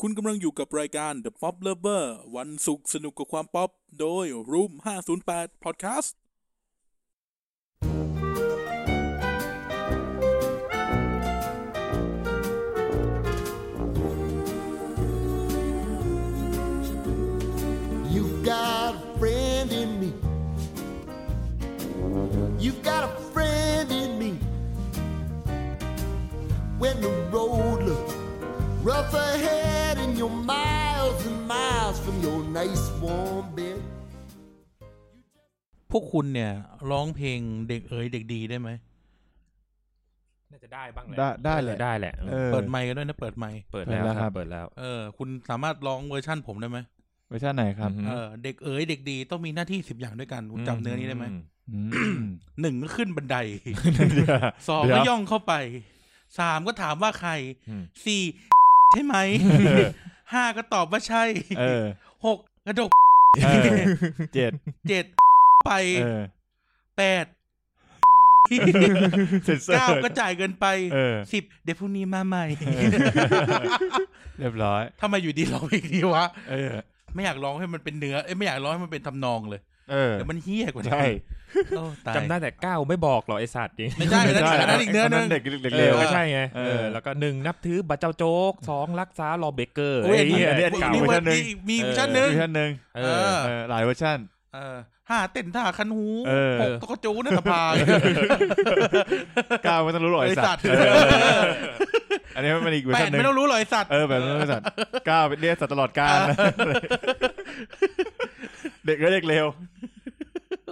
คุณกำลังอยู่กับรายการ The Pop Lover วันศุกร์สนุกกับความป๊อป โดย Room 508 Podcast You've got a friend in me. You've got a friend in me. When the road looks rough ahead and you're miles and miles from your nice warm bed. พวกคุณเนี่ยร้องเพลงเด็กเอ๋ยเด็กดีได้ไหม น่าจะได้บ้างแหละ ได้ได้แหละ ได้แหละ เออ เปิดไมค์กันด้วยนะเปิดไมค์ เปิดแล้ว เปิดแล้ว ค ครั รับ บ เปิดแล้ว เออคุณสามารถร้องเวอร์ชั่นผมได้ไหม เวอร์ชันไหนครับ อืม เออเด็กเอ๋ยเด็กดีต้องมีหน้าที่สิบอย่างด้วยกันคุณจำเนื้อนี้ได้ไหม ม หนึ่งก็ขึ้นบันได เดี๋ยว สอง เดี๋ ก็ ว ย่องเข้าไปสามก็ถามว่าใคร อืม สี่ใช่ไหม ห้าก็ตอบว่าใช่ เออ หกกระดก เออเจ็ด เจ็ดไป เออ แป ด เซ็นเซอ เก้า ร์ ก็จ่ายเกินไป เออ สิบเดี๋ยวพรุ่งนี้มาใหม่ เรียบร้อย ทำไมอยู่ดีร้องเพลงนี้วะ เออ ไม่อยากร้องให้มันเป็นเนื้อเอ้ยไม่อยากร้องให้มันเป็นทำนองเลย เออ เดี๋ยวมันเฮี้ยกว่านี้ ใช่ โอ้ตาย จำได้แต่เก้าไม่บอกหรอกไอสัตว์จริง ไม่ใช่ไม่ใช่ ไม่ใช่ อันนั้นอีกเนื้อหนึง เด็กเด็ก เอ เร็ อ ว ก็ใช่ไง เอ เอ อ อ แล้วก็หนึ่งนับถือบัตรเจ้าโจ๊กสองรักษาลอเบเกอร์ โอ้ย ไอ้เหี้ย อันนี้ เก่า มี เว เว อ อ ร์ ร์ ชันหนึ่ง ชันมีเวอร์ชันหนึ่งเวอร์เอเอชันหนึ่งอ อ เออหลายเวอร์ชัน เออห้าเต้นท่าคันหู เออ หกตะกจูนะสภา เก้าไม่ต้องรู้หรอก ไอ ไอ้ สั สั ต ต ว์ ว์อันนี้มันอีกเวอ แป ร์ชั ด นหนึ่ ไม่ ง ต้องรู้หรอกไอสัตว์ เออแบบนั้นไอ้สัตว์เก้าเป็นเรียกสัตว์ตลอดกาลนะ เด็กก็เด็กเร็ว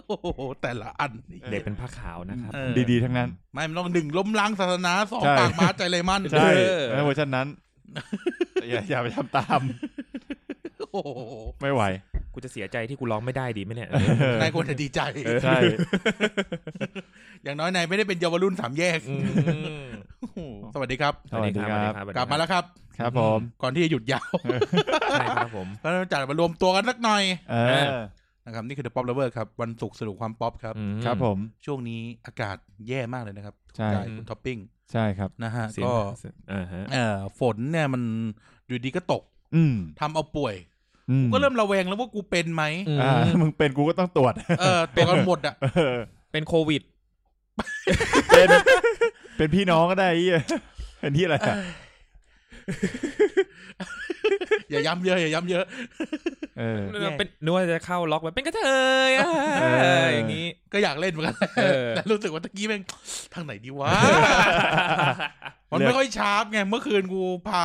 โอ้โหแต่ละอันนี่ เด็กเป็นผ้าขาวนะครับ เออ ดีๆทั้งนั้น ไม่มันต้องหนึ่งล้มล้างศาสนาสอง ใช่ ปากม้าใจเลยมัน ใช่ เออ เวอร์ชันนั้นอย่าอย่าไปทำตาม โอ้โห ไม่ไหว กูจะเสียใจที่กูร้องไม่ได้ดีไหมเนี่ย นายควรจะดีใจ ใช่ อย่างน้อยนายไม่ได้เป็นเยาวรุ่นสามแยกโอ้โหสวัสดีครับ สวัสดีครับ สวัสดี กลับมาแล้วครับ ครับผม ก่อนที่จะหยุดยาว ใช่ครับผม ก็จัดมารวมตัวกันสักหน่อย เออ นะครับนี่คือ The Pop Lover ครับ วันศุกร์สนุกความป๊อปครับ อืม ครับผม ช่วงนี้อากาศแย่มากเลยนะครับ ใช่ ใจคุณท็อปปิ้ง ใช่ครับ นะฮะ เสียง ก็ อ่าฮะ เอ่อฝนเนี่ยมันอยู่ดีก็ตก อืม ทำเอาป่วย อื ก็เริ่มระแวงแล้วว่ากูเป็นไหม อ่ามึงเป็นกูก็ต้องตรวจ เออตัวกันหมดอ่ะ เออ เป็นโควิด เป็นเป็นพี่น้องก็ได้ไอ้เหี้ย เป็นที่อะไรอะ อย่าย้ำเยอะอย่าย้ำเยอะ เออ แย่ เป็นนึกว่าจะเข้าล็อกไว้เป็นกระเทยอ่ะ เอออ อย่างนี้ ก็อยากเล่นเหมือนกัน เออ แต่รู้สึกว่าตะกี้แม่งทางไหนดีวะ มันไม่ค่อยชาร์ปไงเมื่อคืนกูพา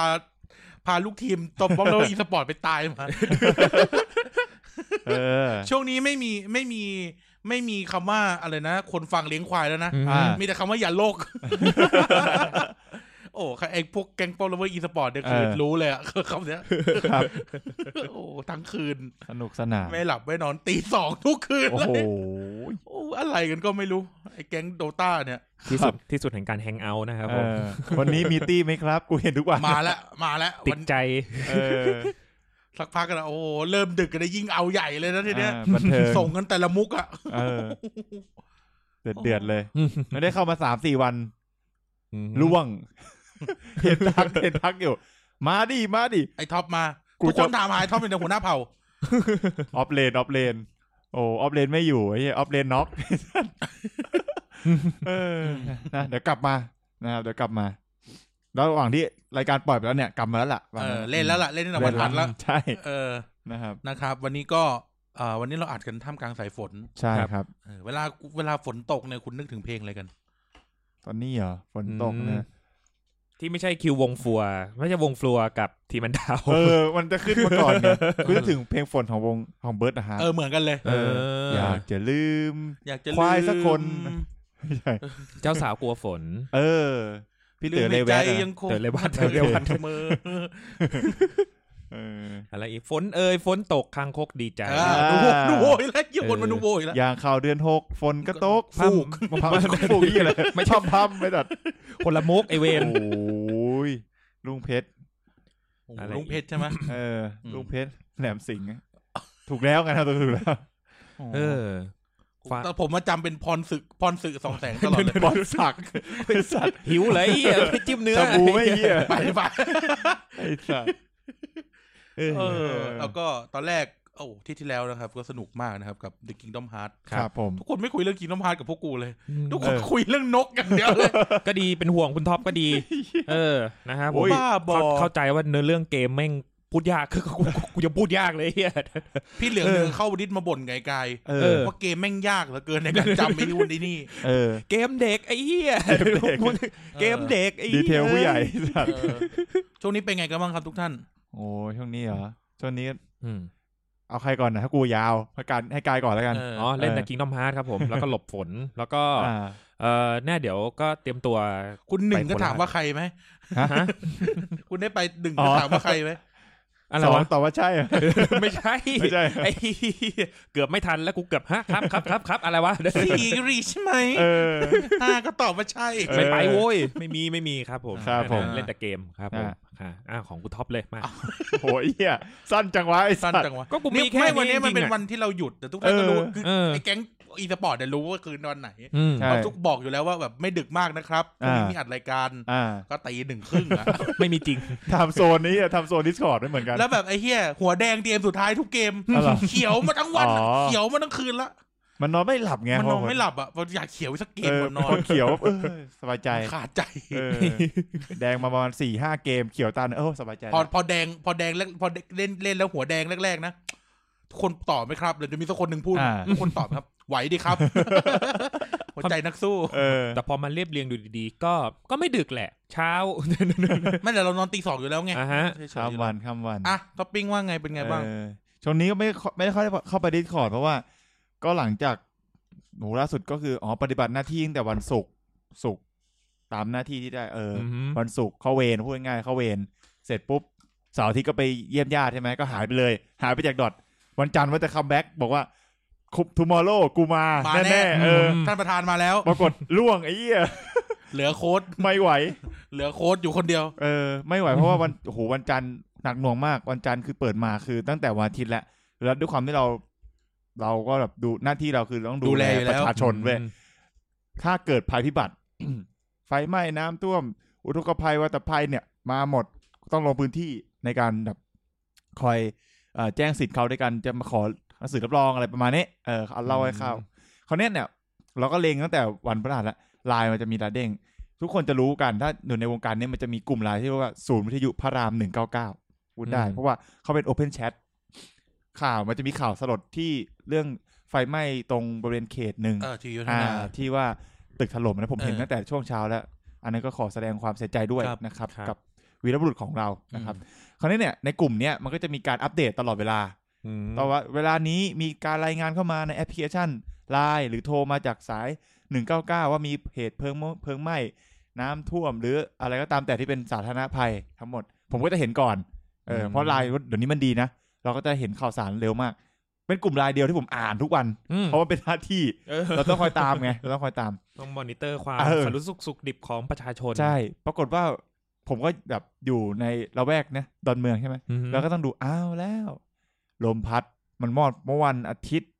พาลูกทีมตบบอลโลอีสปอร์ตไปตายมา เออ ช่วงนี้ไม่มีไม่มีไม่มีคำว่าอะไรนะ คนฟังเลี้ยงควายแล้วนะ อ่า มีแต่คำว่าอย่าโลก โอ้ไอพวกแก๊งโปรเลเวอร์อีสปอร์ตเนี่ยคือ เออ รู้เลยอะ คำเนี้ย ครับ โอ้ทั้งคืน สนุกสนาน ไม่หลับ ไม่นอนตีสองทุกคืน โอ้ เล โห ยโอ้อะไรกันก็ไม่รู้ ไอแก๊งโดตาเนี่ย ที่สุดที่สุดแห่งการแฮงเอาท์นะครับ เอ ผม อวันนี้มีตี้ไหมครับ กูเห็นทุกวัน มาละมาละ ติ วั ด น ใจ เออ สักพักกันนะโอ้โหเริ่มดึกกันนะยิ่งเอาใหญ่เลยนะทีเนี้ย อ่าบันเทิง ส่งกันแต่ละมุกอะ เออเดือดเดือดๆเลยไม่ได้เข้ามาสามสี่วัน ล่วง เห็นทักเห็นทักอยู่ มาดิมาดิ ไอท็อปมา กู ทุกค จะ นถามหาไอ้ท็อปเป็นหัวหน้าเผ่า ออฟเลนออฟเลน โอ้ออฟเลนไม่อยู่ไอ้เหี้ยออฟเลนน็อก เออนะเดี๋ยวกลับมานะครับเดี๋ยวกลับมาแล้วระหว่างที่รายการปล่อยไปแล้วเนี่ยกลับมาแล้วล่ะ เออเล่นแล้วล่ะ เล่นตั้งแต่วันอัดแล้ว ใช่ เออ นะครับ นะครับ วันนี้ก็เอ่อวันนี้เราอัดกันท่ามกลางสายฝน ใช่ครับ เออเวลาเวลาฝนตกเนี่ยคุณนึกถึงเพลงอะไรกัน ตอนนี้เหรอฝนตก อืม นะ ที่ไม่ใช่คิววงฟัว ไม่ใช่วงฟัวกับทีมันดาว เออ มันจะขึ้นมาก่อนไงคือถึงเพลงฝนของวงของเบิร์ดนะฮะ เออเหมือนกันเลย เออ อยากจะลืม อยากจะ ควายสักคน ลืม ไม่ใช่ เจ้าสาวกลัวฝน เออ พี่ ลื เต๋ ม อ ใน เลเว ใจ สนะ ยังคง เต๋อเลวัต เต๋อเลวัตเสมอ เออ อะไรอีกฝนเอ่ยฝนตกคางคกดีใจ อ่าดูโวยดูโวยแล้วยี่คนมันดูโวย แล้ว อย่างข่าวเดือนหกฝนก็ตก ฟูก พัมพัม ฟูกยี่อะไรไม่ชอบ พัมไม่ตัด คนละมุกไอเว โอ้ น ยลุงเพชร โอ้ อะไร โหลุงเพชรใช่ไหม เอออ ม ลุงเพชรแหลมสิงห์ถูกแล้วไงนะถูกแล้ว เออ ฟ้า แต่ผมมาจำเป็นพรศึกพรศึกสองแสงตลอดเลย บอลสักไอ้สัตว์ หิวเลยไอ้เหี้ยไปจิ้มเนื้อ จับูไม่เหี้ย ไปไป ไอ้สัตว์ เออ เออ แล้วก็ตอนแรกโอ้ที่ที่แล้วนะครับ ก็สนุกมากนะครับกับ The Kingdom Hearts ครับผม ทุกคนไม่คุยเรื่อง Kingdom Hearts กับพวกกูเลย ทุกคน เออ คุยเรื่องนกอย่างเดียวเลย ก็ดีเป็นห่วงคุณท็อปก็ดี เออนะฮะผ โอ้ ม ย บ้าบอ เข้าเข้าใจว่าเนื้อเรื่องเกมแม่งพูดยากคือกูกูกูจะพูดยากเลยเฮีย พี่เหลือง เออ เดินเข้าดิสมาบ่นไกล เอ เอ อ อ ๆว่าเกมแม่งยากเหลือเกินในการจำไอ้นู่นไอ้นี่ เออ เกมเด็กไอ้เฮียมึงเกมเด็กไอ้ ดี หี้ย เทลผู้ใหญ่สัตว์ เออช่วงนี้เป็นไงกันบ้างครับทุกท่าน โอ้ช่วงนี้เหรอช่วงนี้ อืม เอาใครก่อนนะถ้ากูยาวให้การให้กายก่อนแล้วกัน เออ อ๋อเล่นแต่ Kingdom Hearts ครับผม แล้วก็หลบฝนแล้วก็ ่า เออเนี่ยเดี๋ยวก็เตรียมตัว คุณหนึ่ง ไป ก็ โคราช ถามว่าใครไหม ฮะ คุณได้ไปหนึ่ง อ๋ ก็ อ ถามว่าใครไหม อะไร สอง วะ ตอบว่าใช่เหรอ ไม่ใช่ ไม่ใช่ อ้เหี้ย เกือบไม่ทันแล้วกูเกือบฮะครับครับครับครับอะไรวะ สี่รีใช่ไหม เออ ห้าก็ตอบว่าใช่ เออ ไม่ไปโว้ยไม่มีไม่มีครับผม ครับผม เล่นแต่เกมครับผม อ่ะ ค่ะอ่าของกูท็อปเลยมา โหเหี้ยสั้นจังวะไอ้สั สั้ ต น ว์ จังวะ ก็กูมี เนี่ย แค่ ไม่วันนี้มัน จริงๆ เป็น อะ วันที่เราหยุดแต่ทุกท่านก็รู้ เออ คือ เออ ไอ้แก๊งอีสปอร์ตเนี่ยรู้ว่าคืนนอนไหน อืม ใช่ เราทุกบอกอยู่แล้วว่าแบบไม่ดึกมากนะครับพรุ่งนี้มีอัดรายการ อ่า ก็ตีหนึ่งครึ่งอะ ไม่มีจริง ทำโซนนี้อะทำโซนดิสคอร์ดไม่เหมือนกัน แล้วแบบไอ้เหี้ยหัวแดงเกมสุดท้ายทุกเกม อ๋อเหรอ เขียวมาทั้งวันอะ อ๋อ เขียวมาทั้งคืนละ มันนอนไม่หลับไง มันนอน พ ไม่หลับอ่ะเพราะอยากเขียวสักเกม เออ ก่อนนอ พอน เขียวเออสบายใจ ขาดใจ เออแดงมาประมาณสี่ห้าเกมเขียวตาลเออสบายใจ พอพอแดงพอแดงแรกพอเล่นเล่นแล้วหัวแดงแรกๆนะทุกคนตอบไหมครับเดี๋ยวจะมีสักคนหนึ่งพูด อ่า ทุกคนตอบครับ ไหวดี ครับ หัวใจนักสู้ เออ แต่พอมาเรียบเรียงดูดีๆ ก็ก็ไม่ดึกแหละ เช้า ไม่แต่เรานอนตีสองอยู่แล้วไง อ่ะฮะ เฉยๆ ข้ามวันข้ามวัน อ่ะท็อปปิ้งว่าไงเป็นไงบ้าง เออช่วงนี้ก็ไม่ค่อยไม่ได้ค่อยเข้าไปดิสคอร์ดเพราะว่า ก็หลังจากหนูล่าสุดก็คืออ๋อปฏิบัติหน้าที่ตั้งแต่วันศุกร์ศุกร์ตามหน้าที่ที่ได้เอออ อหือ วันศุกร์เข้าเวรพูดง่ายๆเข้าเวรเสร็จปุ๊บเสาร์อาที่ก็ไปเยี่ยมญาติใช่ไหมก็หายไปเลย หายไปจากดอทวันจันทร์ว่าจะคัมแบ็กบอกว่าคุบทูมอร์โลกูมา มาแน่ แน่ๆเออ ท่านประธานมาแล้ว ปรากฏล่วงไอ้เหี้ย เหลือโค้ด ไม่ไหว เหลือโค้ดอยู่คนเดียว เออไม่ไหวเพราะว่า วัน โอ้โหวันจันทร์หนักหน่วงมากวันจันทร์คือเปิดมาคือตั้งแต่วันอาทิตย์แล้วแล้วด้วยความที่เรา เราก็แบบดูหน้าที่เราคือต้อง ดู ดู แล แล อยู่ ป แล้ว ระชาชนเว้ยถ้าเกิดภัยพิบัติ ไฟไหม้น้ำท่วม อุทกภัยวัตภัยเนี่ย มาหมดต้องลงพื้นที่ในการแบบคอยเอ่อแจ้งสิทธิ์เขาในการจะมาขอหนังสือรับรองอะไรประมาณนี้เออเอาเล่าให้เข้าเขาวเนี้ยเนี่ย เราก็เลงตั้งแต่วันพฤหัสละไลายมันจะมีลาเด้ง ทุกคนจะรู้กันถ้าอยู่ในวงการเนี้มันจะมีกลุ่มไลน์ที่เรียกว่าศูนย์วิทยุพระรามหนึ่งเก้าเก้าพูดได้ อืม เพราะว่าเขาเป็นโอเพนแชทข่าวมันจะมีข่าวสลดที่เรื่องไฟไหม้ตรงบริเวณเขตหนึ่ง เออทีวีพัฒนาอ่าที่ว่าตึกถล่มนะผมเห็น เออ ตั้งแต่ช่วงเช้าแล้ว อันนั้นก็ขอแสดงความเสียใจด้วย ครับ นะครับ ครับ กับวีรบุรุษของเรานะครับ คราวนี้เนี่ยในกลุ่มเนี้ยมันก็จะมีการอัปเดตตลอดเวลา อืม ตลอดเวลานี้มีการรายงานเข้ามาในแอปพลิเคชันไลน์หรือโทรมาจากสาย 199 ว่ามีเหตุเพลิงมเพลิงไหม้น้ำท่วม หรืออะไรก็ตามแต่ที่เป็นสาธารณภัยทั้งหมด ผมก็จะเห็นก่อนเอออเพราะไลน์เดี๋ยวนี้มันดีนะ เราก็จะเห็นข่าวสารเร็วมาก เป็นกลุ่มไลน์เดียวที่ผมอ่านทุกวัน อืม เพราะว่าเป็นหน้าที่ เออ เราต้องคอยตามไง เราต้องคอยตาม ต้องมอนิเตอร์ความ เออ สารสุขสุขดิบของประชาชน ใช่ ปรากฏว่าผมก็แบบอยู่ในละแวกนะดอนเมืองใช่ไหม อือฮึ แล้วก็ต้องดู อ้าวแล้ว ลมพัดมันมอดเมื่อวันอาทิตย์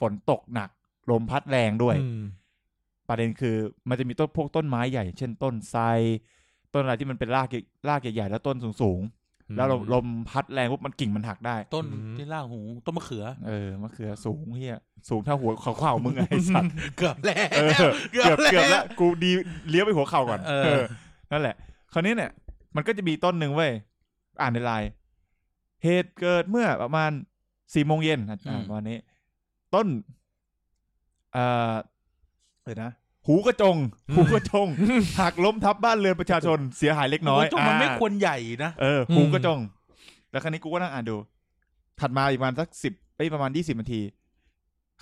ฝนตกหนัก ลมพัดแรงด้วย อืม ประเด็นคือมันจะมีต้นพวกต้นไม้ใหญ่ เช่นต้นไทรต้นอะไรที่มันเป็นรากใหญ่รากใหญ่ๆแล้วต้นสูงๆ แล้วลมลมพัดแรงปุ๊บมันกิ่งมันหักได้ ต้น อืม ที่ล่างหูต้นมะเขือ เออมะเขือสูงเฮียสูงเท่าหัวเข่าเข่ามึงไงไอ้สัตว์ เกือบแล้ว เออเกือบเกือบแล้วกูดีเลี้ยวไปหัวเข่าก่อน เออ เออนั่นแหละ คราวนี้เนี่ย มันก็จะมีต้นหนึ่งเว้ยอ่านในไลน์เหตุเกิดเมื่อประมาณสี่โมงเย็นอ่ะอ่ะวันนี้ ต้น เอ่อเดี๋ยวนะหูกระจง อืม หูกระจงหักล้มทับบ้านเรือนประชาชนเสียหายเล็กน้อย โจงมันไม่ อ่า ควรใหญ่นะ เออกูก็จง แล้วครั้นี้กูก็นั่งอ่านดู ถัดมาอีกประมาณสักสิบไปประมาณยี่สิบนาที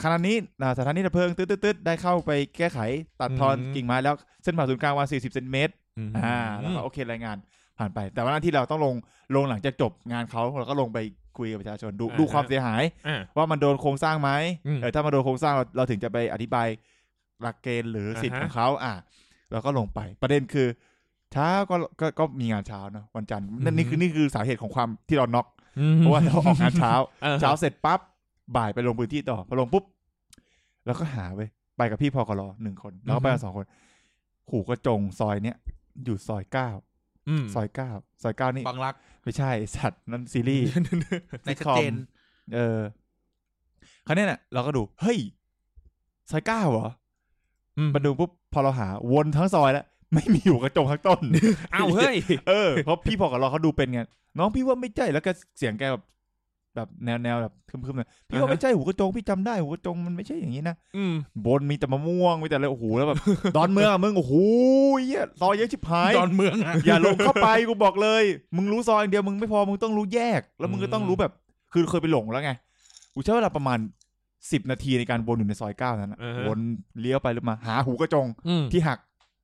ขณะนี้อ่าสถานีดับเพลิงตืดๆๆได้เข้าไปแก้ไขตัดทอน อืม กิ่งไม้แล้วเส้นผ่าศูนย์กลางวันสี่สิบเซนติเมตร ม อ่า แล้วก็โอเครายงานผ่านไป แต่ว่าหน้าที่เราต้องลงลงหลังจากจบงานเขาเราก็ลงไปคุยกับประชาชนดูดูความเสียหาย อ่า ว่ามันโดนโครงสร้างไหม อืม เออถ้ามันโดนโครงสร้างเราเราถึงจะไปอธิบายหลักเกณฑ์หรือสิทธิ์ อ่าฮะของเขาอ่ะเราก็ลงไปประเด็นคือ เช้าก็ก็ก็มีงานเช้าเนอะวันจันทร์นั่นนี่คือนี่คือสาเหตุของความที่เราน็อกเพราะว่าเราออกงานเช้า ออ เช้าเสร็จปั๊บบ่ายไปลงพื้นที่ต่อพอลงปุ๊บแล้วก็หาไปไปกับพี่พอกรหนึ่งคน แล้วก็ไปกันสองคน ขู่กระจงซอยเนี้ยอยู่ซอยเก้า อืม ซอยเก้าซอยเก้านี่ บังรัก ไม่ใช่สัตว์นั่นซีรีส์ ในชัดเจน เออคราวเนี้ยเนี่ยเราก็ดู เฮ้ยซอยเก้าเหรอ อืม มาดูปุ๊บพอเราหาวนทั้งซอยแล้ว ไม่มีอยู่กระจงทั้งต้น อ้าวเฮ้ย เออเพราะพี่พอกับเราเขาดูเป็นไงน้องพี่ว่าไม่ใช่แล้วก็เสียงแกแบบ แบบแนวแนวแบบคึมๆนะพี่ว่า อ่าฮะ ไม่ใช่หูกระจงพี่จำได้หูกระจงมันไม่ใช่อย่างนี้นะ อืม บนมีแต่มะม่วงมีแต่อะไรโอ้โหแล้วแบบ ดอนเมืองอะมึงโอ้โหเหี้ยซอยเยอะชิบหาย ดอนเมืองอะ อย่าหลงเข้าไปกูบอกเลย มึงรู้ซอยอย่างเดียวมึงไม่พอมึงต้องรู้แยก แล้วมึงก็ต้องรู้แบบ คือเคยไปหลงแล้วไงกูใช้เวลาประมาณสิบนาทีในการวนอยู่ในซอยเก้านั้นนะวนเลี้ยวไปเลี้ยวมาหาหูกระจง อืม ที่หัก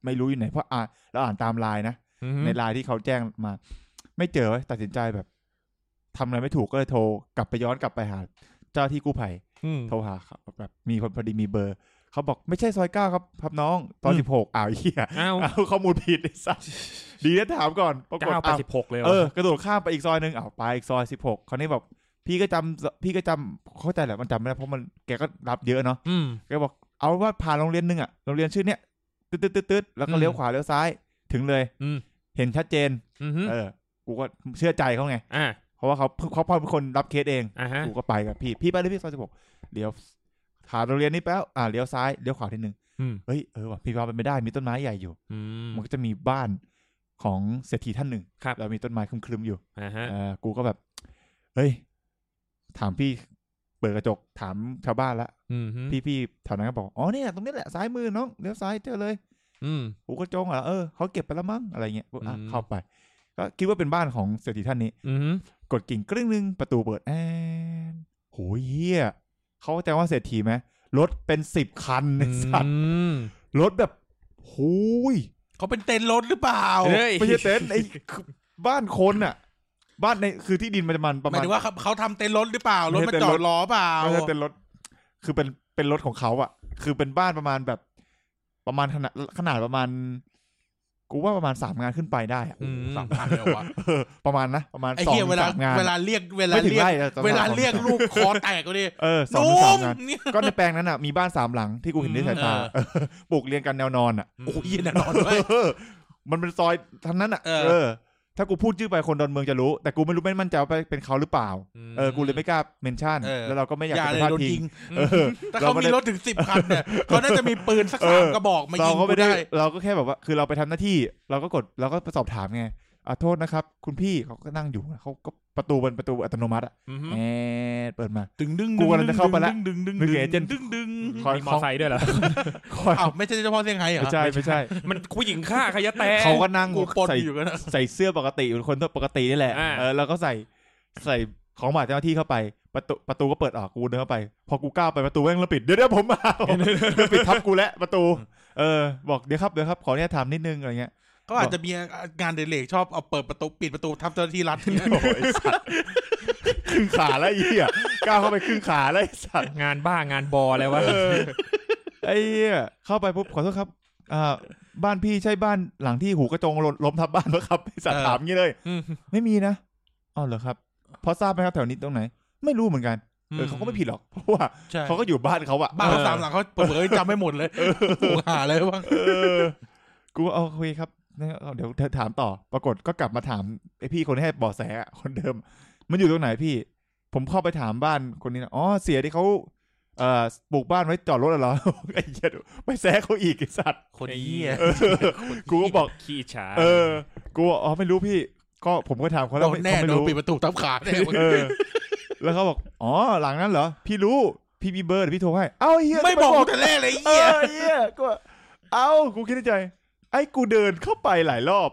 ไม่รู้อยู่ไหนเพราะอ่านเราอ่านตามไลน์นะ อืม ในไลน์ที่เขาแจ้งมา ไม่เจอเว้ยตัดสินใจแบบทำอะไรไม่ถูกก็เลยโทร กลับไปย้อนกลับไปหา เจ้าที่กู้ภัย อืม โทรหาเขาแบบมีคนพอดีมีเบอร์ เขาบอกไม่ใช่ซอยเก้าครับครับน้องตอน อืม สิบหกอ้าวเหี้ย อ้าว อ้าวข้อมูลผิดไอ้สัสดีนะถามก่อนปรากฏ เก้าไป อ้าว สิบหกเลยหร เออกระโดดข้ามไปอีกซอยหนึ่งอ้าวไปอีกซอยสิบหกคราวนี้แบบพี่ก็จำพี่ก็จำเข้าใจแหละมันจำไม่ได้เพราะมันแกก็รับเยอะเนาะ อืม แกบอกเอาว่าผ่านโรงเรียนหนึงอะโรงเรียนชื่อเนี้ยตึ๊ดตึ๊ดตึ๊ดตึ๊ดแล้วก็เลี้ยว อืม ขวาเลี้ยวซ้ายถึงเลย อืม เห็นชัดเจน อืมฮึ เออ กูก็เชื่อใจเขาไง อ่า เพราะว่าเขาเขาเขาเป็นคนรับเคสเอง อ่าฮะ กูก็ไปกับพี่ พี่ไปเลยพี่ซอยสิบหกเลี้ยวขาโรงเรียนนี่แป๊บอ่าเลี้ยวซ้าย เลี้ยวขวาทีหนึ่ง อืม เฮ้ย เออว่ะพี่ว่าเป็นไม่ได้ มีต้นไม้ใหญ่อยู่ อืม มันก็จะมีบ้านของเศรษฐีท่านหนึ่ง ครับ แล้วมีต้นไม้คลึมๆอยู่ อ่าฮะ เออกูก็แบบ เฮ้ย ถามพี่ เปิดกระจก ถามชาวบ้านละ อืมฮึ พี่พี่แถวนั้นก็บอก อ๋อเนี่ยตรงนี้แหละ ซ้ายมือน้อง เลี้ยวซ้ายเจอเลย อืม หูกระจงเหรอเออเขาเก็บไปแล้วมั้ง อะไรเงี้ยกูอ่ะ อืม เข้าไป ก็คิดว่าเป็นบ้านของเศรษฐีท่านนี้ อืมฮึ กดกิ่งกริ่งหนึงประตูเปิดแอนโหยเฮียเขาเข้าใจว่าเศรษฐีไหมรถเป็นสิบคันไอ้สัตว์ อืม รถแบบหูย เขาเป็นเต็นท์รถหรือเปล่า เฮ้ย ไม่ใช่เต็นท์ไอ้ คือบ้านคนอะบ้านในคือที่ดินมันจะมันประ ห มา มา ณ ยถึงว่าเขาเขาทำเต็นท์รถหรือเปล่า รถ ไม่ มา ใช่เต็นท์ จอ ร ด ถ ล้อเปล่า ไม่ใช่เต็นท์รถ คือเป็นเป็นรถของเขาอะคือเป็นบ้านประมาณแบบ ประมาณขนาดขนาดประมาณ กูว่าประมาณสามงานขึ้นไปได้อะ อืม สามพันเลยวะ เออ ประมาณนะประมาณ ไอ้ สอง เหี้ย ถึ เว ง ลา สามงาน เวลาเรียกเวลา ไม่ถึง เรียก ไร่อะ เวลาเรียกลูกคอแตกก็ดิ เออสอง นุ่ ถึงสาม ม งาน เนี่ย ก็ในแปลงนั้นอ่ะมีบ้านสามหลังที่กูเห็นด้วยสายตา อืม เออปลูกเรียงกันแนวนอนอ่ะ โอ้ยแน่นอนด้วย เออมันเป็นซอยทั้งนั้นอ่ะ เออ เออ ถ้ากูพูดชื่อไปคนดอนเมืองจะรู้ แต่กูไม่รู้ไม่มั่นใจว่าเป็นเขาหรือเปล่า เออกูเลยไม่กล้าเมนชั่น เออ แล้วเราก็ไม่อยาก อย่า เป็ เลยนพลาด โดน พิ ยิ ง ง เออ ถ้าเขามีรถถึงสิบคันเนี่ยเขาน่าจะมีปืนสักสาม เออ กระบอกมา เรา ยิง ก็ กู ไม่ได้ ได้ เราก็แค่แบบว่า คือเราไปทำหน้าที่ เราก็กดเราก็สอบถามไงอ่ะโทษนะครับ คุณพี่เขาก็นั่งอยู่เขาก็ประตูเป็นประตูอัตโนมัติอ่ะ อืมฮึ แอดเปิดมา ดึงดึง กูกำลังจะเข้าไปละ ดึงดึง นึกถึงเอเจนต์ ดึงดึง คอย มีมอ คอย ไซค์ด้วยเหรอ คอย อ้าวไม่ใช่เฉพาะเซี่ยงไฮ้เหรอ ไม่ใช่ไม่ใช่ มันผู้หญิงฆ่าใครจะแต่ เขาก็นั่ง กูปน ใส่ อยู่กันนะ ใส่เสื้อปกติเป็นคนปกตินี่แหละ อ่า เออแล้วก็ใส่ใส่ของหมาเจ้าหน้าที่เข้าไป ประตูประตูก็เปิดออกกูเดินเข้าไป พอกูก้าวไปประตูแม่งระปิดเดี๋ยวเดี๋ยวผมมาระปิดทับกูแล้วประตู เออ บอกเดี๋ยวครับเดี๋ยวครับขอเนี่ยถามนิดนึงอะไรเงี้ย เขาอาจจะมีงานเดเรกชอบเอาเปิดประตูปิดประตูทับเจ้าหน้าที่รัฐเนี่ย โอ้ยสัตว์ครึ่งขาแล้วไอ้เหี้ยก้าวเข้าไปครึ่งขาแล้วไอ้สัตว์ งานบ้างานบออะไรวะ เออไอ้เหี้ยเข้าไปปุ๊บขอโทษครับอ่าบ้านพี่ใช่บ้านหลังที่หูกระจงล้มทับบ้านปะครับไอ้สัตว์ถามงี้เลย อืม ไม่มีนะอ๋อเหรอครับ พอทราบไหมครับแถวนี้ตรงไหน ไม่รู้เหมือนกัน เออ ม เขาก็ไม่ผิดหรอก เพราะว่า ใช่ เขาก็อยู่บ้านเขาอะ บ้านเขา เออ สามหลังเขาเปิดเผยจำไม่หมดเลยกูหาเลยว่า เออ กูว่าเอาคุยครับงั้นเอาเดี๋ยวเธอถามต่อ ปรากฏก็กลับมาถามไอพี่คนที่ให้เบอแสอะคนเดิม มันอยู่ตรงไหนพี่ ผมเข้าไปถามบ้านคนนี้นะอ๋อเสียที่เขาเอ่อปลูกบ้านไว้จอดรถเหรอ ไอ้เหี้ยไปแซะเขาอีกไอ้สัตว์ คนเหี้ย เออกูก็บอก ขี้ฉา เออ กูว่าอ๋อไม่รู้พี่ ก็ผมก็ถามเขาแล้ว โด ไม่ นแน่ เขาไม่ โดน รู้ ปิดประตูทับขาแน่ เออแล้วเขาบอก อ๋อ หลังนั้นเหรอ พี่รู้ พี่มีเบอร์เดี๋ยวพี่โทรให้ เอ้าเฮีย ไม่บอก ทำ กูแต่แรกเลยไอ้เหี้เอย อเฮียก็ว่าเอ้า กูคิดในใจ ไอ้กูเดินเข้าไปหลายรอบ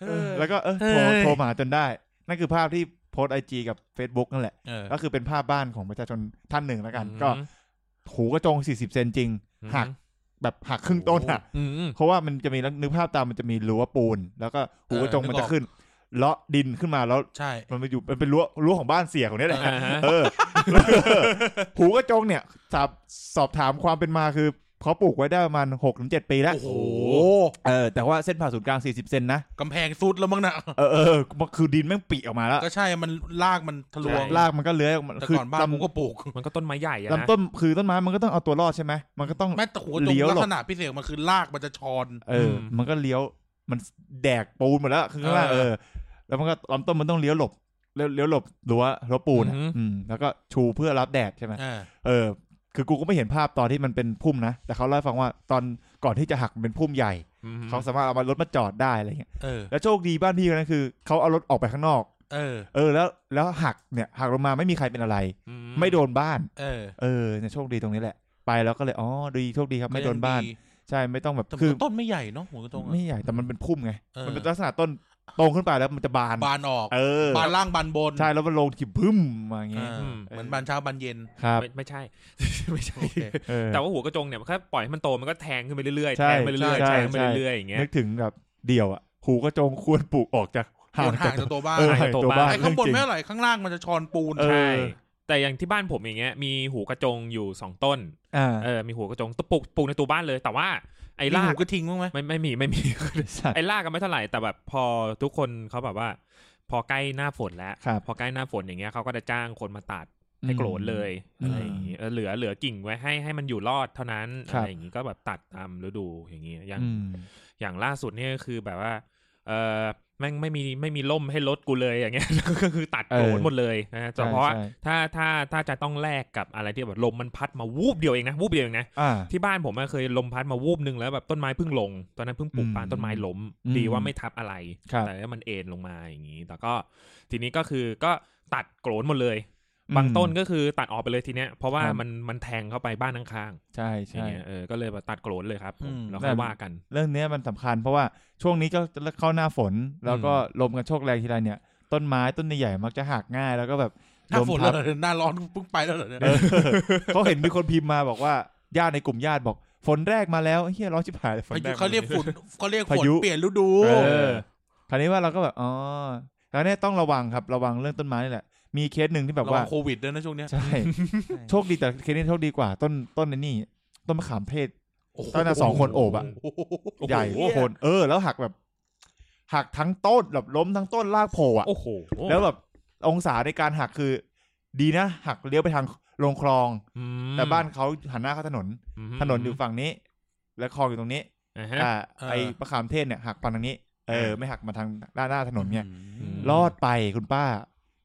เออแล้วก็เออโทร เฮ้ย โทรมาจนได้ นั่นคือภาพที่โพสไอจีกับ Facebook นั่นแหละ เออ ก็คือเป็นภาพบ้านของประชาชนท่านหนึ่งแล้วกัน ก็หูกระจง 40 เซนจริง หักแบบหักครึ่งต้นอ่ะ อืมอืม เพราะว่ามันจะมีนึกภาพตามมันจะมีรั้วปูน แล้วก็หูกระจง เออนึ มักนออก จะขึ้นเลาะดินขึ้นมาแล้ว ใช่ มันไปอยู่มันเป็นรั้วรั้วของบ้านเสียของเนี้ยแหละ อ่าฮะ เอ อ หูกระจงเนี่ยสอบสอบถามความเป็นมาคือเขาปลูกไว้ได้ประมาณหกถึงเจ็ดปีแล้ว โอ้โห เออแต่ว่าเส้นผ่าศูนย์กลางสี่สิบเซนนะ กำแพงซุดแล้วมั้งน่ะ เออเออคือดินแม่งปีออกมาแล้ว ก็ใช่มันลากมันทะลวง รากมันก็เลื้อยออกมา แต่ คือ ก่อนบ้านกู ลำ ก็ปลูก มันก็ต้นไม้ใหญ่อะนะ ลำต้นคือต้นไม้มันก็ต้องเอาตัวรอดใช่ไหมมันก็ต้อง แม้แต่หัวต เลี้ รง ยวหลบ ลักษณะพิเศษของมันคือลากมันจะชอน เอออ มันก็เลี้ยว มันแดกปูนหมดแล้วข้างล่าง เอ เอ อ อ แล้วมันก็ลำต้นมันต้องเลี้ยวหลบเลี้ยวเลี้ยวหลบรั้วรั้วปูนอะ อือหืออื มแล้วก็ชูเพื่อรับแดดใช่ไหม อ่า เออ คือกูก็ไม่เห็นภาพตอนที่มันเป็นพุ่มนะ แต่เขาเล่าให้ฟังว่าตอนก่อนที่จะหักมันเป็นพุ่มใหญ่ อืม เขาสามารถเอามารถมาจอดได้อะไรเงี้ย เออ แล้วโชคดีบ้านพี่คนนั้นคือเขาเอารถออกไปข้างนอก เออ เออ แล้วแล้วหักเนี่ยหักลงมาไม่มีใครเป็นอะไร อื ไม่โดนบ้าน เออ เออเนี่ยโชคดีตรงนี้แหละ ไปแล้วก็เลย อ๋อ ดีโชคดีครับไม่โดนบ้าน ใช่ ไม่ต้องแบบ แต่ คือ ต้นไม่ใหญ่เนาะหัวกระตรงอะ ไม่ใหญ่ แต่มันเป็นพุ่มไง เออ มันเป็นลักษณะต้นโตขึ้นไปแล้วมันจะบาน บานออก เออ บานล่างบานบน ใช่ แล้วมันลงขีบพึ่มมาอย่างเงี้ย อ่าเหมือนบานเช้าบานเย็น ครับ ไม่ไม่ใช่ ไม่ใช่ โอเค เออ แต่ว่าหัวกระจงเนี่ยแค่ปล่อยให้มันโตมันก็แทงขึ้นไปเรื่อยๆ ใช่ แทงไปเรื่อยๆแทใช่งไป ใช่ เรื่อยๆอย่างเงี้ย นึกถึงแบบเดี่ยวอะหูกระจงควรปลูกออกจากห่า ห่าง ง จา จาก กตัวบ้าน เออ ห่างจากตัวบ้าน ไอ้ข้างบน เรื่ ไม่ อเท่างจริงไหร่ข้างล่างมันจะชอนปูน เออ ใช่แต่อย่างที่บ้านผมอย่างเงี้ยมีหูกระจงอยู่สองต้น อ่า เออมีหูกระจงตวปลูกปลูกในตัวบ้านเลย แต่ว่าไอ้ มี รา หู ก กระทิงบ้างไหม ไม่ไม่มีไม่มี สัตว์ ไอ้ลากกันไม่เท่าไหร่แต่แบบพอทุกคนเขาแบบว่า พอใกล้หน้าฝนแล้ว ครับ พอใกล้หน้าฝนอย่างเงี้ยเขาก็จะจ้างคนมาตัดให้ อืม โกรธเลย อืม อะไรอย่างงี้เออเหลือเหลือกิ่งไว้ให้ให้มันอยู่รอดเท่านั้น ครั อะ บ ไรอย่างงี้ก็แบบตัดตามฤดูอย่างงี้อย่าง อืม อย่างล่าสุดเนี่ยก็คือแบบว่า เออแม่งไม่มีไม่มีร่มให้รถกูเลยอย่างเงี้ย ก็คือตัดโกรธ เออ หมดเลยนะฮะแต่ ใช่ เพราะว่า ใช่ ถ้าถ้าถ้าจะต้องแลกกับอะไรที่แบบลมมันพัดมาวูบเดียวเองนะวูบเดียวเองนะ อ่า ที่บ้านผมอะเคยลมพัดมาวูบหนึ่งแล้วแบบต้นไม้เพิ่งลง ตอนนั้นเพิ่งปลูกปาน อืม ต้นไม้ล้ม อืม ดีว่าไม่ทับอะไร ครับ แต่แล้วมันเอ็นลงมาอย่างนี้ แต่ก็ทีนี้ก็คือก็ตัดโกรนหมดเลย บางต้นก็คือตัดออกไปเลยทีเนี้ยเพราะว่า ครับ มันมันแทงเข้าไปบ้านข้าง ใช่ ๆอย่าง ใช่ เงี้ยเออก็เลยแบบตัดโกรนเลยครับผม อืม แล้วค่อ นั่ ย น ว่ากัน เรื่องเนี้ยมันสำคัญเพราะว่าช่วงนี้ก็เข้าหน้าฝน แล้วก็ลมกันโชคแรงทีไรเนี่ย ต้นไม้ต้นใหญ่ๆมักจะหักง่ายแล้วก็แบบ หน้าฝน ทั แล้วเหรอหน้าร้อนเพิ่งไปแล้วเหรอเนี่ย เออเขาเห็นมีคนพิมพ์มาบอกว่าญาติในกลุ่มญาติบอก ฝนแรกมาแล้วเฮียร้อนชิบหายเลยฝน พา แร ยุ ก เขาเรียกฝนเขาเรียกฝ พาน ยุ เปลี่ยนฤดู เออคราวนี้ว่าเราก็แบบอ๋อคราวนี้ต้องระวังครับระวังเรื่องต้นไม้นี่แหละ มีเคสหนึ่งที่แบบ ระ ว่า วังโควิดด้วยนะช่วงเนี้ย ใช่ โชคดีแต่เคสนี้โชคดีกว่า ต้นต้นไอ้นี่ ต้นมะขามเทศ โอ้โห ต้นละสองคนโอบอะ โโห ใหญ่โคนเออ แล้วหักแบบ หักทั้งต้นแบบล้มทั้งต้นรากโผล่อะ โอ้โห แล้วแบบองศาในการหักคือ ดีนะ หักเลี้ยวไปทางลงคลอง อืม แต่บ้านเขาหันหน้าเข้าถนน อืม ถนนอยู่ฝั่งนี้ และคลองอยู่ตรงนี้ อ่าฮะ อ่าไอ้มะขามเทศเนี่ยหักมาทางนี้ เออ อ่า ไม่หักมาทางด้านหน้าถนนเนี่ย อืม ม รอดไปคุณป้า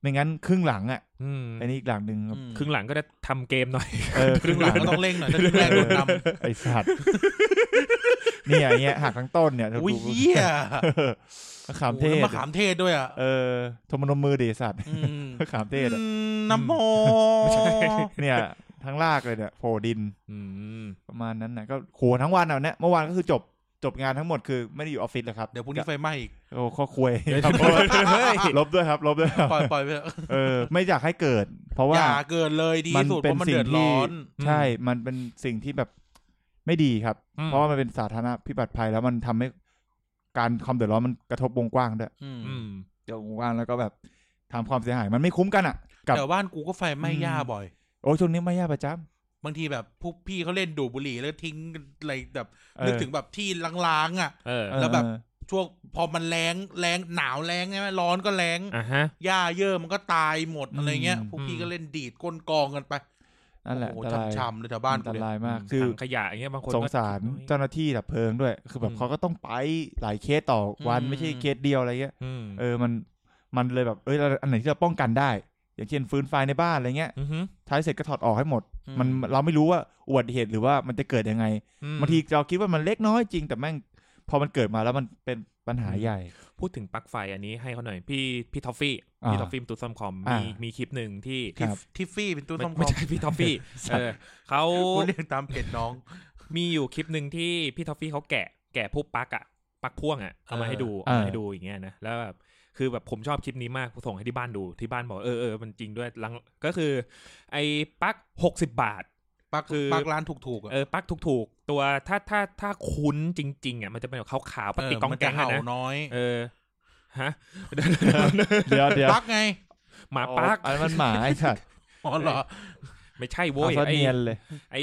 ไม่งั้นครึ่งหลังอ่ะ อืม อันนี้อีกหลังหนึ่ง อืม ครึ่งหลังก็จะทำเกมหน่อย เออ ครึ่งหลังก็ต้องเร่งหน่อยถ้าครึ่งแรกโดนน ไอสัต ว์ เนี่ยเนี่ยหักทั้งต้นเนี่ำยเธ อุ้ย ดู เยี่ย มะขามเทศ โอ้โหแล้วมะขามเทศด้วยอ่ะ เออทมนมมือดีสัตว์ อืม มะขามเทศอะ อืมน้ำโม เนี่ย ทั้งรากเลยเนี่ยโผล่ดิน อืม ประมาณนั้นนะก็โหทั้งวันเอาเนี่ยเมื่อวานก็คือจบจบงานทั้งหมดคือไม่ได้อยู่ออฟฟิศแล้วครับ เดี๋ยวพรุ่งนี้ไฟไหม้อีก โอ้ข้อคุย เดี๋ยว ครับ เฮ้ย ลบด้วยครับลบด้วยครับ ปล่อยปล่อยไปเถอะ เออ ไม่อยากให้เกิด เพราะ อ ว่า ย่าเกินเลยดี มัน สุดเพ เป็น ราะมัน สิ่ง เดือด ที่ ร้อน ใช่ มันเป็นสิ่งที่แบบไม่ดีครับ อืม เพราะว่ามันเป็นสาธารณพิบัติภัยแล้วมันทำให้การความเดือดร้อนมันกระทบวงกว้างด้วย อืม อืม เดี๋ยวว่างแล้วก็แบบทำความเสียหายมันไม่คุ้มกันอ่ะ กับ แต่บ้านกูก็ไฟไหม้หญ้าบ่อย โอ้ยช่วงนี้ไม่ยากประจำ บางทีแบบพวกพี่เขาเล่นดูดบุหรี่แล้วทิ้งอะไรแบบ เออ นึกถึงแบบที่ล้างๆอ่ะ เออ เออ แล้วแบบ ช่วงพอมันแรงแรงหนาวแรงใช่ไหมร้อนก็แรง อ่ะฮะ หญ้าเยอะมันก็ตายหมดอะไรเงี้ยพวกพี่ อืม ก็เล่นดีดก้นกองกันไป นั่นแหละ โอ้ อัน โห ตราย ช้ำๆเลยแถวบ้าน อัน กู ต เนี่ย รายมาก ม คือ ถังขยะอย่างเงี้ยบางคน ส ก็ งสาร เก็บไว้ เจ้าหน้าที่ดับเพลิงด้วย คือแบบ อืม เขาก็ต้องไปหลายเคสต่อวัน อืม ไม่ใช่เคสเดียวอะไรเงี้ย อืม เออมันมันเลยแบบเอ้ยเราอันไหนที่เราป้องกันได้ อย่างเช่นฟืนไฟในบ้านอะไรเงี้ย อหือ ท้ายเสร็จก็ถอดออกให้หมด อืม มันเราไม่รู้ว่าอุบัติเหตุหรือว่ามันจะเกิดยังไง อืม บางทีเราคิดว่ามันเล็กน้อยจริงแต่แม่งพอมันเกิดมาแล้วมันเป็นปัญหาใหญ่ พูดถึงปลั๊กไฟอันนี้ให้เขาหน่อย พี่พี่ทอฟฟี่ อ่า พี่ทอฟฟี่ตุดซัมคอม อ่า มี มี มีคลิปหนึ่งที่ ค ที่ รับ ทิฟฟี่เป็นตู้ ไม่ ซ่อมค ไม่ อม ใช่พี่ทอฟฟี่เออเขา กูเรียกตามเพจน้อง มีอยู่คลิปหนึ่งที่พี่ทอฟฟี่เขาแกะแกะพวกปลั๊กอะปลั๊กพ่วงอะเอามาให้ดู เออ เอามาให้ดูอย่างเงี้ยนะแล้วแบบคือแบบผมชอบคลิปนี้มากผมส่งให้ที่บ้านดูที่บ้านบอกเออเออมันจริงด้วยหลังก็คือ ไอ้ปลั๊กหกสิบบาท ปัก คือ ปักร้านถูกๆอ่ะ เออปลั๊กถูกๆ ตัวถ้าถ้าถ้าคุ้นจริงๆอ่ะมันจะเป็นแบบขาวๆป เออ ฏิกอง มัน แก จะ ง เห่า อะนะ น้อย เออ ฮะ เดี๋ยวเดี๋ยว ปักไง หมาปัก อ๋ออันนั้นมันหมาไอ้สัตว์ อ๋อเหรอ ไม่ใช่ เอา โว้ย ซะ ไอ้ เนียนเลย ไอ้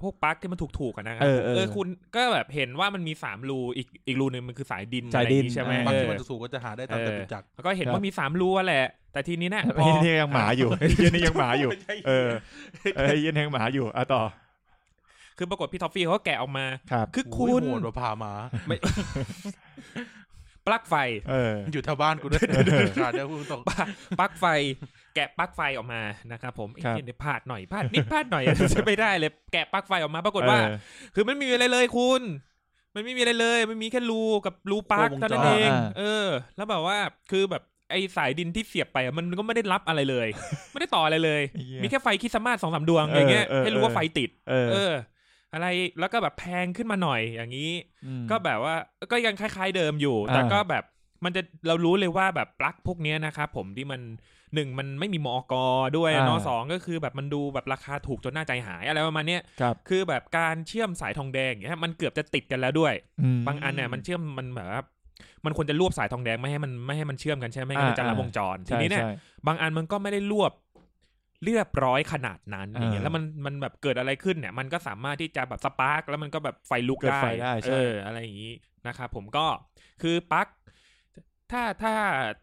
พวกปักที่มันถูกถูกๆอะนะครับ เออเออ เออคุณก็แบบเห็นว่ามันมีสามรูอีกอีกรูหนึ่งมันคือสายดิน สาย อะไรอง ดิน ใช่ไหม เออ บาง เอ ที อ มันจะถูกก็จะหาได้ตาม เออ แต่ปิดจักร แล้วก็เห็นว่ามีสามรูอะแหละ แต่ที นี้เนี่ยพ ไอ้ อ เหี้ยยังหมาอยู่ ไอ้เหี้ยนี่ยังหมาอยู่ เออไอ้เหี้ยนี่ยังหมาอยู่อ่ะต่อ คือปรากฏพี่ท็อฟฟี่เขาก็แกะออกมา ครับ คือ คุ คุณ ณ โหดกว่าพาหมา ปลั๊กไฟ เออ มันอยู่แถวบ้านกูด้วยขาดเดี๋ยวกูตก ปลั๊กไฟ แกะปลั๊กไฟออกมานะครับผม ครับ เอ็นเนี่ยพลาดหน่อยพลาดนิดพลาดหน่อย จะไม่ได้เลยแกะปลั๊กไฟออกมาปรากฏว่า เออ คือมันไม่มีอะไรเลยคุณ มันไม่มีอะไรเลย มันมีแค่รูกับรูปลั๊ก วงจร เท่านั้นเอง อ่า เออ แล้วแบบว่าคือแบบไอสายดินที่เสียบไปอะมันก็ไม่ได้รับอะไรเลย ไม่ได้ต่ออะไรเลย ไอ้เหี้ย มีแค่ไฟคริดสต์มาสสองสามดวงอย่างเงี้ย เออเออ ให้รู้ว่า เออ ไฟติด เออ เออ อะไรแล้วก็แบบแพงขึ้นมาหน่อยอย่างนี้ ม ก็แบบว่าก็ยังคล้ายๆเดิมอยู่ แต่ อ่า ก็แบบมันจะเรารู้เลยว่าแบบปลั๊กพวกเนี้ยนะครับผมที่มันหนึ่งมันไม่มีมอกด้วยเนอะสองก็คือแบบมันดูแบบราคาถูกจนน่าใจหายอะไรประมาณเนี้ย ครับ คือแบบการเชื่อมสายทองแดงอย่างเงี้ยมันเกือบจะติดกันแล้วด้วย อืม บางอันเนี่ยมันเชื่อมมันแบบว่ามันควรจะรวบสายทองแดงไม่ให้มันไม่ให้มันเชื่อมกันใช่ไหมไม่งั้นมันจะ อ่า ละ อ่า วงจรที ใช่ นี้เนี่ย ใช่ บางอันมันก็ไม่ได้รวบเรียบร้อยขนาดนั้นอย่างเงี้ย อ่า แล้วมันมันแบบเกิดอะไรขึ้นเนี่ย มันก็สามารถที่จะแบบสปาร์กแล้วมันก็แบบไฟลุก เกิด ได้ ไฟได้ใช่ เอออะไรอย่างนี้นะครับผมก็คือปลั๊กถ้าถ้า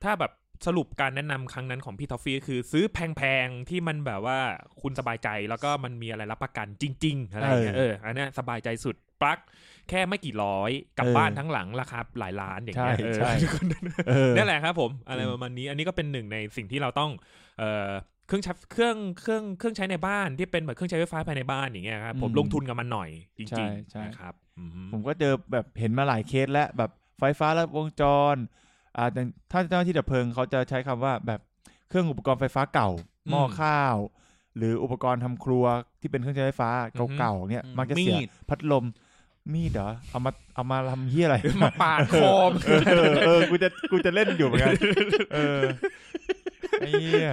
ถ้าแบบสรุปการแนะนำครั้งนั้นของพี่ทอฟฟี่คือซื้อแพงๆที่มันแบบว่าคุณสบายใจแล้วก็มันมีอะไรรับประกันจริง ๆ อะไรอย่างเงี้ยเอออันเนี้ยสบายใจสุดปลั๊ก แค่ไม่กี่ร้อยกลับ เออ บ้านทั้งหลังราคาหลายล้านอย่างเงี้ย ใช่ เออ ใช่ เออ นั่นแหละครับผมอะไร อืม ประมาณนี้ อันนี้ก็เป็นหนึ่งในสิ่งที่เราต้องเอ่อเครื่องใช้เครื่องเครื่องเครื่องใช้ในบ้านที่เป็นแบบเครื่องใช้ไฟฟ้าภายในบ้านอย่างเงี้ยครับผมลงทุนกับมันหน่อยจริง ใช่ ๆนะครับอืม ผมก็เจอแบบเห็นมาหลายเคสแล้วแบบไฟฟ้าและวงจรอ่าแต่ถ้าเจ้าหน้าที่ดับเพลิงเขาจะใช้คำว่าแบบเครื่องอุปกรณ์ไฟฟ้าเก่าหม้อข้าว หรืออุปกรณ์ทำครัวที่เป็นเครื่องใช้ไฟฟ้าเก่าๆเนี่ย อืม มักจะเสีย มีด พัดลมมีดเหรอเอามาเอามาทำเฮียอะไร มาปาดคอม เออเออเออกูจะกูจะเล่นอยู่เหมือนกันเออไอ้เหี้ย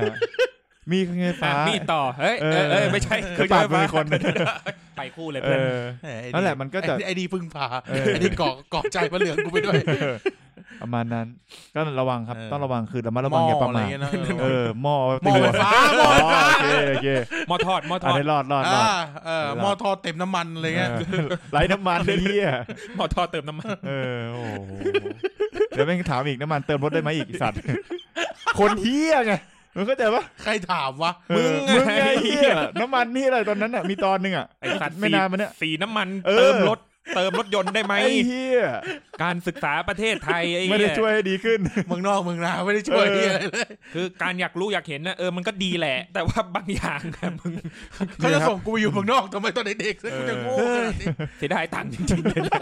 มีเครื่องใช้ไฟฟ้า มีดต่อเฮ้ยเออเออไม่ใช่เครื่องใช้ไฟ ปาดมื ฟ้า อคน ไปคู่เลย เอ เพื่อน อ เออไอ้ นั่นแหละมันก็จะ ไอ้ไอ้ดีพึ่งพา เออ ไอ้ดีก่อก่อใจพระเหลืองกูไปด้วย ประมาณนั้น ก็ระวังครับ เออ ต้องระวังคือระมัดระวังอย่าประมาหทม้ออไเงี้ยน เออหม้อ หม้อไฟฟ้าหม้อ อ๋อ ไฟฟ้า โอเคโอเค หมอทอดหมอท อัน อด นี้รอดรอดรอ อ่า ด เออหม้อทอดเต็มน้ำมันอะไรเงี้ย เออไร้น้ำมันไอ้เหี้ย หมอทอดเติมน้ำมัน เออโอ้โหเดี๋ยวแม่งถามอีกน้ำมันเติมรถได้ไหมอีกไอ้สัตว์ คนเหี้ยไงมึงเข้าใจปะ ใครถามวะ เออมึงไงไอ้เหี้ยน้ำมันนี่อะไรตอนนั้นอ่ะมีตอนหนึงอ่ะ ไอ้สัตว์ ไม่นานมาเนี้ย สีน้ำมัน เออ เติมรถเติมรถยนต์ได้ไหม ไอ้เหี้ย การศึกษาประเทศไทยไอ้ ไม่ได้ เหี้ย ช่วยให้ดีขึ้น เมืองนอกเมืองนาไม่ได้ช่วย เออ เหี้ยอะไรเลย คือการอยากรู้อยากเห็นนะเออมันก็ดีแหละ แต่ว่าบางอย่างอะมึง เขาจะส่งกูไปอยู่เมืองนอกทำไมตอนเด็กๆซะกูจะโง่ขนาดนี้ เสียดายตังค์จริงๆเลยนะ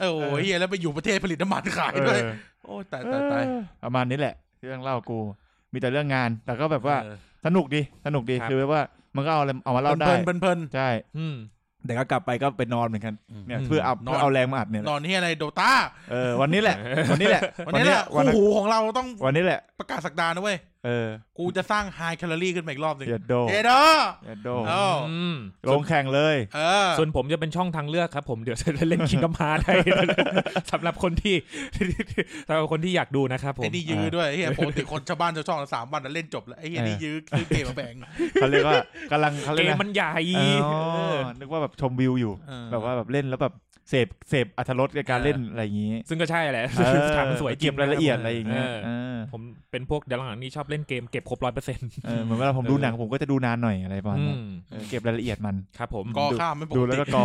เออโอ้ยเหี้ยแล้วไปอยู่ประเทศผลิตน้ำมันขาย เอ ด้วย อ โอ้ยตายตายตาย ประมาณนี้แหละเรื่องเล่ากู มีแต่เรื่องงาน แต่ก็แบบว่า เออ สนุกดีสนุกดีคือแบบว่ามันก็เอาอะไรเอามาเล่าได้ เพลินๆเพลิน ใช่ อืม แต่ก็กลับไปก็ไปนอนเหมือนกันเนี่ย อืม เพื่อเอา นอน เพื่อเอาแรงมาอัดเนี่ย ๆนแหละ อนที่อะไรโดตา เออวันนี้แหละ วันนี้แหละ วันนี้แหละ วัน คู่หูของเราต้อง วันนี้แหละ ประกาศสักดานะเว้ย เออ กูจะสร้างไฮแคลอรี่ขึ้นมาอีกรอบหนึ่ง อย่าโด เอเดอ อย่าโด เออ อืม ลงแข่งเลย เออ ส่วนผมจะเป็นช่องทางเลือกครับ ผมเดี๋ยวจะเล่นคิงกัมฮาร์ได้ สำหรับคนที่ สำหรับคนที่อยากดูนะครับผม ไอ้นี่ยื้อด้วยเฮียปกติคนชาวบ้านชาวช่องละสามวันน่ะเล่นจบแล้วไอ้เฮีย เออ นี่ยื้อซื้อเกมมาแบ่ง เขาเรียกว่ากำลังเขาเรี เก ยก ม นะ มันใหญ่ อ๋อ เออ นึกว่าแบบชมวิวอยู่ เออ แบบว่าแบบเล่นแล้วแบบเสพเสพอัธรสในการ เออ เล่นอะไรอย่างนี้ ซึ่งก็ใช่แหละ เออ ทางสวยจริ เก็ ง บ นค รา บ ยละเอียดอะไรอย่างเงี้ย เออผมเป็นพวกเดี๋ยวหลังๆนี้ชอบเล่นเกมเก็บครบร้อยเปอร์เซ็นต์ เออเหมือนเวลาผมดูหนังผมก็จะดูนานหน่อยอะไรประมาณนั้นเออเก็บรายละเอียดมัน ครับผม กอข้ามไม่ปก ดูแล้ว ติ ก็กอ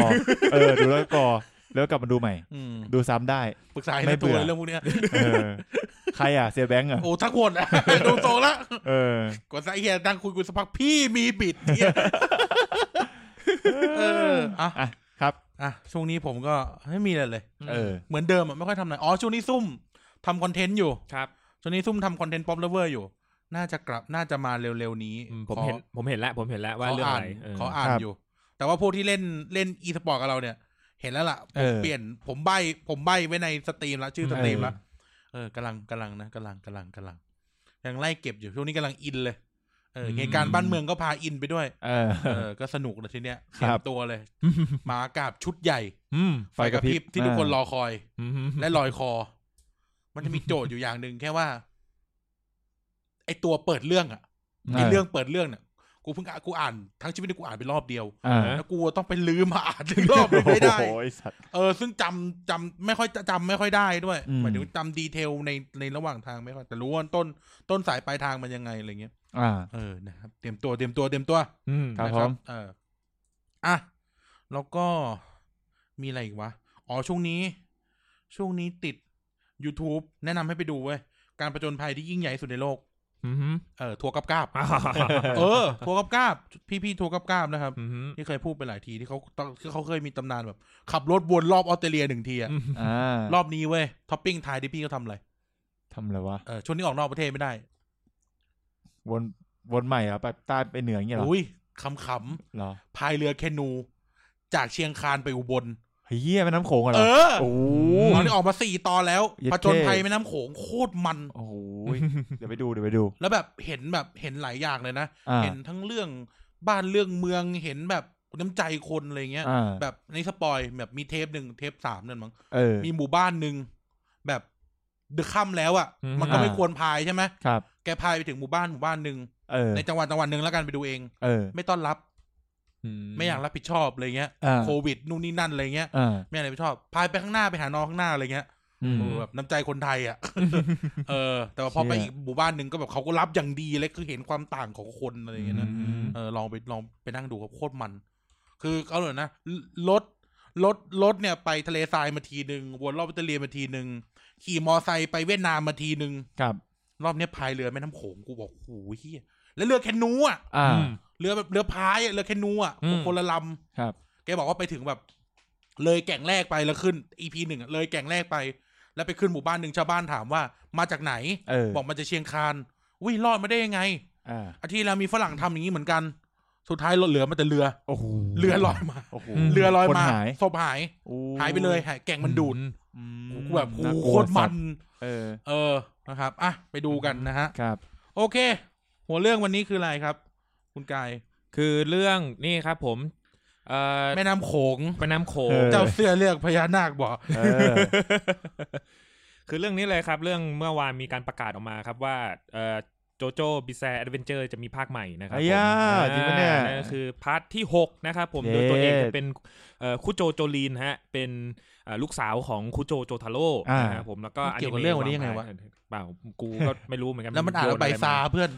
เออดูแล้วก็กอแล้วก็กลับมาดูใหม่ อืม ดูซ้ำได้ ปรึกษา ไม่ ใน เบื่ ตัว อ เรื่องพวกเนี้ย เออใครอ่ะเสียแบงก์เหรอ่ะ โอ้ทักวนอ่ะดูตรงละ เออ กดไซเฮียนั่งคุยกูสักพักพี่มีบิดเนี่ยเอออ่ะ อ่ะครับ อ่ะช่วงนี้ผมก็ไม่มีอะไรเลย เออ เหมือนเดิมอ่ะไม่ค่อยทำอะไรอ๋อช่วงนี้ซุ่มทำคอนเทนต์อยู่ ครับ ช่วงนี้ซุ่มทำคอนเทนต์ป๊อปเลเวอร์อยู่ น่าจะกลับน่าจะมาเร็วๆนี้ อืมผม ขอ เห็นผมเห็นแล้วผมเห็นแล้วว่า ขอ เรื่อง อ่า อะ น ไรเออ ขออ่าน ครับ อยู่ แต่ว่าพวกที่เล่นเล่นอีสปอร์ตกับเราเนี่ย เห็นแล้วล่ะผ เอ ม อ เปลี่ยนผมใบผมใบไว้ในสตรีมละชื่อสตรีมละ เออ เออกำลังกำลังนะกำลังกำลังกำลังยังไล่เก็บอยู่ช่วงนี้กำลังอินเลยเอออ ม เหตุการณ์บ้านเมืองก็พาอินไปด้วย เออ เออ ก็สนุกนะทีเนี้ย ค เต รัรีบยมตัวเลย หมากราบชุดใหญ่ อืม ไฟกระพริบที่ทุกคนรอคอย อืม และลอยคอ มันจะมีโจทย์อยู่อย่างหนึ่งแค่ว่า ไอตัวเปิดเรื่องอะไอเรื่องเปิดเรื่องเนี่ยกูเพิ่งอ่ะกูอ่านทั้งชีวิตเนี่ยกูอ่านไปรอบเดียว อ่า แล้วกูต้องไปลืมมาอ่านถึงรอบหนึ่งไม่ได้ โอ้โหอ้สัตว์ เออ ซึ่งจำจำไม่ค่อยจำไม่ค่อยได้ด้วย อืม หมายถึงจำดีเทลในในระหว่างทางไม่ค่อยแต่รู้ว่าต้นต้นสายปลายทางมันยังไงอะไรเงี้ย อ่า เออนะครับเตรียมตัวเตรียมตัวเตรียมตัว อืม ครับ นะ ผม เอออ่ะ แล้วก็มีอะไรอีกวะ อ๋อ ช่วงนี้ ช่วงนี้ติด YouTube แนะนำให้ไปดูเว้ย การประจนภัยที่ยิ่งใหญ่ที่สุดในโลก อืม เออ ทัวร์กับกราบ อ่า เออ ทัวร์กับกราบ พี่ๆทัวร์กับกราบนะครับ อืม ที่เคยพูดไปหลายทีที่เขาต้องที่เขาเคยมีตำนานแบบ ขับรถวนรอบออสเตรเลียหนึ่งทีอะ อ่าร อบนี้เว้ยท็อปปิ้งไทายที่พี่เขาทำอะไร ทำอะไรวะ เออช่วงนี้ออกนอกประเทศไม่ได้ วนวนใหม่เหรอไปใต้ไปเหนืออย่างเงี้ยเหรอ อุ้ยขำ เหรอ ๆพายเรือแคนู จากเชียงคานไปอุบล เฮียแม่น้ำโขงอะเหร เอ อ อ โอ้โห ตอนนี้ออกมาสี่ตอนแล้ว เย็ดเท่ ประจนภัยแม่น้ำโขงโคตรมัน โอ้โหเดี๋ยวไปดูเดี๋ยวไปดู แล้วแบบเห็นแบบเห็นหลายอย่างเลยนะ อ่า เห็นทั้งเรื่องบ้านเรื่องเมืองเห็นแบบน้ำใจคนอะไรเงี้ย อ่า แบบในสปอยแบบมีเทปหนึ่งเทปสามนั่นมั้ง เออ มีหมู่บ้านหนึ่งแบบดึกค่ำแล้วอ่ะ อื มันก็ไม่ อ่า ควรพายใช่ไหม ครับ แกพายไปถึงหมู่บ้านหมู่บ้านหนึ่ง เออ ในจังหวัดจังหวัดหนึ่งแล้วกันไปดูเอง เออ ไม่ต้อนรับ อื ไม่อยากรับผิดชอบอะไรเงี้ย อ่า โควิดนู่นนี่นั่นอะไรเงี้ย อ่า ไม่อยากรับผิดชอบพายไปข้างหน้าไปหาน้องข้างหน้าอะไรเงี้ย อืม เออแบบน้ำใจคนไทย อ่ะ เออ แต่ว่าพอไป เชี่ย อีกหมู่บ้านหนึ่งก็แบบเขาก็รับอย่างดีเลยคือเห็นความต่างของคนอะไรอย่างเงี้ยนะ อืม เออลองไปลองไปนั่งดูครับโคตรมัน คือเอาเลยนะลรถรถรถเนี่ยไปทะเลทรายมาทีหนึ่งวนรอบออสเตรเลียมาทีหนึ่งขี่มอไซค์ไปเวียดนามมาทีหนึ่ง ครับ รอบเนี้ยพายเรือแม่น้ำโขงกูบอกโอ้ยเฮียแล้วเรือแคนูอ่ะ อ่า อืม เรือแบบเรือพายอะเรือแคนูอ่ะ อืม คนละล ครับ ำแกบอกว่าไปถึงแบบ เลยแก่งแรกไปแล้วขึ้นอีพีหนึ่งอะเลยแก่งแรกไป แล้วไปขึ้นหมู่บ้านหนึ่งชาวบ้านถามว่า มาจากไหน เออ บอกมาจากเชียงคานวิ่งรอดมาได้ยังไง อ่า อาทิตย์แล้วมีฝรั่งทำอย่างนี้เหมือนกัน สุดท้ายเหลือมาแต่เรือ โอ้โห เรือลอยมา โอ้โห เรือลอย คน มา หาย ศพหาย โอ้ หายไปเลยหายแก่งมันดูด อืม กูแบบกู น่ากลั โคว ตรมัน สัตว์เออ เออนะครับ อ่ะ ไปดูกันนะฮะ ครับ โอเค หัวเรื่องวันนี้คืออะไรครับ คุณกาย คือเรื่องนี่ครับผม เอ่อ แม่น้ำโขง แม่น้ำโขง เออ เจ้าเสื้อเลือกพญานาคบอก เออ คือเรื่องนี้เลยครับ เรื่องเมื่อวานมีการประกาศออกมาครับว่าเอ่อโจโจ้บิแซแอดเวนเจอร์จะมีภาคใหม่นะครับ ไอ้ย่า ผม จริงปะเนี่ย อ่านั่นก็คือพาร์ทที่ 6 นะครับผม เย้ โดยตัวเองจะเป็นเอ่อคุโจโจลีนฮะ เป็นเอ่อลูกสาวของคุโจโจทาโร่นะครับผมแล้วก็ เกี่ยวกับเรื่องวันนี้ยังไงวะ เปล่ากูก็ไม่รู้เหมือนกัน แล้วมันอ่านว่าใบ โดะไรม ซาเพื่อน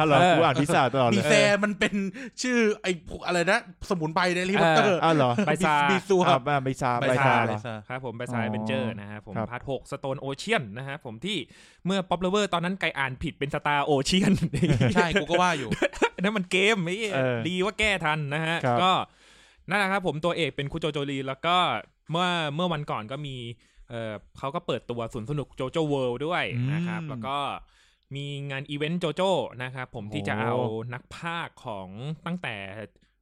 ฮัลโหลกูอ่านพิซซ่าตลอด บี เลย แซมันเป็นชื่อไอ้พวกอะไรนะ สมุนไพรในแฮร์รีพอตเตอร์ อ้าวเหรอ ใบซา บีซัว อ่าบ้าใบซา ใบ ใบ ซา ซา ใบ เหรอ ซา ครับผมไปซาย อ๋อ เบนเจอร์นะฮะผม ครับ พาร์ทหกสโตนโอเชียนนะฮะผมที่เมื่อป๊อปเลเวอร์ตอนนั้นไกอ่านผิดเป็นสตาร์โอเชียน ใช่ กูก็ว่าอยู่ นั่นมันเก มไอ้เหี้ย เออ ดีว่าแก้ทันนะฮะ ครับ ก็นั่นแหละครับผมตัวเอกเป็นคุโจโจลีแล้วก็เมื่อเมื่อวันก่อนก็มีเออเขาก็เปิดตัวศูนย์สนุกโจโจเวิลด์ด้วยนะครับ อืม แล้วก็มีงานอีเวนต์โจโจนะครับผมที่จะเอานักภาคของตั้งแต่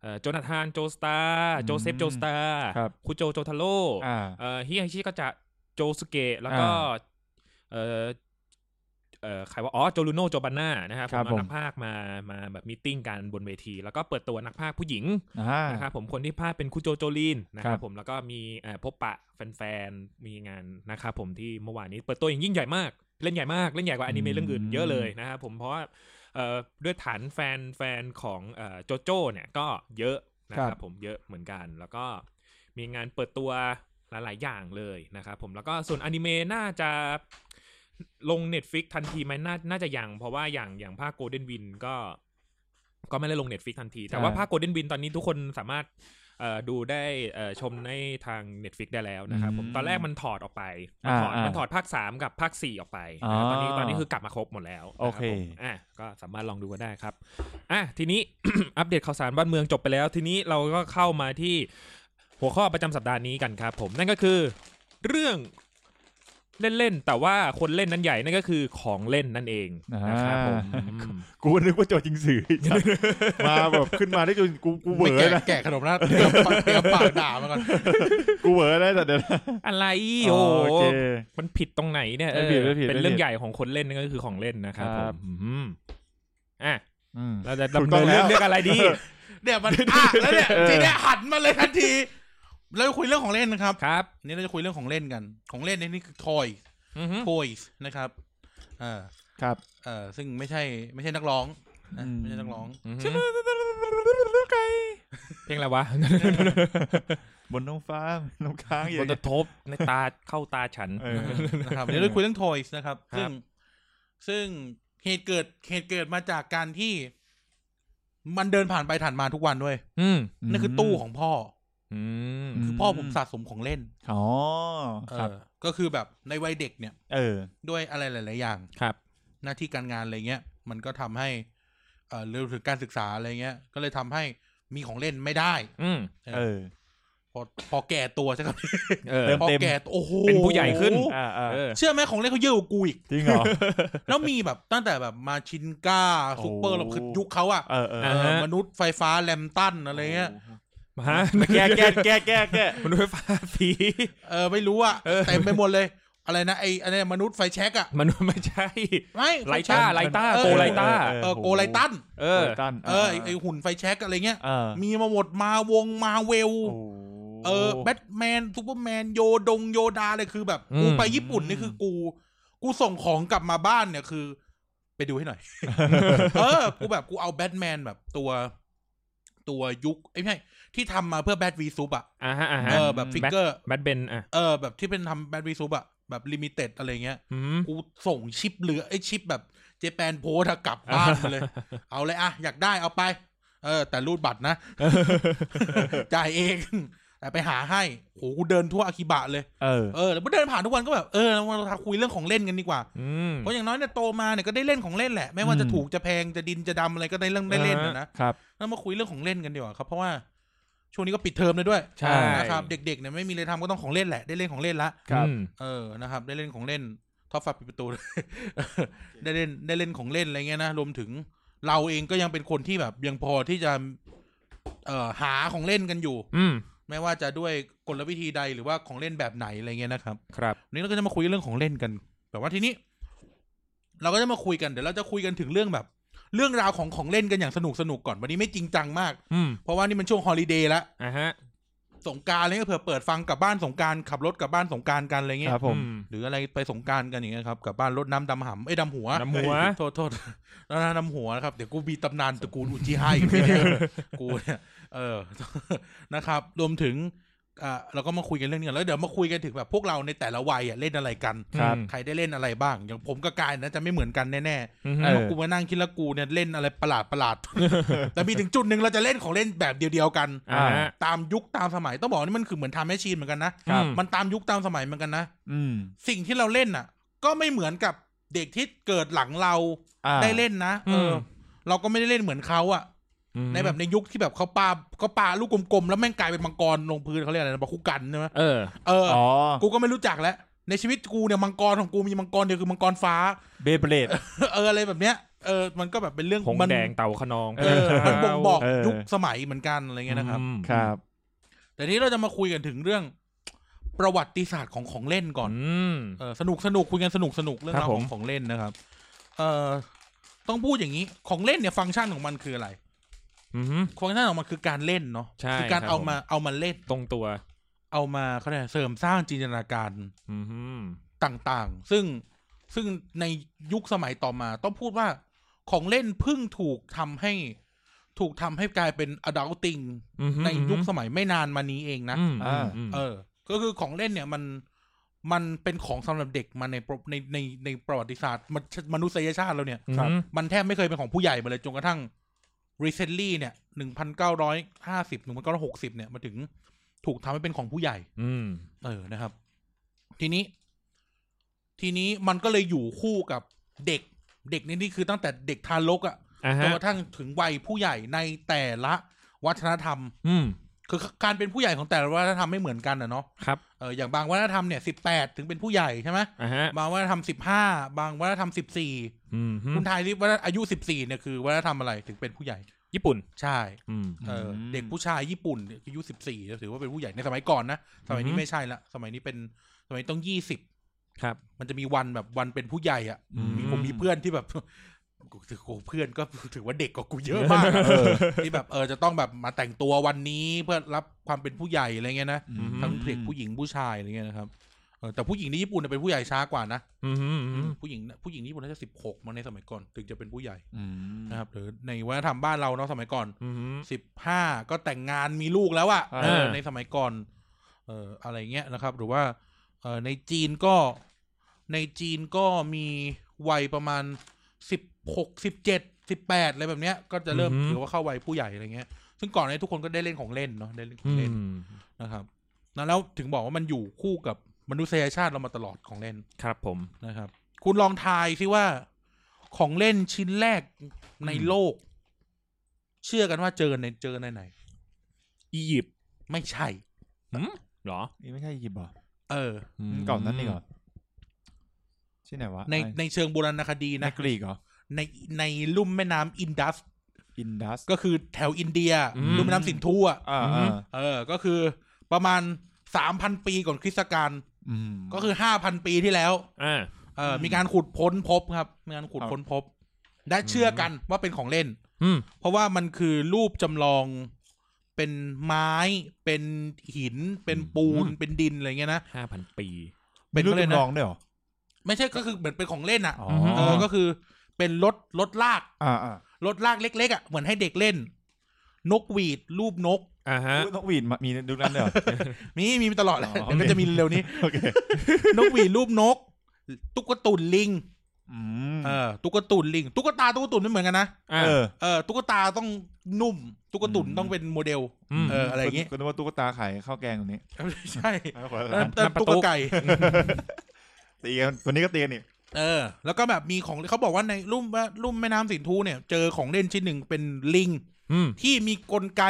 เอ่อโจนาธานโจสตาร์โจเซฟโจสตาร์ ครับ คุโจโจทาโร่ อ่า เอ่อฮิไอชิก็จะโจสุเกะแล้วก็ อ่า เอ่อเอ่อใครว่าอ๋อโจลูโนโจบันน่านะครับ ครับ ผมเอา ผม นักภาคมามาแบบมีตติ้งกันบนเวที แล้วก็เปิดตัวนักภาคผู้หญิง อ่า นะครับผมคนที่ภาคเป็นคุโจโจลีนนะค ค รั รั บบ ผมแล้วก็มีเอ่อพบปะแฟนๆมีงานนะครับผมที่เมื่อวานนี้เปิดตัวอย่างยิ่งใหญ่มาก เล่นใหญ่มากเล่นใหญ่กว่าอนิเมะเรื่องอื่นเยอะเลยนะครับผมเพราะว่าเอ่อด้วยฐานแฟนแฟนของเอ่อโจโจ้เนี่ยก็เยอะนะครับผมเยอะเหมือนกันแล้วก็ มีงานเปิดตัวหลาย ๆ อย่างเลยนะครับผมแล้วก็ส่วนอนิเมะน่าจะลง Netflix ทันทีไหมน่าน่าจะยังเพราะว่าอย่างอย่างภาคโกลเด้นวินก็ ก็ไม่ได้ลง Netflix ทันที แต่ว่า ใช่ ภาคโกลเด้นวินตอนนี้ทุกคนสามารถเอ่อดูได้เอ่อชมในทาง Netflix ได้แล้วนะครับผม อืม ตอนแรกมันถอดออกไป มันถอด อ่าอ่า มันถอดภาค 3 กับภาค 4 ออกไป อ๋อ นะตอนนี้ตอนนี้คือกลับมาครบหมดแล้ว โอเค นะครับผมอ่ะก็สามารถลองดูกันได้ครับอ่ะทีนี้ อัปเดตข่าวสารบ้านเมืองจบไปแล้ว ทีนี้เราก็เข้ามาที่ หัวข้อประจำสัปดาห์นี้กันครับผมนั่นก็คือเรื่องเล่นๆแต่ว่าคนเล่นนั้นใหญ่นั่นก็คือของเล่นนั่นเองนะครับผม อ่า อืม กูนึกว่าโจจริง สื่อ มาแบบขึ้นมาได้จนกูกูเหว ไม่ อ แก่ นะ แก่ขนมนะเตรียมปากเตรียมปากด่ามาก่อน กูเหวอนะแต่เดี๋ยวนะ อะไร โอ โอ้ เค มันผิดตรงไหนเนี่ยเออ ไม่ผิดไม่ผิด เป็น ไม่ผิด เรื่องใหญ่ของคนเล่นนั่นก็คือของเล่นนะครับผ ครั ม บ อืมอ่ะ อืม เราจะ ถู ดำ กต้ เนินองแล้ เรื่องวเรื่องอะไรดี เนี่ยมันอ่ะแล้วเนี่ยทีเนี้ยหันมาเลยทันทีเราจะคุยเรื่องของเล่นนะครับ ครับ นี่เราจะคุยเรื่องของเล่นกัน ของเล่นในนี่คือทอย อือฮึ ทอยนะครับเอ่า ครับ เอ่อซึ่งไม่ใช่ไม่ใช่นักร้องนะไม่ใช่นัก ร้อง อือฮึเพลงอะไร วะ บนท้องฟ้าน้ำค้างอย่า บ ง น เงี้ย ทบในตาเข้าตาฉัน เออ นะครับเดี๋ยวเราคุยเรื่องทอยนะครับ คซึ่รับงซึ่งเหตุเกิดเหตุเกิดมาจากการที่ มันเดินผ่านไปผ่านมาทุกวันด้วย อืม นั่นคือตู้ของพ่อ อืม คือพ่อผมสะสมของเล่น อ๋อ เอ ครับ อ ก็คือแบบในวัยเด็กเนี่ย เออ ด้วยอะไรหลาย ๆ อย่าง ครับ หน้าที่การงานอะไรเงี้ย มันก็ทำให้เอ่อเรื่องถึงการศึกษาอะไรเงี้ย ก็เลยทำให้มีของเล่นไม่ได้ อืม เออ พอพอแก่ตัวใช่ไหม เออ เติม พอแก่ตัวโอ้โห เป็นผู้ใหญ่ขึ้น อ่า เออ เชื่อไหมของเล่นเขาเยอะกว่ากูอีก จริงเหรอ แล้วมีแบบตั้งแต่แบบมาชินก้าซูเปอร์ โอ้ เราคือยุคเขาอะ เออเออ เอ อ่า อ ฮะ มนุษย์ไฟฟ้าแลมตันอะไรเงี้ย ฮะ มาแก้แก้แก้แก้แก้ มนุษย์ไฟฟ้า สี เออไม่รู้อะเต็มไปหมดเลย อะไรนะไออันเนี้ยมนุษย์ไฟแช็กอะ มนุษย์ไม่ใช่ ไม่ ไลต้าไลต้า เออ โกไลต้า เออโกไลตัน เอ เอ อ อตัน เออไอ้ไอหุ่นไฟแช็กอะไรเงี้ย เออ มีมาหมดมาวงมาเวล โอ้ เออแบทแมนซูเปอร์แมนโยดงโยดาเลยคือแบบ อืม กูไปญี่ปุ่นนี่คือกู กูส่งของกลับมาบ้านเนี่ยคือ ไปดู ให้หน่อย เออ กูแบบกูเอาแบทแมนแบบตัว ตัวยุคไอ้ยไม่ใช่ที่ทำมาเพื่อแบทวีซูปอะ อ่าฮะอ่าฮะ เออแบบฟิกเกอร์ แบทเบนอ่ะ เออ แบบที่เป็นทำแบทวีซูปอะแบบลิมิเต็ดอะไรเงี้ย อืม กูส่งชิปเหลือไอ้ชิปแบบเจแปนโพสต์อะกลับบ้าน มาเลย เอาเลยอะอยากได้เอาไป เออ แต่รูดบัตรนะ จ่ายเอง แต่ไปหาให้โหกูเดินทั่วอากิบะเลย เออ เออแล้วเดินผ่านทุกวันก็แบบเออเราคุยเรื่องของเล่นกันดีกว่า อืม เพราะอย่างน้อยเนี่ยโตมาเนี่ยก็ได้เล่นของเล่นแหละไม่ว่าจะถูกจะแพงจะดินจะดำอะไรก็ได้เรื่องได้เล่นนะนะครับ แล้วมาคุยเรื่องของเล่นกันดีกว่าครับเพราะว่าช่วงนี้ก็ปิดเทอมเลยด้วย ใช่ นะครับเด็กๆเนี่ยไม่มีอะไรทำก็ต้องของเล่นแหละได้เล่นของเล่นละ ครับ อืม เออ นะครับ ได้เล่นของเล่นท็อปฟับปิดประตูด้วยได้เล่นได้เล่นของเล่นอะไรเงี้ยนะ รวมถึงเราเองก็ยังเป็นคนที่แบบยังพอที่จะ เอ่อ หาของเล่นกันอยู่ อืม ไม่ว่าจะด้วยกลวิธีใดหรือว่าของเล่นแบบไหนอะไรเงี้ยนะครับ ครับ วันนี้เราก็จะมาคุยเรื่องของเล่นกัน แต่ว่าทีนี้ เราก็จะมาคุยกัน เดี๋ยวเราจะคุยกันถึงเรื่องแบบ เรื่องราวของของเล่นกันอย่างสนุกสนุกๆก่อน วันนี้ไม่จริงจังมาก อืม เพราะว่านี่มันช่วงฮอลิเดย์ละ อ่าฮะ สงกรารเลยก็เผื่อเปิดฟังกลับบ้านสงกรารขับรถกลับบ้านสงกรารกันอะไรเงี้ ค ย รับผม อื หรืออะไรไปสงกรารกันอย่างเงี้ยครับกลับบ้านรดน้ำดำหำไอ้ยดำหัว น้ำหัว โทษโทษแล้วน้ำหัวนะครับ เดี๋ยวกูมีตำนานตระกูลอุจิไฮ อีกทีเนี่ยกูเนี่ยเออ นะครับ รวมถึงอ่าเราก็มาคุยกันเรื่องนี้กันแล้วเดี๋ยวมาคุยกันถึงแบบพวกเราในแต่ละวัยอะเล่นอะไรกัน ครับ ใครได้เล่นอะไรบ้างอย่างผมกับกายนะจะไม่เหมือนกันแน่ อืม ๆ เอเพอราะกูมานั่งคิดแล้วกูเนี่ยเล่นอะไรประหลาดประหลาดๆ แต่มีถึงจุดหนึ่งเราจะเล่นของเล่นแบบเดียวๆกัน อ่าฮะ ตามยุคตามสมัยต้องบอกว่านี่มันคือเหมือนทำแมชชีนเหมือนกันนะครับ มันตามยุคตามสมัยเหมือนกันนะ อืม สิ่งที่เราเล่นน่ะ ก็ไม่เหมือนกับเด็กที่เกิดหลังเรา อ่า ได้เล่นนะเอออ ม เราก็ไม่ได้เล่นเหมือนเขาอะ อืม ในแบบในยุคที่แบบเขาปาเขาปาลูกกลมๆแล้วแม่งกลายเป็นมังกรลงพื้นเขาเรียกอะไรนะบาคุกันใช่ไหม เออ เอออ อ๋อ กูก็ไม่รู้จักแล้วในชีวิตกูเนี่ยมังกรของกูมีมังกรเดียวคือมังกรฟ้า เบเบเลด เอออะไรแบบเนี้ยเออมันก็แบบเป็นเรื่อง ผง มั แดงเต่าขนอง เออมันบ่งบอก เออ ยุคสมัยเหมือนกันอะไรเงี้ยนะครับ อืม ครับ แต่ทีนี้เราจะมาคุยกันถึงเรื่องประวัติศาสตร์ของของเล่นก่อน อืม เออสนุกสนุกคุยกันสนุกสนุกเรื่อง ครั ราว บผ ข ม องของเล่นนะครับ เอ่อต้องพูดอย่างนี้ของเล่นเนี่ยฟังก์ชันของมันคืออะไร อืม ฟังก์ชันของมันคือการเล่นเนาะ ใช่ คือการ ครับ เอามาเอามาเล่น ตรงตัว เอามาเขาเรียกอะไรเสริมสร้างจินตนาการ อืม ต่างๆ ซึ่งซึ่งในยุคสมัยต่อมาต้องพูดว่าของเล่นเพิ่งถูกทำให้ ถูกทำให้กลายเป็น adulting อืม ในยุคสมัยไม่นานมานี้เองนะ อืม อ่า อืม เออ ก็คือของเล่นเนี่ยมันมันเป็นของสำหรับเด็กมาในประในในในประวัติศาสตร์มนมนุษยชาติเราเนี่ย ม ครับ มันแทบไม่เคยเป็นของผู้ใหญ่มาเลยจนกระทั่ง recently เนี่ยหนึ่งพันเก้าร้อยห้าสิบหนึ่งพันเก้าร้อยหกสิบเนี่ยมาถึงถูกทำให้เป็นของผู้ใหญ่ อืม เออนะครับ ทีนี้ ทีนี้มันก็เลยอยู่คู่กับเด็ก เด็กนี่นี่คือตั้งแต่เด็กทารกอะ อ่า จ ฮะ นกระทั่งถึงวัยผู้ใหญ่ในแต่ละวัฒนธรรม อืม คือการเป็นผู้ใหญ่ของแต่ละวัฒนธรรมไม่เหมือนกันอะเนาะ ครับ เอออย่างบางวัฒนธรรมเนี่ยสิบแปดถึงเป็นผู้ใหญ่ใช่ไหม อ่าฮะ บางวัฒนธรรมสิบห้าบางวัฒนธรรมสิบสี่ อืม คุณทายที่วัฒนอายุสิบสี่เนี่ยคือวัฒนธรรมอะไรถึงเป็นผู้ใหญ่ ญี่ปุ่น ใช่ อืม เอออ ม เด็กผู้ชายญี่ปุ่นเนี่ยอายุสิบสี่ถือว่าเป็นผู้ใหญ่ในสมัยก่อนนะสมัยนี้ อือฮึ ไม่ใช่ละสมัยนี้เป็นสมัยต้องยี่สิบ ครับ มันจะมีวันแบบวันเป็นผู้ใหญ่อ่ะ อืม มีผมมีเพื่อนที่แบบ กูถือโหเพื่อนก็ ถือว่าเด็กกว่ากูเยอะมากอะที่แบบเออจะต้องแบบมาแต่งตัววันนี้เพื่อรับความเป็นผู้ใหญ่อะไรเงี้ยนะ อืม ทั้งเด็กผู้หญิงผู้ชายอะไรเงี้ยนะครับเออแต่ผู้หญิงที่ญี่ปุ่นเนยเป็นผู้ใหญ่ช้ากว่านะ อืมอืม ผู้หญิงผู้หญิงที่ญี่ปุ่นน่าจะสิบหกมาในสมัยก่อนถึงจะเป็นผู้ใหญ่ อืม นะครับหรือในวัฒนธรรมบ้านเราเนาะสมัยก่อน อืม สิบห้าก็แต่งงานมีลูกแล้วอะ อ่า เออในสมัยก่อน เอออะไรเงี้ยนะครับ หรือว่าเออในจีนก็ในจีนก็มีวัยประมาณสิบหกสิบเจ็ดสิบแปดอะไรแบบเนี้ย ก็จะเริ่มถือว่าเข้าวัยผู้ใหญ่อะไรเงี้ย ซึ่งก่อนเนี้ยทุกคนก็ได้เล่นของเล่นเนาะได้เล่นข อื อง ม เล่น นะครับนะแล้วถึงบอกว่ามันอยู่คู่กับ มนุษยชาติเรามาตลอดของเล่น ครับผม นะครับ คุณลองทายสิว่าของเล่นชิ้นแรกในโลก เชื่อกันว่าเจอในเจอในไหน อียิปต์ ไม่ใช่ หืมเหรอ นี่ไม่ใช่อียิปต์เหรอ เออ อืม ก่อนนั้นนี่ก่อนที่ไหนวะ ในในเชิงโบราณคดี ใน นะ กรีกเหรอ ในในลุ่มแม่น้ำอินดัส อินดัส ก็คือแถวอินเดียลุ่มแม่น้ำสินธุอ่ะ อ่า า เออ ก็คือประมาณสามพันปีก่อนคริสตกาลก็คือห้าพันปีที่แล้ว อ่า เอออมีการขุดพ้นพบครับ มีการขุดพ้นพบ และเชื่อกันว่าเป็นของเล่น อืม เพราะว่ามันคือรูปจำลองเป็นไม้เป็นหิน เป็นปูน อืม เป็นดินอะไรเงี้ยนะ ห้าพันปี เป็ เป็น น รูป ก็เลย จำล นะ องด้วยเหรอ ไม่ใช่ก็คือเหมือนเป็นของเล่นอ่ะ อ๋อ ม เออก็คือเป็นรถรถลาก อ่าอ่าร ถลากเล็ก ๆอ่ะเหมือนให้เด็กเล่น นกหวีด รูปนก อ่าฮะ นกหวีดมามีดูนั้นด้ว ยเหรอ มีมีตลอดแหละ อ๋อ เดี๋ยวก็จะมีเร็ว นี้ โอเคน กหวีดรูปนก ตุ๊กตุ่นลิง อืม เออตุ๊กตุ่นลิง ตุ๊กตาตุ๊กตุ่นไม่เหมือนกันนะ อ่า เออ เออตุ๊กตาต้องนุ่ม ตุ๊กตุ่น อืม ต้องเป็นโมเดล อืม เอออะไรอย่างเงี้ย ก็นึกว่าตุ๊กตาขายข้าวแกงตรงนี้ ใช่เออแต่ น้ำปลาตุ๊ ตุ๊ ก กไก่ ตีกันวันนี้ก็ตีกันนี่ เออ แล้วก็แบบมีของเขาบอกว่าในลุ่มว่าลุ่มแม่น้ำสินธุเนี่ย เจอของเล่นชิ้นหนึ่งเป็นลิง อืม ที่มีกลไก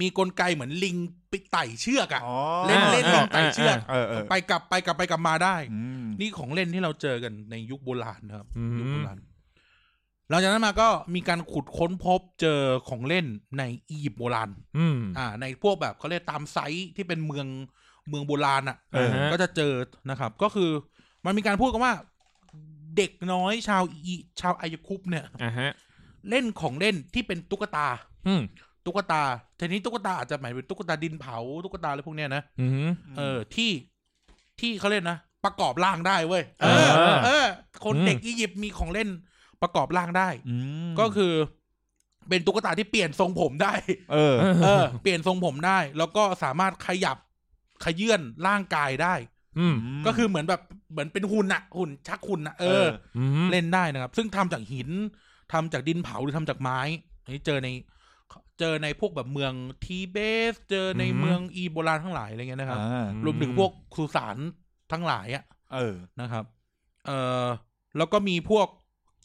มีกลไกเหมือนลิงไปไต่เชือกอะ อ๋อ เล่นเล่น อ่า ลิงอ่าไต่เชือก เออเออ ไปกลับไปกลับไปกลับมาได้ อืม นี่ของเล่นที่เราเจอกันในยุคโบราณนะครับ อื ยุค ม โบราณหลังจากนั้นมาก็มีการขุดค้นพบเจอของเล่นในอียิปต์โบราณ อืม อ่า ในพวกแบบเขาเรียกตามไซต์ที่เป็นเมืองเมืองโบราณอ่ะ เออ ฮะ ก็จะเจอนะครับ ก็คือมันมีการพูดกันว่า เด็กน้อยชาวอีชาวอายคุปเนี่ย อ่าฮะ เล่นของเล่นที่เป็นตุ๊กตา อืม ตุ๊กตาทีนี้ตุ๊กตาอาจจะหมายเป็นตุ๊กตาดินเผาตุ๊กตาอะไรพวกเนี้ยนะ อืม เออที่ที่เขาเล่นนะ ประกอบร่างได้เว้ย เออ เออ คน อืม เด็กอียิปต์มีของเล่นประกอบร่างได้ อืม ก็คือ เป็นตุ๊กตาที่เปลี่ยนทรงผมได้ เออ เออ เปลี่ยนทรงผมได้ แล้วก็สามารถขยับขยื่นร่างกายได้ อืม ก็คือเหมือนแบบเหมือนเป็นหุ่นอะหุ่นชักหุ่นอะเออ อืม เล่นได้นะครับ ซึ่งทำจากหินทำจากดินเผาหรือทำจากไม้อันนี้เจอใน เจอในพวกแบบเมืองทีเบส เจอในเมืองอีโบราณทั้งหลายอะไรเงี้ยนะครับ อ่าร วมถึงพวกสุสานทั้งหลายอะ เออ นะครับ เอ่อแล้วก็มีพวก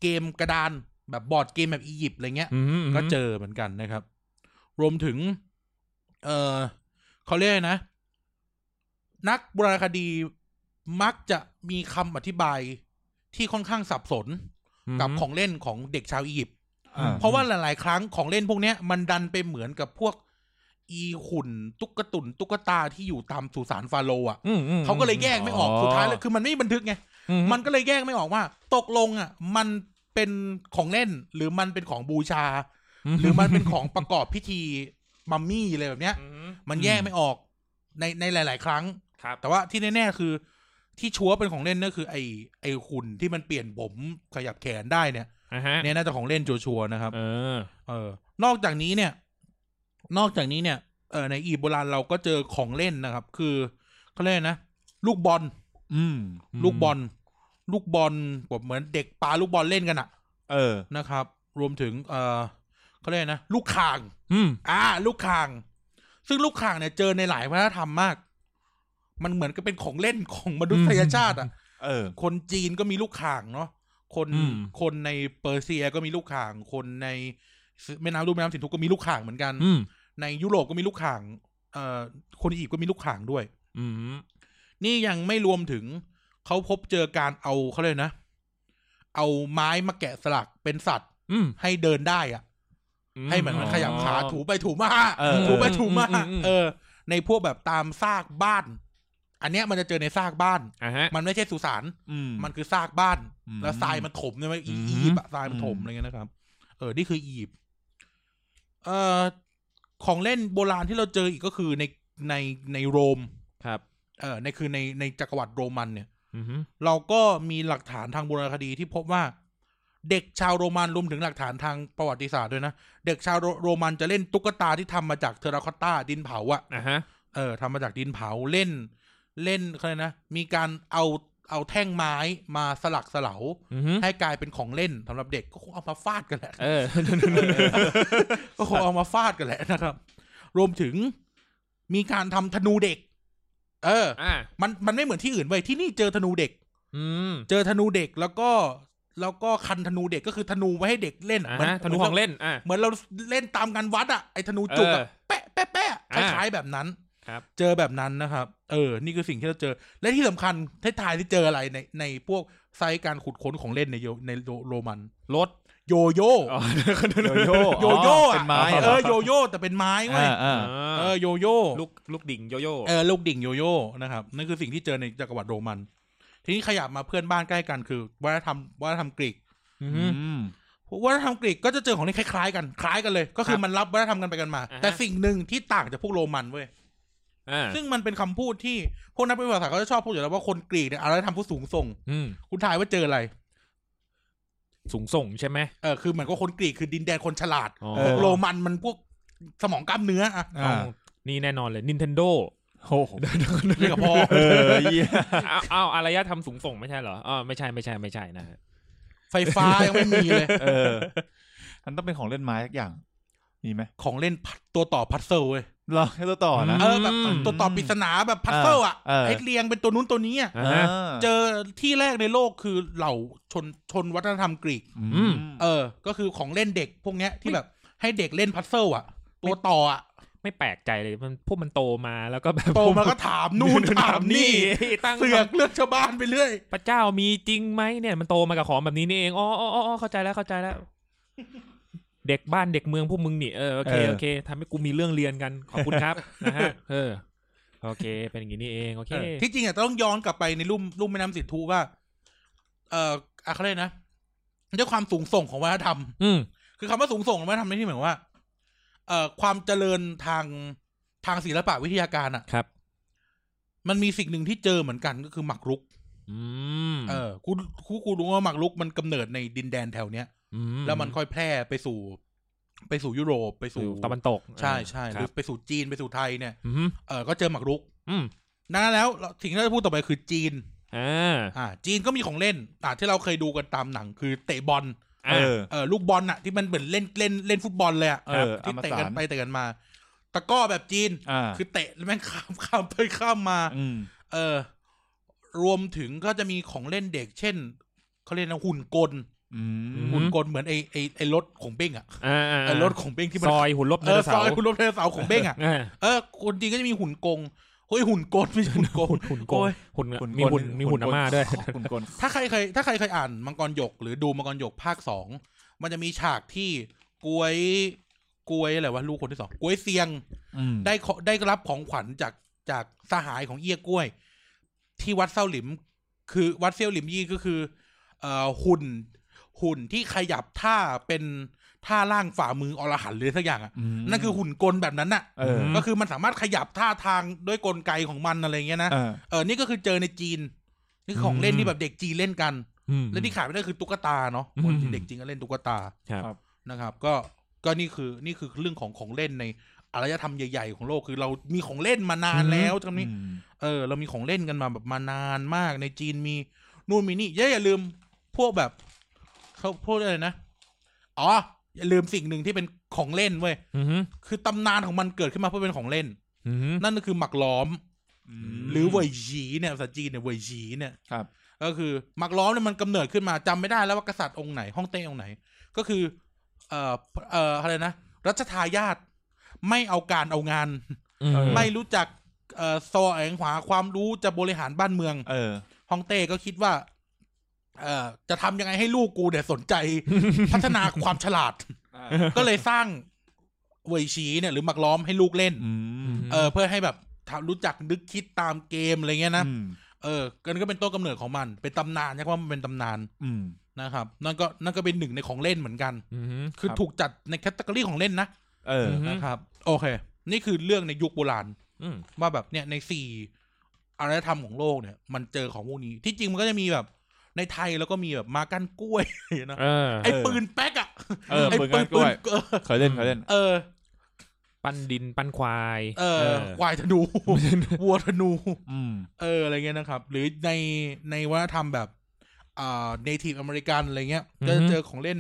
เกมกระดานแบบบอร์ดเกมแบบอียิปต์อะไรเงี้ย อืม ก็เจอเหมือนกันนะครับ รวมถึง เอ่อเขาเรียกอะไรนะ นักโบราณคดีมักจะมีคำอธิบายที่ค่อนข้างสับสน ม กับของเล่นของเด็กชาวอียิปต์ อ่า เพราะว่าหลาย ๆ ครั้งของเล่นพวกเนี้ยมันดันไปเหมือนกับพวก อีหุ่นตุ๊กตุนตุ๊กตาที่อยู่ตามสุสานฟาโรห์อ่ะ อืมอืม เขาก็เลยแยกไม่ออก อ๋อ สุดท้ายแล้วคือมันไม่มีบันทึกไง อื มันก็เลยแยกไม่ออกว่า ตกลงอ่ะ มันเป็นของเล่นหรือมันเป็นของบูชา หรือมันเป็นของประกอบพิธีมัมมี่อะไรแบบเนี้ย อืม มันแยกไม่ออกในในหลาย ๆ ครั้ง ครับ แต่ว่าที่แน่ๆคือ ที่ชัวร์เป็นของเล่นนั่นคือ ไอไอหุ่นที่มันเปลี่ยนผมขยับแขนได้เนี่ย อ่าฮะ เนี่ยน่าจะของเล่นชัวร์ๆนะครับ เออ เออ นอกจากนี้เนี่ย นอกจากนี้เนี่ยเออในอียิปต์โบราณเราก็เจอของเล่นนะครับ คือเขาเรียกนะลูกบอล อืม อืม ลูกบอล ลูกบอลแบบเหมือนเด็กปาลูกบอลเล่นกันอะ เออ นะครับ รวมถึง เออเขาเรียกนะลูกคาง อืม อ่า ลูกคาง ซึ่งลูกคางเนี่ยเจอในหลายวัฒนธรรมมาก มันเหมือนกับเป็นของเล่นของมนุษยชาติอะ เออ คนจีนก็มีลูกคางเนาะคน อืม คนในเปอร์เซียก็มีลูกคาง คนในแม่น้ำรูปแม่น้ำสินธุก็มีลูกคางเหมือนกัน อืม ในยุโรปก็มีลูกคางเอ่อคนอียิปต์ก็มีลูกคางด้วย อืม นี่ยังไม่รวมถึงเขาพบเจอการเอาเขาเลยกนะ เอาไม้มาแกะสลักเป็นสัตว์ อืม ให้เดินได้อะให้เหมือนมันขยับขาถูไปถูมา เออ ถูไปถูมาเออ ในพวกแบบตามซากบ้าน อันเนี้ยมันจะเจอในซากบ้าน อ่าฮะ มันไม่ใช่สุสาน อืม มันคือซากบ้าน อืม แล้วทรายมันถมใช่ไหมอี อืม อียิปต์อะทรายมันถม อืม อะไรเงี้ยนะครับ เออนี่คืออียิปต์เอ่อของเล่นโบราณที่เราเจออีกก็คือในในในโรม ครับ เออในคือในในจักรวรรดิโรมันเนี่ย อืม เราก็มีหลักฐานทางโบราณคดีที่พบว่า เด็กชาวโรมันรวมถึงหลักฐานทางประวัติศาสตร์ด้วยนะ เด็กชาวโรโรมันจะเล่นตุ๊กตาที่ทำมาจากเทอร์ราคอตตาดินเผาอะ อ่าฮะ เออทำมาจากดินเผาเล่น เล่นเขาเรียกนะ มีการเอาเอาแท่งไม้มาสลักสลา อืม ให้กลายเป็นของเล่นสำหรับเด็กก็คงเอามาฟาดกันแหละ เออ ก็คงเอามาฟาดกันแหละนะครับ รวมถึงมีการทำธนูเด็ก เออ อ่า มันมันไม่เหมือนที่อื่นเว้ยที่นี่เจอธนูเด็ก อืม เจอธนูเด็กแล้วก็แล้วก็คันธนูเด็กก็คือธนูไว้ให้เด็กเล่นอะ อ่า เหมือ ฮะธนูของเล่น อ่า เหมือนเราเล่นตามงานวัดอะไอ้ธนูจุกอะ เออ แปะแปะแปะค อ่า ล้ายๆแบบนั้น ครับ เจอแบบนั้นนะครับ เออ นี่คือสิ่งที่เราเจอ และที่สำคัญท้ายทายที่เจออะไรในในพวกไซต์การขุดค้นของเล่นในโยในโรโรมัน รถ โยโย่ อ๋อ โยโย่ โยโย่ อ๋อเป็นไม้หร เออโยโย่แต่เป็นไม้เว้ย อ่าอ่า เออโยโย่ ลูกลูกดิ่งโยโย่ เออลูกดิ่งโยโย่นะครับนั่นคือสิ่งที่เจอในจักรวรรดิโรมัน ทีนี้ขยับมาเพื่อนบ้านใกล้กันคือวัฒนธรรมวัฒนธรรมกรีกวัฒนธรรมกรีกก็จะเจอของที่คล้ายๆกันคล้ายกันเลย ก็คือ ครับ มันรับวัฒนธรรมกันไปกันมา อ่าฮะ แต่สิ่งหนึ่งที่ต่างจากพวกโรมันเว้ย อ่า ซึ่งมันเป็นคำพูดที่พวกนักประวัติศาสตร์เขาจะชอบพูดอยู่แล้วว่าคนกรีกเนี่ยอารยธรรมผู้สูงส่ง อืม คุณทายว่าเจออะไร สูงส่งใช่ไหม เออคือเหมือนกับคนกรีกคือดินแดนคนฉลาด อ๋อ เอ พว อ กโรมันมันพวกสมองกล้ามเนื้ออะ อ่า นี่แน่นอนเลย Nintendo โอ้โห นี่กับพ่อ เออเหี้ย อ้าวอ้าวอารยธรรมสูงส่งไม่ใช่เหรออ๋อไม่ใช่ไม่ใช่ไม่ใช่นะฮะ ไฟฟ้ายังไม่มีเลย เออมันต้องเป็นของเล่นไม้สักอย่าง มีไหม ของเล่นพัดตัวต่อพัซเซิลเว้ย รอให้ตัวต่อนะ เออแบบตัวตอบปริศนาแบบพัซเซิลอ่ะ เออ ไอ้เรียงเป็นตัวนู้นตัวนี้อะ อ่าฮะ เจอที่แรกในโลกคือเหล่าชนชนวัฒนธรรมกรีก อื ม ม เออ ก็คือของเล่นเด็กพวกเนี้ยที่แบบให้เด็กเล่นพัซเซิลอ่ะ ตัวต่ออ่ะ ไม่แปลกใจเลยมันพวกมันโตมาแล้วก็แบบ โตมาก็ถามนู่นถามนี่ ตั้ง เสือกเลือกชาวบ้านไปเรื่อย พระเจ้ามีจริงไหมเนี่ยมันโตมากับของแบบนี้นี่เองอ๋ออ๋ออ๋อเข้าใจแล้วเข้าใจแล้ว เด็กบ้านเด็กเมืองพวกมึงนี่เออโอเค เออ โอเคทำให้กูมีเรื่องเรียนกันขอบคุณ ครับ นะฮะเออโอเค เป็นอย่างนี้นี่เองโอเค ที่จริงอ่ะต้องย้อนกลับไปในรุ่มรุ่มแม่น้ำสินธุว่า เอออะเขาเรียกนะด้วยความสูงส่งของวัฒนธรรม อืม คือคำว่าสูงส่งของวัฒนธรรมในที่หมายความว่า เอ่อความเจริญทางทางศิลปะวิทยาการอ่ะ ครับ มันมีสิ่งหนึ่งที่เจอเหมือนกันก็คือหมากรุก อืม เออ กู กู กูรู้ว่าหมากรุกมันกำเนิดในดินแดนแถวเนี้ย ม แล้วมันค่อยแพร่ไปสู่ ไปสู่ยุโรป ไป สู่ สู่ ตะวันตก ใช่ใช่ห ค รื รั อบไปสู่จีน ไปสู่ไทยเนี่ย อืม เออ ก็เจอหมากรุก อืม นะแล้วเราสิ่งที่เราจะพูดต่อไปคือจีน อ่า อ่า จีนก็มีของเล่น อ่าที่เราเคยดูกันตามหนังคือเตะบอล เออ เออ ลูกบอลน่ะ ที่มันเหมือนเล่น เล่น เล่นฟุตบอลเลยอ่ะ เออ ครับที่ อมตะ เตะกันไปเตะกันมา ตะกร้อแบบจีน อ่า คือเตะแล้วแม่งข้าม ข้ามไปข้ามมา อืม เออ รวมถึงก็จะมีของเล่นเด็ก เช่นเขาเรียกนะหุ่นกล อืม หุ่นกลเหมือนไอไอไอรถของเบ้งอะ อ่าอ่า ไอรถของเบ้งที่มัน ซอยหุ่นลบ เอ ได อ โน ซ เสา อย ร์ หุ่นรถไดโนเสาร์ของเบ้ งอะ อ่า เออคนจีนก็จะมีหุ่นกงเฮ้ยหุ่นกลไม่ใช่หุ่นกง หุ่นโก โอ้ย หุ่น หุ่น มีหุ่น กล มีหุ่น หุ่นกล อาม่าด้วย ขุนกล ถ้าใครเคยถ้าใครเคยอ่านมังกรหยก หรือดูมังกรหยกภาคสองมันจะมีฉากที่กวยกวยอะไรวะลูกคนที่สองกวยเซียง อืม ได้ขอได้รับของขวัญจากจากสหายของเอี้ยกล้วย ที่วัดเซี่ยวหลิม คือวัดเซี่ยวหลิมยี่ก็คือ เอ่อหุ่น หุ่นที่ขยับท่าเป็นท่าล่างฝ่ามืออรหันต์หรือสักอย่างอ่ะ อืม นั่นคือหุ่นกลแบบนั้นน่ะ เออ ม ก็คือมันสามารถขยับท่าทางด้วยกลไกของมันอะไรเงี้ยนะ เออ เออนี่ก็คือเจอในจีน นี่คือของเล่นที่แบบเด็กจีนเล่นกัน อืม และที่ขาดไม่ได้คือตุ๊กตาเนาะ อืม คนที่เด็กจีนก็เล่นตุ๊กตา ครับ ครับ นะครับก็ก็นี่คือนี่คือเรื่องของของเล่นในอารยธรรมใหญ่ๆของโลกคือเรามีของเล่นมานานแล้วตรงนี้ อืม เออ เรามีของเล่นกันมาแบบมานานมากในจีนมีนู่นมีนี่อย่าอย่าลืมพวกแบบเขาพูดอะไรนะอ๋ออย่าลืมสิ่งหนึ่งที่เป็นของเล่นเว้ย อืม คือตำนานของมันเกิดขึ้นมาเพื่อเป็นของเล่น อืม นั่นก็คือหมักล้อม ม หรือเวยหยีเนี่ยภาษาจีนเนี่ยเวยหยีเนี่ย ครับ ก็คือมักล้อมเนี่ยมันกำเนิดขึ้นมาจำไม่ได้แล้วว่ากษัตริย์องค์ไหนฮ่องเต้องค์ไหน ก็คือ เอ่อเอ่ออะไรนะรัชทายาทไม่เอาการเอางาน เออ ไม่รู้จักเอ่อสอแองหาความรู้จะบริหารบ้านเมือง เออ ฮ่องเต้ก็คิดว่า เอ่อจะทำยังไงให้ลูกกูเนี่ยสน ใจ พัฒนาความฉลาด ก็เลยสร้างเวยชีเนี่ยหรือมักล้อมให้ลูกเล่น อืม เออเพื่อให้แบบทำรู้จักนึกคิดตามเกมอะไรเงี้ยนะ อืม เออกันก็เป็นต้นกำเนิดของมัน เป็นตำนานนะว่ามันเป็นตำนาน อืม นะครับ นั่นก็นั่นก็เป็นหนึ่งในของเล่นเหมือนกัน อืม คือ ครับ ถูกจัดในแคตตากรีของเล่นนะ เออ ม นะครับ โอเค นี่คือเรื่องในยุคโบราณ อืม ว่าแบบเนี่ยในสี่อารยธรรมของโลกเนี่ย มันเจอของพวกนี้ ที่จริงมันก็จะมีแบบ ในไทยแล้วก็มีแบบมากันกล้วย นะ เออ ไอ้ปืนแป๊กอะ เออ ไอ้ ปืนกันกล้วย เออ เคยเล่นเคยเล่น เออ ปั้นดินปั้นควาย เออควายธนูวัวธนู อืม เอออะไรเงี้ยนะครับ หรือในในวัฒนธรรมแบบอ่า native อเมริกันอะไรเงี้ยก็จะเจอของเล่น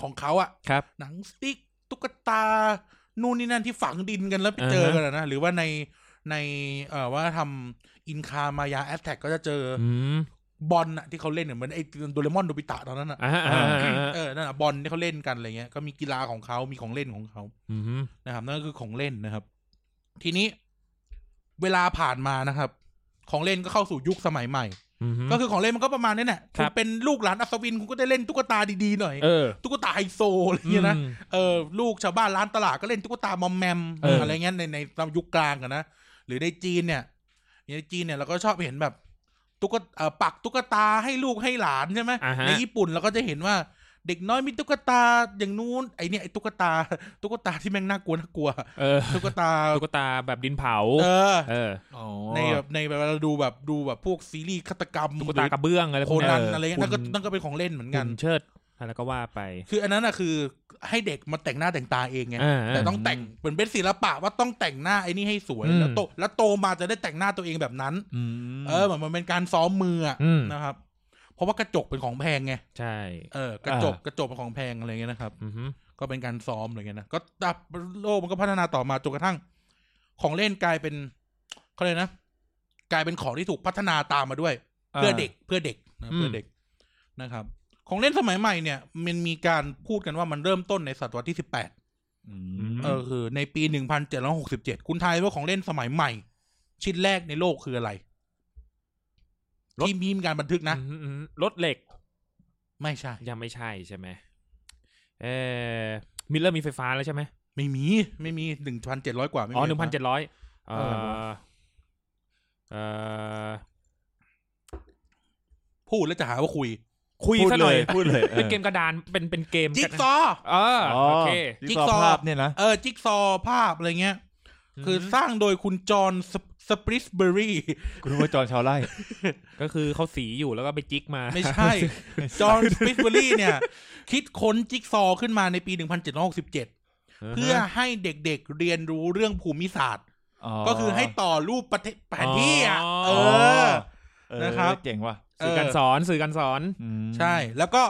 ของเขาอะ ครับ หนังสติ๊กตุ๊กตา นู่นนี่นั่นที่ฝังดินกันแล้วไปเจอ อ่าฮะ กันอะนะหรือว่าใน ในเอ่อว่าทำอินคามายาแอตแทกก็จะเจออ อืม บอลน่ะที่เขาเล่นเนี่ยเหมือนไอ้โดเรมอนโดบิตะตอนนั้นอ่ะ อ่าอ่าอ่าอ่า เออนั่นอ่ะบอลที่เขาเล่นกันอะไรเงี้ยก็มีกีฬาของเขามีของเล่นของเขา อืม นะครับนั่นก็คือของเล่นนะครับ ทีนี้เวลาผ่านมานะครับ ของเล่นก็เข้าสู่ยุคสมัยใหม่ อืม ก็คือของเล่นมันก็ประมาณนี้แหละ ครับ ณเป็นลูกหลานอัศวินคุณก็ได้เล่นตุ๊กตาดีๆหน่อย เออ ตุ๊กตาไฮโซอะไรเงี้ยนะ อืม เออลูกชาวบ้านร้านตลาดก็เล่นตุ๊กตามอมแมม เอออ อะไรเงี้ยในในยุคกลางกันนะหรือในจีนเนี่ยในจีนเนี่ยเราก็ชอบเห็นแบบตุ๊กตาเอ่อปักตุ๊กตาให้ลูกให้หลานใช่ไหม อ่าฮะ ในญี่ปุ่นเราก็จะเห็นว่าเด็กน้อยมีตุ๊กตาอย่างนู้นไอเนี่ยไอตุ๊กตา ตุ๊กตาที่แม่งน่ากลัวน่ากลัว เออ ตุ๊กตา ตุ๊กตาแบบดินเผา เออ เออ ในแบบในแบบเราดูแบบดูแบบพวกซีรีส์ฆาตกรรม ตุ๊กตากระเบื้องอะไร โค พวกเนี้ย นันอะไรเงี้ยนั่นก็ หุ่ นั่นก็เป็นของเล่นเหมือนกัน หุ่เชิดอะไรก็ว่าไป คืออันนั้นอะคือให้เด็กมาแต่งหน้าแต่งตาเองไง อ่า แต่ต้องแต่งเหมือนเป็นศิลปะว่าต้องแต่งหน้าไอ้นี่ให้สวย อืม แล้วโตแล้วโตมาจะได้แต่งหน้าตัวเองแบบนั้น อืม เออเหมือนมันเป็นการซ้อมมืออะ อืม นะครับ เพราะว่ากระจกเป็นของแพงไง ใช่ เออกระจกกระจกเป็นของแพงอะไรเงี้ยนะครับ อืม ก็เป็นการซ้อมอะไรเงี้ยนะก็ตับโลกมันก็พัฒนาต่อมาจนกระทั่ง ของเล่นกลายเป็นเขาเลยกนะ กลายเป็นของที่ถูกพัฒนาตามมาด้วย เพื่อเด็กเพื่อเด็กนะเพื่อเด็กนะครับ ของเล่นสมัยใหม่เนี่ย มันมีการพูดกันว่ามันเริ่มต้นในศตวรรษที่สิบแปด อื อื ม ม เออคือ ในปีหนึ่งพันเจ็ดร้อยหกสิบเจ็ดคุณทายว่าของเล่นสมัยใหม่ ชิ้นแรกในโลกคืออะไรที่มีการบันทึกนะ อืมอืมรถเหล็ก ไม่ใช่ ยังไม่ใช่ใช่ไหมเออมิลเลอร์มีไฟฟ้าแล้วใช่ไหม ไม่มี ไม่มีหนึ่งพันเจ็ดร้อยกว่าไม่มี อ๋อหนึ่งพันเจ็ดร้อยเอ อะไรวะ อเออ พูดแล้วจะหาว่าคุย คุย พูด ซะห เล น่อย ย พูดเลยออ เป็นเกมกระดานเป็นเป็นเกม จิ๊กซ อ อว์ เออ อ๋อ โอเค จิ๊กซอว์ภาพเนี่ยนะ เออจิ๊กซอว์ภาพอะไรเงี้ย อืม คือสร้างโดยคุณจอห์นสปสปริสเบอ รี่ คุณรู้ว่าจอห์นชาวไร่ ก็คือเขาสีอยู่แล้วก็ไปจิกมา ไม่ ใช่ จอ ห์นสปริสเบอรี่เนี่ย คิดค้นจิ๊กซอว์ขึ้นมาในปี 1767 เพื่อให้เด็กๆเรียนรู้เรื่องภูมิศาสตร์ ก็คือให้ต่อรูปประเทศแผนที่อ่ะ อ๋อ เออ นะครับ เจ๋งว่ะ เอ สื่อ อ การสอนสื่อการสอน อืม ใช่ แล้วก็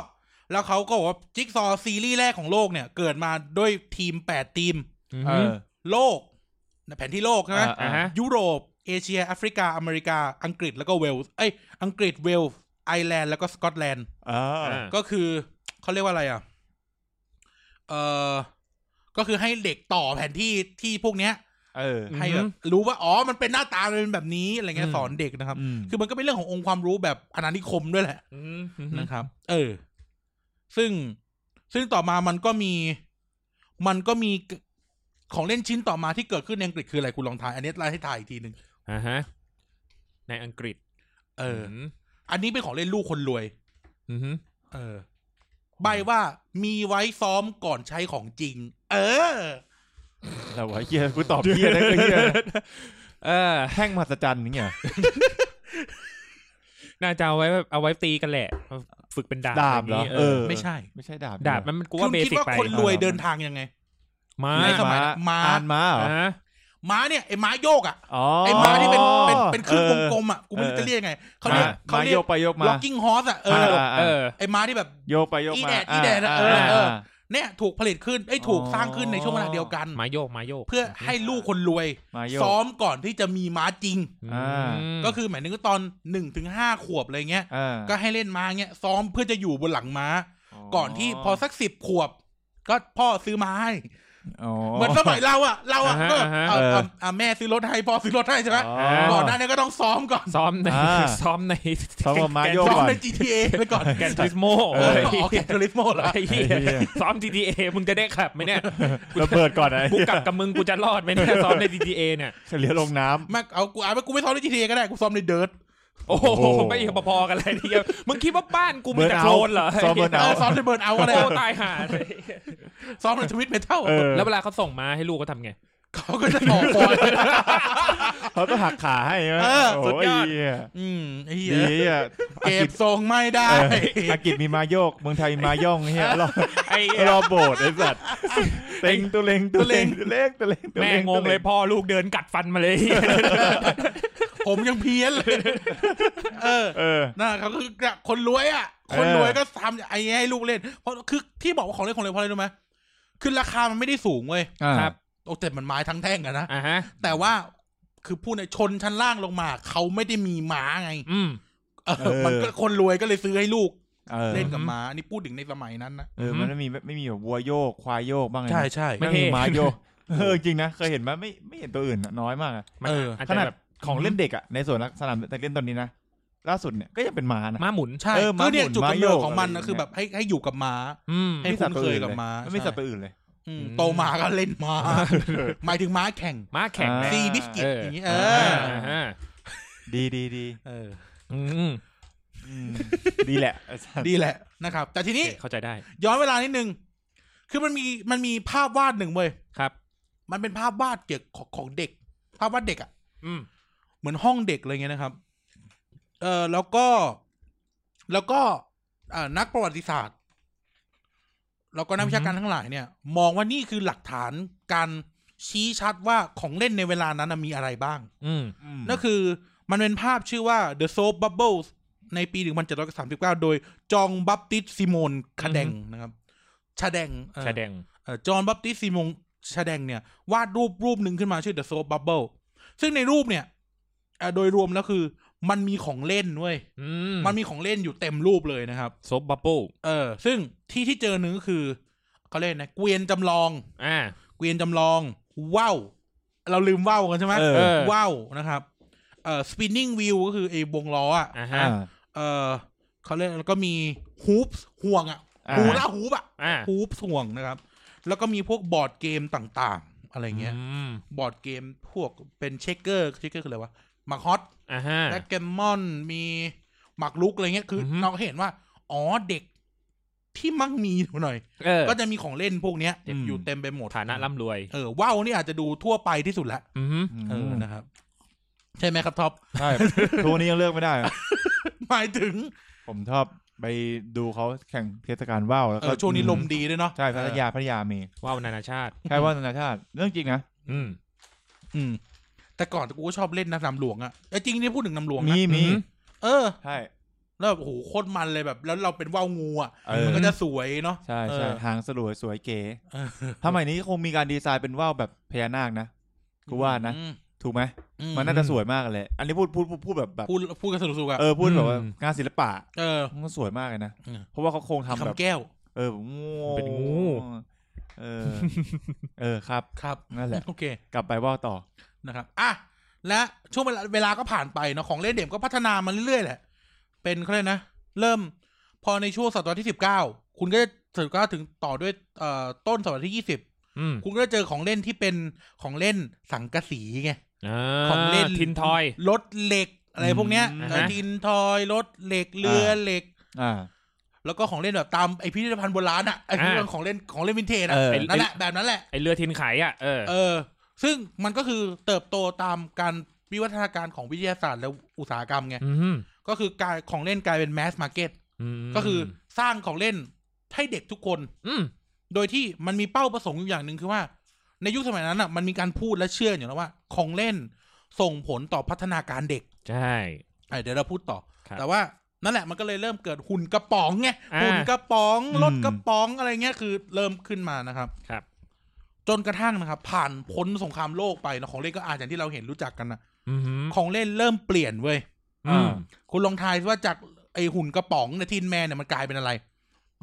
แล้วเขาก็บอกว่าจิ๊กซอว์ซีรีส์แรกของโลกเนี่ย เกิดมาด้วยทีม 8 ทีม เอ ม อ โลกแผนที่โลกใช่ไหม อ่าฮะ ยุโรป เอเชีย แอฟริกา อเมริกา อังกฤษแล้วก็เวลส์เอ้ย อังกฤษเวลส์ไอร์แลนด์แล้วก็สกอตแลนด์ อ่า อ่า ก็คือเขาเรียกว่าอะไรอ่ะ เออก็คือให้เด็กต่อแผนที่ที่พวกเนี้ย เออ ม ให้แบบรู้ว่า อ๋อ มันเป็นหน้าตามันเป็นแบบนี้อะไรเงี้ย อืม สอนเด็กนะครับ อืม คือมันก็เป็นเรื่องขององค์ความรู้แบบอนานิคมด้วยแหละ อืมอืม นะครับ เออ ซึ่งซึ่งต่อมามันก็มี มันก็มีของเล่นชิ้นต่อมาที่เกิดขึ้นในอังกฤษคืออะไรคุณลองทายอันนี้ไล่ให้ทายอีกทีหนึ่ง อ่าฮะในอังกฤษ เอออ ม อันนี้เป็นของเล่นลูกคนรวย อืม เออ ใบว่ามีไว้ซ้อมก่อนใช้ของจริง เออ แต่ว่าเฮียกูตอบเฮีย ได้ก็เฮีย เออ แท่งมหัศจรรย์อย่างเงี้ย น่าจะเอาไว้แบบเอาไว้ตีกันแหละ ฝึกเป็นดาบ ดาบเหรอ อ เออ ไม่ใช่ ไม่ใช่ดาบ ดาบมันมันกู คุ ว่า ณ เบ คิด สิก ว่า ไป คนรวยเดินทางยังไง ไมา ในสมัย ม้า ม้า อ่านม้าเหรอ ฮะ ม้าเนี่ยไอ้ม้าโยกอ่ะ อ๋อ ไอ้ม้าที่เป็นเป็นเป็นครึ่งวงกลมอ่ะกูไม่รู้ ออ จะเรียกไงเขาเรียก อ่ะ เขาเรีย ม้โย ก กไปโยกมา walking horse อ่ะเออ อ่า เอ อ่า อ ไอ้ม้าที่แบบ โยกไปโยกมา อีแดดอีแดดอะเออ อ่า เออ อ่า เนี่ยถูกผลิตขึ้นไอ้ยถูก อ๋อ สร้างขึ้นในช่วงเวลาเดียวกัน มาโยกมาโยก เพื่อให้ลูกคนรวย มาโยก ซ้อมก่อนที่จะมีม้าจริง อ่า ม ก็คือหมายถึงว่าตอนหนึ่งถึงห้าขวบอะไรเงี้ย อ่า ก็ให้เล่นม้าเงี้ยซ้อมเพื่อจะอยู่บนหลังม้า ก่อนที่พอสักสิบขวบ ก็พ่อซื้อมาให้ อ๋ เหมือนสมัยเราอะเราอะ าฮะ ก็ อ่าฮะ เอา เออ เอาเอาแม่ซื้อรถให้พ่อซื้อรถให้ใช่ไหม อ๋อ ก่อนหน้านี้ก็ต้องซ้อมก่อน ซ้อมใน อ่า ซ้อมใน ซ้อมกับมาโย ซ้อม ก่อน ใน GTA ไปก่อน แกนทิสโม เออออกแกนทริสโมเหรอ ไอ้เหี้ยซ้อม GTA มึงจะได้ขับไหมเนี่ย ระเบิดก่อนนะ กูกลับกับมึงกูจะรอดไหมเนี่ยซ้อมใน GTA เนี่ย เหลียวลงน้ำ ไมาเอากูเอาไปกูไม่ซ้อมใน GTA ก็ได้กูซ้อมในเดิร์ โอ้โห โอ้โห ไม่พอๆกันเลยทีเดียวมึงคิดว่าบ้านกูมีแต่ Burnout โคลนเหรอ ซ้อม Burnout เออซ้อมในเบิร์นเอาก็ได้ โอ้ตายห่าเลย ซ้อมในทวิตเมทัล เออ แล้วเวลาเขาส่งมาให้ลูกเขาทำไง เขาก็จะห่อคอย เขาต้องหักขาให้ใช่ไหม เออ โอ้ สุดยอด เหี้ อืมไอ้เหี้ย ดีอ่ะ เก็บทรงไม่ได้ เอออังกฤษมีมาโยก เมืองไทยมีมาย่องเฮียรอ ไอ้ รอโบดไอ้สัตว์เต็งตุเล็งตุเล็งตุเล็งตุเล็งตุ แม่ เล็ งงเลยพ่อลูกเดินกัดฟันมาเลย ผมยังเพี้ยนเลย เออ เออ น่าเขาคือคนรวยอ่ะ คนรวยก็ทำไอ้ให้ลูกเล่น เพราะคือที่บอกว่าของเล่นของเล่นเพราะอะไรรู้ไหมคือราคามันไม่ได้สูงเว้ย ครับ โอ้แต่มันไม้ทั้งแท่งอะนะ อ่ะฮะ แต่ว่า คือพูดในชนชั้นล่างลงมา เขาไม่ได้มีม้าไง อืม เออ เออ มันก็คนรวยก็เลยซื้อให้ลูก เออ เล่นกับม้าอันนี่พูดถึงในสมัยนั้นนะ เออมันไม่มีไม่มีแบบวัวโยกควายโยกบ้างไงนะ ใช่ใช่ ไม่ เท่ มีม้าโยกเออจริงนะเคยเห็นไหมไม่ไม่เห็นตัวอื่นอะน้อยมากอะ มันอาจ ข จะ นาด แบบ ของเล่นเด็กอะในส่วนสนามเด็กเล่นตอนนี้นะล่าสุดเนี่ยก็ยังเป็นม้านะ ม้าหมุน ใช่ เออ คือเนี่ย ม้าหมุน จุดกำเนิด ม้าโยก ของมัน อะไร นะคือ เงี้ย แบบให้ให้อยู่กับม้า อืม ให้คุ้นเคยกับม้า ไม่มีสัตว์ตัวอื่นเลย อืม อืม โตมาก็เล่น ม้า หมายถึงม้าแข่ง ม้าแข่ง อ่า ซีบิสกิต เออ อ อย่าง นี้ เอ เอ อ อ อ่า ดีดีดี เออ อืม อืมดีแหละไอ้สัตว์ ดีแหละนะครับ แต่ทีนี้ เข้าใจได้ ย้อนเวลานิดนึง คือมันมีมันมีภาพวาดหนึ่งเว้ย ครับ มันเป็นภาพวาดเกี่ยวของของเด็ก ภาพวาดเด็กอ่ะ อืม เหมือนห้องเด็กอะไรเงี้ยนะครับ เออแล้วก็แล้วก็อ่านักประวัติศาสตร์ แล้วก็นักวิชาการทั้งหลายเนี่ย มองว่านี่คือหลักฐานการชี้ชัดว่าของเล่นในเวลานั้นนะมีอะไรบ้าง อืม อืม นั่นคือมันเป็นภาพชื่อว่า The Soap Bubbles ในปี 1739 โดยจองบัพติสซิโมนคาแดงนะครับชาแดงเอ่อ ชาแดง จอห์นบัพติสซิมงชาแดงเนี่ย วาดรูปรูปหนึ่งขึ้นมาชื่อ The Soap Bubble ซึ่งในรูปเนี่ยเอ่อโดยรวมแล้วคือ มันมีของเล่นเว้ย อืม มันมีของเล่นอยู่เต็มรูปเลยนะครับ ซบบับเบิ้ล เออ ซึ่งที่ที่เจอหนึ่งก็คือเขาเล่นนะ เกวียนจำลอง อ่า เกวียนจำลอง ว่าวเราลืมว่าวกันใช่ไหม เออ เออ ว่าวนะครับ เอ่อ spinning wheel ก็คือไอ้วงล้ออ่ะ อ่าฮะ อ่า เออเขาเรียกแล้วก็มี hoops ห่วงอ่ะหูละหูปอ่ะ อ่า ฮูปส่วงนะครับ แล้วก็มีพวกบอร์ดเกมต่างๆ อะไรเงี้ย อืม บอร์ดเกมพวกเป็นเชคเกอร์เชคเกอร์คืออะไรวะหมากฮอต อ่าฮะ และเกมมอนมีหมากลุกอะไรเงี้ย คืออ อฮึ เราเห็นว่า อ๋อเด็กที่มั่งมีอยู่หน่อย เออ ก็จะมีของเล่นพวกเนี้ย อืม อยู่เต็มไปหมด ฐานะร่ำรวย เออว่าวนี่อาจจะดูทั่วไปที่สุดละ อืม อืม เออนะครับ ใช่ไหมครับท็อป ใช่ทุกวันนี้ยังเลือกไม่ได้อะ หมายถึง ผมชอบไปดูเขาแข่งเทศกาลว่าวแล้ว เอ ก็ อช่วงนี้ อืม ลมดีด้วยเนาะ ใช่พัทยาพัทยามี ว่าวนานาชาติ ใช่ว่าวนานาชาติเรื่องจริงนะ อืม อืม แต่ก่อนกูก็ชอบเล่นนะนำหลวงอะเอ้ยจริงนี่พูดถึงนำหลวง มี นะ มี อืม เออ ใช่ แล้วแบบโอ้โหโคตรมันเลยแบบ แล้วเราเป็นว่าวงูอ่ะ เออ มันก็จะสวยเนาะ ใช่ใช่ เออ หางสลวยสวยเก๋ถ้าใหม่นี้คงมีการดีไซน์เป็นว่าวแบบพญานาคนะกูว่านะ อืม ถูกไหม อื มันน่าจะสวยมากเลย อันนี้พูดพูดพูดพูดแบบแบบ พูดพูดกันสนุกๆอ่ะ เออพูดแบบ อืม ว่างานศิลปะ เออ มันสวยมากเลยนะ อืม เพราะว่าเขาคงทำแบบ คำแก้ว เออแบบงู เป็นงู เออ เออครับ ครับ นั่นแหละ โอเค กลับไปว่าวต่อ นะครับอ่ะและช่วงเวลาเวลาก็ผ่านไปเนาะของเล่นเด็กก็พัฒนามาเรื่อยๆแหละ เป็นเขาเลยกนะ เริ่มพอในช่วงศตวรรษที่สิบเก้าคุณก็จะสิบเก้าถึงต่อด้วยเอ่อต้นศตวรรษที่ยี่สิบ อืม คุณก็จะเจอของเล่นที่เป็นของเล่นสังกะสีไง อ่า ของเล่น ทินทอย รถเหล็กอะไรพวกเนี้ย อืม เออดินทอยรถเหล็กเรือเหล็ก อ่า แล้วก็ของเล่นแบบตามไอพิพิธภัณฑ์โบราณอ่ะไอพิพิธภัณฑ์ของเล่นของเล่นวินเทจอ่ะ เออ นั่นแหละแบบนั้นแหละ ไอเรือทินไขอ่ะ เออ เออ ซึ่งมันก็คือเติบโตตามการวิวัฒนาการของวิทยาศาสตร์และอุตสาหกรรมไง อืม ก็คือกลายของเล่นกลายเป็นแมสมาร์เก็ต อืม ก็คือสร้างของเล่นให้เด็กทุกคน อืม โดยที่มันมีเป้าประสงค์อยู่อย่างหนึ่งคือว่า ในยุคสมัยนั้นอ่ะมันมีการพูดและเชื่ออยู่แล้วว่า ของเล่นส่งผลต่อพัฒนาการเด็ก ใช่ อ่ะเดี๋ยวเราพูดต่อ ครับ แต่ว่านั่นแหละมันก็เลยเริ่มเกิดหุ่นกระป๋องไง อ่า หุ่นกระป๋อง อืม รถกระป๋องอะไรเงี้ยคือเริ่มขึ้นมานะครับ ครับ จนกระทั่งนะครับ ผ่านพ้นสงครามโลกไปนะของเล่นก็อาจอย่างที่เราเห็นรู้จักกันนะ อืม ของเล่นเริ่มเปลี่ยนเว้ย อืม คุณลองทายสิว่าจากไอหุ่นกระป๋องในทินแมนเนี่ยมันกลายเป็นอะไร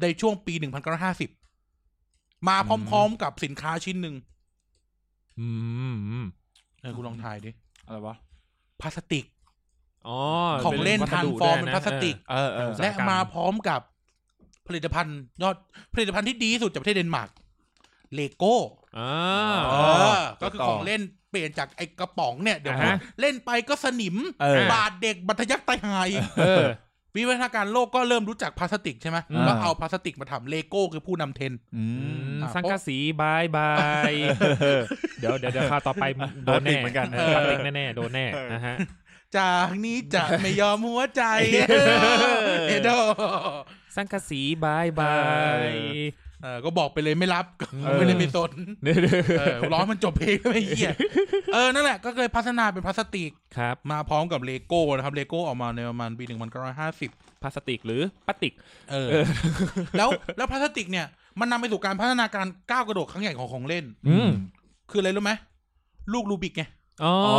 ในช่วงปี 1950 มาพร้อมๆกับสินค้าชิ้นหนึ่ง อืมอืม เออคุณลองทายดิ อะไรวะ พลาสติก อ๋อ ของเล่น ป็วั ทา ส น ดุ ฟอร์ม ด้วย เป็น นะ พลาสติก เออเออ และมาพร้อมกับผลิตภัณฑ์ยอดผลิตภัณฑ์ที่ดีที่สุดจากประเทศเดนมาร์กเลโก้ เอออ่า เออ ก็คือของเล่นเปลี่ยนจากไอ้กระป๋องเนี่ย เดี๋ยว อ่าฮะ เล่นไปก็สนิม เออ บาดเด็กบัตรยักษ์ไตหายอีก เออ วิวัฒนาการโลกก็เริ่มรู้จักพลาสติกใช่ไหม อ่า แล้วเอาพลาสติกมาทำเลโก้คือผู้นำเทรนด์ อื อื ม ม อ่ะ สังกะสีบายบาย เออ เดี๋ยวเดี๋ยวเดี๋ยวคราวต่อไปโดนแน่ พลาสติกเหมือนกัน เออพลาสติกแน่ๆโดนแน่ เออ นะฮะ จากนี้จะไม่ยอมหัว ใจเออเอโด สังกะสีบายบาย เออก็บอกไปเลยไม่รับไม่ได้ไม่สนเออร้อนมันจบเพลง ไม่เหี้ยเออนั่นแหละก็เลยพัฒนาเป็นพลาสติก ครับ มาพร้อมกับเลโก้นะครับเลโก้ออกมาในประมาณปีหนึ่งพันเก้าร้อยห้าสิบ พลาสติกหรือพลาสติก เออ แล้วแล้วพลาสติกเนี่ย มันนำไปสู่การพัฒนาการก้าวกระโดดครั้งใหญ่ของของเล่น อืม คืออะไรรู้ไหมลูกรูบิกไง อ๋อ อ๋อ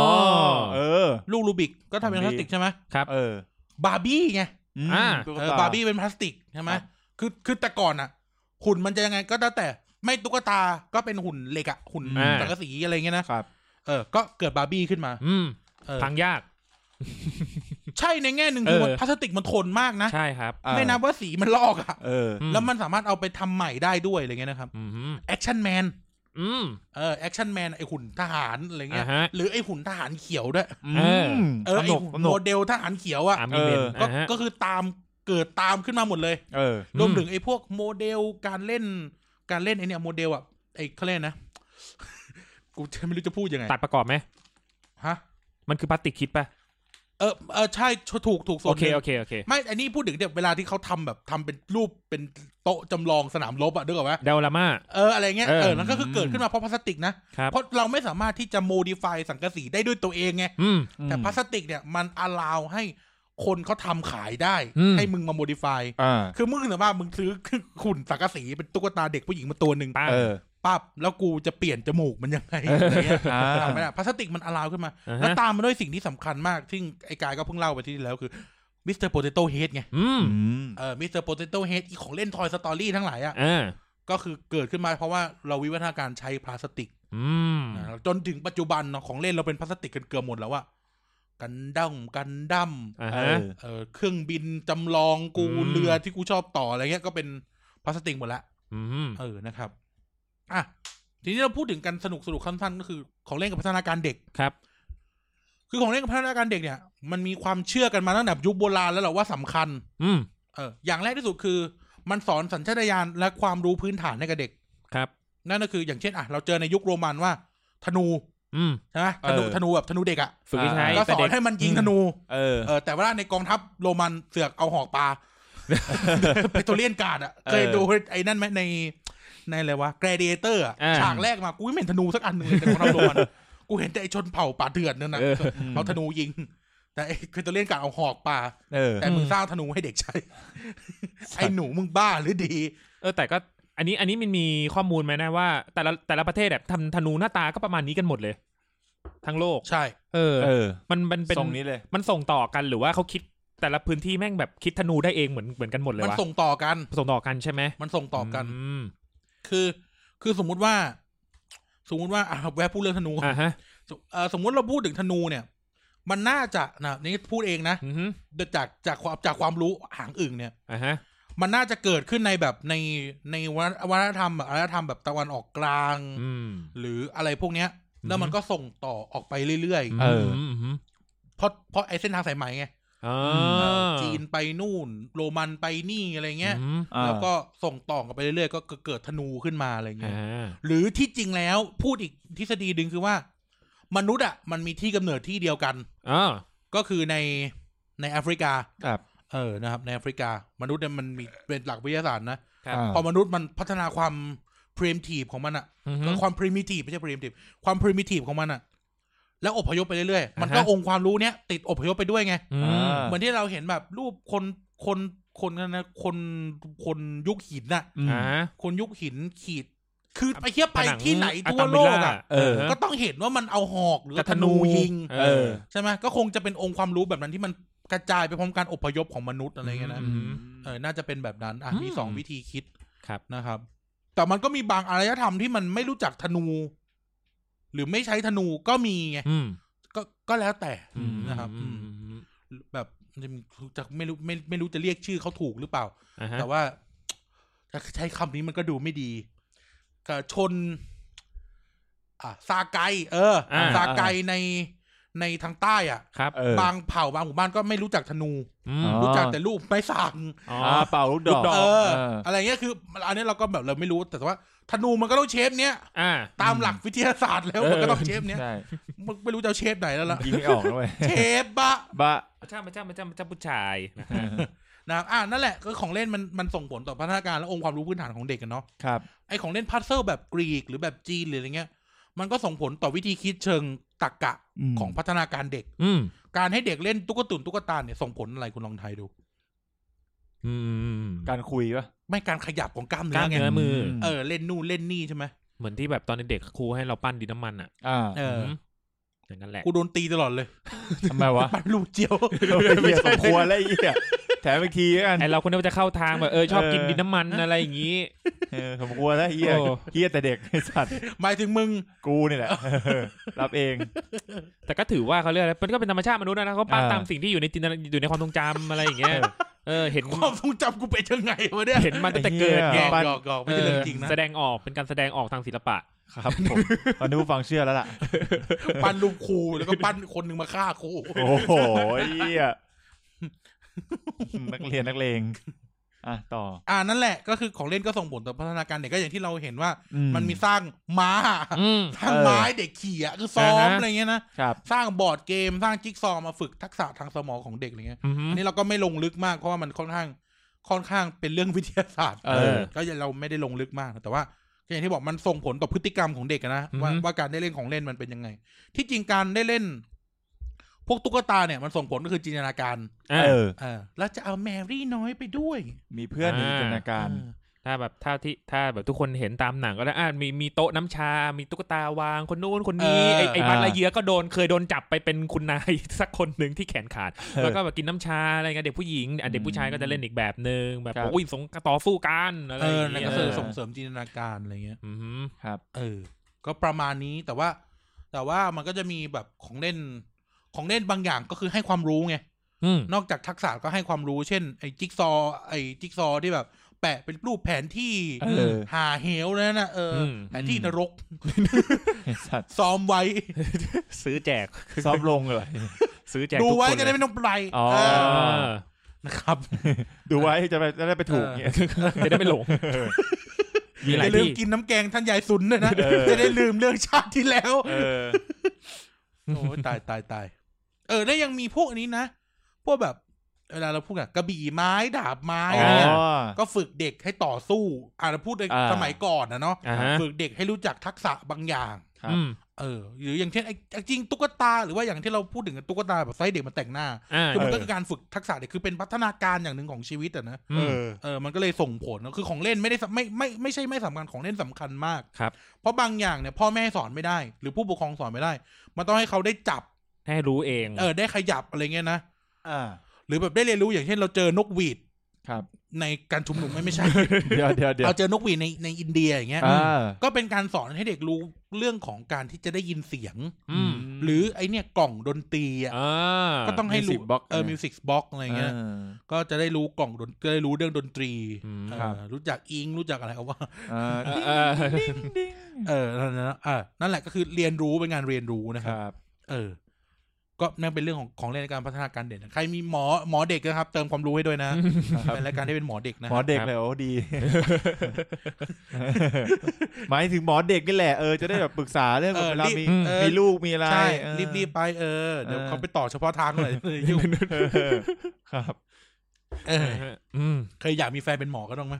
เออ ลูกรูบิกก็ทำเป็น ของพดีลาสติกใช่ไหม ครับ เออ บาร์บี้ไง อืม อ่า ตุ๊ก เออ ต บาร์บี้เป็นพลาสติกใช่ไหม ครับ คือคือแต่ก่อนอ่ะ หุ่นมันจะยังไงก็แล้วแต่ไม่ตุ๊กตาก็เป็นหุ่นเหล็กอะหุ่น อ่า สังกะสีอะไรเงี้ยนะครับ เออก็เกิดบาร์บี้ขึ้นมา อืม เออ พังยาก ใช่ในแง่หนึ่งคือ เออ มันพลาสติกมันทนมากนะ ใช่ครับ อ่า ไม่นับว่าสีมันลอกอะ เออ อื แล้วมันสามารถเอาไปทำใหม่ได้ด้วยอะไรเงี้ยนะครับ อืม แอคชั่นแมน อืม เออแอคชั่นแมนไอหุ่นทหารอะไรเงี้ย อ่าฮะ หรือไอหุ่นทหารเขียวด้วย อื เออ ม เออ ส ไอ นุก หุ่ ส นโมนุก เดลทหารเขียวอะ อามีเมน เออ ก็ อ่าฮะ ก็คือตามเกิดตามขึ้นมาหมดเลย เออ อืม รวมถึงไอ้พวกโมเดลการเล่นการเล่นไอเนี่ยโมเดลอ่ะไอ้เขาเล่นนะ กูจะไม่รู้จะพูดยังไง ตัดประกอบไหม ฮะ มันคือพลาสติกคิดปะ เออเออใช่ถูกถูกส่ โอ วนห เค นึ่ง โอเคโอเค ไม่อันนี้พูดถึงเนี่ยเวลาที่เขาทำแบบทำเป็นรูปเป็นโต๊ะจำลองสนามรบอะนึกออกไหม เดลลาม่า เอออะไรเงี้ย เออ เออนั่นก็คือเกิดขึ้นมาเพราะพลาสติกนะครับ เพราะเราไม่สามารถที่จะโมดิฟายสังกะสีได้ด้วยตัวเองไง อืม แต่พลาสติกเนี่ยมันอลาวให้คนเขาทำขายได้ อืม ให้มึงมาโมดิฟาย อ่า คือมึงสามารถมึงซื้อ หุ่นสังกะสีเป็นตุ๊กตาเด็กผู้หญิงมาตัวหนึ่ง ป้า เออ ปั๊บแล้วกูจะเปลี่ยนจมูกมันยังไงอะไรเงี้ย อ่า ทำไม่ได้พลาสติกมันอลาวขึ้นมา อ่าฮะ แล้วตามมาด้วยสิ่งที่สำคัญมาก ซึ่งไอ้กายก็เพิ่งเล่าไปที่แล้วคือมิสเตอร์โปเตโต้เฮดไง อืม อืม เออมิสเตอร์โปเตโต้เฮดอีของเล่นทอยสตอรี่ทั้งหลายอ่ะ อ่า ก็คือเกิดขึ้นมาเพราะว่าเราวิวัฒนาการใช้พลาสติก อืม นะจนถึงปัจจุบันเนาะของเล่นเราเป็นพลาสติกกันเกือบหมดแล้วอะกันดั้มกันดั้ม อ่า เอ ฮะ อ เออเครื่องบินจำลองกู อืม เรือที่กูชอบต่ออะไรเงี้ยก็เป็นพลาสติกหมดละ อืม เออนะครับอ่ะทีนี้เราพูดถึงกันสนุกสนุกสั้นๆก็คือ ของเล่นกับพัฒนาการเด็ก ครับ คือของเล่นกับพัฒนาการเด็กเนี่ย มันมีความเชื่อกันมาตั้งแต่ยุคโบราณแล้วแหละว่าสำคัญ อืม เอออย่างแรกที่สุดคือ มันสอนสัญชาตญาณและความรู้พื้นฐานให้กับเด็ก ครับ นั่นก็คืออย่างเช่นอ่ะเราเจอในยุคโรมันว่า ธนู อืม ใช่ไหมธนู เออ ธนูแบบธนูเด็กอ่ะ ฝึกวิชา ไอ้ ก็ส แต่ อ เด็ น ก ให้มันยิงธนู เออ เออแต่ว่าในกองทัพโรมันเสือกเอาหอกป ลา เปโตรเลียนการ์ดอ่ะเคย เออ ดูไอ้นั่นไหมในในอะไรวะ g กรเดเตอร์ อ่า ฉากแรกมา กูไม่เห็นธนูสักอันหนึ่งเลยในกองทัพโรมัน กูเห็นแต่ไอ้ชนเผ่าป่าเถื่อนนั่นนะ เออ เอาธนูยิง แต่ไอ้เปโตรเลียนการ์ดเอาหอกปลา เออ แต่มึงสร้างธนูให้เด็กใช้ ไอ้หนูมึงบ้าหรือดี เออแต่ก็ อันนี้อันนี้มันมีข้อมูลไหมนะว่า แต่ละแต่ละประเทศแบบทำธนูหน้าตาก็ประมาณนี้กันหมดเลย ทั้งโลก ใช่ เออ เออ มันมันเป็น ทรงนี้เลย มันส่งต่อกันหรือว่าเขาคิดแต่ละพื้นที่แม่งแบบคิดธนูได้เองเหมือนเหมือนกันหมดเลย มัน วะ ส่งต่อกัน ส่งต่อกันใช่ไหม มันส่งต่อกัน อืม คือคือสมมุติว่า สมมุติว่าอ่ะแวะพูดเรื่องธนูก่อน อ่าฮะ เอ่อสมมุติเราพูดถึงธนูเนี่ย มันน่าจะนะนี่พูดเองนะ อือฮึ จากจากความจากความรู้หางอึ่งเนี่ย อ่าฮะ มันน่าจะเกิดขึ้นในแบบในในวัฒวัฒนธรรมแบบอารยธรรมแบบตะวันออกกลาง อืม หรืออะไรพวกเนี้ย แล้ อื ว อฮึ มันก็ส่งต่อออกไปเรื่อย เออ มอืม ๆเพราะเพราะไอ้เส้นทางสายไหมไง อ่า เออจีนไปนู่น โรมันไปนี่อะไรเงี้ย อืม อ่า แล้วก็ส่งต่อกันไปเรื่อยๆก็ก็เกิดธนูขึ้นมาอะไร อ่ เงี้ย า หรือที่จริงแล้วพูดอีกทฤษฎีหนึ่งคือว่า มนุษย์อ่ะมันมีที่กำเนิดที่เดียวกัน อ่า ก็คือในในแอฟริกา ครับ เออ นะครับ ในแอฟริกา มนุษย์เนี่ยมันมีเป็นหลักวิทยาศาสตร์นะ ครับ อ่า พอมนุษย์มันพัฒนาความ primitive ของมันอะ อือฮึ แล้วความ primitive ไม่ใช่ primitive ความ primitive ของมันอะแล้วอพยพไปเรื่อยๆ มันก็ อ่าฮะ องค์ความรู้เนี้ยติดอพยพไปด้วยไง อืมอ่า เหมือนที่เราเห็นแบบรูปคนคนคนกันนะคนคนยุคหินน่ะ อืม อ่า คนยุคหินขีด คือไปเทียบไป ผนัง ที่ไหนทั่ว อะตอม โล วิ ก ลล่า อะ เออ ก็ต้องเห็นว่ามันเอาหอกหรือก ธ ระ นูยิง เออ ใช่ไหมก็คงจะเป็นองค์ความรู้แบบนั้นที่มันกระจายไปพร้อมการอพยพของมนุษย์อะไรเงี้ยนะ อืม เออ น่าจะเป็นแบบนั้น อ่ะ มี อืม สองวิธีคิด ครับ นะครับ แต่มันก็มีบางอารยธรรมที่มันไม่รู้จักธนู หรือไม่ใช้ธนูก็มีไง อืม ก็ ก็แล้วแต่ อืม นะครับ อืม อืมแบบจะไม่รู้ไม่ไม่รู้จะเรียกชื่อเขาถูกหรือเปล่า อ่าฮะ แต่ว่าถ้าใช้คำนี้มันก็ดูไม่ดีกับชน อ่ะซาไก เอออา ซาไกใน ในทางใต้อ่ะ ครับ เออ บางเผ่าบางหมู่บ้านก็ไม่รู้จักธนู อืม อ๋อ รู้จักแต่รูปไม้สัก อ๋อ อ่าเป่าลูกดอก เออ เอออ อะไรเงี้ยคือ อันนี้เราก็แบบเราไม่รู้แต่ว่าธนูมันก็ต้องเชฟเนี้ย อ่า ตามหลักวิทยาศาสตร์แล้ว เออ มันก็ต้องเชฟเนี้ย ใช่ มันไม่รู้จะเอาเชฟไหน แล้วล่ะ ยิงไม่ออกนะเว้ย เชฟบะ บ้า เจ้ามาเจ้ามาเจ้ามาเจ้าผู้ชายนะ นะครับอ่านั่นแหละก็ของเล่นมันมันส่งผลต่อพัฒนาการและองค์ความรู้พื้นฐานของเด็กกันเนาะ ครับ ไอของเล่นพัซเซิลแบบกรีกหรือแบบจีนหรืออะไรเงี้ย มันก็ส่งผลต่อวิธีคิดเชิงตรรกะ ม ของพัฒนาการเด็ก อืม การให้เด็กเล่นตุ๊กตุนตุ๊กตาเนี่ยส่งผลอะไรคุณลองทายดู อืม การคุยปะ ไม่การขยับของกล้าม ก เนื้ ล้า อ ม ไง เนื้อมือ ม เออเล่นนู่นเล่นนี่ใช่ไหม เหมือนที่แบบตอนเด็กๆครูให้เราปั้นดินน้ำมันอ่ะ อ่า เออ ม อย่างนั้นแหละ กูโดนตีตลอดเลย ทำไมวะ ปันลูกเจียว ไม่ใช่ครัวแล้วไอ้เหี้ยแถมอีกทีแล้วกัน ไอเราคนนี้จะเข้าทางแบบเออชอบกิน เออ ดินน้ำมันอะไรอย่างนี้ เออสมควรแล้วไอ้เหี้ย โอ้ เหี้ยแต่เด็กไอ้สัตว์ หมายถึงมึง กูนี่แหละเออรับเอง แต่ก็ถือว่าเขาเรียกอะไรมันก็เป็นธรรมชาติมนุษย์นะเขาปั้น เออ ตามสิ่งที่อยู่ในจินตนาอยู่ในความทรงจำอะไรอย่างเงี้ ยเออเห็น ความทรงจำกูเป็นยังไงวะเนี่ย เห็นมาตั้งแต่เกิดหยไอ้เหี้ ไง อกหยอกหยอกไม่ใช่เรื่องจริงนะ แสดงออกเป็นการแสดงออกทางศิลปะ ครับผมตอนนี้ผู้ฟังเชื่อแล้วล่ะ ปั้นรูปครูแล้วก็ปั้นคนหนึ่งมาฆ่าครู โอ้โหไอ้เหี้ยนักเรียนนักเลงอ่ะต่อ อ่านั่นแหละก็คือของเล่นก็ส่งผลต่อพัฒนาการเด็กก็อย่างที่เราเห็นว่า อื มันมีสร้างม้า อืม สร้าง เออ ไม้เด็กขี่อ่ะคือซ้อม อ่าฮะ อะไรเงี้ยนะครับ สร้างบอร์ดเกมสร้างจิ๊กซอว์มาฝึกทักษะทางสมองของเด็กอะไรเงี้ย อือหือ อันนี่เราก็ไม่ลงลึกมากเพราะว่ามันค่อนข้างค่อนข้างเป็นเรื่องวิทยาศาสตร์ เออ ก็ยังเราไม่ได้ลงลึกมากนะแต่ว่าก็อย่างที่บอกมันส่งผลต่อพฤติกรรมของเด็กอะนะว่า อือฮึ ว่าการได้เล่นของเล่นมันเป็นยังไง ที่จริงการได้เล่น พวกตุ๊กตาเนี่ยมันส่งผลก็คือจินตนาการ อ่า เออ เออแล้วจะเอาแมรี่น้อยไปด้วย มีเพื่อน อ่า มีจินตนาการ เออ ถ้าแบบถ้าที่ถ้าแบบทุกคนเห็นตามหนังก็แล้วอ่ะมีมีโต๊ะน้ำชา มีตุ๊กตาวางคนนู้นคนนี้ เออ ไอไอบ้าน อ่า ละเยือก็โดนเคยโดนจับไปเป็นคุณนาย สักคนหนึ่งที่แขนขาด แล้วก็แบบกินน้ำชาอะไรเงี้ยเด็กผู้หญิงอ่ะเด็กผู้ชายก็จะเล่นอีกแบบหนึ่งแบบ ครับ โอ้ยสงต่อสู้กันอะไร เอ อ อย่าง นั่น เงี้ย ก็ คื คือ เออ ส่งเสริมจินตนาการอะไรเงี้ย อือหือ ครับ เออ ก็ประมาณนี้แต่ว่า แต่ว่ามันก็จะมีแบบของเล่น ของเล่นบางอย่างก็คือให้ความรู้ไง อืม นอกจากทักษะก็ให้ความรู้ เช่น ไอ้จิ๊กซอว์ไอ้จิ๊กซอว์ที่แบบ แปะเป็นรูปแผนที่ เออ หาเหวนั่นนะเอออ ม แผนที่นรก ไอ้สัตว์ ซ้อมไว้ ซื้อแจก ซอฟต์ลงเลย ซื้อแจก ดู ทุก ไว้ คน จะได้ไม่ เลย ต้องไป อ๋อ เอ เอ อ อ นะครับ ดูไว้จะไปจะได้ไปถูกเนี่ย จะได้ไม่หลงมี อ หลาย ย่าลืม ที่ กินน้ำแกงท่านยายซุนด้วยนะ เออ จะได้ลืมเรื่องชาติที่แล้ว เออ โอ้ยตายตายตายเออ แล้วยังมีพวกนี้นะ พวกแบบเวลาเราพูดกับกระบี่ไม้ดาบไม้ อ๋ อะไรเงี้ย อ ก็ฝึกเด็กให้ต่อสู้ อ่าเราพูดใน อ่า สมัยก่อนนะเนาะ อ่าฮะ ฝึกเด็กให้รู้จักทักษะบางอย่าง ครับ อืม เออ หรืออย่างเช่นไอ้ไอ้จริงตุ๊กตาหรือว่าอย่างที่เราพูดถึงตุ๊กตาแบบไซส์เด็กมาแต่งหน้า อ่า คือมันก็ เออ คือการฝึกทักษะเด็กคือเป็นพัฒนาการอย่างหนึ่งของชีวิตอะนะ อื เอ ม อ เออมันก็เลยส่งผลนะคือของเล่นไม่ได้สำไม่ไม่ไม่ใช่ไม่สำคัญของเล่นสำคัญมาก ครับ เพราะบางอย่างเนี่ยพ่อแม่สอนไม่ได้ หรือผู้ปกครองสอนไม่ได้ มันต้องให้เขาได้จับ ให้รู้เอง เออได้ขยับอะไรเงี้ยนะ อ่า หรือแบบได้เรียนรู้อย่างเช่นเราเจอนกหวีด ครับ ในการชุมนุมไม่ไม่ใช่ เดี๋ยวเดี๋ยวเดี๋ยว เราเจอนกหวีดในในอินเดียอย่างเงี้ย อ่า ก็เป็นการสอนให้เด็กรู้เรื่องของการที่จะได้ยินเสียง อืม หรือไอเนี่ยกล่องดนตรีอะ อ่า ก็ต้องให้รู้ Music box เออมิวสิกบ็อกอะไรเงี้ยก็จะได้รู้กล่องดนจะได้รู้เรื่องดนตรี อืม เออ ครับ รู้จักอิงรู้จักอะไรก็ว่า อ่า เออเออ เออนั่นนะอ่ะนั่นแหละก็คือเรียนรู้เป็นงานเรียนรู้นะค ครับ รับ เออ ก็นั่นเป็นเรื่องของของเล่นในการพัฒนาการเด็กนะใครมีหมอหมอเด็กนะครับ เติมความรู้ให้ด้วยนะเป็นรายการที่เป็นหมอเด็กนะ หมอเด็ก ครับ เลยโอ้ดี หมายถึงหมอเด็กนี่แหละเออจะได้แบบปรึกษาเรื่อง เอ แบบ อ เวลา รีบ มี เออ มีลูกมีอะไร ใช่ เออ รีบรีบไปเออเดี๋ยว เออ เขาไปต่อเฉพาะทางเลยยุ่ง เออครับ เออ อืม เคยอยากมีแฟนเป็นหมอก็ต้องไหม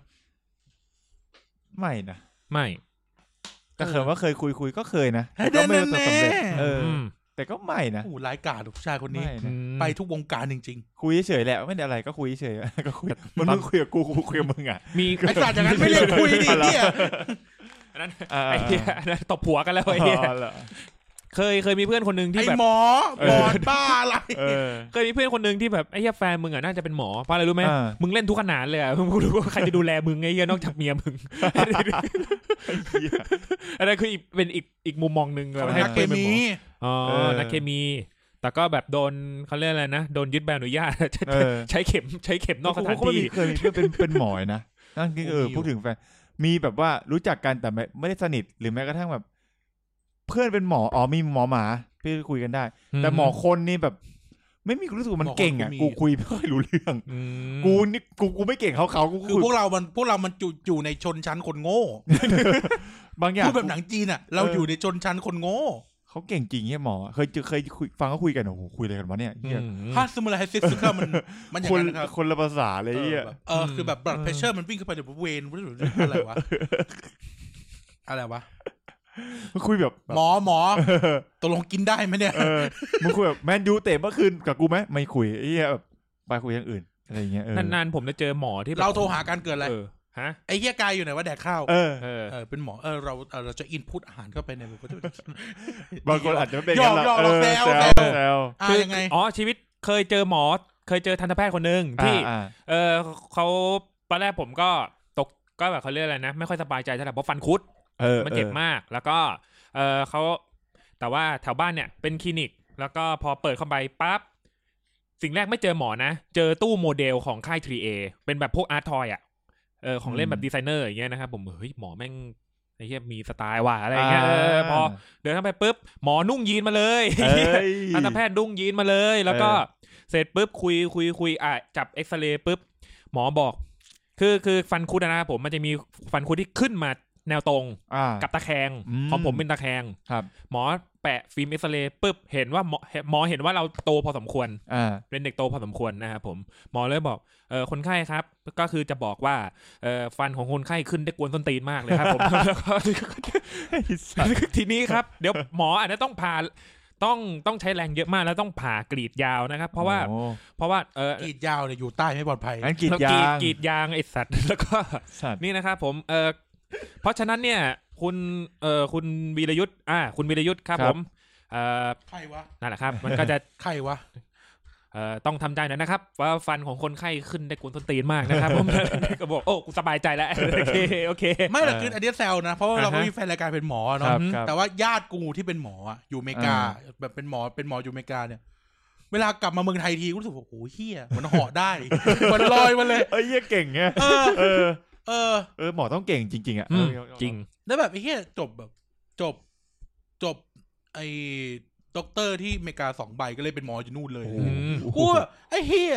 ไม่นะ ไม่ แต่เคยว่าเคยคุยคุยก็เคยนะ เฮ้ย ก็ แน่ ไม่ แน่ ว่าจะ แน่ สำเร็จเอออ ม แต่ก็ไม่นะ โอ้โหร้ายกาจผู้ชายคนนี้ ไม่นะ ไปทุกวงการจริง คุยเฉยๆแหละไม่ได้อะไรก็คุยเฉย ๆ ก็คุยมันมึงคุยกับกูกูคุยกับมึงอ่ะ มี ๆไอ้สัตว์อย่างนั้นไม่เรียกคุยดิ อะไร เนี่ย อันนั้น อ่า ไอ้เหี้ยอันนั้นตบผัวกันแล้วไอ้เหี้ย อ๋อเหรอ เคยเคยมีเพื่อนคนหนึ่ง ไอ้ ที่แบบ หมอหมอบ้าอะไร เออ เคยมีเพื่อนคนหนึ่งที่แบบไอ้เหี้ยแฟนมึงอ่ะน่าจะเป็นหมอเพราะอะไรรู้ไหม อ่ามึ มึงเล่นทุกขนาดเลยอ่ะ มึงรู้ว่าใครจะดูแลมึงไอ้เหี้ยนอกจากเมียมึง อันนั้นคืออีกเป็นอีกอีกมุมมองหนึ่งแบบ อ ให้ นักเค เพื่อนเป็น มี หมออ๋อ เออ นักเคมี แต่ก็แบบโดนเขาเรียกอะไรนะโดนยึดใบอนุญาต เออ ใช้เข็มใช้เข็มนอกสถาน ผมก็ไม่ ที่ มีเคยมีเพื่อนเป็นเป็นหมอนะนั่นคือเออพูดถึงแฟนมีแบบว่ารู้จักกันแต่ไม่ไม่ได้สนิทหรือแม้กระทั่งแบบ เพื่อนเป็นหมออ๋อมีหมอหมาพี่คุยกันได้ แต่หมอคนนี่แบบ ไม่มีรู้สึกว่ามันเก่งอ่ะกูคุยไม่ค่อยรู้เรื่อง อืม กูนี่กูกูไม่เก่งเขาเขากู คือพวกเรามันพวกเรามันอยู่ในชนชั้นคนโง่ บางอย่าง พูดแบบหนังจีนอ่ะ เราอยู่ในชนชั้นคนโง่ เขาเก่งจริงใช่หมอ เคยเจอเคยคุยฟังเขาคุยกันโอ้โหคุยอะไรกันวะเนี่ยเหี้ย ฮาสมุลไฮซิสก็มันมันอย่า ค ง น นั้นนะครับ คนละภาษาเลย เออ เหี้ย แบบเออคือแบบ blood pressure มันวิ่งขึ้นไปแบบเวนอะไรวะ อะไรวะ มึงคุยแบบแบบ หมอหมอตกลงกินได้ไหมเนี่ย เออมึงคุยแบบแมนยูเตะเมื่อคืนกับกูไหมไม่คุยไอ้เหี้ยแบบไปคุยอย่างอื่นอะไรอย่างเงี้ยเออ นานๆผมจะเจอหมอที่แบบ เราโทรหาการเกิดอะไร เออ ฮะ ไอ้เฮียกายอยู่ไหนว่าแดกข้าว เออ เออ เออเป็นหมอเออเราเออเราจะอินพุตอาหารเข้าไปในหมูกระทะ บางคนอาจจะไม่เป็น หยอก นหหรยอก เออ แซว แซว แซว แซว อ่ะยังไง อ๋อชีวิตเคยเจอหมอ เคยเจอทันตแพทย์คนหนึ่งที่ อ่า เออเขาตอนแรกผมก็ตกก็แบบเขาเรียกอะไรนะ ไม่ค่อยสบายใจเท่าไหร่เพราะฟันคุด ๆออ มันเจ็บมากแล้วก็เออเขาแต่ว่าแถวบ้านเนี่ยเป็นคลินิก แล้วก็พอเปิดเข้าไปปั๊บสิ่งแรกไม่เจอหมอนะ เจอตู้โมเดลของค่าย 3A เป็นแบบพวกอาร์ตทอยอ่ะเออของเล่นแบบดีไซเนอร์อย่างเงี้ยนะครับผมเฮ้ยหมอแม่งไอ้เหี้ยมีสไตล์ว่ะอะไรอย่างเงี้ยเออพอเดินเข้าไปปุ๊บหมอนุ่งยีนมาเลย เอ้ย ทันตแพทย์นุ่งยีนมาเลย แล้วก็ เออ เสร็จปุ๊บคุยคุยคุยอ่ะจับเอ็กซเรย์ปุ๊บหมอบอก คือคือฟันคุดอะนะครับผมมันจะมีฟันคุดที่ขึ้นมาแนวตรง อ่า กับตะแคง อืม ของผมเป็นตะแคง ครับ หมอแปะฟิล์มเอ็กซเรย์ปุ๊บเห็นว่าหมอหมอเห็นว่าเราโตพอสมควร อ่า เป็นเด็กโตพอสมควรนะครับผมหมอเลยบอกเออคนไข้ครับ ก็คือจะบอกว่าเออฟันของคนไข้ขึ้นได้กวนส้นตีนมากเลยครับผม แล้วก็ ทีนี้ครับ เดี๋ยวหมออาจจะต้องผ่าต้องต้องใช้แรงเยอะมากแล้วต้องผ่ากรีดยาวนะครับ เพราะว่า โอ้ เพราะว่าเออก รีดยาวเนี่ยอยู่ใต้ไม่ปลอดภัย งั้นกรีด เรา ยาง กรีดยางไอสัตว์ แล้วก็ สัตว์ นี่นะครับผมเออเพราะฉะนั้นเนี่ย คุณเออคุณวีรยุทธ์อ่า คุณวีรยุทธ์ครับ ครับ ผมเออ ใครวะ นั่นแหละครับ มันก็จะ ใครวะ เออต้องทำใจหน่อยนะครับ ว่าฟันของคนไข้ขึ้นได้กวนต้นตีนมากนะครับ ผม ก็บอกโอ้กูสบายใจแล้ว โอเคโอเค ไม่หรอกคืออันเดียแซวนะ เพราะว่าเราก็ อ่าฮะ มีแฟนรายการเป็นหมอ ค เนาะ รับครับ แต่ว่าญาติกูที่เป็นหมออะอยู่อเมริกา แบบเป็นหมอเป็นหมออยู่อเมริกาเนี่ย เวลากลับมาเมืองไทยทีก็รู้สึกว่าโอ้โหเฮียเหมันเหาะได้ เหมันลอยมาเลย เอ้ยเหี้ยเก่งไง เออ เออ เออ เออ หมอต้องเก่งจริง ๆ อ่ะ อืม เออ จริง แล้วแบบไอ้เฮียจบแบบ จบ จบ ไอ้ด็อกเตอร์ที่อเมริกาสองใบก็เลยเป็นหมออยู่นู่นเลย โอ้โห อืม กูแบบไอ้เฮีย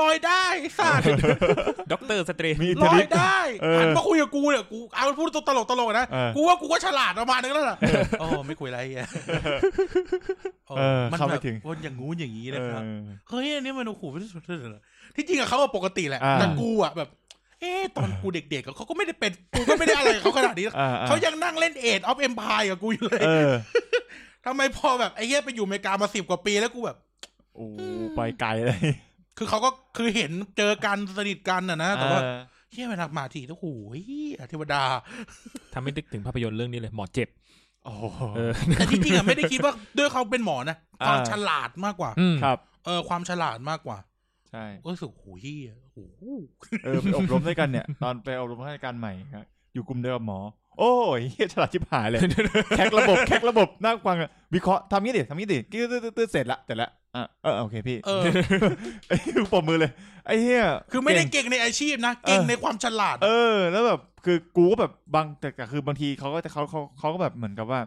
ลอยได้ไอ้สัตว์ ด็อกเตอร์สเตรย์ มีอิท ล ธิ อ ฤ ย ทธิ์ ได้ เออ หันมาคุยกับกูเนี่ยกูเอาพูดตลกตลกๆนะ เออ กูว่ากูก็ฉลาดประมาณนึงแล้วล่ะโอ้ไม่คุยอะไรอ่ะโอ้ เออ มัน เข้าไม่ แบบ ถึง วนอย่างงู้นอย่างนี้ เอ นะครับ อ เฮ้ยอันนี้มันโอ้โหไม่สุดเลยที่จริงอะเขาอะปกติแหละ อ่า แต่กูอะแบบ เอ๊ะตอนกูเด็กๆอะเขาก็ไม่ได้เป็นกูก็ไม่ได้อะไรกับเขาขนาดนี้นะ อ่า เขายังนั่งเล่นเอทออฟเอ็มพายกับกูอยู่เลย เออ ทำไมพอแบบไอ้เหี้ยไปอยู่อเมริกามาสิบกว่าปีแล้วกูแบบ โอ้ไปไกลเลย คือเขาก็คือเห็นเจอกันสนิทกันอะนะแต่ว่า เออ เหี้ยมันมาทีแล้วโอ้โหเหี้ยเทวดา ทำให้นึกถึงภาพยนตร์เรื่องนี้เลยหมอเจ็บ โอ้โห เออ แต่ที่จริงอะไม่ได้คิดว่า ด้วยเขาเป็นหมอนะ อ่า ความฉลาดมากกว่า อืม ครับ เออความฉลาดมากกว่า ใช่ ก็รู้สึกโหเฮียโอ้โห เออไปอบรมด้วยกันเนี่ย ตอนไปอบรมข้าราชการใหม่ครับอยู่กลุ่มเดียวกับหมอ โอ้ยเฮียฉลาดชิบ หายเลย แคกระบบแคกระบบนั่งฟังอะวิเคราะห์ทำงี้ดิทำงี้ดิกิ้วตื้อตื้อตื้อเสร็จละเสร็จละอ่ะเออโอเคพี่ เออ ไอ้ยปมมือเลยไอ้เฮีย คือไม่ได้ เก่ง เก่งในอาชีพนะ เก่ง เออ ในความฉลาด เออ แล้วแบบคือกูก็แบบบางแต่แต่คือบางทีเขาก็จะเขาเขาเขาก็แบบเหมือนกับว่า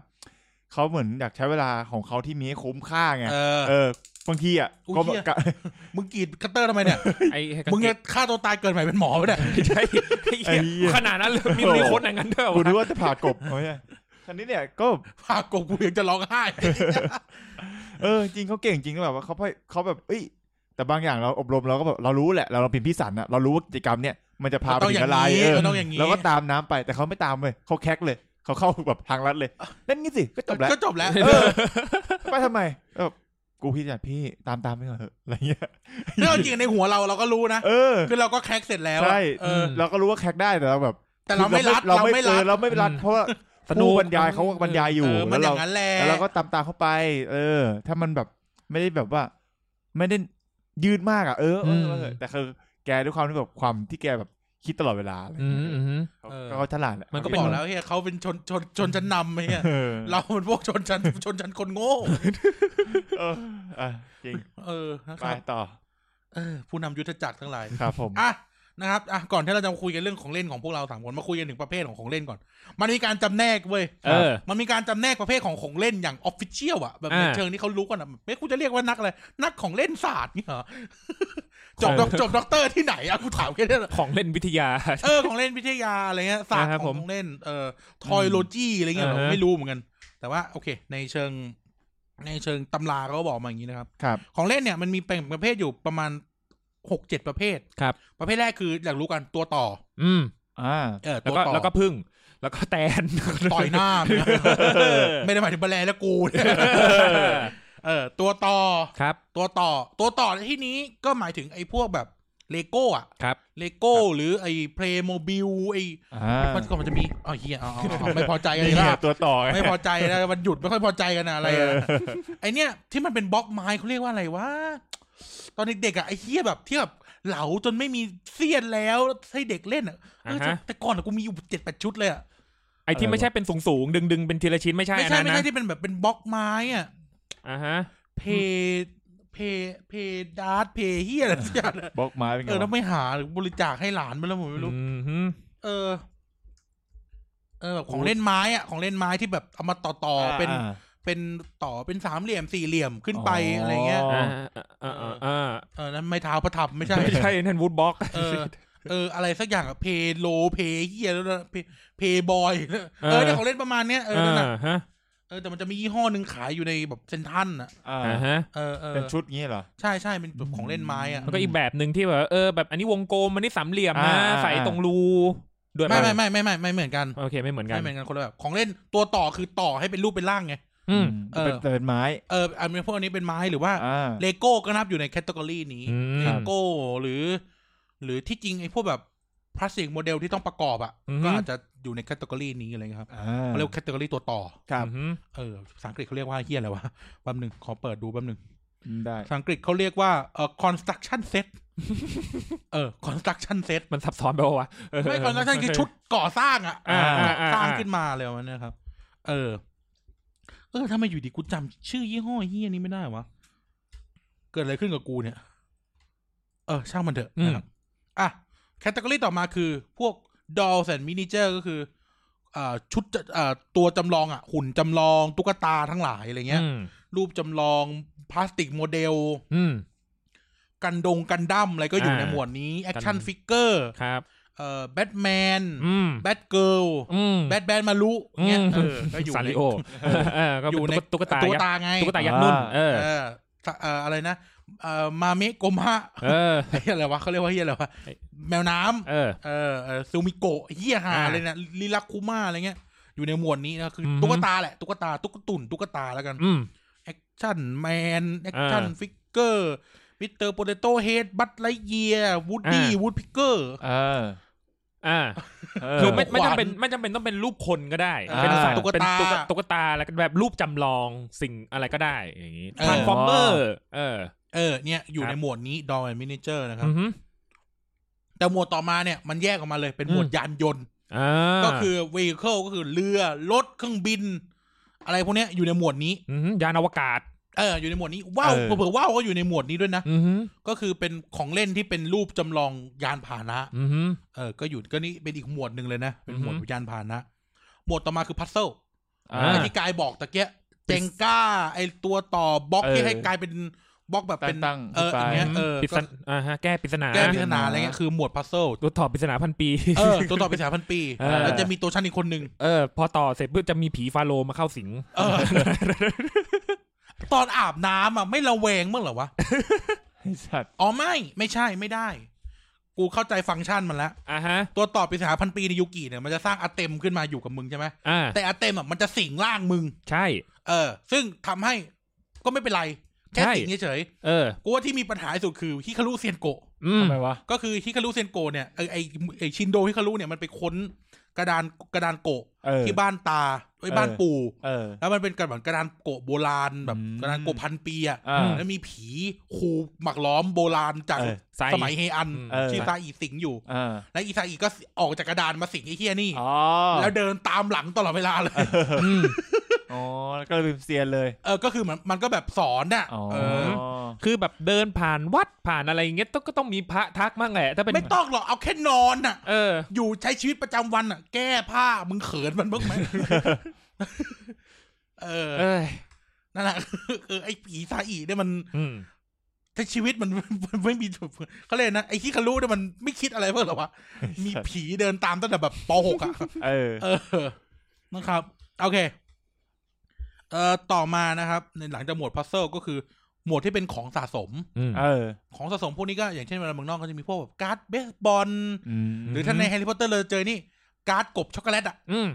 เขาเหมือนอยากใช้เวลาของเขาที่มีให้คุ้มค่าไง เออ เออบางทีอ่ะ อุ๊ย ก็ เหี้ย กะ มึงกรีดคัตเตอร์ทำไมเนี่ย ไอ้ให้กา มึง เก จะฆ่าตัวตายเกินไปเป็นหมอไปเนี่ย ใช่ไอ้เหี้ยขนาดนั้นเลยมีมีคนอย่างนั้นด้วยเหรอ กู วะ นึกว่าจะผ่ากบ เอาเนี่ยคันนี้เนี่ยก็ พากกูกูยังจะร้องไห้ เออจริงเขาเก่งจริงแบบว่าเขาเขาแบบเอ้ยแต่บางอย่างเราอบรมเราก็แบบเรารู้แหละเราเราเป็นพี่สันอะเรารู้ว่ากิจกรรมเนี่ยมันจะพาไป ต้องอ ถึ ย่าง ง อะไร นี้ เออ มันต้องอย่างนี้ เราก็ตามน้ำไปแต่เขาไม่ตามเลยเขาแคกเลยเขาเข้าแบบทางลัดเลยเล่นงี้สิก็จบแล้ว ก็จบแล้ว เออไปทำไมเออกูพี่จัดพี่ตามตามไปก่อนเถอะอะไรเงี้ย เรื่องจริงในหัวเราเราก็รู้นะ เออ คือเราก็แคกเสร็จแล้วอะ ใช่ เออ เราก็รู้ว่าแคกได้แต่เราแบบ แต่เราไม่รัดเราไม่รั เอ ด อเราไม่รัดเพราะว่าผู้บรรยายเขาก็บรรยายอยู่ เออมัน แล้ว อย่าเรางนั้นแหละ แล้วเราก็ตามตามเข้าไป เออ ถ้ามันแบบไม่ได้แบบว่า ไม่ได้ยืดมากอ่ะเออเออเออแต่คือแกด้วยความที่แบบความที่แกแบบคิดตลอดเวลาอะไร อืมอืม เขาก็เขาฉลาดแหละ มันก็ ก็บอกแล้วเฮียเขาเป็นชนชนชนชั้นนำไอ้เฮีย เออ เราเป็นพวกชนชั้นชนชั้นคนโง่ เอออ่ะจริง เออนะค ไป รับ ต่อ เออผู้นำยุทธจักรทั้งหลาย ครับผม อ่ะนะครับอ่ะก่อนที่เราจะมาคุยกันเรื่องของเล่นของพวกเราสามคนมาคุยกันถึงประเภทของของเล่นก่อน มันมีการจำแนกเว้ย เออ มันมีการจำแนกประเภทของของเล่นอย่างออฟฟิเชียลอะแบบใน อ่า เชิงที่เขารู้กันอะไม่กูจะเรียกว่านักอะไรนักของเล่นศาสตร์เนี่ยเหรอ จบด็อกจบด็อกเตอร์ที่ไหนอะกูถามแค่เนี้ยนะ ของเล่นวิทยา เออของเล่นวิทยาอะไรเงี้ยศาสตร์ อ่าครับ ข ผ อง ม ของเล่นเอ่อทอยโลจีอะไรเงี้ย อ่าฮะ เราไม่รู้เหมือนกัน แต่ว่าโอเค ในเชิง ในเชิงตำราเขาก็บอกมาอย่างนี้นะครับ ครับ ของเล่นเนี่ยมันมีแบ่งประเภทอยู่ประมาณหกเจ็ดประเภท ครับ ประเภทแรกคืออยากรู้กันตัวต่อ อืม อ่า เออ แล้ตัวว ก็ ต่อ แล้วก็พึ่ง แล้วก็แตน ต่อยห น้ามึงนะ เออ ไม่ได้หมายถึงแบรนด์แล้วกู เนี่ยเออตัวต่อ ครับ ตัวต่อ ตัวต่อในที่นี้ก็หมายถึงไอ้พวกแบบ เลโก้อะ ครับ เลโก้หรือไอ้เพลย์โมบิลไอ้ อ่า มันก่อนมันจะมีอ๋อเฮียเอาเอาเอาไม่พอใจกัน นี่ อีก ไง แล้ว ตัวต่อ ไม่พอใจนะวันหยุดไม่ค่อยพอใจกันนะอะไรอะไอเนี้ยที่มันเป็นบล็อกไม้เขาเรียกว่าอะไรวะตอนเด็กๆอะไอเฮียแบบที่แบบเหลาจนไม่มีเสี้ยนแล้วให้เด็กเล่นอะเออ อ่าฮะ แต่ก่อนอะกูมีอยู่เจ็ดแปดชุดเลยอะ ไอที่ไม่ใช่เป็นสูงสูงดึงดึงๆเป็นทีละชิ้นไม่ใช่ ไม่ อัน ใช่ นั้น ไม่ นะ ใช่ที่เป็นแบบเป็นบล็อกไม้อะ อ่าฮะ เพย์เพย์เพย์ดาร์ตเพย์เฮียอะไรสักอย่างอะ บล็อกไม้เป็นไง เออแล้ว วะ ไม่หาหรือบริจาคให้หลานไปแล้วผมไม่รู้ อืมฮึ เออ เออแบบของเล่นไม้อะของเล่นไม้ที่แบบเอามาต่อต่อๆเป็น อ่า เป็นต่อเป็นสามเหลี่ยมสี่เหลี่ยมขึ้นไป อ๋ออ อะไรเงี้ย อ่าอ่าอ่าอ่า เออนั่นไม่เท้าประทับไม่ใช่ ไม่ใช่นั่นวูดบล็อก เออ เออ อะไรสักอย่างอะเพโลเพเฮียแล้วนะเพย์บอย เออเนี่ยของเล่นประมาณเนี้ยเออนั่นน่ะ ฮะ เออแต่มันจะมียี่ห้อหนึ่งขายอยู่ในแบบเซนทรันอ่ะ อ่า อ่าฮะ เออเออ เป็นชุดงี้เหรอ ใช่ใช่เป็นแบบของเล่นไม้อ่ะ แล้วก็อีกแบบหนึ่งที่แบบว่าเออแบบอันนี้วงกลมอันนี้สามเหลี่ยมนะ อ่าอ่า ใส่ตรงรูด้วย ไม่ ปะ ไม่ไม่ไม่ไม่ไม่เหมือนกัน โอเคไม่เหมือนกัน ไม่เหมือนกันคนละแบบของเล่นตัวต่อคือต่อให้เป็นรูปเป็นร่างไง อืม แต่เป็น เออ แต่เป็นไม้ เอออันนี้พวกอันนี้เป็นไม้หรือว่า อ่า เลโก้ก็นับอยู่ในแคตตากรีนี้ อืม เลโก้หรือ หรือที่จริงไอ้พวกแบบพลาสติกโมเดลที่ต้องประกอบอ่ะ อือฮึ ก็อาจจะอยู่ในแคตตากรีนี้อะไรเงี้ยครับ อ่า เขาเรียกแคตตาล็อตัวต่อ ครับ อืม เออภาษาอังกฤษเขาเรียกว่าเฮียอะไรวะ แป๊บหนึ่งขอเปิดดูแป๊บหนึ่ง ได้ ภาษาอังกฤษเขาเรียกว่าเอ่อ construction set เออ construction set มันซับซ้อนไปปะวะเออ ไม่ construction คือชุดก่อสร้างอะ อ่าอ่าอ่ สร้างขึ้นมาแล้วะเนี่ยครับ เออ เออทำไมอยู่ดีกูจำชื่อยี่ห้อเฮียนี้ไม่ได้วะ เกิดอะไรขึ้นกับกูเนี่ย เออ ช่างมันเถอะนะครับอ่ะแคตตาล็อต่อมาคือ พวก dolls and miniature ก็คืออ่าชุดจะอ่าตัวจำลองอ่ะ หุ่นจำลองตุ๊กตาทั้งหลายอะไรเงี้ย อืม รูปจำลองพลาสติกโมเดล อืม กันดงกันดั้มอะไรก็อยู่ใน อ่า หมวดนี้ แอคชั่น กัน ฟิกเกอร์ ครับ เอ่อแบทแมน อืม แบทเกิล อืม แบทแมนมารุเงี้ยเออก็อยู่ ซา ใน ริโอเออก็ อยู่ใน เป็นตุ๊กตา ตุ๊ก ยักษ์ ตาไง ตุ๊กตายักษ์นุ่น อ่า เออ เออสะเอ่ออะไรนะเอ่อมาเมะโกมะ เออ ไอ้อะไรวะเขาเรียกว่าเฮียอะไรวะ ไอ้ แมวน้ำ เออ เออเออซูมิโกะเฮียหา อ่า เลยนะลิลักคุมาอะไรเงี้ย อยู่ในหมวดนี้นะคืออ อฮึ ตุ๊กตาแหละตุ๊กตาตุ๊กตุ่นตุ๊กตาแล้วกัน อืม แอคชั่นแมนแอคชั่น อ่า ฟิกเกอร์มิสเตอร์โปเตโต้เฮดบัตไลเยียวูดดี้ อ่า วูดพิกเกอร์ เออ อ่า เ คือไม่ไม่ ขวาน จำเป็นไม่จำเป็นต้องเป็นรูปคนก็ได้ อ่า เป็นสัตว์ ตุ๊กตา เป็นตุ๊กตุ๊กตาแล้วก็แบบรูปจำลองสิ่งอะไรก็ได้อย่างงี้ เออ ทานฟอร์เมอร์เออ เออเนี่ย อยู่ ครับ ในหมวดนี้ดอ l แอนมินิเจอร์นะครับ อือหือ แต่หมวดต่อมาเนี่ย มันแยกออกมาเลยเป็นหมวด อืม ยานยนต์ อ่า ก็คือ vehicle ก็คือเรือ รถ เครื่องบิน อะไรพวกเนี้ยอยู่ในหมวดนี้ อหือยานอวกาศ เอออยู่ในหมวดนี้ว่าว เออ เผื่อๆว่าวก็อยู่ในหมวดนี้ด้วยนะ อือหือ ก็คือเป็นของเล่นที่เป็นรูปจำลองยานพาหนะ อือหือ เออก็อยู่ก็นี่เป็นอีกหมวดหนึ่งเลยนะเป็นหมวด อือหือ ยานพาหนะ หมวดต่อมาคือพัซเซิล อ่า อ่า ไอ้ที่กายบอกตะเกียเจงก้า ไอ้ตัวต่อบล็อก เออ ที่ให้กลายเป็นบล็อกแบบเป็น ตั้งๆ เออ ขึ้นอไปย่างเงี้ยเออ ปริศ ก็ นาอ่าฮะแก้ปริศนา แก้ปริศนาอะไรเงี้ยคือหมวดพัซเซิล ตัวต่อปริศนาพันปี เออตัวต่อปริศนาพันปี เออ แล้วจะมีตัวชั้นอีกคนหนึ่ง เออ พอต่อเสร็จปุ๊บจะมีผีฟาโรห์มาเข้าสิง เออ ตอนอาบน้ำอ่ะไม่ระแวงมั้างเหรอวะ ไอ้สัตว์ อ๋อไม่ไม่ใช่ไม่ได้ กูเข้าใจฟังก์ชันมันแล้ว อ่าฮะ ตัวต่อปริศนาพันปีในยูกิเนี่ยมันจะสร้างอาเต็มขึ้นมาอยู่กับมึงใช่ไหม อ่า แต่อาเต็มอ่ะมันจะสิงร่างมึง ใช่ เออ ซึ่งทำให้ก็ไม่เป็นไรแค่ ใช่ สิงเฉยๆ เออ กูว่าที่มีปัญหาที่สุดคือฮิคารุเซียนโกะ อืม ทำไมวะ ก็คือฮิคารุเซียนโกะเนี่ยเออไอไอชินโดฮิคารุเนี่ยมันไปค้นกระดานกระดานโกะ เออ ที่บ้านตาไอ้ยบ้าน เออ ปู่ เออ แล้วมันเป็นกระดานกระดานโกะโบราณแบบ อืม กระดานโกะพันปีอ่ะ อ่า แล้วมีผีคูหมักล้อมโบราณจาก เออ ใส่ สมัยเฮอัน เออ ชื่อซาอีสิงอยู่ อ่า และอีซาอีก็ออกจากกระดานมาสิงไอ้เฮียนี่ อ๋อ แล้วเดินตามหลังตลอดเวลาเลย อืม อ๋อแล้วก็ลืมเซียนเลย เออก็คือเหมือนมันก็แบบสอนน่ะ อ๋อ เออ คือแบบเดินผ่านวัดผ่านอะไรอย่างเงี้ยต้องก็ต้องมีพระทักมั่งแหละ ถ้าเป็น ไม่ต้องหรอกเอาแค่นอนน่ะ เออ อยู่ใช้ชีวิตประจำวันอ่ะ แก้ผ้ามึงเขินมันบ้าง ไหม เออ เอย นั่นแหละ คือไอ้ผีซาอีเนี่ยมัน อืม ถ้าชีวิตมัน มันไม่มีเขาเลยกนะไอ้ที่คารุเนี่ยมันไม่คิดอะไรเพิ่มหรอวะมีผีเดินตามตั้งแต่แบบปหกอ่ะ เออ เออนะครับ โอเค เอ่อต่อมานะครับ ในหลังจากหมวดพัซเซิลก็คือ หมวดที่เป็นของสะสม อืม เออ ของสะสมพวกนี้ก็อย่างเช่นเวลาเมืองนอกก็จะมีพวกแบบการ์ดเบสบอล อืม หรือถ้าในแฮร์รี่พอตเตอร์เราเจอนี่ การ์ดกบช็อกโกแลตอ่ะ อืม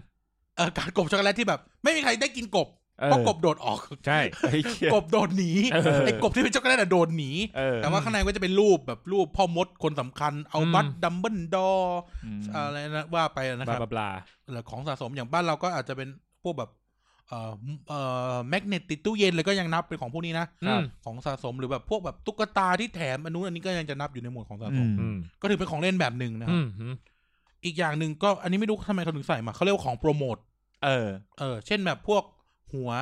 เออการกบช็อกโกแลตที่แบบ ไม่มีใครได้กินกบ เอ เพราะ อก บโดดออก ใช่ ไอ้เหี้ย กบโดดหนี เออ ไอ้กบที่เป็นช็อกโกแลตอะโดดหนี เออ แต่ว่าข้างในก็จะเป็นรูปแบบรูปพ่อมดคนสำคัญ เอา อืม บัตรดัมเบิลดอร์ อืม อะไรนะว่าไปนะค บลา รับบ ลาบลา หรือของสะสมอย่างบ้านเราก็อาจจะเป็นพวกแบบ เอ่อเอ่อแมกเนตติดตู้เย็นเลยก็ยังนับเป็นของพวกนี้นะ อืม ของสะสมหรือแบบพวกแบบตุ๊กตาที่แถมอันนู้นอันนี้ก็ยังจะนับอยู่ในหมวดของสะส อื ม ม อืม ก็ถือเป็นของเล่นแบบหนึ่งนะค อื รับ มอืม อีกอย่างหนึ่งก็อันนี้ไม่รู้ทำไมเขาถึงใส่มาเขาเรียกว่าของโปรโมท เออ เออเช่นแบบพวกหัว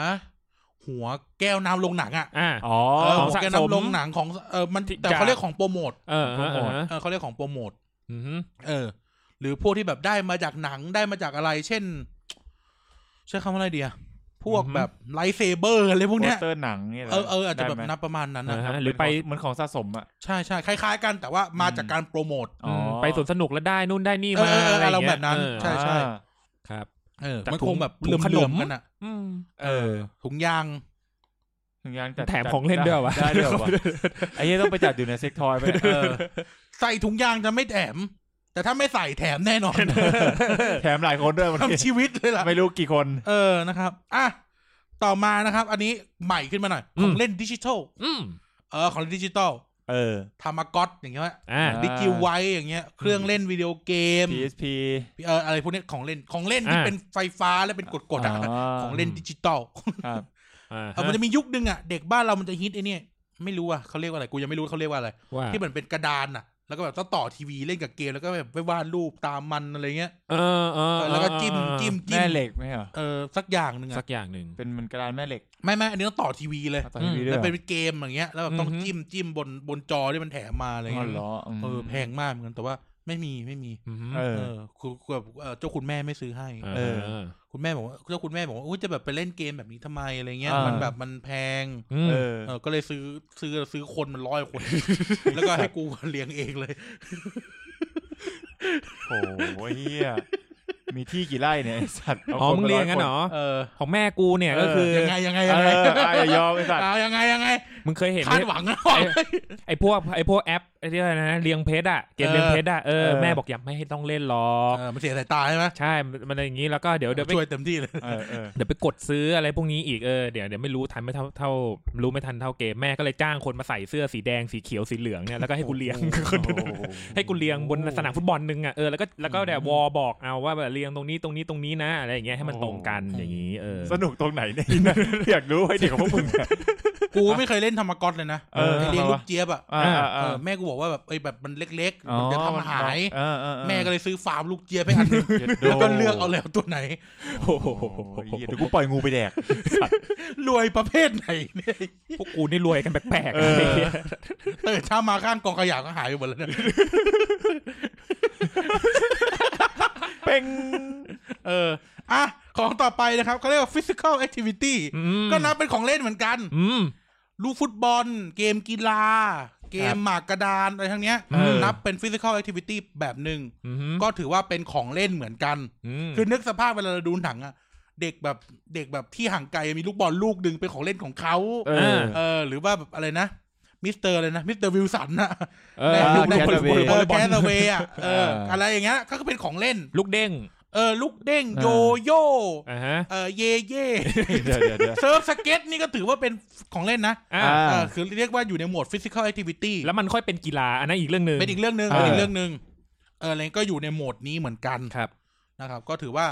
หัวแก้วน้ำลงหนังอ่ะ อ่า อ๋อ เออ ข ข อ อง ง สะ แก สม น้ำลงหนังของเออมัน ที่ แต่ จาก เขาเรียกของโปรโมท เออเออเออ เออเขาเรียกของโปรโมท อืม เออ หรือพวกที่แบบได้มาจากหนังได้มาจากอะไร เช่น ใช้คำว่าอะไรเดียพวกแบบไลท์เซเบอร์อะไรพวก โป เนี้ย สเตอร์หนังเนี่ยหร เออเอออาจจะแบบ ได้ไหม นับประมาณนั้น อ่า นะครับ ฮะหรือไป เหมือนของสะสมอ่ะ ใช่ใช่คล้าย ๆ กันแต่ว่ามาจากการโปรโมท อ๋อ ไปสวนสนุกแล้วได้นู่นได้นี่มา เออเออเออ อะไร เรา เงี้ แบ ย บนั้น เออ ใช่ อ่า ครับ เออ แต่ มัน ถุง คงแบบ ถุง เลื่อม ขนม ๆกันอะ อืม เออ ถุงยาง ถึงงานจัด แถมของเล่นด้วยวะ ได้ด้วยวะไอ้เหี้ยต้องไปจัดอยู่ในเซ็กทอยไปเนี่ย เออ ใส่ถุงยางจะไม่แถม แต่ถ้าไม่ใส่แถมแน่นอน แถมหลายคนด้วยมัน ทำชีวิตเลยล่ะ ไม่รู้กี่คน เออ นะครับ อ่ะ ต่อมานะครับ อันนี้ใหม่ขึ้นมาหน่อย อื ขอมงเล่นดิจิทัล อืม เออ ของเล่นดิจิทัล เออ ทามากอตอย่างเงี้ย อ่า อ่า ดิจิไวอย่างเงี้ย เครื่องเล่นวิดีโอเกม PSP เออ อะไรพวกเนี้ยของเล่น ของเล่นที่ อ่า เป็นไฟฟ้าและเป็นกดๆอ่ะ า ของเล่นดิจิตอล ครับ อ่า เออมันจะมียุคนึงอ่ะ เด็กบ้านเรามันจะฮิตไอ้เนี่ย ไม่รู้อ่ะเขาเรียกว่าอะไร กูยังไม่รู้เขาเรียกว่าอะไร ว่า ที่เหมือนเป็นกระดานอ่ะ แล้วก็แบบต้องต่อทีวีเล่นกับเกม แล้วก็แบบไปวาดรูปตามมันอะไรเงี้ย เออเออ เออ แล้วก็จิ้มจิ้มจิ้ แม่ ม เหล็กไหมเหรอ เออ สักอย่างหนึ่ง สั อ่ะ กอย่างหนึ่ง เป็นเหมันกระดานแม่เหล็ก ไม่ไม่อันนี้ต้องต่อทีวีเลย เอาต่อทีวีด้วย แล้วเหรอ เป็นเกมอย่างเงี้ยแล้วแบบต้อง อือฮึ จิ้มจิ้มบนบนจอที่มันแถมมาอะไร อ๋อ เงี้ย เหรอม เออแพงมากเหมือนกันแต่ว่าไม่มีไม่มี อืม เอ เอ อ อคือคือแบบเอ่อเจ้าคุณแม่ไม่ซื้อให้ เออ คุณแม่บอกว่าเจ้าคุณแม่บอกว่าอุ๊ยจะแบบไปเล่นเกมแบบนี้ทำไมอะไรเงี้ย อ่ามั มันแบบมันแพง อืม เออ เออก็เลยซื้อซื้อซื้อคนมันร้อยคน แล้วก็ให้กูเลี้ยงเองเลย โอ้โหเฮียมีที่กี่ไร่เนี่ยไอ้สัตว์า อ๋อ ค มึง มา เรียนกัน ค เหรอ เออ ของแม่กูเนี่ยก็ เออ คือ ยังไงยังไง เออ ยังไง อ่ะอย่ายอมไอ้สัตว์ อ่ายังไงยังไง มึงเคยเห็น คาด ไหม หวังนะ ไอ้ ไอ้พวกไอ้พวกแอปไอ้ที่อะไรนะเลียงเพชรอะเกมเลียงเพชรอะเออแม่บอกอย่าไม่ให้ต้องเล่นหรอก เออมันเสียสายตาใช่ไหม ใช่มันมันอย่างนี้แล้วก็เดี๋ยวเดี๋ยวไป ช่วยเต็มที่เลย เออเออ เดี๋ยวไปกดซื้ออะไรพวกนี้อีกเออเดี๋ยวเดี๋ยวไม่รู้ทันไม่เท่าเท่ารู้ไม่ทันเท่าเกมแม่ก็เลยจ้างคนมาใส่เสื้อสีแดงสีเขียวสีเหลืองเนี่ยแล้วก็ให้กูเลี้ยงคนนั้น โอ้โห ให้กูเลี้ยงบนสนามฟุตบอลหนึงอ่ะเออแล้วก็แล้วก็เดี๋ยววอบอกเอาว่าแบบเลี้ยงตรงนี้ตรงนี้ตรงนี้นะอะไรอย่างเงี้ยให้มันตรงกันอย่างนี้เออ สนุกตรงไหนเนี่ยอยากรู้ไอ้เด็กของพวกมึงเนี่ย กูไม่เคยเล่นธรรมกอตเลยนะ เออ ไอ้เลี้ยงลูกเจี๊ยบอ่ะ อ่าอ่า เอ อ่า อแม่กูบอกว่าแบบเอ้ยแบบมันเล็กๆมันจะทำหาย เออเออออ แม่ก็เลยซื้อฟาร์มลูกเจี๊ยบไปอันหนึง จ็ดโด แล้วก็เลือกเอาแล้วตัวไหน โอ้โหเหี้ยเดี๋ยวกูปล่อยงูไปแดก รวยประเภทไหนเนี่ย พวกกูนี่รวยกันแปลกๆ เอ อะ อ ไรเงี้ย เออถ้ามาข้างกองขยะก็หายไปหมดแล้วเนี่ย เป้ง เอออ่ะของต่อไปนะครับเขาเรียกว่า physical activity ม ก็นับเป็นของเล่นเหมือนกัน อืม ลูกฟุตบอล เกมกีฬา เกมหมากกระดานอะไรทั้งเนี้ย เออ นับเป็น physical activity แบบหนึ่ง อืม ก็ถือว่าเป็นของเล่นเหมือนกัน ม คือนึกสภาพเวลาเราดูหนังอะเด็กแบบเด็กแบบที่ห่างไกลมีลูกบอลลูกดึงเป็นของเล่นของเขา เออ เออหรือว่าแบบอะไรนะ มิสเตอร์อะไรนะมิสเตอร์วิลสันน่ะ เอ ใน อ ยุ ลู ค ก ใน แค เด้งคนเออทเวย์แคสเวย์อ่ะเออ เอออ อะไรอย่างเงี้ยก็คือเป็นของเล่น ลูกเด้ง เออลูกเด้งโยโย่ อ่าฮะ เออเย่เย่ เดี๋ยวเดี๋ยวเดี๋ยว เซิร์ฟสเก็ตนี่ก็ถือว่าเป็นของเล่นนะ อ่า อ่า เออคือเรียกว่าอยู่ในหมวด physical activity แล้วมันค่อยเป็นกีฬาอันนั้นอีกเรื่องหนึ่ง เป็นอีกเรื่องหนึ่ง เออ เป็นอีกเรื่องหนึ่งเอออะไรก็อยู่ในโหมดนี้เหมือนกัน ครับ นะครับ ก็ถือว่า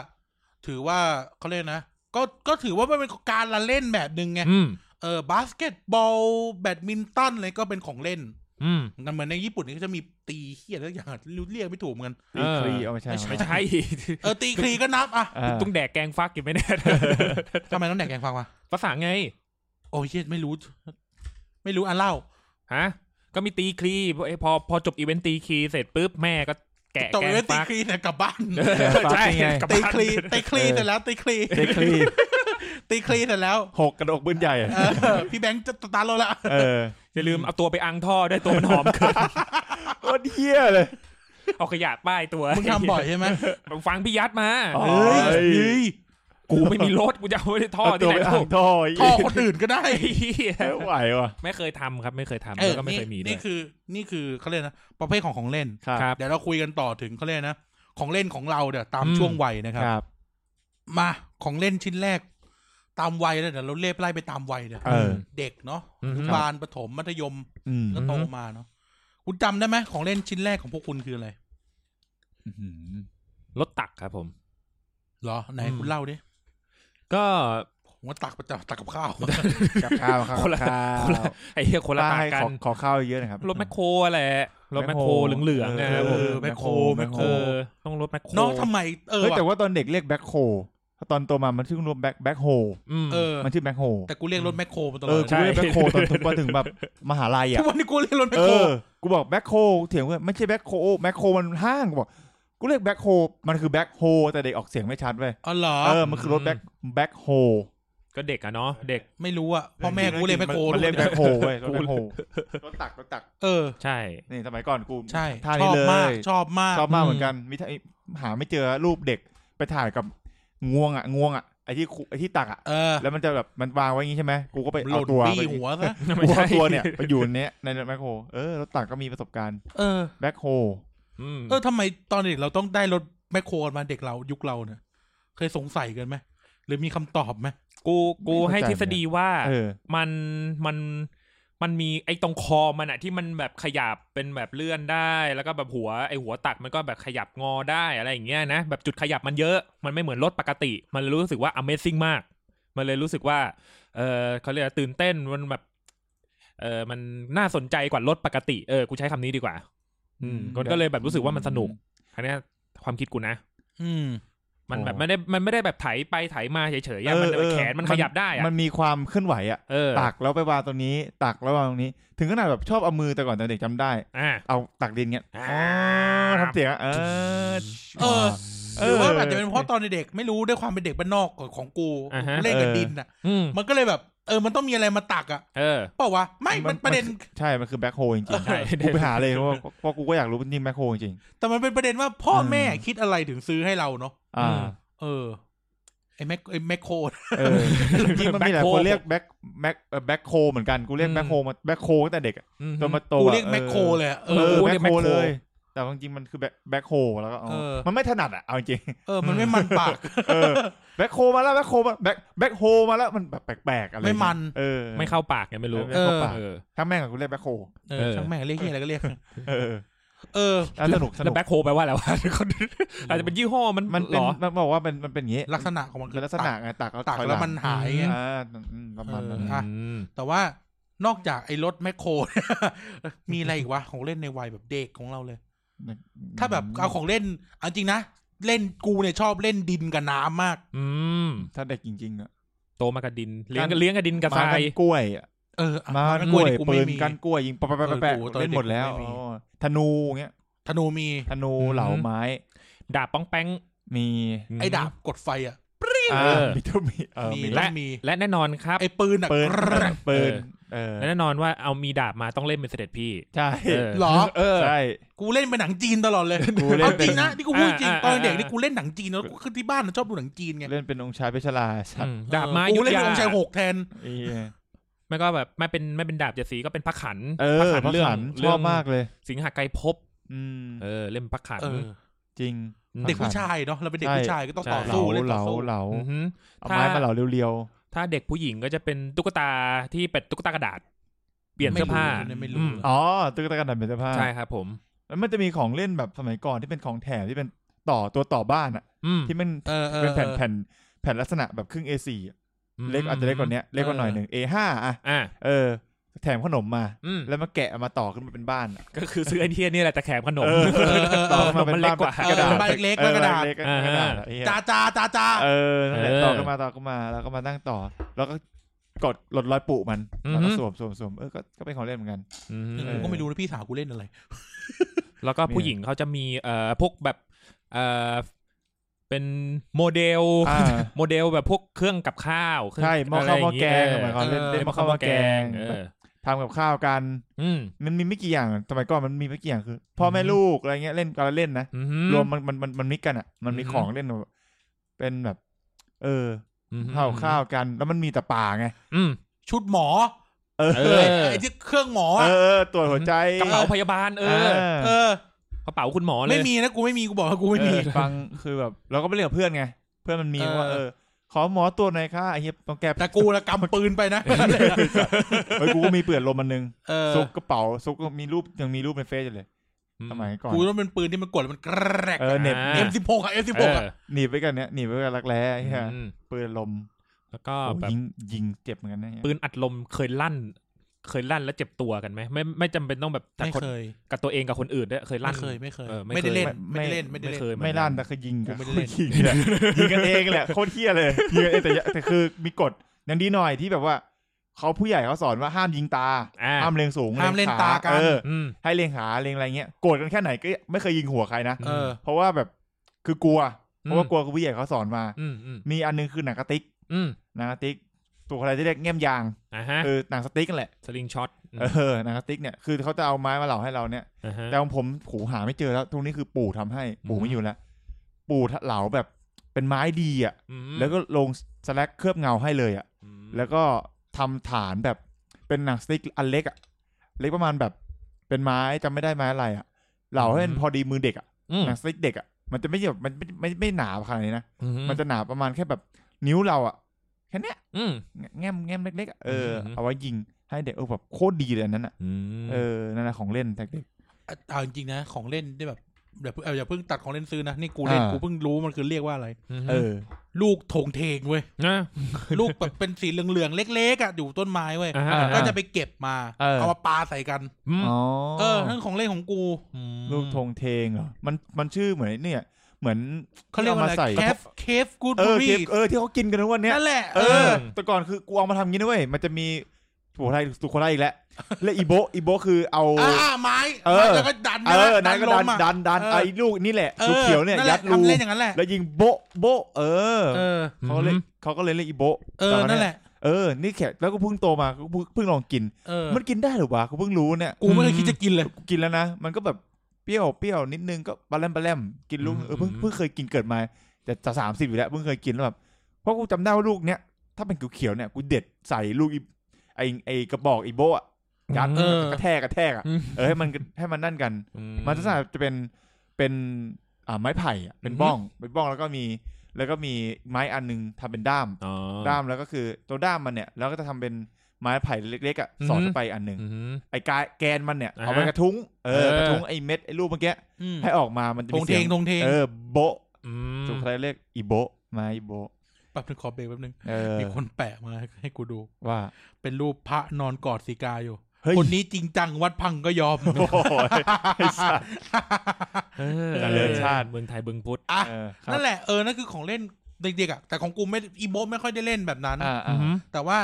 ถือว่าเขาเรียกนะก็ก็ถือว่ามันเป็นการละเล่นแบบหนึ่งไง อืม เออบาสเกตบอลแบดมินตันอะไรก็เป็นของเล่น อืม มันเหมือนในญี่ปุ่นนี่ก็จะมีตีเฮียแล้วอย่างรู้เรียกไม่ถูกเหมือนกัน ตีครีเอาไม่ใช่ ไม่ใช่ ไม่ใช่ เออตีคลีก็นับอ่ะ อ่า ต้องแดกแกงฟักกินไหมเนี่ย ทำไมต้องแดกแกงฟังวะ ภาษาไง โอ้ยเหี้ยไม่รู้ ไม่รู้อ่ะเล่า ฮะ ก็มีตีคลีพอพอพอจบอีเวนต์ตีคลีเสร็จปุ๊บแม่ก็แกะ ตก แก ไป ง ว่าตี ฟัก คลีเนี่ยกลับบ้าน แดกฟัก ใช่ นี่ไง ตีคลีตีคลีเสร็จแล้วตีคลี เด็กครี ตีคลีเสร็จแล้ว หกกระดกปืนใหญ่ เออพี่แบงค์จะสตาร์ทรถละ เออ อย่าลืมเอาตัวไปอังท่อด้วยตัวมันหอมเกิน โคตรเหี้ยเลย เอาขยะป้ายตัว มึงทำบ่อย ใช่ไหม มึงฟังพี่ยัดมา อ๋อ เฮ้ยเฮ้ย กูไม่มีรถกูจะเอาไว้ในท่อ เอาตั ที่ ว ไห ไป น อ่า ถู ง ก ท่อ ท่อคนอื่นก็ได้ ไม่ไหวว่ะ ไม่เคยทำครับ ไม่เคยทำ เออแล้วก็ไม่ นี่ เคยมีด้ว นี่ ย คือ นี่คือเขาเรียกนะประเภทของของเล่น ครับ ครับ เดี๋ยวเราคุยกันต่อถึงเขาเรียกนะ ของเล่นของเราเดี๋ยวตาม อืม ช่วงวัยนะครับ มาของเล่นชิ้นแรก ตามวัยเลยเดี๋ยวเราเล่ไล่ไปตามวัยเนี่ย เออ เด็กเนาะ อืม อนุบาลประถมมัธยม อืม ก็โตมาเนาะคุณจำได้ไหมของเล่นชิ้นแรกของพวกคุณคืออะไร อืม รถตักครับผม เหรอไหน อืม คุณเล่าดิ ก็ ผมว่าตักประจำตักกับข้าว กับข้าวครับ คนละ กับข้าว คนละไอ้เหี้ยคนละ ป้า ตา ให้ กั ขอน ขอข้าวเยอะหนะครับ รถแมคโครอะไรรถแมคโครเหลืองๆนะครับผม เออ แมคโครแมคโคร เออต้องรถแมคโคร เนอะทำไมเออ เฮ้ยแต่ ว่ะ ว่าตอนเด็กเรียกแบ็คโฮตอนโตมามันชื่อรวมแบ็คแบ็คโฮ อืม เออ มันชื่อแบ็คโฮ แต่กูเรียกรถแมคโครมาตล เอ อ อ ด กูเรียกแบ็คโฮตอนถึงมาถึงแบบมหาลัย ทุ อ่ะกวันนี้กูเรียกรถแมค เอ โคร อกูบอกแบ็คโฮเถียงเพื่อนไม่ใช่แบ็คโฮแบ็คโฮมันห้างกูบอกกูเรียกแบ็คโฮมันคือแบ็คโฮแต่เด็กออกเสียงไม่ชัดเว้ย อ๋อเหรอ เออมันคือรถแบ็คแบ็คโฮ ก็เด็กอะเนาะเด็ก ไม่รู้อ่ะพ่อแม่กูเรียกแมคโคร มันเรียกแบ็คโฮเว้ยรถแบ็คโฮรถตักรถตัก เออ ใช่ นี่สมัยก่อนกู ใช่ ท่า ช นี้ อบ เลย มากชอบมาก ชอบมากเหมือนกันมีท่าหาไม่เจอรูปเด็กไปถ่ายกับงวงอ่ะงวงอ่ะไอที่คุไอที่ตักอ่ะ เออ แล้วมันจะแบบมันวางไว้อย่างงี้ใช่ไหมกูก็ไป ห เอา ล่น ตัว ปี้ ไป หัวซะ กูเอาตัวเนี่ยไปอยู่ในเนี้ยในแมคโครเออรถตักก็มีประสบการณ์ เออ แบ็คโฮ อืม เออทำไมตอนเด็กเราต้องได้รถแมคโครกันมาเด็กเรายุคเราเนี่ยเคยสงสัยกันไหมหรือมีคำตอบไหม กูกูให้ทฤษฎีว่า เออ มันมันมันมีไอ้ตรงคอมันอะที่มันแบบขยับเป็นแบบเลื่อนได้ แล้วก็แบบหัวไอ้หัวตักมันก็แบบขยับงอได้อะไรอย่างเงี้ยนะแบบจุดขยับมันเยอะมันไม่เหมือนรถปกติ มันเลยรู้สึกว่า Amazing มาก มันเลยรู้สึกว่าเออเขาเรียกว่าตื่นเต้นมันแบบเออมันน่าสนใจกว่ารถปกติเออกูใช้คำนี้ดีกว่า อืม อืม ก็เลยแบบรู้สึกว่ามันสนุกอันเนี้ยความคิดกูนะ อืม มันแบบ โอ้ ไม่ได้มันไม่ได้แบบไถไปไถมาเฉยๆอะมัน เออเออ แขนมันขยับได้อะ มันมีความเคลื่อนไหวอ่ะ เออ ตักแล้วไปวางตรงนี้ ตักแล้ววางตรงนี้ ถึงขนาดแบบชอบเอามือแต่ก่อนตอนเด็กจำได้ อ่า เอาตักดินเงี้ย อ่า อ๋อทำเสียงอะเออ เออรือเหว่าอาจจะเป็นเพราะตอนเด็กๆไม่รู้ด้วยความเป็นเด็กบ้านนอกของกู อ่าฮะ กูเล่นกับดินอ่ะ อืม มันก็เลยแบบ เออมันต้องมีอะไรมาตักอ่ะ เออ เปล่าวะไม่มันประเด็น ใช่ มันคือแบ็คโฮจริงๆ ใช่ กูไปหาเลยเพราะว่าเพราะกูก็อยากรู้จริงแบ็คโฮจริง แต่มันเป็นประเด็นว่าพ่อแม่คิดอะไรถึงซื้อให้เราเนาะ ๆอ่า อืม เออไอ้แมคไอ้แมคโคร เออจริงๆมันมีหลายคนเรียกแบ็คแบ็คแบ็คโคเหมือนกันกูเรียก อืม แบ็คโคมาแบ็คโคตั้งแต่เด็กอะ อืม จนมาโต กู อะ เรียกแมคโครเลยอะเอ เออ อ กูเรี แบ็ ยกคโค Macro เลย แต่จริงๆมันคือแบ็คแบ็คโคแล้วก็อ๋อ เออ มันไม่ถนัดอ่ะเอาจริง เออ มันไม่มันปาก ๆเออแบ็คโคมาแล้วแบ็คโคมาแบ็คแบ็คโฮมาแล้วมันแบบแปลกๆอะไร ไม่มัน เออ ไม่เข้าปากไงไม่รู้ เออไม่เข้าปาก เออ ถ้าแม่งกับกูเรียกแบ็คโค เอ เอ อ อ ช่างแม่งเรียกเหียอะไรก็เรียก เอ อ เออ แล้วสนุกส แล้ นุ ว ก แบ็คโฮแปลว่าอะไรว ะคนอาจจะเป็นยี่ห้อมัน มัน ห เป็ ร น อ มันบอกว่าเป็นมันเป็นอย่างงี้ ลักษณะของมัน คือลักษณะไงตักแล้ว ตัก ถอยห แล้ ลั ว ง มันหายไง อ่าอืมประมาณนั้น เอ นะ อืม แต่ว่านอกจากไอ้รถแมคโคร มีอะไรอีกวะ ของเล่นในวัยแบบเด็กของเราเลย ถ้าแบบเอาของเล่นเอาจริงนะ เล่นกูเนี่ยชอบเล่นดินกับน้ำมาก อืม ถ้าเด็กจริงๆอ่ะ โตมากับดินเลี้ยง กั กัน น เลี้ยงกับดินกับมารทาย กันกล้วยอะ เอออ่ะ มา กัน กล้วย กู ปื ไม่ น มี กันกล้วยยิงปะปะปะปะแปะ เออกูตอนเด็ก เล่นหมดแล้ว กูไม่มี อ๋อธนูเงี้ย ธนูมี ธนู อืม เหลาไม้ ดาบป้องแป้ง มี ม ไอ้ดาบกดไฟอ่ะ อ่า เออ มีเท่ามีเออ มี มี และ และ มี และแน่นอนครับ ไอ้ปืนอ่ะ ปืน กรึ๊ด ปืเอนอ เออ และแน่นอนว่าเอามีดาบมาต้องเล่นเป็นเสด็จพี่ ใช่ เออ เหรอ เออใช่ กูเล่นเป็นหนังจีนตลอดเลย กูเล่น เอาจเป็นริงนะนี่กูพูดจริง อ่าอ่า ตอนเด็กนี่กูเล่นหนังจีนแล้วกูขึ้นที่บ้านน่ะชอบดูหนังจีนไง เล่นเป็นองค์ชายเพชรลาสัต อื ว์ มดาบไม้ กู ยุทธ เล่น ยา เป็นองค์ชายหกแทน เออ ไม่ก็แบบไม่เป็นไม่เป็นดาบเจ็ดสีก็เป็นพระขัน เออพระ เรื่ ขันช เรื่ อบมากเลย สิงหาไกรภพ อืม เออเล่นพระขัน เออ จริง อืม เด็ก พผู้ระขัน ชายเนาะเราเป็นเด็ก ใช่ ผู้ชายก็ต้องต่อ เหลา สู้เล่น เห ต่อ ลา สู้ เหลา อือหือ เอาไม้ ถ้าม มาเหลาเรียว ถ้าเด็กผู้หญิงก็จะเป็นตุ๊กตาที่เป็นตุ๊กตากระดาษ เปลี่ยนเสื้อผ้า ไม่รู้เนี่ยไม่ อื รู้ ม ๆอ๋อตุ๊กตากันดันเป็นเสื้อผ้า ใช่ครับผม แล้วมันจะมีของเล่นแบบสมัยก่อนที่เป็นของแถมที่เป็นต่อตัวต่อบ้านอะ อืม ที่มัน เออออ เป็นแผ่นแผ่นแผ่นลักษณะแบบครึ่ง A4 อะเล็กอาจจะเล็กกว่าเนี้ยเล็กกว่าหน่อยหนึ่ง A5 อ่ะ อ่า เออ แถมขนมมา อืม แล้วมาแกะเอามาต่อขึ้นมาเป็นบ้านอะ ก็คือซื้อไอเทียนี่แหละแต่แขมขนม เออ เออเอ อเอ ต่อ อ ขึ้นมาเป็นบ้าน มันเล็กกว่า ป็นระดาเออบ้านษเล็กๆ ออ บ้านกระดาษ บ้เล็กๆบ้นกระดาษอะไอ้เหี้ย จ้าจ้าจ้าจ้า เออนั่นแหละ เออ ต่อขึ้นมาต่อขึ้นมาแล้วก็มานั่งต่อ แล้วก็กดลดรอยปุมัน อือฮึ แล้วก็สวมสวมสวมเออก็ก็เป็นของเล่นเหมือนกัน อืม เออกูก็ไม่รู้นะพี่สาวกูเล่นอะไร แล้วก็ผู้หญิงเขาจะมีเอ่อพวกแบบเอ่อเป็นโมเดล อ่า โมเดลแบบพวกเครื่องกับข้าวเครื่ง ใช่หม้อข้าว ะไรหม้อย่แกง เอ เหมืออนเขาเล่น เออ เล่นหม้อข้าวหม้อแกง เอ แบบ อ ทำกับข้าวกัน อืม มันมีไม่กี่อย่างสมัยก่อนมันมีไม่กี่อย่างคือพ่อแม่ลูกอะไรเงี้ยเล่นกันแล้วเล่นนะ อื รวมมันมันมันมันมิกกันอ่ะ มันมี อือฮึ ของเล่นแบบเป็นแบบ เออ อืม ข้าวข้าวกัน แล้วมันมีแต่ป่าไง อืม ชุดหมอ เออ เอ ไอ้ไอ้ที่เครื่องหมอ เอ อะ อตรวจหัวใจ กระเป๋าพยาบาลเออ เออ กระเป๋าคุณหมอเลย ไม่มีนะกูไม่มีกูบอกว่ากูไม่มี ฟังคือแบบ เราก็ไปเล่นกับเพื่อนไง เพื่อนมันมี เออ ว่า เออ ขอหมอตรวจหน่อยค่ะไอ้เหี้ยต้องแก้ แต่กูละกำปืนไปนะ เฮ้ยกูก็มีเปื่อนลมอันนึง เออ ซุกกระเป๋าซุกก็มีรูปยังมีรูปในเฟซอยู่เลย อืม สมัยก่อน กูต้องเป็นปืนที่มันกดแล้วมันแกรก เออเน็ต า เอ็มสิบหกอะเอ็มสิบหกอะ หนีไปกันเนี้ยหนีไปกันรักแร้ไอ้เหี้ย อืม เปื่อนลม แล้วก็ โอ้ แบบ ยิงยิงเจ็บเหมือนกันนะเหี้ย ปืนอัดลมเคยลั่น เคยลั่นแล้วเจ็บตัวกันไหมไม่ไม่จำเป็นต้องแบบกับ ไม่ คน เคย กับตัวเองกับคนอื่นด้วยเคยลั่ ไม่ น เคยไม่เคย เออไม่ ไม่ได้เล่น เคย ไม่ได้เล่นไม่ได้ ไม่ เล่น เคยเหอกั ไม่ลั่นแต่คือยิง กูไม่ได้เล่น ยิงเนี่ยยิงกันเองแหละโคตรเฮี้ยเลยยิงกันเองแต่แต่คือมีกฎอย่างดีหน่อยที่แบบว่าเขาผู้ใหญ่เขาสอนว่าห้ามยิงตา อ่า ห้ามเล็งสูง ห้ามเล่น ข ตากัน เออ อืม ให้เล็งหาเล็งอะไรเงี้ยโกรธกันแค่ไหนก็ไม่เคยยิงหัวใครนะ เออ เพราะว่าแบบคือกลัว อืม เพราะว่ากลัวคือผู้ใหญ่เขาสอนมา อืมอืม มีอันนึงคือหนังกระติก อืม หนังกระติก ตัวอะไรที่เรียกแง่มยาง อ่าฮะ คือหนังสติ๊กนั่นแหละ สลิงช็อต เออหนังกระติกเนี่ยคือเขาจะเอาไม้มาเหล่าให้เราเนี่ย อ่าฮะ แต่ของผมผูหาไม่เจอแล้วตรงนี้คือปู่ทำให้ปู่ อืม ไม่อยู่แล้ว ปู่เหลาแบบเป็นไม้ดีอ่ะ อืม แล้วก็ลงสแลกเคลือบเงาให้เลยอ่ะ อืม แล้วก็ทำฐานแบบเป็นหนังสติ๊กอันเล็กอ่ะ เล็กประมาณแบบเป็นไม้จำไม่ได้ไม้อะไรอ่ะ เหลาให้มันพอดีมือเด็กอ่ะ อืม หนังสติ๊กเด็กอ่ะมันจะไม่แบบมันไม่ไม่ไม่หนาขนาดนี้นะ อื มันจะหนาประมาณแค่แบบนิ้วเราอ่ะแค่เนี้ย อืม แง่มแง่มเล็กๆอะเอออ ม เอาไว้ยิงให้เด็กเออแบบโคตรดีเลยอันนั้นอ่ะ อืม เออนั่นแหละของเล่นแต่เด็ก อ่ะเอาจริงๆนะ ของเล่นได้แบบอย่าเพิ่งเอาอย่าเพิ่งตัดของเล่นซื้อนะ นี่กูเล่น อ่า กูเพิ่งรู้มันคือเรียกว่าอะไร เออ ลูกโถงเทงเว้ย นะ ลูกแบบเป็นสีเหลืองๆเล็กๆอ่ะอยู่ต้นไม้เว้ย อ่าฮ อ่า ก็ อ่า จะไปเก็บมา เออ เอามาปาใส่กัน อืม อ๋อ เออนั่นของเล่นของกูอืม ลูกธงเทงเหรอ มัน มันชื่อเหมือนไอ้เนี่ย เหมือน เขาเรียกว่าอะไร ใส่ เคฟเคฟกูด เอ บู อ รี เค้กเออ ที่เขากินกันทุกวันเนี้ย นั่นแหละ เออ แต่ก่อนคือกูเอามาทำงี้นะเว้ย มันจะมีสุโขทัยสุโขทัยอี กแล้ว และอีโบะอีโบะคือเอา อ่าไม้ เออ ไม้แล้วก็ดัน เออ ะ นั้นก็ ล ดัน มอะ ดัน ดัน เออ ไอ้ลูกนี่แหละ ออ ลูกเขียวเนี่ย แห ยั ละ ดรู ทำเล่นอย่างนั้นแหละ แล้วยิงโบะโบะเออ เออ เขาเลยเขาก็เลยเรียกอีโบะ เออ ต นั่นแหละ เออ นี่แขกแล้วก็เพิ่งโตมาก็เพิ่งเพิ่งลองกิน เออ มันกินได้เหรือวะกูเพิ่งรู้เนี่ย กูไม่เคยคิดจะกินเลย กินแล้วนะ มันก็แบบเปรี้ยวเปรี้ยวนิดนึงก็ปลาแรมปลาแรมกินลูกเออเพิ่งเพิ่งเคยกินเกิดมาจะจะสามสิบอยู่แล้วเพิ่งเคยกินแล้วแบบเพราะกูจำได้ว่าลูกเนี้ยถ้าเป็นเขียวๆเนี่ยกูเด็ดใส่ลูกอีไอไอกระบอกอีโบะอะยัด เออ กระแทกกระแทกอ่ะ อืม เออให้มันให้มันนั่นกัน อื มันจะจะเป็นเป็นอ่าไม้ไผ่อะเป็นบ้องเป็นบ้องแล้วก็มีแล้วก็มีไม้อันนึงทำเป็นด้าม อ๋อ ด้ามแล้วก็คือตัวด้ามมันเนี่ยแล้วก็จะทำเป็นไม้ไผ่เล็กๆอ่ะสอด อือฮึ เข้าไปอันหนึ่ง อืม ไอ้กายแกนมันเนี่ย อ่าฮะ เอาไปกระทุ้งเออ เออ กระทุ้งไอ้เม็ดไอ้รูปเมื่อกี้ อืม ให้ออกมามันจะ ท มี งเท เสีย ง ง ทงเทง เออโบะ อืม สุขใครเรียกอีโบะมาอีโบะ แป๊บนึงขอเบรกแป๊บนึง เออ มีคนแปะมาให้กูดู ว่า เป็นรูปพระนอนกอดสีกาอยู่ เฮ้ย คนนี้จริงจังวัดพังก็ยอม โอ้โหไอ้สัตว์ เออ เจริญชาติ เมืองไทยเมืองพุทธ อ่ะ เออครับ นั่นแหละเออนั่นคือของเล่นเด็กๆอ่ะแต่ของกูไม่อีโบะไม่ค่อยได้เล่นแบบนั้น อ่าอ่า แต่ว่า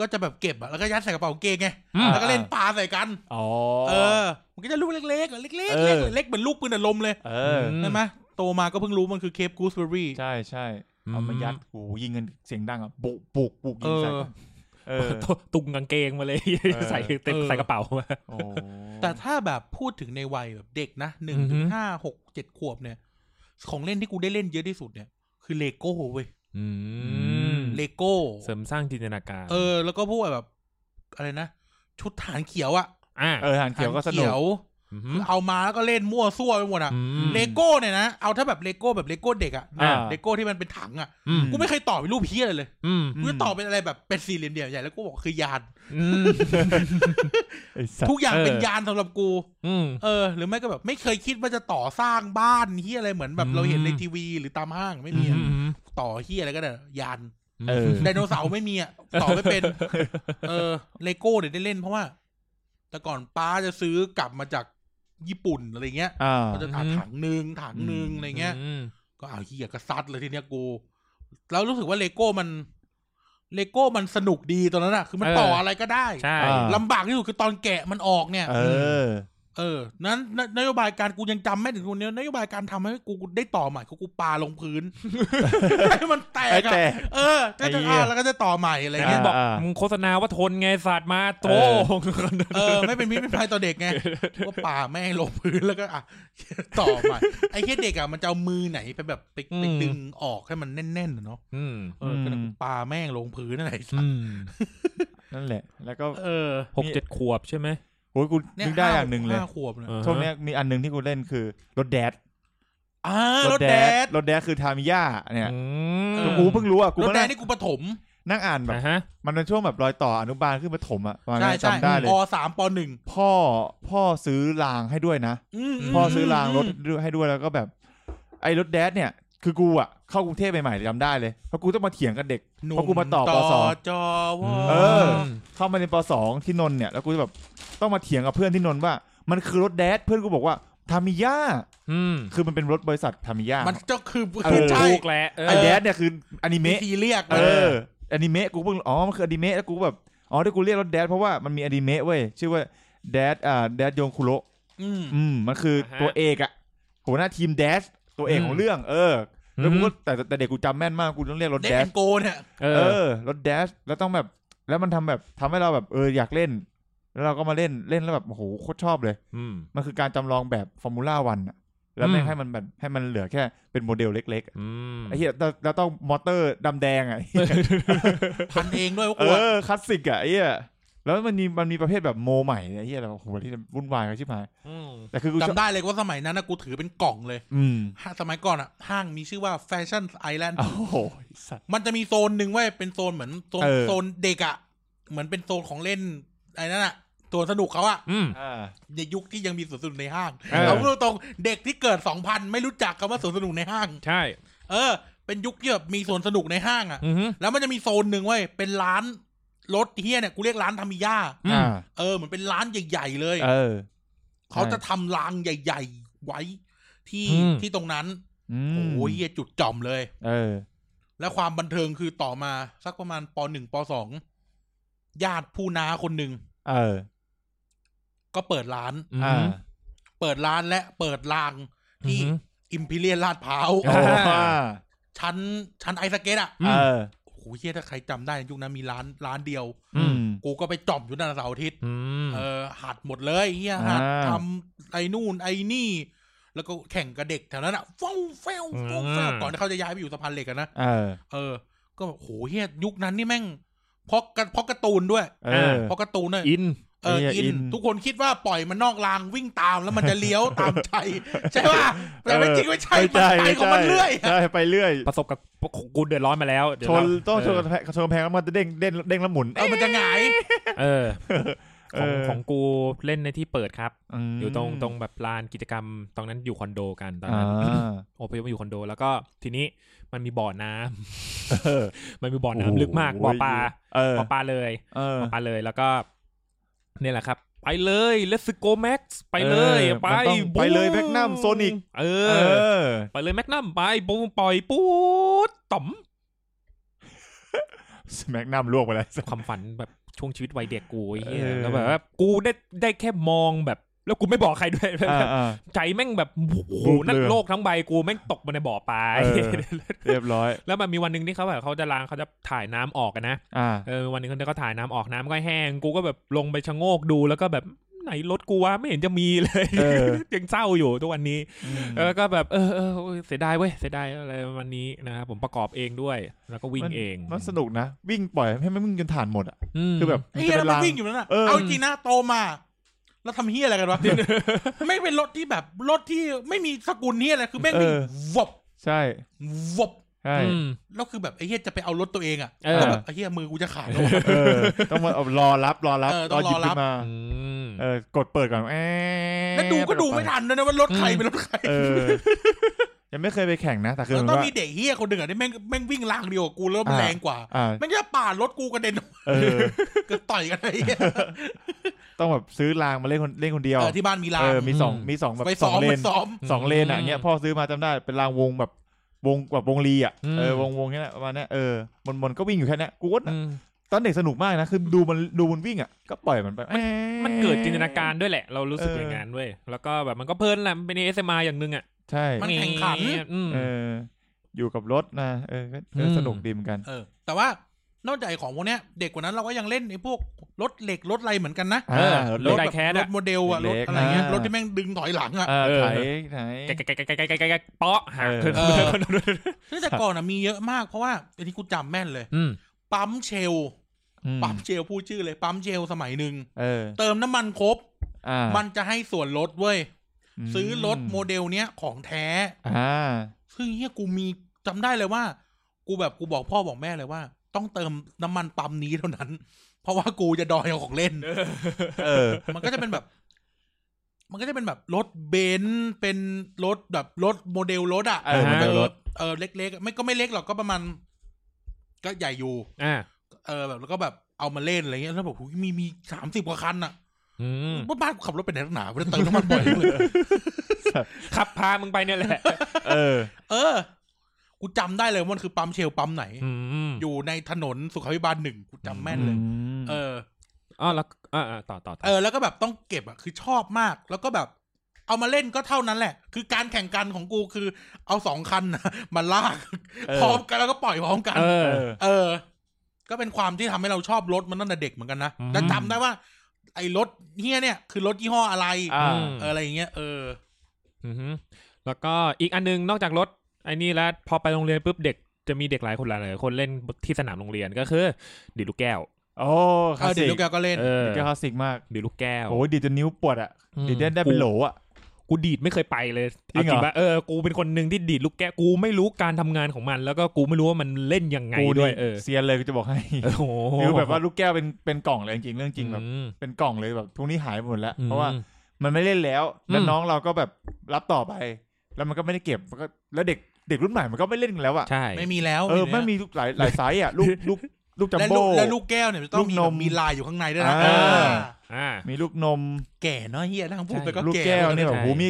ก็จะแบบเก็บอะแล้วก็ยัดใส่กระเป๋ากางเกงไง อืม แล้วก็เล่นปลาใส่กัน อ๋อ เออ มันก็จะลูกเล็กๆอะเล็กๆเล็ก เออ ๆเล็กเหมือนลูกปืนอัดลมเลย เออ ม ใช่ไหมโตมาก็เพิ่งรู้มันคือเคปกูสเบอรี่ ใช่ใช่ อืม เอามายัดโอ้โหยิงกันเสียงดังอ่ะปุกปุกปุกยิงใส่กันเออ ตุตุงกางเกงมาเลย ออ ใส่เต็ม เออ ใส่กระเป๋ามา โอ้ แต่ถ้าแบบพูดถึงในวัยแบบเด็กนะหนึ่ง อือฮึ ถึงห้าหกเจ็ดขวบเนี่ย ของเล่นที่กูได้เล่นเยอะที่สุดเนี่ย คือเลโก้เว้ยเลโก้ เสริมสร้างจินตนาการ เออ แล้วก็พวกแบบ อะไรนะ ชุดฐานเขียวอะ อ่า เออหานเขียวก็สนุก ฐาเอามาแล้วก็เล่นมั่วซั่วไปหมดอะเลโก้เนี่ยนะเอาถ้าแบบเลโก้แบบเลโก้เด็กอะ อ่า เลโก้ที่มันเป็นถังอะ อืม กูไม่เคยต่อเป็นรูปเฮียอะไรเลย อืม กูจะต่อเป็นอะไรแบบเป็นสี่เหลี่ยมใหญ่ๆแล้วกูบอกคือยาน อืม ไอ้สัตว์ ทุกอย่าง เออ เป็นยานสำหรับกู อืม เออ หรือไม่ก็แบบไม่เคยคิดว่าจะต่อสร้างบ้านเฮียอะไรเหมือนแบบ อืม เราเห็นในทีวีหรือตามห้างไม่มีอะต่อเฮียอะไรก็ได้ยาน เออ ไดโนเสาร์ไม่มีอ่ะต่อไม่เป็น เออเลโก้เนี่ยได้เล่นเพราะว่า แต่ก่อนป้าจะซื้อกลับมาจากญี่ปุ่นอะไรเงี้ย อ่า ก็จะอ่ะถังหนึ่งถังหนึ่งอะไรเงี้ย ม ก็เอาเฮียก็ซัดเลยทีเนี้ยกู แล้วรู้สึกว่าเลโก้มัน เลโก้มันสนุกดีตอนนั้นอ่ะ คือมันต่ออะไรก็ได้ ใช่ อ่า ลำบากที่สุดคือตอนแกะมันออกเนี่ย เออ เออ นั้นนนโยบายการกูยังจำไม่ถึงคนนี้นโยบายการทำให้กูได้ต่อใหม่คือกูปาลงพื้น ให้มันแต ไอ้ กอะ แต่ เออก็ ไอ้ จะ เหี้ อ่าย แล้วก็จะต่อใหม่อะไร แต่ เงี้ย บอก อ่ามึ มึงโฆษณาว่าทนไงศาสตร์มาโต เออไม่เป็นมิตรไม่เป็นภัยต่อเด็กไงว่าป่าแม่งลงพื้นแล้วก็อ่ะ ต่อใหม่ไอ้แค่เด็กอ่ะมันจะเอามือไหนไปแบบไปไปดึงออกให้มันแน่นๆอะเนาะ อืม เออก็เลยกูปาแม่งลงพื้นอะไรสัก อืม นั่นแหละ แล้วก็ เออ หกเจ็ดขวบใช่ไหม โอ้ยกูนึกได้อย่างหนึ่งเลย ห้าขวบเนี่ย ช่วงเนี้ยมีอันหนึงที่กูเล่นคือรถแดด อ่าร ร ถ ถ แด แด ด ด รถแดดคือทามิย่าเนี่ย อืม กูกูเพิ่งรู้อ่ะกู รถ มา แด นั่ ด ง นี่กูปฐม นั่งอ่านแบบ อ่าฮะ มันเป็นช่วงแบบรอยต่ออนุบาลขึ้นประถมอ่ะประมาณ ใช่ นั้น ใช่ จำได้เลย ปสามปหนึ่ง พ่อพ่อซื้อรางให้ด้วยนะ มม พ่อซื้อรางรถ ม ให้ด้วยแล้วก็แบบ ไอ้รถแดดเนี่ย คือกูอ่ะเข้ากรุงเทพใหม่ๆจำได้เลยเพราะกูต้องมาเถียงกับเด็ก หนุ่ เพราะกูมาต่อปส จอว เออ เข้ามาในปสองที่นนท์เนี่ยแล้วกูจะแบบต้องมาเถียงกับเพื่อนที่นนท์ว่า มันคือรถแดดเพื่อนกูบอกว่าทามิย่า อืม คือมันเป็นรถบริษัททามิย่า มันก็คือ เออ คือใช่ ถูกแหละเออ ไอแดดเนี่ยคืออนิ วิ เมะ ธีเรียก เอออนิเมะกูเพิ่งอ๋อมันคืออนิเมะแล้วกูก็แบบอ๋อที่กูเรียกรถแดดเพราะว่ามันมีอนิเมะเว้ยชื่อว่าแดดอ่าแดดโยงคุโระ อืม อืมมันคืออา ฮะ ตัวเอกอะหัวหน้าทีมแดดตัวเอก อืม ของเรื่อง เออ อืม แล้วกูก็แต่แต่เด็กกูจำแม่นมากกูต้องเรียกรถ เด็ก แด แอ ด นโกเนี่ย เอ เอ อ อรถแดดแล้วต้องแบบ แล้วมันทำแบบทำให้เราแบบเอออยากเล่น แล้วเราก็มาเล่นเล่นแล้วแบบโอ้โหโคตรชอบเลย อืม มันคือการจำลองแบบฟอร์มูล่าวันแล้วไม่ง อืม ให้มันแบบให้มันเหลือแค่เป็นโมเดลเล็ก อืม ๆไอ้เหี้ยแล้วแล้วต้องมอเตอร์ดำแดงอะ พันเองด้วยว่า เอ กูอะ อคลาสสิกอ่ะไอ้เหี้ยแล้วมันมีมันมีประเภทแบบโมใหม่เนี่ยไอ้เหี้ยเราโหที่วุ่นวายกันชิบหายแต่คือกูชอบ จำได้เลยว่าสมัยนั้นนะกูถือเป็นกล่องเลย อืม ห้าสมัยก่อนอ่ะ ห้างมีชื่อว่าแฟชั่นไอแลนด์ โอ้โหสัตว์ มันจะมีโซนหนึ่งเว้ยเป็นโซนเหมือนโซน เออ โซนเด็กอะเหมือนเป็นโซนของเล่นไอ้นั่นอะโซนสนุกเขาอะ อืม อ่า ในยุคที่ยังมีสวนสนุกในห้าง เออ เอาพูดตรงๆเด็กที่เกิดสองพันไม่รู้จักคำว่าสวนสนุกในห้าง ใช่ เออ เป็นยุคที่แบบมีสวนสนุกในห้างอะ อือฮึ แล้วมันจะมีโซนหนึ่งเว้ยเป็นร้านรถเฮียเนี่ยกูเรียกร้านทามิย่า อืม อ่า เออเหมือนเป็นร้านใหญ่ ๆ เลย เออ เขาจะทำรางใหญ่ ๆ ไว้ที่ อืม ที่ตรงนั้น อืม โอ้ยเฮียจุดจอมเลย เออ และความบันเทิงคือต่อมาสักประมาณปหนึ่งปสองญาติผู้น้าคนหนึ่ง เออ ก็เปิดร้าน อืม อ่า เปิดร้านและเปิดรางที่ อือหื อิมพีเรียลลาดพร้าว โอ้โหอ่า ชั้นชั้นไอสเกตอ่ะ เออ โอ้โหเฮียถ้าใครจำได้ยุคนั้นมีร้านร้านเดียว อืม กูก็ไปจอมอยู่นั่นเสาร์อาทิตย์ อืม เออหัดหมดเลยเฮียหัด อ่า ทำไอ้นู่นไอ้นี่ แล้วก็แข่งกับเด็กแถวนั้นอ่ะฟ้าวแฟ้วฟ้าวแฟ้วก่อนที่เขาจะย้ายไปอยู่สะพานเหล็กอะนะ เออ เออ ก็แบบโหเฮียยุคนั้นนี่แม่งเพราะกระเพราะการ์ตูนด้วย เออ เพราะการ์ตูนเนี่ย อิน เออ ไอ้เหี้ย อิ อิ น น ทุกคนคิดว่าปล่อยมันนอกรางวิ่งตามแล้วมันจะเลี้ยว ตาม ใจ ใช่ป่ะแต่ไม่จริงไม่ใช่มันไปของมันเรื่อย ใช่ไปเรื่อย ประสบกับกูเดือดร้อนมาแล้วเดี๋ยว ชน เรา ต้องชนกระแพงชนกระแพงแล้วมันจะเด้งเด้งเด้งแล้วหมุน เออมันจะหงาย เออ เ ของของกูเล่นในที่เปิดครับ ม อยู่ตรงตรงแบบลานกิจกรรมตรงนั้นอยู่คอนโดกันตอน อ่ นั้นา โอพยพมาอยู่คอนโด แล้วก็ทีนี้มันมีบ่อน้ำ เออ มันมีบ่อน้ำลึกมากบ่อปลา เออ บ่อปลาเลย เออ บ่อปลาเลยแล้วก็เนี่ยแหละครับ ไปเลยเลสโกแม็กซ์ไปเลย เออ ไป มันต้อง บู๊ ไปเลย Magnum Sonic เอ เอ อ อ ไปเลยแมกนัมไปปูปล่อยปูดต่อม แมกนัมลวกไปแล้ว ความฝันแบบช่วงชีวิตวัยเด็กกูไอ้เหี้ย เออ แล้วแบบว่ากูได้ได้แค่มองแบบ แล้วกูไม่บอกใครด้วย อ่าอ่า ใจแม่งแบบโอ้โห รูปเรือ นั่นโลกทั้งใบกูแม่งตกมาในบ่อปลา เออเรียบร้อย แล้วมันมีวันหนึ่งที่เขาแบบเขาจะล้างเขาจะถ่ายน้ำออกกันนะ อ่า เออวันหนึงเขาถ่ายน้ำออกน้ำก็แห้ง กูก็แบบลงไปชะโงกดูแล้วก็แบบไหนรถกูวะไม่เห็นจะมีเลย เออ ยังเศร้าอยู่ทุกวันนี้ เออ แล้วก็แบบเออเออโอ้ยเสียดายเว้ยเสียดายอะไรวันนี้นะครับผมประกอบเองด้วย แล้วก็วิ่ง มัน เอง มันสนุกนะ วิ่งปล่อยให้มันวิ่งจนถ่านหมดอ่ะ ม คือแบบ เฮีย จะ แล้วมันป็ราง วิ่งอยู่นั่นน่ะ เออ เอาจริงนะโตมา แล้วทำเฮียอะไรกันวะ ไม่เป็นรถที่แบบรถที่ไม่มีสกุลเฮียอะไรคือแม่งวิ่ง เออ วบ ใช่ วบ ใช่ อืม แล้วคือแบบไอ้เฮียจะไปเอารถตัวเองอะ เออ แล้วแบบไอ้เฮียมือกูจะขาดแล้ววะ เออ ต้องมาเอารอรับรอรับ เออต้ ร อ อง หยิบ รอรั ขึ้ บ นมา อืม เออกดเปิดก่อนแอ๊ะ แล้วดูก็ดูไม่ทันด้วยนะว่ารถใคร อืม เป็นรถใคร เออ ยังไม่เคยไปแข่งนะ แต่คือ แล้ว มัน ก็ ว่า มีเด็กเฮียคนหนึ่งอ่ะที่แม่งแม่งวิ่งลางเดียวกับกูแล้วมัน อ่า แรงกว่า อ่า แม่งจะป่าดรถกูกระเด็นอ อก เออ ก็ต่อยกันไอ้เหี้ย ต้องแบบซื้อรางมาเล่นคนเล่นคนเดียว เออที่บ้านมีลาง เออ มีสองมีสองแบบ ไป ส ซ้ อ อง ม เล ไป น ซ้อม สองเลนอ่ะเนี้ยพ่อซื้อมาจำได้ เป็นรางวงแบบวงแบบวงรีอ่ะ อืม เออ วงวงเนี้ยแหละประมาณเนี้ยเออมันมันก็วิ่งอยู่แค่เนี้ยกูก็ อืม ตอนเด็กสนุกมากนะ คือดูมันดูมันวิ่งอ่ะ ก็ปล่อยมันไป มันเกิดจินตนาการด้วยแหละ เรารู้สึกอย่างนั้นด้วยแล้วก็แบบมันก็เพลินแหละมันเป็นเอสมาอย่างหนึ่งอ่ะ ใช่ มันแข่งขัน อืม เออ อยู่กับรถนะเออก็เออ ม สนุกดีเหมือนกัน เออ แต่ว่านอกจากไอ้ของพวกเนี้ยเด็กกว่านั้นเราก็ยังเล่นไอ้พวกรถเหล็กรถอะไรเหมือนกันนะ อ่า รถไดแคส ร อะ ถโมเดลอะรถ เล็กๆ อะไรเงี้ย อ่าร รถที่แม่งดึงถอยหลังอะ เออไถไถ แกะแกะแกะแกะแกะแกะแกะแกะเปาะหัก เออ เออ ซึ่งแต่ก่อนอะมีเยอะมากเพราะว่าไอ้ที่กูจำแม่นเลย อืม ปั๊มเชลล อืม ปั๊มเชลลพูดชื่อเลยปั๊มเชลลสมัยหนึ่ง เออ เติมน้ำมันครบ อ่า มันจะให้ส่วนลดเว้ย ม ซื้อรถโมเดลเนี้ยของแท้ อ่า ซึ่งเฮียกูมีจำได้เลยว่า กูแบบกูบอกพ่อบอกแม่เลยว่า ต้องเติมน้ำมันปั๊มนี้เท่านั้น เพราะว่ากูจะดอยเอาของเล่น เออ มันก็จะเป็นแบบ มันก็จะเป็นแบบรถเบนซ์เป็นรถแบบรถโมเดลรถ อะ เออโมเดลรถ เออเล็กๆไม่ก็ไม่เล็กหรอกก็ประมาณก็ใหญ่อยู่ อ่า เออแบบแล้วก็แบบเอามาเล่นอะไรเงี้ยแล้วแบบหูยมีมีสามสิบกว่าคันอะ อืม ว่าบ้านกูขับรถไปไหนตั้งหนาไม่ได้เติมน้ำมันบ่อยเลย ขับพามึงไปเนี่ยแหละ เออ เออ กูจำได้เลยว่ามันคือปั๊มเชลปั๊มไหน อืม อยู่ในถนนสุขาภิบาลหนึ่งกูจำแม่นเลย เออ อ๋อแล้วอ่าอ่าต่อต่อต่อ เออ แล้วก็แบบต้องเก็บอ่ะคือชอบมาก แล้วก็แบบ เอามาเล่นก็เท่านั้นแหละ คือการแข่งกันของกูคือ เอาสองคันนะมาลาก เออ พร้อมกันแล้วก็ปล่อยพร้อมกัน เอ เอ อ อ เออ ก็เป็นความที่ทำให้เราชอบรถมันตั้งแต่เด็กเหมือนกันนะ อืม แล้วจำได้ว่า ไอ้รถเฮียเนี่ย คือรถยี่ห้ออะไร อ่า ม เอออะไรอย่างเงี้ยเออ อือฮึแล้วก็อีกอันนึงนอกจากรถไอ้นี่แล้วพอไปโรงเรียนปุ๊บเด็กจะมีเด็กหลายคนหลายๆคนเล่นที่สนามโรงเรียนก็คือดิดลูกแก้ว โอ้ค เอ ลา อ ส เดี๋ยวสิก ลูกแกวก็เล่น เออ ดีดคลาสสิกมาก ดิดลูกแก้ว โอ้ยดีดจนนิ้วปวดอ่ะ อืม ดีดได้เป็นโหลอ่ะ กูดีดไม่เคยไปเลย จริงเหรอ าปะเออกูเป็นคนหนึ่งที่ดีดลูกแก้วกูไม่รู้การทำงานของมัน แล้วก็กูไม่รู้ว่ามันเล่นยังไง กู ด้ ด้ ว วย ย เออ เซียนเลยกูจะบอกให้ โอ้โห คือแบบว่าลูกแก้วเป็นเป็นกล่องเลยจริงๆเรื่องจริงแบบ อืม เป็นกล่องเลยแบบพวกนี้หายไปหมดแล้ว เพราะว่า อืม มันไม่เล่นแล้วแล้ว อืม น้องเราก็แบบรับต่อไป แล้วมันก็ไม่ได้เก็บมันก็แล้วเด็กเด็กรุ่นใหม่มันก็ไม่เล่นกันแล้วอ่ะ ใช่ ไม่มีแล้ว เออไม่มีลูกหลายหลายไซส์อ่ะลูกลูกลูกจัม และ โบ้ ลูกและลูกแก้วเนี่ยจะต้อ ลู งมีกน แบบ ม มีลายอยู่ข้างในด้วยนะ อ่า เออ อ่า มีลูกนม แก่เนาะเฮียนั่งพูดไปก็ ลูก แก่ แก้วเนี่ยแบบ ใช่ โหมี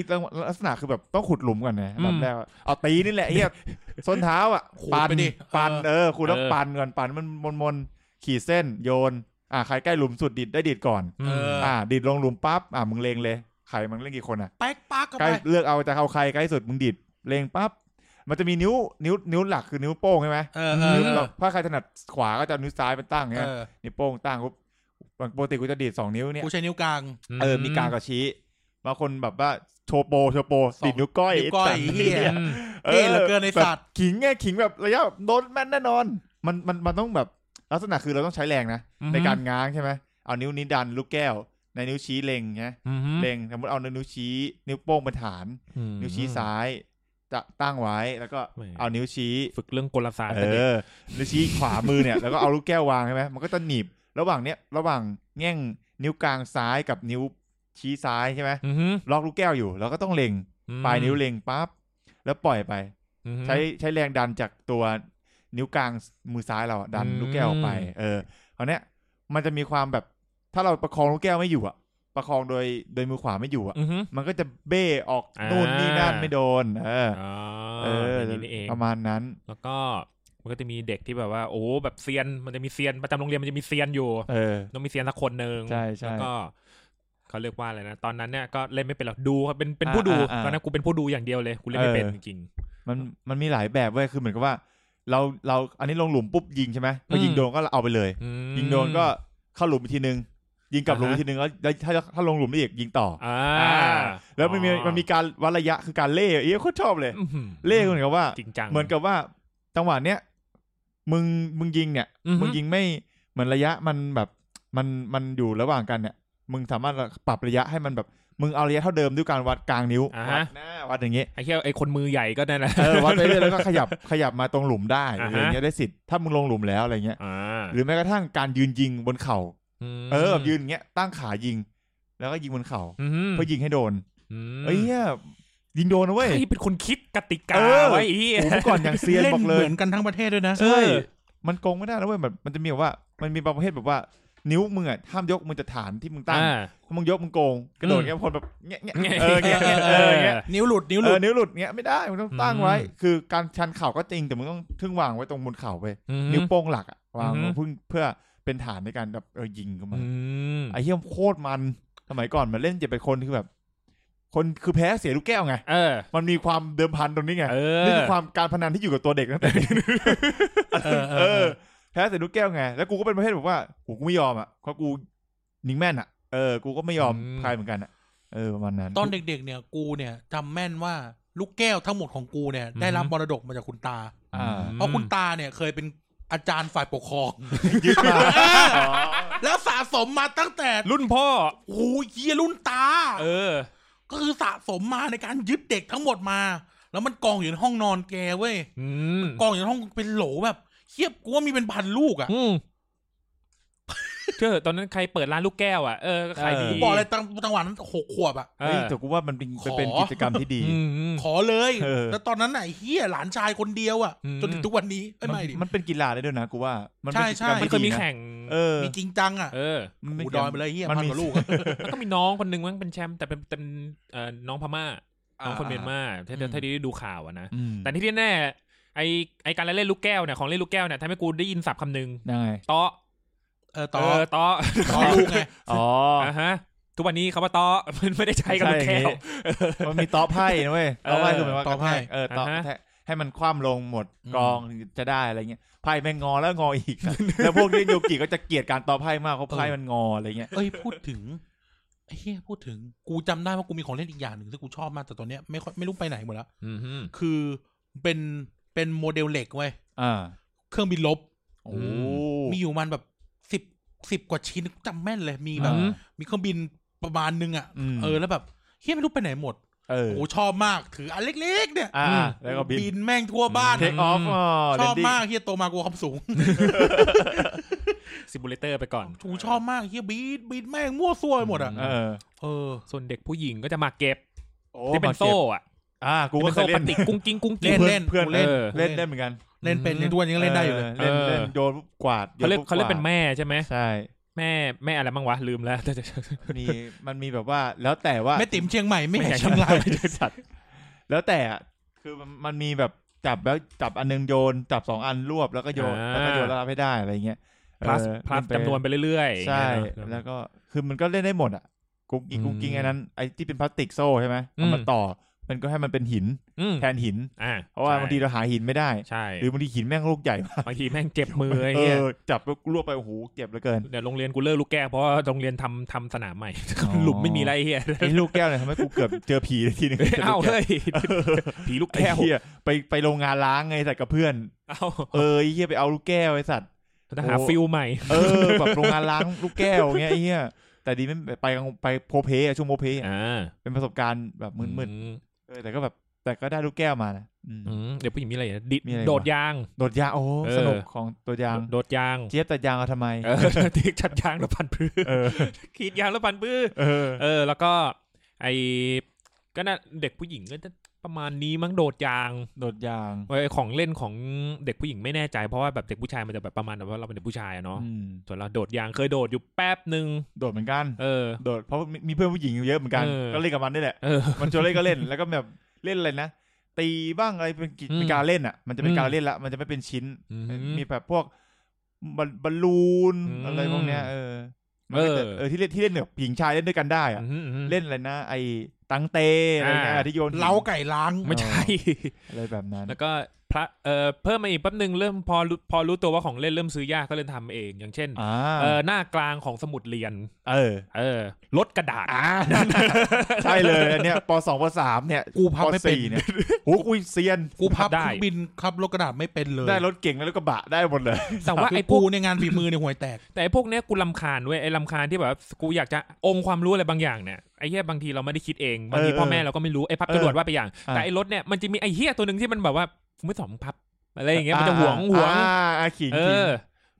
ลักษณะคือแบบต้องขุดหลุมก่อนนะ อืม แบบแรกอะเอาตีนี่แหละไอ้เหี้ยส้นเท้าอ่ะ ขูด ปั่น ไปดิ ปั่นเออขูดแล้ว เออ ปั่นก่อนปั่นมันมนมนๆขีดเส้นโยน อ่ะใครใกล้หลุมสุดดิดได้ดิดก่อน อื เอ ม อ อ่ะดิดลงหลุมปั๊บอ่ะมึงเลงเลยใครมึงเล่นกี่คนอ่ะ แป๊กปักเข้า ใกล้ ไป เลือกเอาจะเอาใครใกล้สุดมึงดิดเลงปั๊บมันจะมีนิ้วนิ้วนิ้วหลักคือนิ้วโป้งใช่ไหม เออเออ นิ้ว เออ ถ้าใครถนัดขวาก็จะเอานิ้วซ้ายเป็นตั้ง เอ เงี้ย อ นิ้วโป้งตั้งปุ๊บปกติกูจะดีดสองนิ้วเนี่ย กูใช้นิ้วกลาง เออ มีการกระชี้บางคนแบบว่าโชว์โปรโชว์โปร สอง ดิดนิ้วก้อย นิ้วก้อย ไสัตว์ เหี้ย อืม อ เท่เหลือเกินไอสัตว์ แบบขิงไงขิงแบบระยะโดนแม่นแน่นอน มันมันมันต้องแบบลักษณะคือเราต้องใช้แรงนะ อือฮึ ในการง้างใช่ไหมเอานิ้วนี้ดันลูกแก้ว ในนิ้วชี้เล็งเงี้ย อืม เล็งสมมติเอานิ้วชี้ นิ้วโป้งเป็นฐาน อืม นิ้วชี้ซ้ายจะตั้งไว้แล้วก็ แหม เอานิ้วชี้ ฝึกเรื่องกลศาสตร์ เอ แต่เด็ก อนิ้วชี้ขวามือเนี่ย แล้วก็เอาลูกแก้ววางใช่ไหมมันก็จะหนีบ ระหว่างเนี้ยระหว่างแง่งนิ้วกลางซ้ายกับนิ้วชี้ซ้ายใช่ไหม อือฮึ ล็อกลูกแก้วอยู่ แล้วก็ต้องเล็งปลายนิ้วเล็งปั๊บแล้วปล่อยไป อือฮึ ใช้ใช้แรงดันจากตัวนิ้วกลางมือซ้ายเราอะดัน อืม ลูกแก้วออกไป เออคราวเนี้ยมันจะมีความแบบถ้าเราประคองลูกแก้วไม่อยู่อะประคองโดยโดยมือขวาไม่อยู่อะ อือฮึ มันก็จะเบ้ออกนู่นนี่นั่นไม่โดน เออ อ๋อ เออ แบบนี้นี่เอง ประมาณนั้น แล้วก็มันก็จะมีเด็กที่แบบว่า โอ้แบบเซียนมันจะมีเซียนประจำโรงเรียนมันจะมีเซียนอยู่ เออ ต้องมีเซียนสักคนหนึ่ง ใช่ใช่ แล้วก็เขาเรียกว่าอะไรนะตอนนั้นเนี่ยก็เล่นไม่เป็นหรอกดูครับเป็นเป็น อ่า ผู้ดู อ่าอ่า ตอนนั้นกูเป็นผู้ดูอย่างเดียวเลยกูเล่นไม่เป็น เออ จริง มันมันมีหลายแบบเว้ยคือเหมือนกับว่า เราเราอันนี้ลงหลุมปุ๊บยิงใช่ไหมพอยิง อืม โดนก็เอาไปเลย ๆอืม ยิงโดนก็เข้าหลุมอีกทีนึง ยิงกลับหลุม อ่าฮะอีกทีนึงแล้วแล้วถ้าถ้าลงหลุมได้อีกยิงต่ออ อ่า แล้วมันมีมันมีการวัดระยะคือการเล่เอ้ยโคตรชอบเลย อื้อหือ เล่เหมือนกับว่า จริงจัง เหมือนกับว่าจังหวะเนี้ยมึงมึงยิงเนี่ย อือฮึ มึงยิงไม่เหมือนระยะมันแบบมันมันอยู่ระหว่างกันเนี่ย มึงสามารถปรับระยะให้มันแบบ มึงเอาระยะเท่าเดิมด้วยการวัดกลางนิ้ว อ่า วั ฮะ ดหน้าวัดอย่างงี้ ไอ้เหี้ยไอ้คนมือใหญ่ก็นั่นแหละ เออวัดไปเรื่อยแล้วก็ขยับขยับมาตรงหลุมได้ อ่าฮะอะไรเงี้ยได้สิทธิ์ถ้ามึงลงหลุมแล้วอะไรเงี้ย อ่า หรือแม้กระทั่งการยืนยิงบนเข่า ม เออแบบยืนอย่างเงี้ยตั้งขายิง แล้วก็ยิงบนเข่า อืม เพื่อยิงให้โดน ม เอ้ยเหี้ยยิงโดนนะเว้ย ใครเป็นคนคิดกติกา เออ ไว้ไอ้เหี้ย โอ้เมื่อก่อนอย่างเซียน เล่น บอกเล เห ย มือนกันทั้งประเทศด้วยนะ ใช่มันโกงไม่ได้นะเว้ยแบบมันจะมีแบบว่า มันมีบางประเภทแบบว่า นิ้วมึงอะห้ามยกมึงจะฐานที่มึงตั้งถ้ามึงยกมึงโกงกระโดด อืม เงี้ยคนแบบเงี้ยเงี้ยเออเงี้ยเงี้ยเออเงี้ย นิ้วหลุดนิ้วห เอ ลุ อ ด นิ้วหลุดเงี้ยไม่ได้มึงต้องตั้ง อืม ไว้ คือการชันเข่าก็จริงแต่มึงต้องทึ่งวางไว้ตรงบนเข่าไป อืม นิ้วโป้งหลักอะวาง อือฮึ เพื่อเพื่อเป็นฐานในการแบบเออยิงเข้ามา อืม ไอ้เหี้ยโคตรมันสมัยก่อนมันเล่นจะเป็นคนที่แบบ คนคือแพ้เสียลูกแก้วไง เออ มันมีความเดิมพันตรงนี้ไง เออ นี่คือความการพนันที่อยู่กับตัวเด็กตั้งแต่ เออเอ เอ อ อแพ้เสียลูกแก้วไง แล้วกูก็เป็นประเภทแบบว่ากูกูไม่ยอมอ่ะเพราะกูยิงแม่นอ่ะเออกูก็ไม่ยอม อืม ใครเหมือนกันอ่ะเออประมาณนั้น ตอนเด็กๆ เนี่ยกูเนี่ยจำแม่นว่าลูกแก้วทั้งหมดของกูเนี่ย ได้รับมรดกมาจากคุณตา อ่า เพราะคุณตาเนี่ยเคยเป็นอาจารย์ฝ่ายปกครอง ยึดมา แล้วสะสมมาตั้งแต่ รุ่นพ่อ โอ้ยเหี้ยรุ่นตา เออ ก็คือสะสมมาในการยึดเด็กทั้งหมดมา แล้วมันกองอยู่ในห้องนอนแกเว้ย อืม กองอยู่ในห้องเป็นโหลแบบเทียบกูว่ามีเป็นพันลูกอะ อืมเชื่อตอนนั้นใครเปิดร้านลูกแก้วอ่ะเออก็ขายดี เ กูบอกเลยจังจังหวะนั้นหกขวบอะ เอ เฮ้ย อ แต่กูว่ามันเป็น ขอ มันเป็นกิจกรรมที่ดี อืมอืม ขอเลย เออ แล้วตอนนั้นน่ะไอ้เฮียหลานชายคนเดียวอะ อืม จนถึงทุกวันนี้เอ้ยไม่ดิ มันเป็นกีฬาได้ด้วยนะกูว่า มันเป็นกิจ ใช่ กรรม ใช่ มัน ที่ เคย ดี มี นะ แข่ง เออ มีจริงจังอะ เออ มันเป็น กูดอยไปเลยเฮีย มัน พันกมีว่าลูกอะ แล้วก็มีน้องคนหนึ่งมั้งเป็นแชมป์แต่เป็นเป็นเอ่อน้องพม่าน้องคนเมียนมาถ้า อืม ถ้าได้ดูข่าวอะนะ อืม แต่ที่แน่ๆไอไอการเล่นลูกแก้วเนี่ยของเล่นลูกแก้วเนี่ยทำให้กูได้ยินศัพท์คำหนึ่ง ยังไง เตาะ เออต่อ เอเตาะ ต่อลูกไง อ๋อ อ่าฮะทุกวันนี้คำว่าเตาะมันไม่ได้ใช้กับลูกแก้ว มันมีโต๊ะไพ่นะเว้ย เออ โต๊ะไพ่คือหมายว่า โต๊ะไพ่ เออโต๊ะ อ่าฮะ แทะให้มันคว่ำลงหมด อืม กองถึงจะได้อะไรเงี้ยไพ่แม่งงอแล้วงออีก แล้วพวกที่โยกิก็จะเกลียดการโต๊ะไพ่มากเพราะไพ่มันงออะไรเงี้ย เอ้ยพูดถึงไอ้เฮียพูดถึงกูจำได้ว่ากูมีของเล่นอีกอย่างหนึ่งที่กูชอบมากแต่ตอนเนี้ยไม่ค่อยไม่รู้ไปไหนหมดแล้ว อืมฮึ คือเป็นเป็นโมเดลเหล็กเว้ย อ่า เครื่องบินลบ โอ้ อื มีอยู่มันแบบสิบสิบกว่าชิ้นจำแม่นเลยมีแบบ อืม มีเครื่องบินประมาณนึงอ่ะ อืม เออแล้วแบบเฮียไม่รู้ไปไหนหมด เออ โอ้ชอบมากถืออันเล็ก ๆ เนี่ย อ่าแล้วก็บิน บินแม่งทั่วบ้าน เทคออฟอ๋อ ชอบ แลนดิ้ง มากเฮียโตมากลัวความสูง ซิมูเลเตอร์ไปก่อน กูชอบมากเฮียบีดบีดแม่งมั่วซั่วไปหมดอ่ะ เออ เออ ส่วนเด็กผู้หญิงก็จะมาเก็บ โอ้ ที่เป็ มาน ก็ โซ่ บ อะ อ่ากู ที่ ก็ เป็นโซ่พลาน สเคยเล่ติกกุ้งกิ้งกุ้ง เล่ กิ้ง นเล่น เพื่อน กู เล่ เล่ น น ออ เล่นได้เหมือนกัน เล่นเป็น อืม ในทุกวันยังเล่นได้อยู่เลย เล่นเล่นโยนปุ๊บกวาดโย เขา น เรียก ปุ๊บ เขาเรียก วด เป็นแม่ใช่ไหม ใช่ แม่แม่อะไรบ้างวะลืมแล้ว แต่จะ มีมันมีแบบว่าแล้วแต่ว่า ไม่ติ๋มเชียงใหม่ไม่ ไม่ แห่ ใช่ เชียงราย สั ตว์แล้วแต่อะคือมันมันมีแบบจับแล้วจับอันหนึงโยน จับสองอันรวบแล้วก็โยน อ่า แล้วก็โยนแล้วรับให้ได้อะไรเงี้ย plus เออ plus เป็ จำนวนไปเรื่อยๆ ใช่ อย่างเงี้ยเน แล้ อะ วก็คือมันก็เล่นได้หมดอ่ะกุ๊กกิ๊ก อืม กุ๊กกิ๊กอันนั้นไอ้ที่เป็นพลาสติกโซ่ใช่ไหม อืม เอามาต่อมันก็ให้มันเป็นหิน อืม แทนหิน อ่า เพราะว่าบางทีเราหาหินไม่ได้ ใช่ หรือบางทีหินแม่งลูกใหญ่มาก บางทีแม่งเจ็บมือไอ้ เอ เหี้ย อจับแล้วรวบไปโอ้โหเจ็บเหลือเกิน เดี๋ยวโรงเรียนกูเลิกลูกแก้วเพราะว่าโรงเรียนทำทำสนามใหม่ อ๋อ หลุมไม่มีไรเฮีย ไอ้ลูกแก้วเนี่ยทำให้กูเกือบเจอผีเลยทีนึง เอ้าเฮ้ยผีลูก ไอ้ แก้ว เหี้ยไปไปโรงงานล้างไงสัตว์กับเพื่อน เอ้า เออไอ้เหี้ยไปเอาลูกแก้วไอ้สัตว จะหาฟิลใหม่ เออแบบโรงงานล้างลูกแก้วเงี้ยไอ้เหี้ยแต่ดีไม่ไปกลางไปโพเพอะช่วงโพเพอะ อ่า เป็นประสบการณ์แบบมืดๆเออแต่ก็แบบแต่ก็ได้ลูกแก้วมานะอืม อืมเดี๋ยวผู้หญิงมีอะไรนะดิ มีอะไรวะ โดดยาง โดดยางโอ้ เออ สนุกของตัวยาง โดดยาง เจี๊ยบตัดยางเอาทำไม เอ อดิกชัดยางแล้วพันพื้น เออ ขีดยางแล้วพันพื้น เออ เออ แล้วก็ไอก็น่ะเด็กผู้หญิงก็จะประมาณนี้มั้งโดดยาง โดดยาง ไอของเล่นของเด็กผู้หญิงไม่แน่ใจเพราะว่าแบบเด็กผู้ชายมันจะแบบประมาณแบบว่าเราเป็นเด็กผู้ชายอะเนาะ อืม ส่วนเราโดดยางเคยโดดอยู่แป๊บหนึ่ง โดดเหมือนกัน เออ โดดเพราะมีมีเพื่อนผู้หญิงเยอะเหมือนกัน เออ ก็เล่นกับมันนี่แหละ เออ มันชวนเล่นก็เล่นแล้วก็แบบเล่นอะไรนะตีบ้างอะไรเป็นกิจ อืม เป็นการเล่นอ่ะ มันจะเป็น อืม การเล่นละมันจะไม่เป็นชิ้น อืม มีแบบพวกบอลบอลลูน อืม อะไรพวกเนี้ยเออมัน เอ ก็ อ จะเออที่เล่นที่เล่นแบบหญิงชายเล่นด้วยกันได้อะ อืมอืม เล่นอะไรนะ ไอ้ตังเตอะไรเงี้ย อ่า ที่โยนหิน เล้าไก่ล้าง ไม่ใช่ อะไรแบบนั้น แล้วก็พระเอ่อเพิ่มมาอีกแป๊บหนึ่งเริ่มพอรู้พอรู้ตัวว่าของเล่นเริ่มซื้อยากก็เริ่มทำเอง อย่างเช่น อ่า เออหน้ากลางของสมุดเรียน เออ เออลดกระดาษ อ่าใช่เลยอันเนี้ยปสองปสามเนี่ย กูพับไม่เป็น สี่เนี่ยโอ้กูเซียน กูพับ ได้ เครื่องบินขับรถกระดาษไม่เป็นเลย ได้รถเก่งแล้วรถกระบะได้หมดเลย แต่ว่า คือ ไอ้พว กู ก ใน ยงานฝีมือในยห่วยแตก แต่ไอ้พวกเนี้ยกูลำคาญเว้ยไอ้ลำคาญที่แบบว่ากูอยากจะองค์ความรู้อะไรบางอย่างเนี่ยไอ้เหี้ยบางทีเราไม่ได้คิดเองบางที เออ พ่อแม่เราก็ไม่รู้ไอ้พับ เออ จรวดว่าไปอย่าง อ่า แต่ไอ้รถเนี่ยมันจะมีไอ้เหี้ยตัวหนึ่งที่มันแบบว่ากูไม่สอนพับอะไรอย่างเงี้ยมันจะหวงหวง อ่าอ่าขิง เอ ขิง อ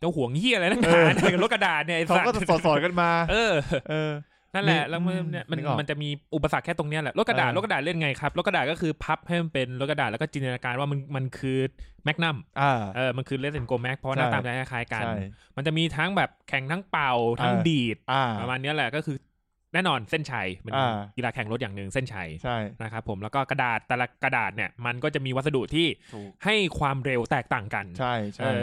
จะหวงเหี้ยอะไรนักหนาเนี่ยกับรถกระดาษเนี่ยไอ้ เขา สัต ก็ ว์ สอนสอนๆกันมา เออ เออ นั่นแหละ นึก แล้วมันเนี่ยมัน นึกออก มันจะมีอุปสรรคแค่ตรงเนี้ยแหละรถกระดาษ เออ รถกระดาษเล่นไงครับรถกระดาษก็คือพับให้มันเป็นรถกระดาษแล้วก็จินตนาการว่ามันมันคือแมกนัม อ่า เออมันคือเลสเซนโกแม็กเพราะว่าหใช่น้าตามันจะคล้ายๆกัน ใช่ มันจะมีทั้งแบบแข่งทั้งเป่าทั้ง เออ ดีด อ่า ประมาณเนี้ยแหละก็คือแน่นอนเส้นชัยมัน อ่า กีฬาแข่งรถอย่างหนึ่งเส้นชัย ใช่ นะครับผมแล้วก็กระดาษแต่ละกระดาษเนี่ยมันก็จะมีวัสดุที่ ถูก ให้ความเร็วแตกต่างกัน ใช่ เอ ใช่ อ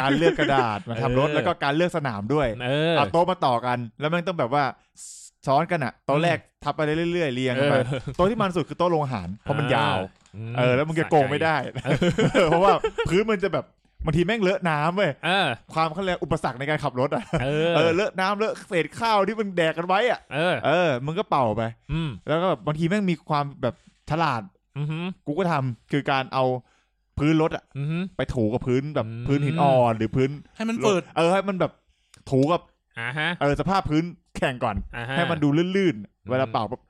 การเลือกกระดาษ มาทำรถ เออ แล้วก็การเลือกสนามด้วย เออ เอาโต๊ะมาต่อกัน แล้วมันต้องแบบว่าซ้อนกันอ่ะโต๊ะแรกทับไปเรื่อยๆเรียงกันไป เออ โต๊ะที่มันสุดคือโต๊ะโรงอาหารเพราะมันยาว ม เออ แล้วมึงจะโกงไม่ได้ เพราะว่าพื้นมันจะแบบบางทีแม่งเลอะน้ำเว้ย เออ ความเขาเรียกอุปสรรคในการขับรถอ่ะ เอ เออ อ เลอะน้ำเลอะเศษข้าวที่มันแดกกันไว้อ่ะ เออ เออมึงก็เป่าไป อืม แล้วก็แบบบางทีแม่งมีความแบบฉลาด อืมอืม กูก็ทำคือการเอาพื้นรถอะ อืม ไปถูกับพื้นแบบ อืม พื้นหินอ่อนหรือพื้น ให้มันเปิด เออให้มันแบบถูกับ อ่าฮะ เออสภาพพื้นแข่งก่อน อ่าฮะ ให้มันดูลื่น ม ๆ เวลาเป่าปุ๊บ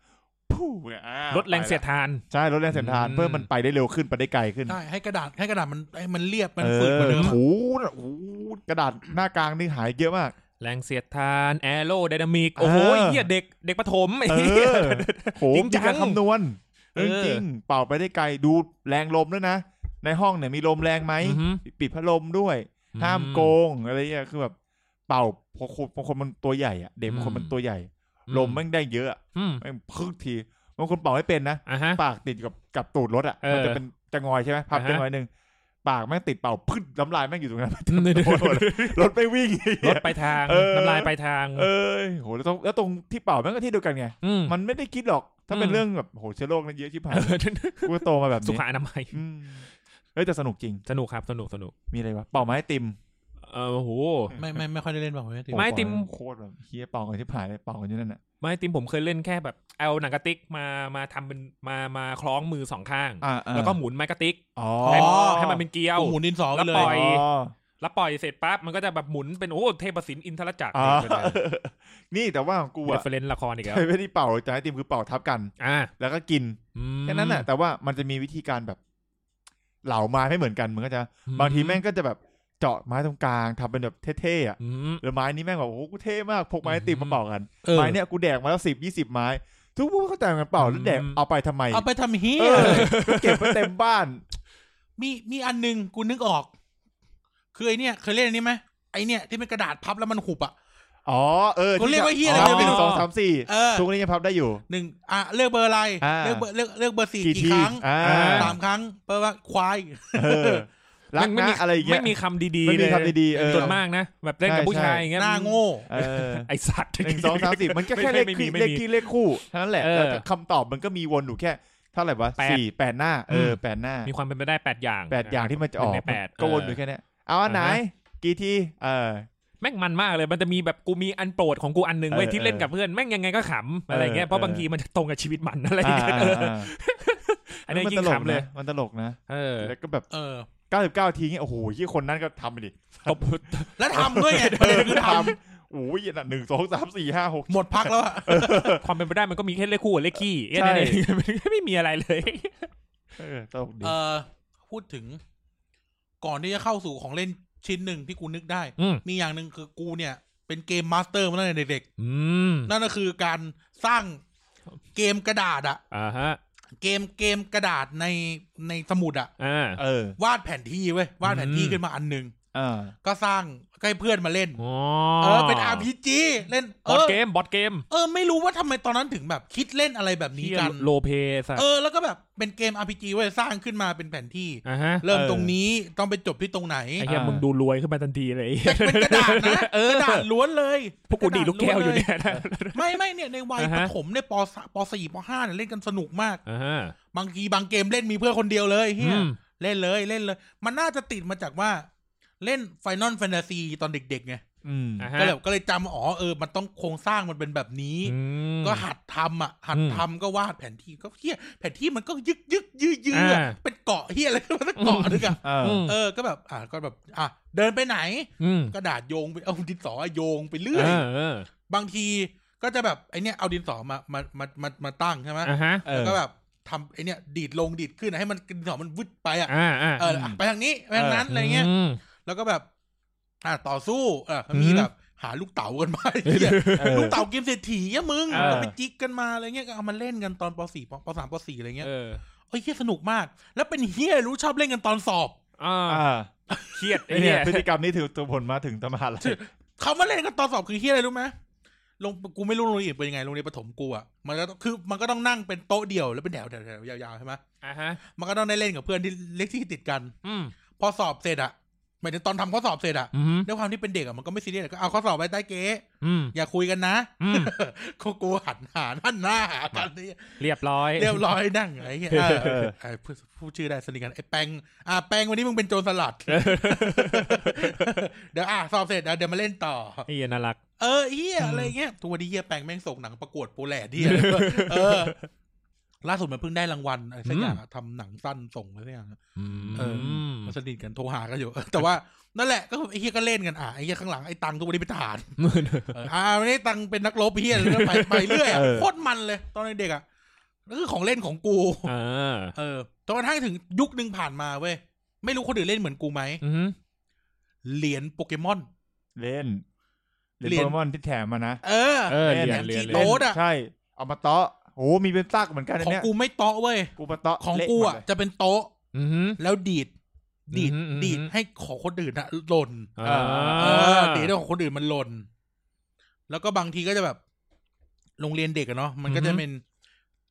เนี่ยอ่า ลดแรงเสียดทาน ใช่ลดแรงเสียดทาน อืม เพื่อมันไปได้เร็วขึ้นไปได้ไกลขึ้น ได้ให้กระดาษให้กระดาษมันให้มันเรียบมัน เอ ฝืดกว่า อ เดิมอะ ถูนะโอ้โหกระดาษหน้ากลางนี่หายเยอะมาก แรงเสียดทานแอโรไดนามิกโอ้โห เออ เหี้ยเด็กเด็กประถมไอ้ เอ เหี้ย อโห จริจริ ง ง จั จั ง งคำนวณ เอ เอ อ อจริงเป่าไปได้ไกลดูแรงลมด้วยนะ ในห้องเนี่ยมีลมแรงไหม อือฮึ ปิดพัดลมด้วย ห้ามโก อื งอะไรเงี้ยคือแบบเป่าพอคนบางคนมันตัวใหญ่อะเด็กบางคน อืม มันตัวใหญ่ ลมแม่งได้เยอะอะ อืม แม่งพึกทีบางคนเป่าไม่เป็นนะ อ่ะฮะ ปากติดกับกับตูดรถอะ เออ มันจะเป็นจะงอยใช่ไหมพับ อ่าฮะ จะงอยหนึ่งปากแม่งติดเป่าพึดน้ำลายแม่งอยู่ตรงนั้น อืม โอ้โห รถไม่วิ่งไอ้ ล เหี้ ด ย ไปทาง เออ น้ำลายไปทาง เอ้ยโหแล้วตรงแล้วตรงที่เป่าแม่งก็ที่เดียวกันไง อืม มันไม่ได้คิดหรอก ถ้าเป็ อื น ม เรื่องแบบโหเชื้อโรคนั้นเยอะชิบหาย เออ กูก็โตมาแบบ สุ นี้ ขอนามัย อืมเอ้ยแต่สนุกจริง สนุกครับสนุกสนุก มีอะไรวะ เป่าไม้ติม เออโอ้โห ไม่ไม่ไม่ค่อยได้เล่นแบบนี้ติ ไม้ติ่ม โอ้โหเป่าโคตรแบบเฮียเป่ากันชิบหายเลยเป่ากันอยู่นั่นน่ะ ไม่ติมผมเคยเล่นแค่แบบเอาหนังกระติกมามาทำเป็นมามาคล้องมือสองข้าง อ่าอ่า แล้วก็หมุนไม้กระติก อ๋อ ให้ให้มันเป็นเกลียว โอ้โหดินสอไปเล แล้วปล่ ย ย อ๋อ แล้วปล่อยเสร็จปั๊บมันก็จะแบบหมุนเป็นโอ้เทพศิลป์อินทรจักร อ๋อ เนี่ยเป็นอะไร นี่แต่ว่าของกู เร อะ ฟเฟรนซ์ละครอีกแล้ว ใช้ไม่ได้เป่าแต่ไอติมคือเป่าทับกัน อ่า แล้วก็กิน อืม แค่นั้นน่ะ แต่ว่ามันจะมีวิธีการแบบ เหล่าไม้ไม่เหมือนกันมันก็จะ อื บางทีแม่งก็จะแบบเจาะไม้ตรงกลางทำเป็นแบบเท่ๆอ่ะ อืม แล้วไม้นี้แม่งแบบโอ้โหกูเท่มากพกไม้ติมมาเป่ากัน เออ ไม้เนี่ยกูแดกมาแล้วสิบยี่สิบไม้ ทุกพวกเขาแต่งกันเป่าแล้วแดก อืม เอาไปทำไม เอาไปทำเฮีย เออเก็บไว้เต็มบ้าน มีมีอันหนึงกูนึกออก คือไอเนี่ยเคยเล่นอันนี้ไหมไอเนี่ยที่เป็นกระดาษพับแล้วมันหุบอ่ะ อ๋อเออ เขาเรียกว่าเหี้ยอะไร อ๋อ ไม่ ห รู้ นึ่งสองสามสี่ เออ ทุกวันนี้ยังพับได้อยู่ หนึ่งอ่ะเลือกเบอร์อะไร อ่า เลือกเบอร์เลือกเลือกเบอร์สี่ กี่ กี่ ที ครั้ง อ่า สามครั้งแปลว่าควาย เออรัก ไม่ นะ มี อะไรอย่างเงี้ย ไม่มีคำดี ไม่ ๆเล มี ย คำดีๆเออ ส่วนมากนะ แบบเล่นกับ ใช่ ผู้ชาย ใช่ อย่างเงี้ย หน้าโง่ เออ ไอสัตว์ หนึ่งสองสามสี่มันก็แค่เลข ไม่มี คี่ ไม่มี เลขคี่เลขคู่เท่านั้นแหละ เออ แล้วคำตอบมันก็มีวนอยู่แค่เท่าไหร่วะ แปด สี่แปดหน้าเออ ม แปดหน้า มีความเป็นไปได้แปดอย่าง แปดอย่างที่มันจะออก หงในแปด ก็วนอ เ ยู่แค่เนี้ยเอาอันไหน อ่าฮะ กี่ทีเออ แม่งมันมากเลย มันจะมีแบบกูมีอันโปรดของกูอันหนึ่ง เออ เว้ยที่ เออ เล่นกับเพื่อนแม่งยังไงก็ขำอะไรเงี้ย เออ เพราะบาง เออ ทีมันจะตรงกับชีวิตมันอะไร อ่า เงี้ย อ่า เออ อ่า อันนี้ มั ยิ่ ต ง ลก ขำเลย นะมันตลกนะ เออ แล้วก็แบบ เออ 99ทีเงี้ยโอ้โหที่คนนั้นก็ทำไป ดิ ตบ แล้วทำด้วยไงประเด็นคือท ทำโอ้ยน่ะหนึ่งสองสามสี่ห้าหก ำหมดพักแล้วอะ ความเป็นไปได้มันก็มีแค่เลขคู่กับเลขขี้แค่นั้นเอง มันไม่มีอะไรเลย เออตลกดี เออพูดถึง ก่อนที่จะเข้าสู่ของเล่นชิ้นหนึ่งที่กูนึกได้ อืม มีอย่างหนึ่งคือกูเนี่ย เป็นเกมมาสเตอร์มาตั้งแต่เด็ก อืม ๆนั่นก็คือการสร้างเกมกระดาษอะ อ่าฮะ เกมเกมกระดาษในในสมุดอะ อ่า เออ วาดแผนที่เว้ยวาดแผนที่ อืม ขึ้นมาอันหนึ่ง เออ ก็สร้างก็ให้เพื่อนมาเล่น อ๋อ เออเป็น RPG เล่น บ เอ อด อ เกมบอดเกม เออ ไม่รู้ว่าทำไมตอนนั้นถึงแบบคิดเล่นอะไรแบบนี้ ที่ กัน โลเปสัตว์ เออแล้วก็แบบเป็นเกม RPG เว้ยสร้างขึ้นมาเป็นแผนที่ อ่าฮะ เริ่มตรงนี้ต้องไปจบที่ตรงไหน ไอ้เหี้ยมึงดูรวยขึ้นมาทันทีเลย แต่เป็นกระดาษ นะกระดาษล้วนเลย พวกกูดีดลูกแก้วอยู่เนี่ยนะ ไม่ไม่เนี่ยในวัย อ่า ป ฮะ ฐมเนี่ยปสามปสี่ปห้าเนี่ยเล่นกันสนุกมาก อ่าฮะ บางทีบางเกมเล่นมีเพื่อนคนเดียวเลยเฮี อื ย ม เล่นเลยเล่นเลย มันน่าจะติดมาจากว่า เล่น Final Fantasy ตอนเด็กๆไง อืม อ่าฮะ ก็เลยก็เลยจำอ๋อเออ มันต้องโครงสร้างมันเป็นแบบนี้ อืม ก็หัดทำอ่ะ หัด อืม ทำก็วาดแผนที่ก็เฮียแผนที่มันก็ยึกยึกยื้อยื้ออะ อ่า เป็นเกาะเฮียอะไรก็มันเกาะนึกอ่ะ เออ ม เออก็แบบ อ่ะก็แบบอ่ะเดินไปไหน อืม กระดาษโยงไปเอาดินสอโยงไปเรื่อย เออเออบ างทีก็จะแบบไอเนี้ยเอาดินสอมามามามามาตั้งใช่ไหม อ่าฮะ เอ แล้ว อ ก็แบบทำไอเนี้ยดีดลงดีดขึ้นให้มันดินสอมันวึดไปอ่ะ อ่าอ่า เอออ่ะไปทางนี้ไปทางนั้น อะ อะไรเงี้ย อืม แล้วก็แบบอ่ะต่อสู้เออ อืม มีแบบหาลูกเต๋ากันมาเหี้ย เออ ลูกเต๋ากินเศรษฐีอะมึง เออ เราไปจิกกันมาอะไรเงี้ยก็เอามาเล่นกันตอนปสี่ปปสามปสี่อะไรเงี้ย เออ เอ้ยเฮียสนุกมาก แล้วเป็นเฮียรู้ชอบเล่นกันตอนสอบ อ่า อ่า เครียดไอ้ ไอ้เนี่ เนี่ย ย พฤติกรรมนี้ถือตัวผลมาถึงตำหาลัย เขามาเล่นกันตอนสอบคือเฮียอะไรรู้ไหมลงกูไม่รู้โรงเรียนอื่นเป็นยังไงโรงเรียนประถมกูอ่ะมันก็ต้องคือมันก็ต้องนั่งเป็นโต๊ะเดียวแล้วเป็นแถวแถวแถวยาวๆใช่ไหม อ่าฮะ มันก็ต้องได้เล่นกับเพื่อนที่เล็กที่ติดกัน อืม พอสอบเสร็จอะหมายถึงตอนทำข้อสอบเสร็จอะ อืม ด้วยความที่เป็นเด็กอะมันก็ไม่ซีเรียสก็เอาข้อสอบไว้ใต้เก๊ะ อืม อย่าคุยกันนะ อืม กูกูหันหาท่านหน้าหากันนี่ เรียบร้อย เรียบร้อยนั่งไอ้เหี้ยเออไอ้พูดพูดชื่อได้สนิทกันไอ้แปงอ่ะแปงวันนี้มึงเป็นโจรสลัด เดี๋ยวอ่ะสอบเสร็จเดี๋ยวเดี๋ยวมาเล่นต่อ ไอ้เหี้ยน่ารัก เออเฮียอะไรเงี้ยทุกวันนี้เฮียแปลงแม่งส่งหนังประกวดโปแลนด์เฮีย เออ ล่าสุดมันเพิ่งได้รางวัลอะไรสักอย่างอะทำหนังสั้นส่งอะไรสักอย่างอะ อื เออ ม มันสนิทกันโทรหากันอยู่ แต่ว่านั่นแหละก็ไอ้เฮียก็เล่นกันอ่ะไอ้เฮียข้างหลังไอ้ตังทุกวันนี้เป็นทหารเอออ่าวันนี้ตังเป็นนักรบเฮียแล้วก็ไปไปเรื่อยอะโคตรมันเลย ตอนเด็กๆอ่ะ นั่นคือของเล่นของกู เออ เออจนกระทั่งถึงยุคหนึ่งผ่านมาเว้ย ไม่รู้คนอื่นเล่นเหมือนกูไหม อือหือ เหรียญโปเกมอน เล่นเล่น เหรียญโปเกมอนที่แถมมานะ เออ เออ เล่น เรียแหลมนเรียน ที่ เรีย โต๊ น ดอะ ใช่เอามาเตาะโอ้มีเป็นซากเหมือนกันอัน ของ เนี้ย กูไม่เตาะเว้ย กูมาเตาะ ของ เละ กู หมด อ่ะ เลย จะเป็นโต๊ะ อือหือ แล้วดีด ดีด อือหือ ดีด อือหือ ให้ของคนอื่นอะหล่น เอ เอ อ อดีดให้ของคนอื่นมันหล่น แล้วก็บางทีก็จะแบบ โรงเรียนเด็กอะเนาะมันก็จะเป็น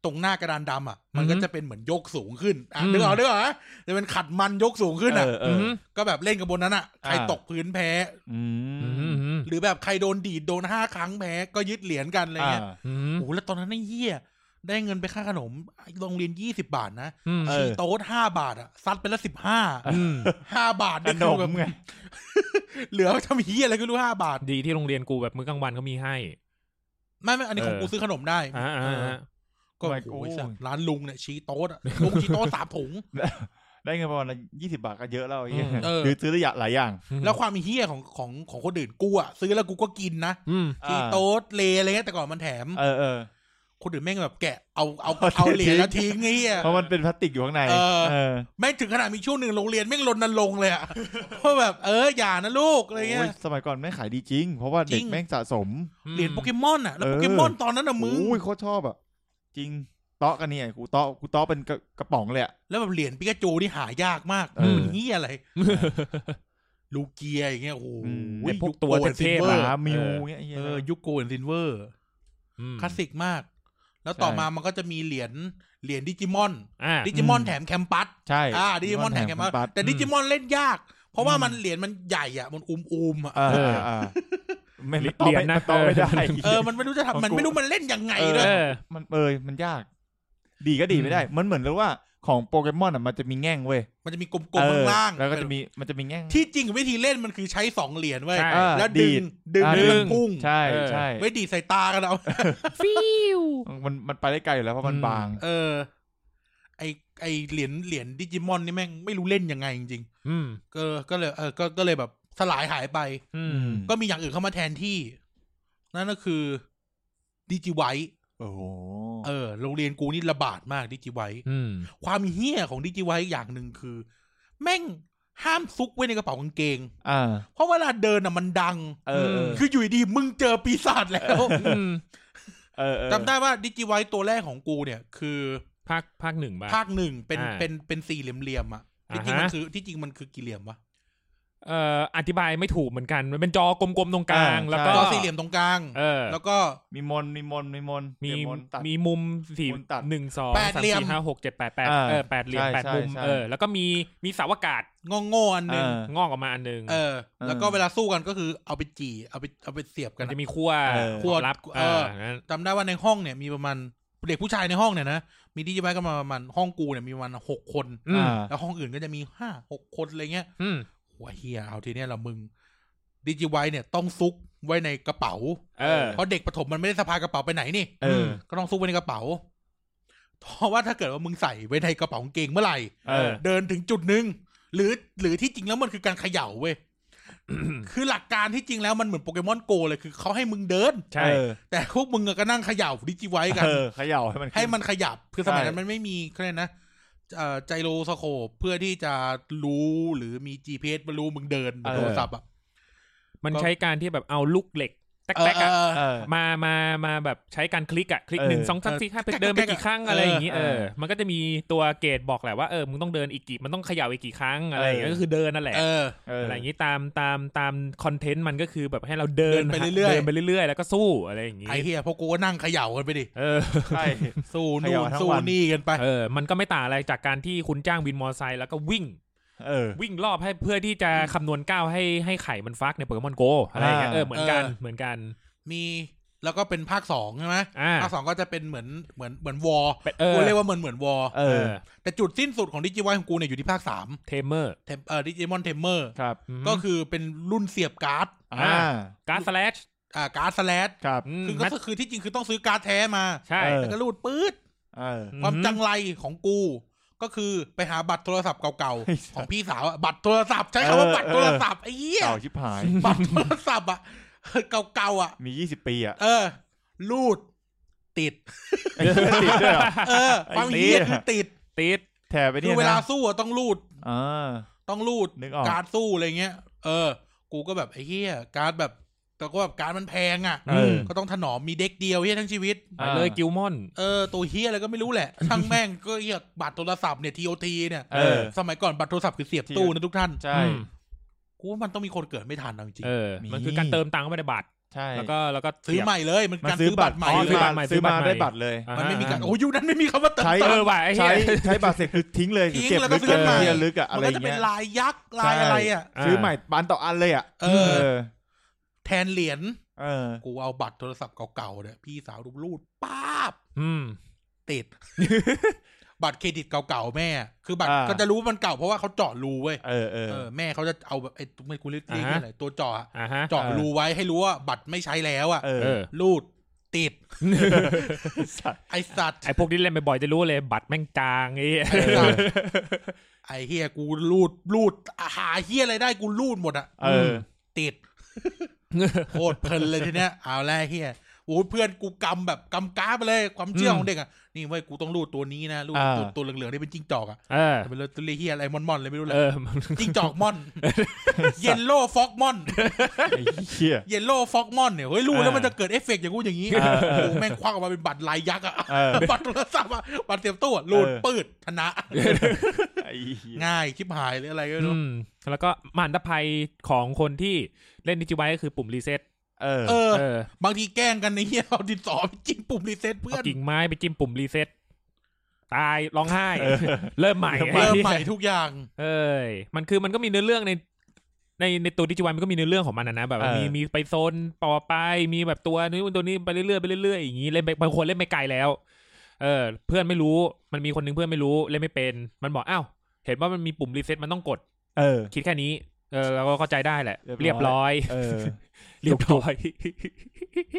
ตรงหน้ากระดานดำอ่ะ มันก็จะเป็นเหมือนยกสูงขึ้นอ่ะนึกออกนึกออกนะจะเป็นขัดมันยกสูงขึ้นอ่ะ เออเอ อือ อ หือ ก็แบบเล่นกับบนนั้นอ่ะใคร อ่า ตกพื้นแพ้ อื อือ ม หืออือ หรือแบบใครโดนดีดโดนห้าครั้งแพ้ก็ยึดเหรียญกันอะไร อ่า เงี้ย หือ โอ้โหแล้วตอนนั้นไอ้เหี้ยได้เงินไปค่าขนมโรงเรียนยี่สิบาทนะ อือ เอ หือ อ ชีโต๊ดห้าบาทอะซัดไปละสิบห้า อืม ห้าบาท ข นี่ น คือ ม แบบ ไง เหลือทำเหี้ยอะไรก็ไม่รู้ห้าบาท ดีที่โรงเรียนกูแบบมื้อกลางวันเขามีให้ ไม่ไม่อันนี้ของ เออ กูซื้อขนมได้ อ่าอ่าอ่า ก็ ไม่ โอ้ย โอ้ย สัตว์ร้านลุงเนี่ยชี้โต๊ดอะลุงชี้โต๊ดสามถุง ได้เงินประมาณยี่สิบาทก็เยอะแล้วไอ้เหี้ย อืม เออ หรือซื้อได้หลายอย่าง แล้วความเฮี้ยของของของคนอื่นกูอะซื้อแล้วกูก็กินนะ อืม ชี้โต๊ดเลอะไรเงี้ยแต่ก่อนมันแถม เออเออ คนอื่นแม่งแบบแกะเอาเอา เอา เอาเหรียญ ทิ้ง แล้วทิ้งไอ้เงี้ย เพราะมันเป็นพลาสติกอยู่ข้างใน เออ เออ แม่งถึงขนาดมีช่วงหนึ่งโรงเรียนแม่งรณรงค์เลยอะเพราะแบบเอออย่านะลูกอะไรเงี้ยโอ้ยสมัยก่อนแม่งขายดีจริง เพราะว่า จริ เด็ก ง แม่งสะสม เหรียญโปเกมอนอะแล้ว เออ โปเกมอนตอนนั้นอะมึง โอ้ยโคตรชอบอ่ะ จริงเตาะกันเนี่ยกูเตาะกูเตาะเป็นกระกระป๋องเลยอ่ะ แล้วแบบเหรียญปิกาจูนี่หายากมาก เออ มันเฮี้ยอะไร ลูเกียอย่างเงี้ยโอ้โห ไอ้พวกตัว ยุค Gold and เทพ ห Silver มา อะ มิว เออ เงี้ยไอ้เหี้ย เออยุคโกลด์ซินเวอร์ อืม คลาสสิกมาก แล้วต่อมามันก็จะมีเหรียญ เหรียญดิจิมอน อ่า ดิจิมอนแถมแคมปัส ใช่ อ่า ดิจิมอนแถมแคมปัส แต่ อืม ดิจิมอนเล่นยาก เพราะว่ามันเหรียญมันใหญ่อ่ะ มันอุ้มๆอ่ะ เออเออเออไม่มัน เหรี เตาะ ยญ ไม่ นะ มันเตาะไม่ได้ เออ เออ มันไม่รู้จะ ของ ทำมัน กู ไม่รู้มันเล่นยังไง เออ ด้วย เออ มันเออมันยาก ดีก็ดีไม่ได้ มันเหมือนเลยว่าของโปเกมอนอ่ะมันจะมีแง่งเว้ย มันจะมีกลมๆข้างล่าง เออแล้วก็จะมีมันจะมีแง่ง ที่จริงวิธีเล่นมันคือใช้สองเหรียญไว้ย ใช่ แล้ว ดี ดึง ด ดึง อ่า ให้มันพุ่ง ใช่ เออ ใช่ ไว้ดีดใส่ตากันเอา ฟิว มันมันไปได้ไกลอยู่แล้วเพราะมัน อืม บาง เออ ไอไอเหรียญเหรียญดิจิมอนนี่แม่งไม่รู้เล่นยังไงจริง อืม ๆก็ก็เลยเออก็ก็เลยแบบสลายหายไป อืม ก็มีอย่างอื่นเข้ามาแทนที่ นั่นก็คือดิจิไวท์ โอ้โห เออ โรงเรียนกูนี่ระบาดมากดิจิไวท์ อืม ความเฮี้ยของดิจิไวท์อย่างหนึ่งคือ แม่งห้ามซุกไว้ในกระเป๋ากางเกง อ่า เพราะเวลาเดินอ่ะมันดัง เออ ม คืออยู่ดีมึงเจอปีศาจแล้ว อืม เออเออ จำได้ว่าดิจิไวท์ตัวแรกของกูเนี่ย คือ ภาคภาคหนึ่งบ้าง ภาคหนึ่งเป็น อ่า เป็นเป็นสี่เหลี่ยมๆอ่ะ อ่า ที่จริงมัน ฮะ คือที่จริงมันคือกี่เหลี่ยมวะ เอ่ออธิบายไม่ถูกเหมือนกัน มันเป็นจอกลมๆตรงกลาง แล้วก็ จอสี่เหลี่ยมตรงกลาง เออ แล้วก็ มีมนต์มีมนต์มีมนต์ มี เดี๋ยวมนต์ตัด มีมุมสี่ มุมตัด หนึ่งสอง แปด สาม เหลี่ยม สี่ห้าหกเจ็ดแปดแปด อ่า เออแปดเหลี่ยม ใช่ แปด ใช่ มุม ใช่ เออ แล้วก็มีมีเสาวอากาศ งอง่อันหนึง อ่า งอกออกมาอันหนึ่ง เออ แล้วก็ เออ เวลาสู้กันก็คือเอาไปจี่เอาไปเอาไปเสียบกั มัน น อะ จะมีขั้ว เออ ขั้วรับ เอ เอ อ อนั้น จำได้ว่าในห้องเนี่ยมีประมาณเด็กผู้ชายในห้องเนี่ยนะมีที่จะไปกันมาประมาณห้องกูเนี่ยมีประมาณหกคน อืม อ่า แล้วห้องอื่นก็จะมีห้าหกคนอะไรเงี้ย อืม หัวเฮียเอาทีเนี้ยละมึงดิจิไวเนี่ยต้องซุกไว้ในกระเป๋า เออ เพราะเด็กประถมมันไม่ได้สะพายกระเป๋าไปไหนนี่ เออ ก็ต้องซุกไว้ในกระเป๋า เพราะว่าถ้าเกิดว่ามึงใส่ไว้ในกระเป๋ากางเกงเมื่อไหร่ เออ เดินถึงจุดหนึ่งหรือหรือที่จริงแล้วมันคือการเขย่าเว้ย คือหลักการที่จริงแล้วมันเหมือนโปเกมอนโกเลยคือเขาให้มึงเดิน ใช่ เออ แต่พวกมึงอะก็นั่งเขย่าดิจิไว้กัน เออเขย่าให้มันขึ้ ให้มันขยับคือสมัยนั้น ใช่ มันไม่มีเขาเรียกนะเอ่อไจโรสโคปเพื่อที่จะรู้หรือมี GPS มารู้มึงเดินบนโทรศัพท์อ่ะ มันใช้การที่แบบเอาลูกเหล็กแต เออก เอ ๆอะ อเออ เออ มามามาแบบใช้การคลิกอะคลิก เออ หนึ่งสองสามสี่ห้าไป เออ เดินไป แก๊กๆ กี่ครั้ง อะ อะไรอย่างงี้ เอ เอ อ อ มันก็จะมีตัวเกรดบอกแหละว่าเออมึงต้องเดินอีกกี่มันต้องเขย่าอีกกี่ครั้งอะไรอย่างเงี้ยก็คือเดินนั่นแหละ เออ เออ อะ อ ไรอย่างนี้ตามตามตามคอนเทนต์มันก็คือแบบให้เราเดิน เดินไปเรื่อยๆ เดินไปเรื่อยๆ แล้วก็สู้อะไรอย่างนี้ ไอ้เฮียพวกกูก็นั่งเขย่ากันไปดิ เออ ใช่ สู้ เข นู่ ย่าน ทั้ง สู้ วัน นี่กันไป เออ มันก็ไม่ต่างอะไรจากการที่คุณจ้างวินมอเตอร์ไซค์แล้วก็วิ่ง เออ วิ่งรอบให้เพื่อที่จะคำนวณก้าวให้ให้ไข่มันฟักในโปเกมอนโกอะไรอย่างเงี้ย อ่า เออเหมือนกัน เออ เหมือนกัน มีแล้วก็เป็นภาคสองใช่ไหม อ่า ภาคสองก็จะเป็นเหมือนเหมือนเหมือนวอร์ เป็นเออ กูเรียกว่าเหมือนเหมือนวอร์ เอ เอ อ อ แต่จุดสิ้นสุดของดิจิไวของกูเนี่ยอยู่ที่ภาคสาม เทมเมอร์ เทมเอ่อดิจิมอนเทมเมอร์ ครับ ก็คือเป็นรุ่นเสียบการ์ด อ่า การ์ดสแลช อ่าการ์ดสแลช ครับ อืม คือก็คือที่จริงคือต้องซื้อการ์ดแท้มา ใช่ เออ แล้วก็รูดปื๊ด เออ อื ความจังไรของกู ก็คือไปหาบัตรโทรศัพท์เก่า ไอ้สั ๆ ส ของพี่สาวอะบัตรโทรศัพท์ใช้คำว่า เออ บัตรโทรศัพท์ไอ้เหี้ย เก่าชิบหาย บัตรโทรศัพท์อ่ะเก่าๆอ่ะ มียี่สิบปีอ่ะ เออ รูด ติด ไอ้เหี้ยติดด้วยเหรอ เออ ไอ้ ความ ติด เฮี้ยคือติด ติด แถไป คื เนี่ อย เวลา นะ สู้อะต้องรูด อ่า ต้องรูด นึกออก การ์ดสู้อะไรเงี้ย เออ กูก็แบบไอ้เฮี้ยการ์ดแบบแต่ก็แบบการ์ดมันแพงอ่ะ เออ ก็ต้องถนอมมีเด็กเดียวเฮี้ยทั้งชีวิต ไปเลย อ่า กิลมอน เออตัวเฮียอะไรก็ไม่รู้แหละ ช่างแม่งก็เฮียบัตรโทรศัพท์เนี่ยทีโอทีเนี่ย เออ สมัยก่อนบัตรโทรศัพท์คือเสียบตู้นะทุกท่าน ใช่ อืม กูว่ามันต้องมีคนเกิดไม่ทันเอาจริง เออ มี มันคือการเติมตังค์เข้าไปในบัตร ใช่ แล้วก็แล้วก็ ๆซื้อ เสียบ ใหม่เลยมัน มัน การ ซื้ ซื้ อ อ บั บั ต ต ร ร ให ใหม่ อ๋ม่อ ซื้อ บัตมารใหม่ซื้อบัตรใหม่ซื้อมาได้บัตรเลย อ่า มันไม่มีการ อ่า โอ้ยยุคนั้นไม่มีคำว่าเติม ใช้ ตั เอง อ ค์ ว่ะไอ้เหี้ ใช้ ย ใช้บัตรเสร็จคือทิ้งเลย ทิ้ง เก็บ แล้วก็ ลึก ซื้อใหม่ เที่ยลึกอะอะ มันไรก็จะเป็นเงี้ย ลายยักษ์ลายอะไรอ่ะ อ่า ซื้อใหม่ปันต่ออันเลยอ่ะ เออ แทนเหรียญ เออ กูเอาบัตรโทรศัพท์เก่าๆเนี่ยพี่สาวรูปรูดป้าบ อืม ติด บัตรเครดิตเก่าๆแม่ คือบัตร อ่า ก็จะรู้ว่ามันเก่าเพราะว่าเขาเจาะรูเว้ย เออเออ เออแม่เขาจะเอาแบบไอ้ไม่กูเรียกเรียก อ่าฮะ อะไรตัวเจาะอะ อ่าฮะ เจาะรูไว้ให้รู้ว่าบัตรไม่ใช้แล้วอ่ะ เอ เอ อ อ รูดติด สัตว์ ไอสัตว์ ไอ้พวกที่เล่นบ่อยๆจะรู้เลยบัตรแม่งจางไอ้เหี้ย ไอ้สัตว์ไอเฮียกูรูดรูดหาเฮียอะไรได้กูรูดหมดอ่ะ เออ ติด โคตรเพลินเลยทีเนี้ยเอาแลวเฮียโอ้ยเพื่อนกูกำแบบกำก้าไปเลยความเชื่อของเด็กอ่ะนี่เว้ยกูต้องรูดตัวนี้นะรูด อ่า ตัวตัวเหลืองๆนี่เป็นจิ้งจอกอ่ะ เออ แต่เป็นตัวเฮียอะไรมอนๆเลยไม่รู้แห เอ ละ อ จิ้งจอกม อน เยลโล่ฟ็อกมอน ไอ้เหี้ย เยลโล่ฟ็อกมอนเนี่ยเฮ้ยรู้แล้ว อ่ามั มันจะเกิดเอฟเฟกต์อย่างงู้นอย่างนี้ เออ โอ้โหแม่งควักออกมาเป็นบัตรลายยักษ์อะ เออ บัตรโทรศัพท์อะบัตรเตรียมตู้อะรูด เออ ปืดชนะ ไอ้เหี้ย ง่ายคลิปหายหรืออะไรก็ไม่รู้ ืม แล้วก็มหันตภัยของคนที่เล่นนิจิไว้ก็คือปุ่มรีเซ็ต เออ เออ เออบ างทีแกล้งกันในเฮียเอาดินสอไปจิ้มปุ่มรีเซ็ตเพื่อ เอา น กิ่งไม้ไปจิ้มปุ่มรีเซ็ตตายร้องไห้ เริ่มใหม่ เริ่มใหม่ทุกอย่าง เอ้ยมันคือมันก็มีเนื้อเรื่องใน ในในตัวดิจิวันมันก็มีเนื้อเรื่องของมันนะนะแบบว่า เออ มีมีไปโซนต่อไปมีแบบตัวนี้นตัวนี้ไปเรื่อยๆไปเรื่อยๆอย่างนี้เล่นไปบางคนเล่นไม่ไกลแล้ว เออ เพื่อนไม่รู้มันมีคนหนึงเพื่อนไม่รู้เล่นไม่เป็นมันบอกอ้าวเห็นว่ามันมีปุ่มรีเซ็ตมันต้องกด เออ คิดแค่นี้ เออเราก็เข้าใจได้แหละ เรี เรี ย ย บบ ร้ ร้ อ อย ย เออ เรียบร้อย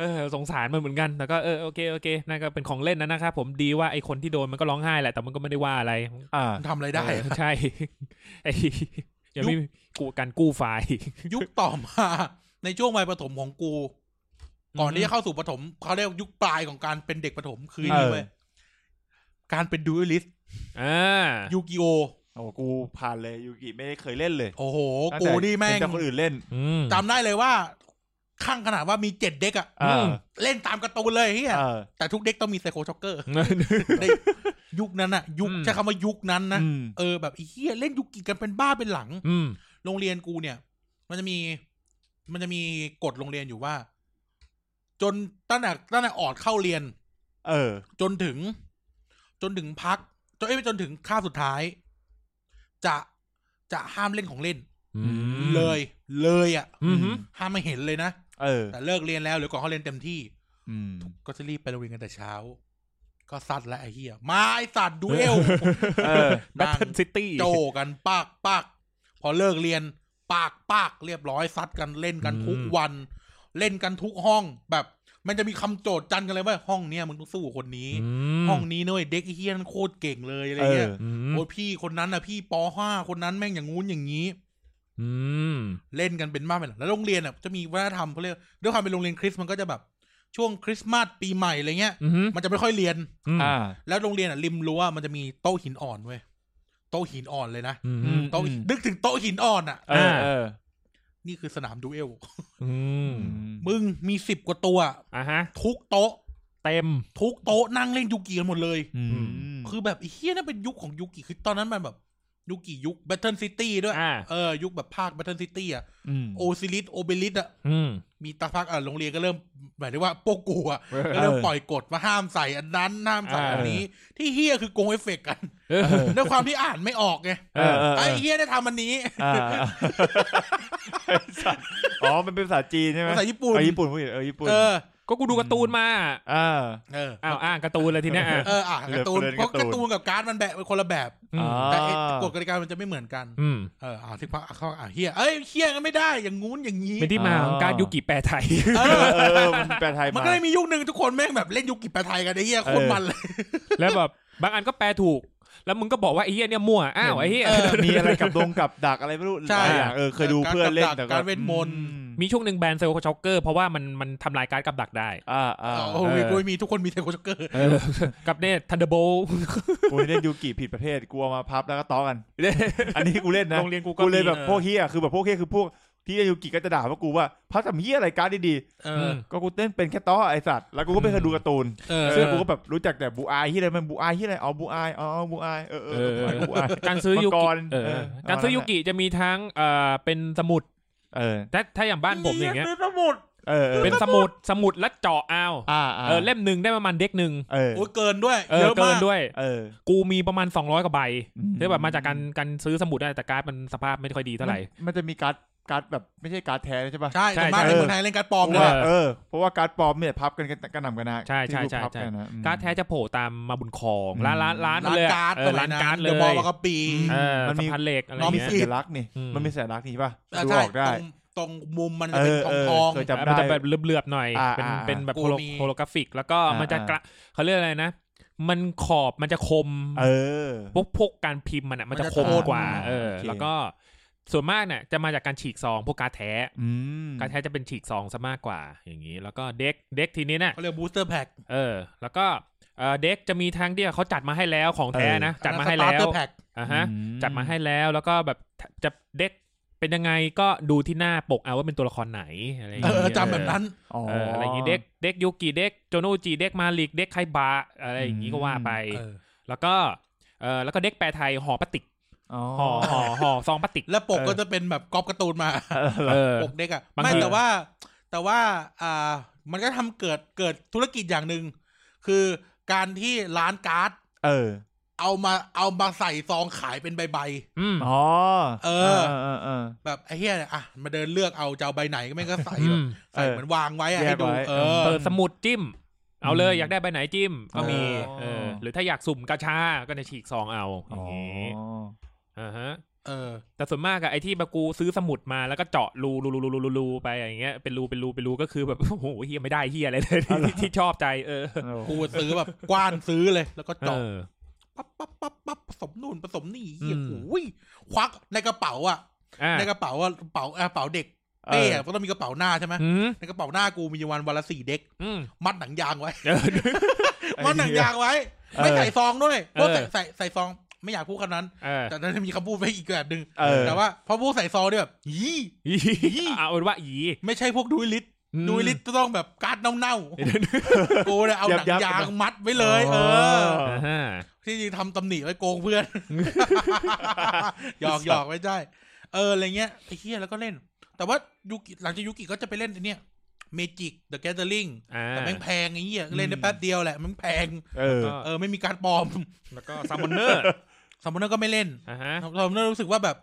เออสงสารมันเหมือนกันแต่ก็เออโอเคโอเคนั่นก็เป็นของเล่นนะนะครับผมดีว่าไอคนที่โดนมันก็ร้องไห้แหละแต่มันก็ไม่ได้ว่าอะไร อ่า ทำอะไรได้ เอ อะ อใช่ ไอยังไม่มีกูการกู้ไฟล์ ยุคต่อมา ในช่วงวัยประถมของกู ก่อนที่จะเข้าสู่ประถมเขาเรียกยุคปลายของการเป็นเด็กประถมคือนี่เว้ย เอ การเป็นดูเอลิส อ่า ยูกิโอ โอ้กูผ่านเลยยูกิไม่ได้เคยเล่นเลย โอ้โห ตั้ง กู แต่ นี่แม่ เห็ ง แต่คนอื่นเล่น อืม จำได้เลยว่าข้างขนาดว่ามีเจ็ดเด็กอะ เออ ม เล่นตามการ์ตูนเลยเฮีย เออ แต่ทุกเด็กต้องมีไซโคช็อกเกอร์ เออ ในยุคนั้นอะยุค อืม ใช้คำว่ายุคนั้นนะ อืม เออแบบไอ้เฮียเล่นยุคกิกันเป็นบ้าเป็นหลัง อืม โรงเรียนกูเนี่ย มันจะมี มันจะมีกฎโรงเรียนอยู่ว่า จนตั้งแต่ตั้งแต่ออดเข้าเรียน เออ จนถึง จนถึงพักจนเอ้ยจนถึงคาบสุดท้าย จะจะห้ามเล่นของเล่น อืม เลย เลยอะ อือหือ ห้ามไม่เห็นเลยนะ เออ แต่เลิกเรียนแล้วหรือก่อนเขาเรียนเต็มที่ อืม ก็จะรีบไปโรงเรียนกันแต่เช้า ก็สัตว์และไอ้เหี้ยมาไอ้สัตว์ดูเอล เออ แบ ทเทิลซิตี้ โจกันปากปากพอเลิกเรียน ปากปากเรียบร้อยซัดกันเล่นกันทุกวัน เล่นกันทุกห้องแบบ มันจะมีคำโจทย์จันกันเลยว่าห้องเนี้ยมึงต้องสู้กับคนนี้ ห้องนี้เนยเด็กไอ้เหี้ยนั่นโคตรเก่งเลยอะไร เออ เงี้ยโอ้ยพี่คนนั้นน่ะพี่ปห้าคนนั้นแม่งอย่างงู้นอย่างนี้ อืม เล่นกันเป็นมากเป็นหลังแล้วโรงเรียนอ่ะจะมีวัฒนธรรมเขาเรียกด้วยความเป็นโรงเรียนคริสต์มันก็จะแบบ ช่วงคริสต์มาสปีใหม่อะไรเงี้ย อืม มันจะไม่ค่อยเรียน อ่า แล้วโรงเรียนอ่ะริมรั้วมันจะมีโต๊ะหินอ่อนเว้ย โต๊ะหินอ่อนเลยนะ อืม ม โต๊ะหินนึกถึงโต๊ะหินอ่อนอ่ะ เออเออ นี่คือสนามดูเอล อืม มึง มึงมีสิบกว่าตัว อ่าฮะ ทุกโต๊ะ เต็ม ทุกโต๊ะนั่งเล่นยูกิกันหมดเลย อืม คือแบบไอ้เฮียนั่นเป็นยุคของยูกิคือตอนนั้นมันแบบยูกิยุคแบทเทิลซิตี้ด้วย อ่า เออยุคแบบภาคแบทเทิลซิตี้อ่ะ อืม โอซิลิสโอเบลิสอ่ะ อืม มีตาพักอ่ะโรงเรียนก็เริ่มหมายถึงว่าโปกูอ่ะ เออ ก็เริ่มปล่อยกฎมาห้ามใส่อันนั้นห้ามใส่ อ่า อันนี้ ที่เฮียคือโกงเอฟเฟกต์กัน เออ ด้วยความที่อ่านไม่ออกไง เออเออ ไอ้เฮียได้ทำอันนี้ อ่าไอ้สัตว์อ๋อ มันเป็นภาษาจีนใช่ไหม ภาษาญี่ปุ่น เออญี่ปุ่นพูดผิดเออญี่ปุ่น เออ ก็กูดูการ์ตูนมา อ่า เออ อ้าวอ้างการ์ตูนเลยทีเนี้ยอ่ะ เอออ่ะ เหกาลือ ร์ตูน เฟือ เพราะ การ์ตูน การ์ตูนกับการ์ดมันแบบเป็นคนละแบบ อืม อ่า แต่ไอ้กฎกติกามันจะไม่เหมือนกัน อืม เอออ่ะที่พักเข้าอ่ะเฮียเอ้ยเฮียกันไม่ได้อย่างงู้นอย่างนี้ เป็นที่มาของการยุกิแปลไทย เออเออเออเออมันแปลไทย มัน มา ก็เลยมียุคหนึ่งทุกคนแม่งแบบเล่นยุกิปะไทยกันไอ้เฮียโคตรมันเลย แล้วแบบบางอันก็แปลถูก แล้วมึงก็บอกว่าไอ้เฮียเนี่ยมั่ว อ้าวไอ้เฮีย มีอะไรกับดงกับดักอะไรไม่รู้ ใช่ หลายอย่างเออเคยดูเพื่อนเล่นแต่ก็ การเวทมนต์ อืม มีช่วงหนึ่งแบนเซลโคช็อกเกอร์เพราะว่ามันมันทำลายการดกับดักได้ อ่าอ่า โอ้โหมี เออ กูมีทุกคนมีเซโคช็อกเกอร์ เออ กับเนี่ยทันเดอร์โบล กูเล่นยูกิผิดประเภทกูเอามาพับแล้วก็ต้อกัน อันนี้กูเล่นนะ โรงเรียนกูก็ กูเลยแบบ มีเออ พวกเฮียคือแบบพวกเฮียคือพวกที่เล่นยูกิก็จะด่าว่ากูว่าพับทำเฮียอะไรการดดี เอ อื อ ม ๆก็กูเต้นเป็นแค่ต้อไอสัตว์แล้วกูก็ไม่เคยดูการ์ตูน เออ ซึ่งกูก็แบบรู้จักแต่บูอายที่อะไรมันบูอายที่อะไรอ๋อบูอายอ๋อบูอายเออเออ เออ บูอาย การซื้อยู มัง กิ กร เออ เออ การซื้อยูกิจะมีทั้งเอ่อเป็นสมุด เออ ถ้าถ้าอย่างบ้านผมอย่างเงี้ย สมุดเออ เป็นสมุดสมุดและเจาะเอา อ่า เออเล่มหนึ่งได้ประมาณเด็กหนึ่ง เออ โอ้ยเกินด้วย เอ เย อ อะ เกิ มาน ก ด้วย เออ กูมีประมาณ 200กว่าใบที่แบบมาจากการการซื้อสมุดนะแต่การ์ดมันสภาพไม่ค่อยดีเท่าไหร่ มันมันจะมีการ์ดการ์ดแบบไม่ใช่การ์ดแท้ใช่ป่ะ ใช่ ใช่ แต่มาก ใช่ ในเมืองไทยเล่นการดปลอม เพ ด้วยราะว่าเออเพราะว่าการ์ดปลอมเนี่ยพับกันกันกระหน่ำกันนะ ใช่ใช่ใช่ ที่รูปพับ ใช่ กันนะอืม การ์ดแท้จะโผล่ตามมาบุญครอง อืม ร้านร้านร้าน ร้าน เลยอะ การ์ด เอ ส อ มั ร้าย น นั้น การ์ดเล เด ย อะบอลบางกะปี เออ มันมี สะพานเหล็กอะไร น้อง มี เงี้ย สั สิ ญลักษณ์นี่ อืม มันมีสัญลักษณ์นี่ป่ะ อ่ะ ดู ใช่ ออกได้ ตรงตรงมุมมัน เอ จะเป็น อ ทอ เอง อ ทอง เคเอยอ จำ มัน ได้ จะแบบเหลือบๆหน่อย อ่า เป็น อ่า เป็นแบบ กู โฮโล มี โฮโลกราฟิก แล้วก็มันจะ อ่าก ก ระเขาเรียกอะไรนะ มันขอบมันจะคม เออ พวกพวกการพิมพ์มันอ่ะมันจะ มันจะ คม โทน กว่า อ่า เออ โอเค แล้วก็ส่วนมากเนี่ยจะมาจากการฉีกซอง พวกการดแท้ อืม การดแท้จะเป็นฉีกซองซะมากกว่า อย่างนี้ แล้วก็เด็กเด็กทีนี้เนี่ย เขาเรียกบูสเตอร์แพ็ค เออ แล้วก็เอ่อเด็กจะมีทั้งที่เขาจัดมาให้แล้วของแท้นะจัดมาให้ ส แล้ ตร์เต ว อร์แพ็ค อ่ะฮะ อืม จัดมาให้แล้วแล้วก็แบบจะเด็กเป็นยังไงก็ดูที่หน้าปกเอาว่าเป็นตัวละครไหนอะไรอย่าง เอ เงี้ย อจำแบบนั้น อ๋อ เอออะไรอย่างงี้เด็กเด็กยูกิเด็กโจโนจิเด็กมาลิกเด็กไคบะอะไรอย่างงี้ก็ว่าไป เออ แล้วก็เออแล้วก็เด็กแปลไทยห่อพลาสติก อ๋อ ห่อห่อห่อซองพลาสติก แล้วปก เออ ก็จะเป็นแบบก๊อปการ์ตูนมา เออ ปกเด็กอ่ะ บาง ไม่ ที แต่ว่า แต่ว่าอ่ามันก็ทำเกิดเกิดธุรกิจอย่างหนึ่งคือการที่ร้านการ์ด เออ เอามาเอามาใส่ซองขายเป็นใบ อืม อ๋อ เออ เออเออ ๆแบบไอ้เหี้ยเนี่ยอ่ะมาเดินเลือกเอาจะเอาใบไหนก็ไม่งก็ใส่ อื แบบ ม ใส่ เออ เหมือนวางไว้อะ แยก ให้ดู ไว้ เอ เอ อ อสมุดจิ้ม เอาเลยอยากได้ใบไหนจิ้มก็มี อ๋อ เออหรือถ้าอยากสุ่มกาชาก็จะฉีกซองเอาอ อ๋อย่าง งี้อ่าฮะ เออ แต่ส่วนมากอะไอที่แบบกูซื้อสมุดมาแล้วก็เจาะรูรูรูรูรูรูรูไปอย่างเงี้ยเป็นรูเป็นรูเป็นรูก็คือแบบ โอ้โหเฮียไม่ได้เฮียอะไรเลยที่ที่ชอบใจเออ โอ้ กูซื้อแบบ กว้านซื้อเลยแล้วก็ เอ เจาะ อ ปั๊บปั๊บปั๊บปั๊บผสมนู่นผสมนี่เหี้ย อืม โอ้ยควักในกระเป๋าอ่ะ อ่ะ ในกระเป๋าอ่ะกระเป๋าอ่ะกระเป๋าเด็กเป้อะก็ต้องมีกระเป๋าหน้าใช่ไหม อืม ในกระเป๋าหน้ากูมีวันวันละสี่เด็ก อืม มัดหนังยางไว้ เออ มัดหนังยางไว้ เออ ไม่ใส่ซองด้วย เออ เพราะใส่ใส่ใส่ซองไม่อยากพูดคำนั้น เออ แต่นั้นมีคำพูดไปอีกแบบหนึ่ง เออ แต่ว่าพอพูดใส่ซองเนี่ยแบบยี อีเอาเป็นว่าอี ไม่ใช่พวกดูลิท อืม ดูลิทจะต้องแบบการ์ดเน่า ๆกูเนี่ยเอาหนัง ยับๆ ยางมัดไว้เลยเออ อ่าฮะ ที่จริงทำตำหนิไว้โกงเพื่อน หยอกหยอกไม่ใช่เอออะไรเงี้ยไอ้เฮียแล้วก็เล่น แต่ว่ายูกิหลังจากยูกิก็จะไปเล่นไอ้เนี่ยเมจิกเดอะแกเ r อริง อ่า แต่แม่งแพงไอ้เหี้ยเล่นได้แป๊บเดียวแหละแมันแพง เออ เออไม่มีการดปลอม แล้วก็ซามอนเนอ ร์ สมมติก็ไม่เล่น อ่าฮะ สมมติรู้สึกว่าแบบ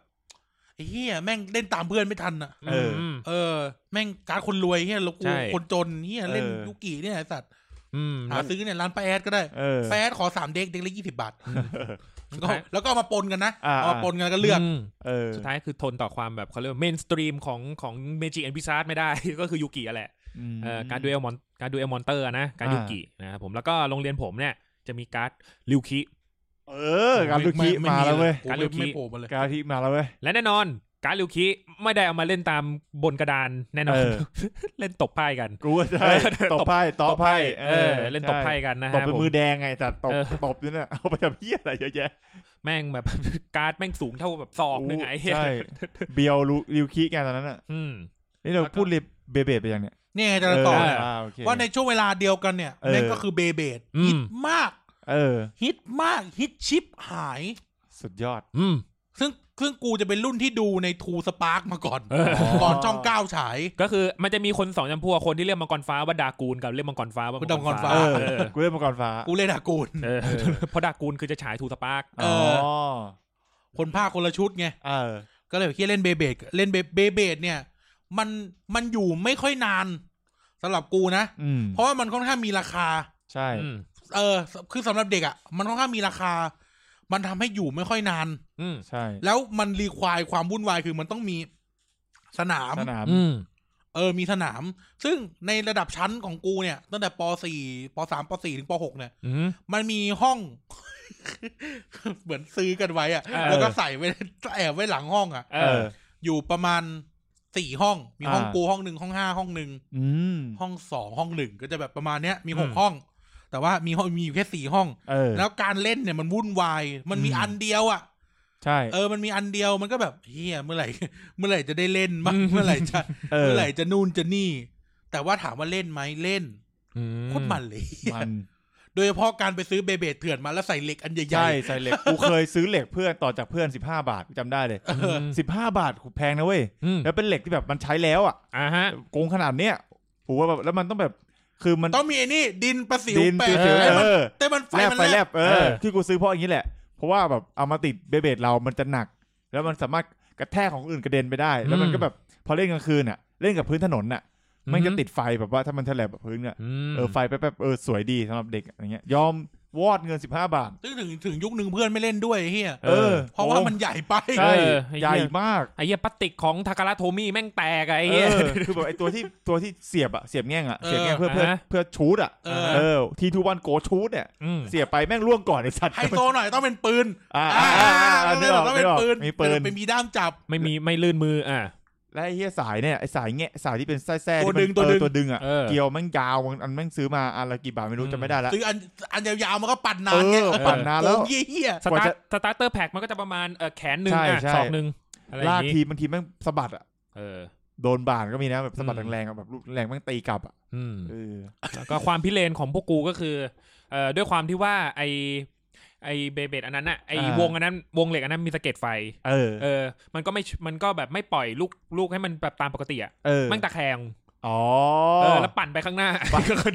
ไอ้เหี้ยแม่งเล่นตามเพื่อนไม่ทันอ่ะ เอออื ม เออ แม่งการดคนรวยเฮียแล้วกู ใช่ คนจนเฮียเล่น เออ ยูกิเนี่ยไอ้สัตว์ อืม หาซื้อเนี่ยร้านป้าแอดก็ได้ เออ ป้าแอดขอสามเด็กเด็กละยี่สิบบาท สุด ก็ ท้าย แล้วก็เอามาปนกันนะ อ่า เอามาปนกันแล้วก็เลือก ม เออ สุดท้ายคือทนต่อความแบบเขาเรียกเมนสตรีมของของเมจิแอนพิซาร์ไม่ได้ ก็คือยูกิอะแหละ ม เอ่อการดูเอลมอนการดูเอลมอนเตอร์นะการ อ่า ยูกินะครับผมแล้วก็โรงเรียนผมเนี่ยจะมีการ์ดริวคิ เออ การลูกคีมาแล้วเว้ย กา การ ร ลื ลื ม ม ไม่ ขี้ โผล่มาเลย การที่มาแล้วเว้ย และแน่นอนการ์ดริวคิไม่ได้เอามาเล่นตามบนกระดานแน่นอน เออ เล่นตบไพ่กัน กูใช่ตบไพ่ตบไพ่ เออ เล่นตบไพ่กันนะ ต ฮะ บเป็น ผม มือแดงไงแต่ตบ เออ ตบนี่น่ะเอาไปทำเพี้ยอะไรเยอะแยะ แม่งแบบ การ์ดแม่งสูงเท่าแบบซอกหนึงไอ้เหี้ย ใช่เบียวรูริวคีกันตอนนั้นอ่ะ อืม นี่เราพูดเรียบเบเบไปยังเนี่ย เนี่ยไงจะต่อ เ เนี่ย โอเค ว่าในช่วงเวลาเดียวกันเนี่ย เออ แม่งก็คือเบเบด อืฮิตมมาก เออ ฮิตมาก ฮิตชิปหาย สุดยอด อืม ซึ่งซึ่งกูจะเป็นรุ่นที่ดูในทูสปาร์กมาก่อน เออ ก่อนช่องเก้าฉาย ก็คือมันจะมีคนสองจำพวกคนที่เรียกมังกรฟ้าว่าดากูลกับเรียกมังกรฟ้าว่า คุณดามังกรฟ้า เออ เออ กูเล่นมังกรฟ้า กูเลยด่ากูล เออเพราะดากูลคือจะฉายทูสปาร์ก เอ อ๋อ อ คนภาคคนละชุดไง เออ ก็เลยแบบเฮียเล่นเบเบดเล่นเบเบเบดเนี่ย มันมันอยู่ไม่ค่อยนานสำหรับกูนะ อืม เพราะว่ามันค่อนข้างมีราคา ใช่ อืม เออ คือสำหรับเด็กอ่ะ มันค่อนข้างมีราคา มันทำให้อยู่ไม่ค่อยนาน อืม ใช่ แล้วมันรีควายความวุ่นวายคือมันต้องมีสนาม สนาม อืม เออมีสนาม ซึ่งในระดับชั้นของกูเนี่ย ตั้งแต่ป .4 ป .3 ป .4 ถึงป .6 เนี่ย อืม มันมีห้อง เหมือนซื้อกันไว้อะ เออ แล้วก็ใส่ไว้แอบไว้หลังห้องอะ เอ เอ อ อ อยู่ประมาณ สี่ห้อง มีห้อง อ่า กูห้องหนึ่งห้องห้าห้องหนึ่ง อืม ห้องสองห้องหนึ่งก็จะแบบประมาณเนี้ยมีหก อืม ห้อง แต่ว่ามีห้องมีอยู่แค่สี่ห้อง เออ แล้วการเล่นเนี่ยมันวุ่นวาย มันมี อืม อันเดียวอ่ะ ใช่ เออ มันมีอันเดียว มันก็แบบเฮียเมื่อไหร่ เมื่อไหร่จะได้เล่นมั้งเมื่อไหร่จะ เออ เมื่อไหร่จะนู่นจะนี่ แต่ว่าถามว่าเล่นไหมเล่น อืม โคตรมันเลย เหี้ย มัน โดยเฉพาะการไปซื้อเบเบดเถื่อนมาแล้วใส่เหล็กอันใหญ่ ใช่ใส่ เหล็กกูเคยซื้อเหล็กเพื่อนต่อจากเพื่อนสิบห้าบาทกูจำได้เลย ๆเออ ม สิบห้าบาทกูแพงนะเว้ย อืม แล้วเป็นเหล็กที่แบบมันใช้แล้วอ่ะ อ่าฮะ โกงขนาดเนี้ยผมว่าแบบแล้วมันต้องแบบ คือมัน ต้องมีไอ้นี่ดินประสิว ดิน แปะ คือเสียว แต่มัน เออ แต่มันไฟ แลบ มัน ไป แล แล บบ เอ เอ อ อ ที่กูซื้อเพราะอย่างนี้แหละ เพราะว่าแบบเอามาติดเบเบดเรามันจะหนัก แล้วมันสามารถกระแทกของอื่นกระเด็นไปได้ แล้วมันก็แบบพอเล่นกลางคืนอ่ะ เล่นกับพื้นถนนอ่ะ มันจะติดไฟแบบว่าถ้ามันแฉลบกับพื้นอ่ะ ม เออไฟแป๊บๆเออสวยดีสำหรับเด็กอะไรเงี้ย ยอมวอดเงินสิบห้าบาท ซึ่งถึงถึงยุคหนึ่งเพื่อนไม่เล่นด้วยไอ้เฮีย เออ เพราะว่ามันใหญ่ไป ใช่ เออไอ้เหี้ย ใหญ่มาก ไอ้เหี้ยพลาสติกของทาการะโทมี่แม่งแตกอะไอ้ เอ เหี้ย อคือแบบไอ้ตัวที่ตัวที่เสียบอ่ะเสียบแง่งอ่ะ เออ เสียบแง่งเพื่อเพื่อ อ่าฮะ เพื่อชูดอ่ะ เอ เอ อ อทีทูวันโกชูดเนี่ย อืม เสียบไปแม่งล่วงก่อนไอ้สัตว์ ไฮโซหน่อยต้องเป็นปืน อ่า อ่า อ่าอ่าอ่า ต้ นึกออก อง นึ เป็ ก น ออก ปืน มีปืน ไมีด้ามจับ ไม่มีไม่ลื่นมืออ่ะ และไอ้เฮียสายเนี่ยไอ้สายแงะสายที่เป็นไส้แส้ ตัว ที่มัน ดึงตัว เออ ดึง ตัวดึงอ่ะ เออ เกลียวแม่งยาวมันอันแม่งซื้อมาอันละกี่บาทไม่รู้ อืม จำไม่ได้ละ ซื้ออันอันยาวๆมันก็ปัดนา เอน ไง อปั่นนานแล้ว โอ้ยเฮีย ส กว่า ตาร์ จะ ทสตาร์เตอร์แพ็กมันก็จะประมาณเออแขนหนึ่ง ใช่ อ่ะ ใช่ ศอกหนึ่งอะไรอ ลา ย่าก ง ที งี้ บางทีแม่งสะบัดอ่ะ เออ โดนบานก็มีนะแบบสะบัด อืม แรงๆอะแบบลูกแรงแม่งตีกลับอ่ะ อืม เออ แล้วก็ความพิเรนของพวกกูก็คือเอ่อด้วยความที่ว่าไอไอเบเบดอันนั้นอะไอวงอันนั้นวงเหล็กอันนั้นมีสะเก็ดไฟ เออ เออ มันก็ไม่มันก็แบบไม่ปล่อยลูกลูกให้มันแบบตามปกติอะ เออ มันตะแคง อ๋อ เออแล้วปั่นไปข้างหน้า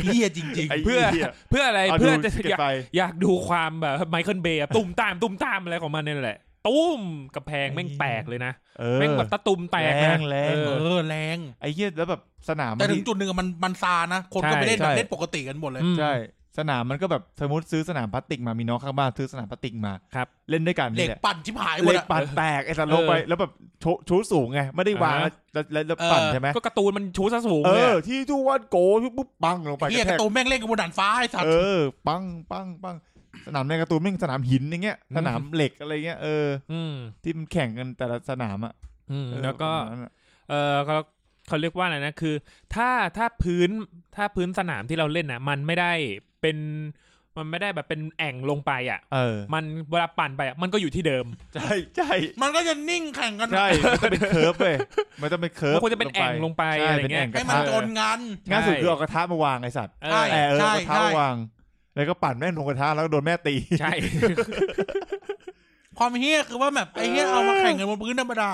เฮียจริง ไ เพื่อ หี้ย เพื่ออะไร า เพื่อ ดู จะอเก็บยาก ไฟ อยากดูความแบบไมเคิลเบย์ตุ่มตามตุ่มตามอะไรของมันเนี่ยแหละตุ้มกระแพงแม่งแตกเลยนะ เออ แม่งแบบตะตุ่มแตกนะ แรง เอ ๆ อ เออแรง ไอ้เฮียแล้วแบบสนาม แต่ถึง มัน จุดหนึ่งอะมันมันซานะ คนก็ไปเล่น ใช่ แบบ ใช่ เล่นปกติกันหมดเลย อืม ใช่สนามมันก็แบบสมมติซื้อสนามพลาสติกมามีน้องข้างบ้านซื้อสนามพลาสติกมา ครับ เล่นด้วยกัน เหล็ นี่ ก แหละ ปั่นชิบหายห เห มด ล็ก อะ ปั่นแตกไอ้สัตว์ลงไปแล้วแบบโชชูสูงไงไม่ได้วาง อ่า แล้วแล้วแล้ว เออ ปั่นใช่ไหม ก็การ์ตูนมันชูซะสูง เอ เลย อ อะ ที่ทุกวันโกปุ๊บปังลงไป เฮีย กระ ก แท ระ ก ตูนแม่งเล่นกันบนดานฟ้าไอ้สัตว์ เออ ปังปังปังสนามในการ์ตูนแม่งสนามหินอย่างเงี้ยสนามเหล็กอะไรเงี้ยเออ อืม ที่มันแข่งกันแต่ละสนามอ่ะ อืม เออ แล้วก็ ประมาณนั้นอะ เออเขาเขาเรียกว่าอะไรนะคือ ถ้าถ้าพื้นถ้าพื้นสนามที่เราเล่นนะมันไม่ได้เป็นมันไม่ได้แบบเป็นแอ่งลงไปอ่ะ เออ มันเวลาปั่นไปอ่ะมันก็อยู่ที่เดิม ใช่ใช่ มันก็จะนิ่งแข่งกัน ใช่มันจะเป็นเคิร์ฟเว้ยมันจะเป็นเคิร์มัฟนควรจะเป็นแอ่งลงไป ใช่ อะไร เป็น เงี้ แอ่ ย งก ให้ ระ มัน ทะ จนงาน ใช่ ง่ายสุดคือเอากระทะมาวางไอ้สัตว์ เอ ใช่ อ เออเอา ใช่ กระทะ ใช่ มาวางแล้วก็ปั่นแม่งลงกระทะแล้วก็โดนแม่ตี ใช่ ความเฮียคือว่าแบบไอ้เฮียเอามาแข่งกันบนพื้นธรรมดา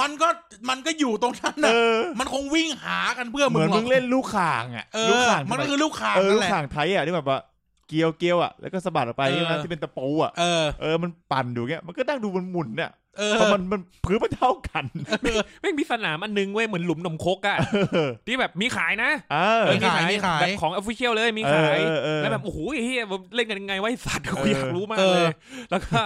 มันก็มันก็อยู่ตรงนั้น เอ น่ะ อ มันคงวิ่งหากันเพื่อ เห มึ มือง น หร มึ อก งเล่นลูกข่างอ่ะ เอ ลูก อ ข่าง มันก็คือลูกข่าง เออ นั่ ลู น ก แหละ ข่างไทยอ่ะที่แบบว่าเกียวเกียวอ่ะแล้วก็สะบัดออกไป เออ ใช่ไหมที่เป็นตะปูอ่ะ เออ เออมันปั่นอยู่เงี้ยมันก็นั่งดูมันหมุนเนี่ย เออ เพราะมันมันพื้นมันเท่ากัน ไม่งมีสนามอันนึงเว้ยเหมือนหลุมนมคก อ่ะที่แบบมีขายนะ เออ เออมีขาย มีขาย แบบของออฟฟิเชียลเลยมีขาย เออเออ แล้วแบบโอ้โหไอ้เฮียผมเล่นกันยังไงวะไอ้สัตว์ กูอเอออ ยากรู้มาก เอ เล อ ย แล้วก็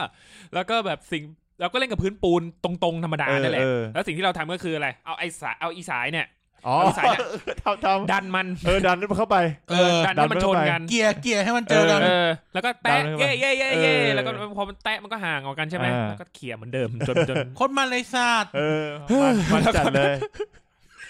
แล้วก็แบบสิ่งเราก็เล่นกับพื้นปูนตรงๆธรรมดา เออ นั่นแหละ เออ แล้วสิ่งที่เราทำก็คืออะไร เอาไอ้สายเอาอีสายเนี่ย อ๋อ เอาสายเนี่ย ทำทำ ดันมัน เออดันมันเข้าไป เออ ดัน ดัน ให้มันชน มันเข้าไป กัน เกียร์เกียร์ให้มันเจอกัน เออ แล้วก็ ดั แตะ นมันเข้าไป เย่เย่เย่ เออ เย่แล้วก็พอมันแตะมันก็ห่างออกกันใช่ไหม อ่า แล้วก็เขี่ยเหมือนเดิมจนจน โคตรมันเลยสัตว์ เออมันมันจัดเลย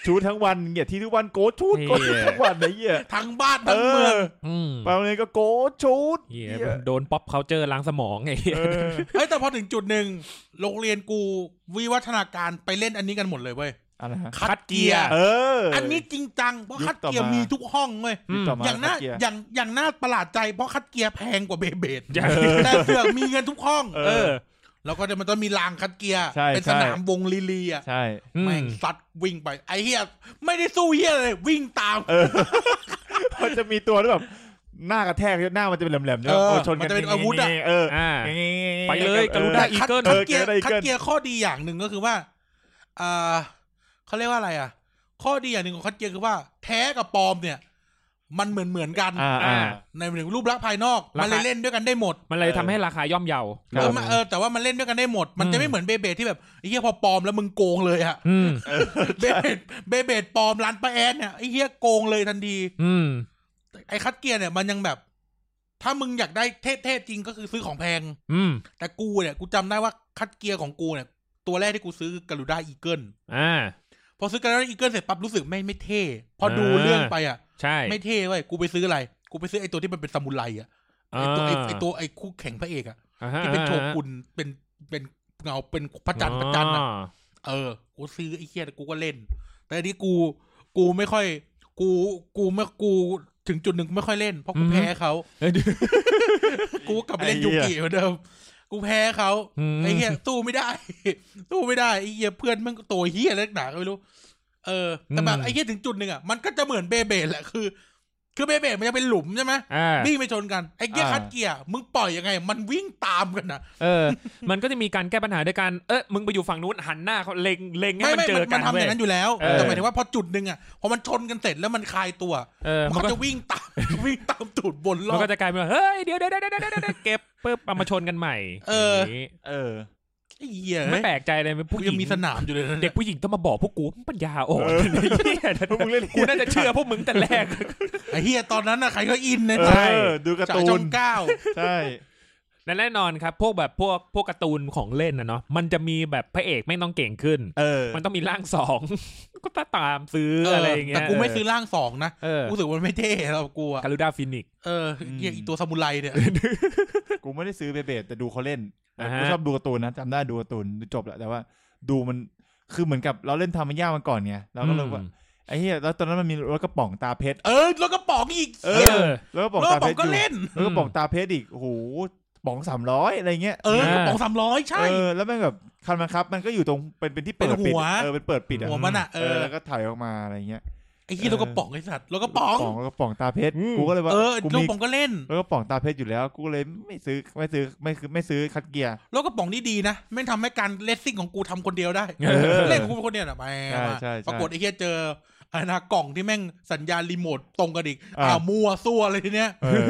ชูทั้งวันเงี้ยที่ทุกวันโกชูด เหี้ย โกชูดทั้งวันไอ้เหี้ย ทั้งบ้าน เอ ทั้งเมือง อ อืม ไปโรงเรียนก็โกชูด เหี้ย เหี้ย โดนป๊อปเคาเจอล้างสมองไง เออ เฮ้ยแต่พอถึงจุดหนึ่งโรงเรียนกูวิวัฒนาการไปเล่นอันนี้กันหมดเลยเว้ย อะไรฮะ คัดเกียร์ เออ อั อั นนี้จริงจังเพราะ ยุค คัด ต่อมา เกียร์มีทุกห้องเว้ย ต่อมา อย่างน่า เกียร์ อย่างอย่างน่าประหลาดใจเพราะคัดเกียร์แพงกว่าเบเบด อย่า แต่เสือกมีเงินทุกห้อง เอ เออ แล้วก็เดี๋ยวมันต้องมีรางคัดเกียร์ ใช่ เป็น ใช่ สนามวงลีลีอ่ะ ใช่ อืม แม่งซัดวิ่งไปไอ้เฮียไม่ได้สู้เฮียเลยวิ่งตาม เออ มันจะมีตัวที่แบบหน้ากระแทกหน้ามันจะเป็นแหลมๆ เออเนาะเออชน มั กัน น จะเป็นอาวุธอะ นี่ๆเออ อ่า นี่ๆ ไปเลย ออก รุณา เออ คัด Eagle คัดเกียร์ เออ คัดเกียร์ข้อดีอย่างหนึ่งก็คือว่าอ่าเขาเรียกว่าอะไรอ่ะ ข้อดีอย่างหนึ่งของคัดเกียร์คือว่า แท้กับปลอมเนี่ย มันเหมือนเหมือนๆกัน อ่าอ่า ในหนึ่งรูปลักษณ์ภายนอก ราคามั มันเลยเล่นด้วยกันได้หมด มันเลยทำให้ราคาย่อมเยา ครั เอบ อมาเออแต่ว่ามันเล่นด้วยกันได้หมด มันจะไม่เหมือนเบเบดที่แบบไอ้เหี้ยพอปลอมแล้วมึงโกงเลยอะ อืม เบเบดเบเบดปลอมร้านป้าแอนเนี่ยไอ้เหี้ยโกงเลยทันที อืม ไอ้คัดเกียร์เนี่ยมันยังแบบ ถ้ามึงอยากได้เท่ๆจริงก็คือซื้อของแพง อืม แต่กูเนี่ยกูจำได้ว่าคัดเกียร์ของกูเนี่ย ตัวแรกที่กูซื้อคือกาลูด้าอีเกิล อ่า พอซื้อกันแล้วอีเกิลเสร็จปั๊บรู้สึกไม่ไม่เท่ พอดูเรื่องไปอ่ะ ใช่ ไม่เท่เว้ยกูไปซื้ออะไร กูไปซื้อไอ้ตัวที่มันเป็นซามูไรอ่ะไอ้ตัวไอ้ไอ้ตัวไอ้คู่แข่งพระเอกอ่ะ อ่าฮะ ที่เป็นโชกุนเป็นเป็นเงาเป็นพระจันทร์พระจันทร์อ่ะ อ๋อ เออ กูซื้อไอ้เคียกูก็เล่น แต่อันนี้กู กูไม่ค่อย กู กูไม่กูถึงจุดหนึ่งไม่ค่อยเล่น เพราะกู อืม แพ้เขา เอ้ย กูกลับไปเล่น ไอ้ ยู เหี้ย กิเหมือนเดิม กูแพ้เขา อืม ไอ้เหี้ยสู้ไม่ได้ สู้ไม่ได้ไอ้เหี้ยเพื่อนมันก็ตัวเหี้ยเล็กหนาก็ไม่รู้ เออ แต่แบบไอ้เหี้ยถึงจุดหนึ่งอ่ะ มันก็จะเหมือนเบเบดแหละ คือ คือเบเบดมันจะเป็นหลุมใช่ไหม อ่า วิ่งไปชนกัน ไอ้เกียร์ อ่า คัดเกียร์ มึงปล่อยยังไง มันวิ่งตามกันนะ เออ มันก็จะมีการแก้ปัญหาด้วยการ เอ๊ะ มึงไปอยู่ฝั่งนู้นหันหน้าเขาเล็งเล็งให้ ไม่ มัน ไม่ เจ มั อนมักัน นทำอ เว้ย ย่างนั้นอยู่แล้ว เออ แต่หมายถึงว่าพอจุดหนึ่งอ่ะ พอมันชนกันเสร็จแล้วมันคลายตัว เออ มัน มัน ก็ ก็ จะวิ่งตาม วิ่งตามตูดบนรอ มั บ นก็จะกลายเป็นว่าเฮ้ย เดี๋ยวเดี๋ยวเดี๋ยวเดี๋ยวเดี๋ยวเดี๋ยวเก็บปุ๊บเอามาชนกันใหม่ เออ ย่างงี้ เออ ไอ้เหี้ย ไม่แปลกใจเลย พว ผู้ ก หญิ ยัง ง มีสนามอยู่เลยนะ เด็กผู้หญิงต้องมาบอกพวกกูว่ามึงปัญญาอ่อน เออ ไอ้เหี้ย พวกมึงเล่น กูน่าจะเชื่อพวกมึงแต่แรก ไอ้เหี้ยตอนนั้นน่ะใครก็อินเลย เอ ใช่ อดูการ์ จ่า ตู ยช่อน งเก้า ใช่ และแน่นอนครับ พวกแบบพวกพวกการ์ตูนของเล่นนะเนาะมันจะมีแบบพระเอกไม่งต้องเก่งขึ้น เออ มันต้องมีร่างสอง ก็ตามซื้อ เออ อะไรอย่างเงี้ แต่ ย กูไม่ซื้อร่างสองนะ เออ กูรู้สึกว่ามันไม่เท่สำหรับกูอะ การูด้าฟินิกซ์ เออ อืม เหี้ยอีตัวซามูไร เนี่ย กูไม่ได้ซื้อเบเบดแต่ดูเขาเล่น อ่าฮะ กูชอบดูการ์ตูนนะจำได้ดูการ์ตูนดูจบแหละแต่ว่า ดูมันคือเหมือนกับเราเล่นทามันยามาก่อนไงเราก็เลยว่าไอ้เหี้ยแล้วตอนนั้นมันมีรถกระป๋องตาเพชร เออแล้วก็ป๋องอีก เอ เออ รถกระป๋อง แล้วก็ ตา ป๋อ เพ ง ชร ก็ อยู่ เล่น รถกระป๋องตาเพชรอีกโอ้โหป๋องสามร้อยอะไรเงี้ย เออ เออ กระป๋องสามร้อยใช่ เออแล้วแม่งแบบคันบังคับ มันก็อยู่ตรงเป็นเป็นที่เปิด เป็นหั ปิด ว เออเป็นเปิดปิดอะ หัวมันอ่ะ เอ เอ อ อ แล้วก็ถ่ายออกมาอะไรเงี้ย ไอ้เหี้ยแล้วก็ป๋องไอ้สัตว์แล้วก็ป๋อง ป๋องแล้วกระป๋องตาเพชร อืม กูก็เลยว่า เออ กู ลูก มี ป๋องก็เล่น แล้วกระป๋องตาเพชรอยู่แล้ว กูเลยไม่ซื้อไม่ซื้อไม่คือไม่ซื้อคัดเกียร์ แล้วกระป๋องนี่ดีนะแม่งทำให้การเลสซิ่งของกูทำคนเดียวได้ เออ เล่นของกูเป็นคนเดียวน่ะแม่ง ใช่ใช่ใช่ ปรากฏไอ้เฮียเจออะไรนะกล่องที่แม่งสัญญาณรีโมทตรงกันอีก อ่า อ่ามัวซั่วเลยทีเนี้ย เออ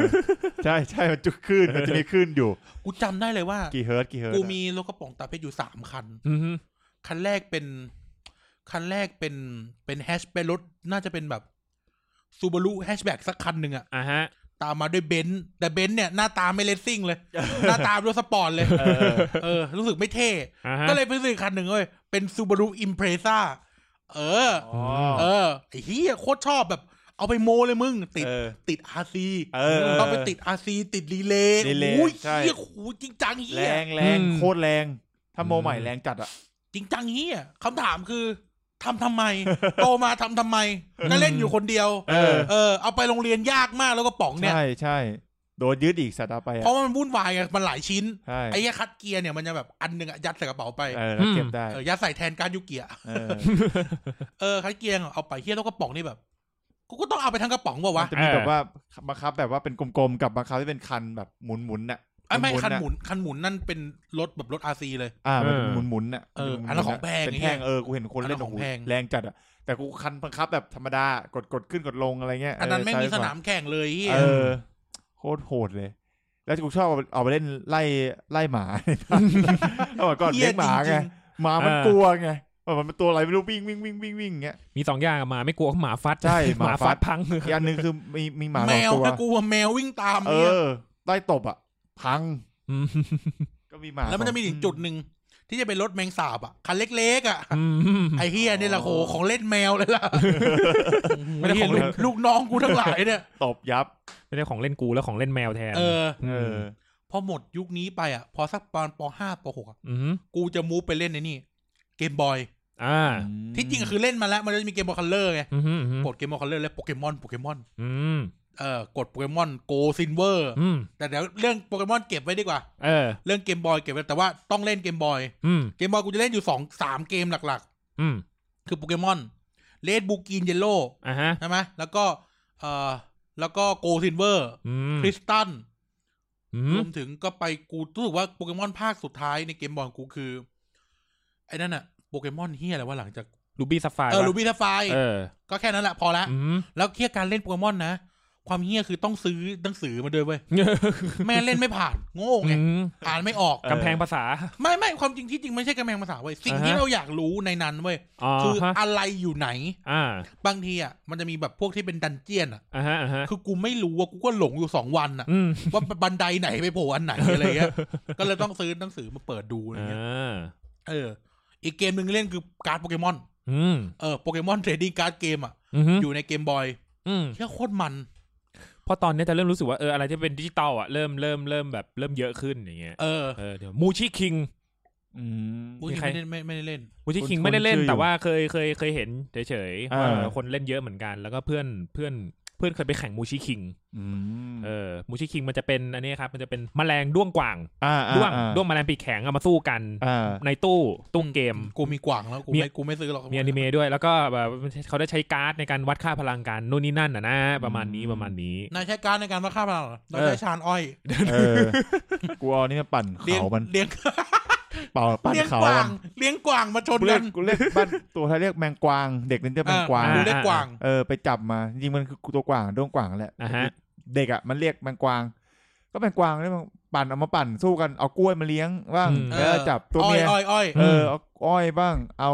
ใช่ใช่มันจุกขึ้นมันจะมีขึ้นอยู่ กูจำได้เลยว่า กี่เฮิร์ตซ์กี่เฮิร์ต กู ซ์อะ มีรถกระป๋องตาเพชรอยู่สามคัน อือฮึ คันแรกเป็น คันแรกเป็นเป็นแฮชเป็นรถน่าจะเป็นแบบซูบารุแฮชแบ็กสักคันหนึ่งอะ อ่ะฮะ ตามมาด้วยเบนซ์แต่เบนซ์เนี่ยหน้าตาไม่เลสซิ่งเลย หน้าตาเป็นรถสปอร์ตเลย เออ เออ รู้สึกไม่เท่ อ่าฮะ ก็เลยไปซื้ออกคันหนึ่งเว้ย เป็นซูบารุอิมเพรซ่า เออ อ๋อ เออ ไอ้เฮียโคตรชอบแบบ เอาไปโมเลยมึง ติด เออ ติดอาซี เออเออ เอาไปติดอาซีติดรีเลย์ รีเลย์ โอ้ย ใช่ เฮียโหจริงจังเฮี แร ย งแรง อืม โคตรแรง ถ้าโมใหม่แรงจัดอ่ะ จริงจังเฮียคำถามคือทำ ทำไม โตมาทำทำไมก็เล่นอยู่คนเดียว เออ เออ เอาไปโรงเรียนยากมากแล้วก็ป๋องเนี่ย ใช่ใช่โดนยึดอีกสัตว์เอาไป เพ อ่ะ ราะว่ามันวุ่นวายไงมันหลายชิ้น ใช่ ไอ้เหี้ยคัดเกียร์เนี่ยมันจะแบบอันหนึ่งอะยัดใส่กระเป๋าไป เออแล้วเก็บได้ เออยัดใส่แทนการดยูเกียร์ เออ เออคัดเกียงอะเอาไปเฮียแล้วกระป๋องนี่แบบ กูก็ต้องเอาไปทั้งกระป๋องวะ มัน วะ จะมีแบบว่าบังคับแบบว่าเป็นกลมๆกับบังคับที่เป็นคันแบบหมุนๆน่ะ ไอ้ไม่ ๆ คันหมุ ะ นคันหมุนนั่นเป็นรถแบบรถอาซีเลย อ่ามัน เออ หมุนหมุนๆน่ะ เอออั มัน น ละ จะ ของแพง เป็น ไอ้เหี้ แท่ ย งเออกูเห็นคนเล่อันนละของ โโห แพง แรงจัดอ่ะแต่กูคันบังคับแบบธรรมดากดกดขึ้นกดลงอะไรเงี้ย อันนั้น เ ไม่งมี ซ้ยข ส ว นามแข่งเลยเฮีย เออโคตรโหดเลย แล้วกูชอบเอาไปเอาไปเล่นไล่ไล่หมา เอาก่อนเลี้ยงหมาไงหมามัน เออ กลัวไงว่ามันเป็นตัวอะไรไม่รู้วิ่งวิ่งวิ่งวิ่งวิ่งอย่างเงี้ย มีสองอย่างอะหมาไม่กลัวหมาฟัด ใช่ ห ห มา มา ฟั ฟั ด ด พัง อีกอันหนึ่งคือมีมีหมา แมวสองตัว ก็กลัวแมววิ่งตาม เอ เฮีย อไล่ตบอ่ะ พัง อืม ก็มีหมา แล้วมันจะมีถึง สอ จุดหนึ่งที่จะเป็นรถแมงสาบอ่ะคันเล็กๆอ่ะ อืม ไอเฮียนี่แหละโหของเล่นแมวเลยล่ะ ไม่ ไม่ ได้ ได้ ข ขอองง เล่น ลูกน้องกูทั้งหลายเนี่ย ตบยับ ไม่ได้ของเล่นกูแล้วของเล่นแมวแทน เออ เออ พอหมดยุคนี้ไปอ่ะ พอสักประมาณปห้าปหกอะ อืม กูจะมูฟไปเล่นในนี่เกมบอย อ่า ที่จริงคือเล่นมาแล้วมันก็จะมีเกมบอลคัลเลอร์ไง อืมอืม กดเกมบอลคัลเลอร์แล้วโปเกมอนโปเกมอน อืม เอ่อกดโปเกมอนโกซินเวอร์ อืม แต่เดี๋ยวเรื่องโปเกมอนเก็บไว้ดีกว่า เออ เรื่องเกมบอยเก็บไว้แต่ว่าต้องเล่นเกมบอย อืม เกมบอยกูจะเล่นอยู่สองสามเกมหลัก อืม ๆ คือโปเกมอนเลดบูกินเยลโล่ อ่ะฮะ ใช่ไหมแล้วก็เอ่อแล้วก็โกซินเวอร์ อืม คริสตัน อื ร ม วมถึงก็ไปกูรู้สึกว่าโปเกมอนภาคสุดท้ายในเกมบอยของกูคือ ไอ้นั่นอะโปเกมอนเฮียอะไรว่าหลังจาก ลูบี้ซัฟไฟ เออลูบี้ทฟาย เออ ก็แค่นั้นแหละพอละ อืม แล้วเฮียการเล่นโปเกมอนนะ ความเฮียคือต้องซื้อหนังสือมาด้วย เว้ย แม่เล่นไม่ผ่าน โง่ไง อืม อ่านไม่ออก กำแพงภาษา ไม่ไม่ความจริงที่จริงไม่ใช่กำแพงภาษาเว้ยสิ่ง อ่าฮะ ที่เราอยากรู้ในนั้นเว้ย อ๋อ คือ ฮะ อะไรอยู่ไหน อ่า บางทีอ่ะมันจะมีแบบพวกที่เป็นดันเจียนอ่ะ อ่าฮะอ่าฮะ คือกูไม่รู้ว่ากูก็หลงอยู่สองวันอ่ะ อืม ว่าบันไดไหนไปโผล่อันไหนอะไรเงี้ยก็เลยต้องซื้อหนังสือมาเปิดดูอะไร อ่ เงี้ย า เออ อีกเกมหนึ่งเล่นคือการ์ดโปเกมอน อืม เออโปเกมอนเทรดดิ้งการ์ดเกมอ่ะ อือฮึ อยู่ในเกมบอย อืม เชี่ยโคตรมัน เพราะตอนนี้จะเริ่มรู้สึกว่าเอออะไรที่เป็นดิจิตอลอ่ะเริ่มเริ่มเริ่มแบบเริ่มเยอะขึ้นอย่างเงี้ย เออ เออเดี๋ยวมูชิคิง อืม อุ้ย มีใคร ไม่ได้ไม่ไม่ได้เล่น มูชิ คุ้น คิงไม่ได้เล่น ชื่ออยู่ แต่ว่าเคยเคยเคยเห็นเฉยๆ อ่า ว่าคนเล่นเยอะเหมือนกัน แล้วก็เพื่อนเพื่อนเพื่อนเคยไปแข่งมูชิคิง อืม เออมูชิคิงมันจะเป็นอันนี้ครับมันจะเป็นแมลงด้วงกว่าง อ่า ด้วง อ่า ด้วงแมลงปีกแข็งเอามาสู้กัน อ่า ในตู้ตู้เกม กูมีกว่างแล้วกู มี ไม่กูไม่ซื้อหรอก มีอนิเมะด้วยแล้วก็แบบเขาได้ใช้การ์ดในการวัดค่าพลังการนู่นนี่นั่นนะนะประมาณนี้ อืม ประมาณนี้ นายใช้การดในการวัดค่าพลังเหรอเรา เออ ใช้ชานอ้อย เออกูเอานี่มาปั่น เลี้ยง เขามัน เลี้ยง เป่าปั่น เลี้ยง เขา กวา มั ง น เลี้ยงกวางมาชน กูเรี กั ยก น กูเรียกบ้านตัวไทยเรียกแมงกวาง เด็กนี่เรียกแมงกวาง อ่กูเรียกกวาง เออไปจับมาจริงๆมันคือตัวกวางด้วงกวางแหละ อ่าฮะ เด็กอ่ะมันเรียกแมงกวาง ก็แมงกวางแล้วมันปั่นเอามาปั่นสู้กันเอากล้วยมาเลี้ยงบ้าง อืม แล้วจับตัว อ้อย เมีย อ้อยอ้อย เออเอาอ้อยบ้าง เอา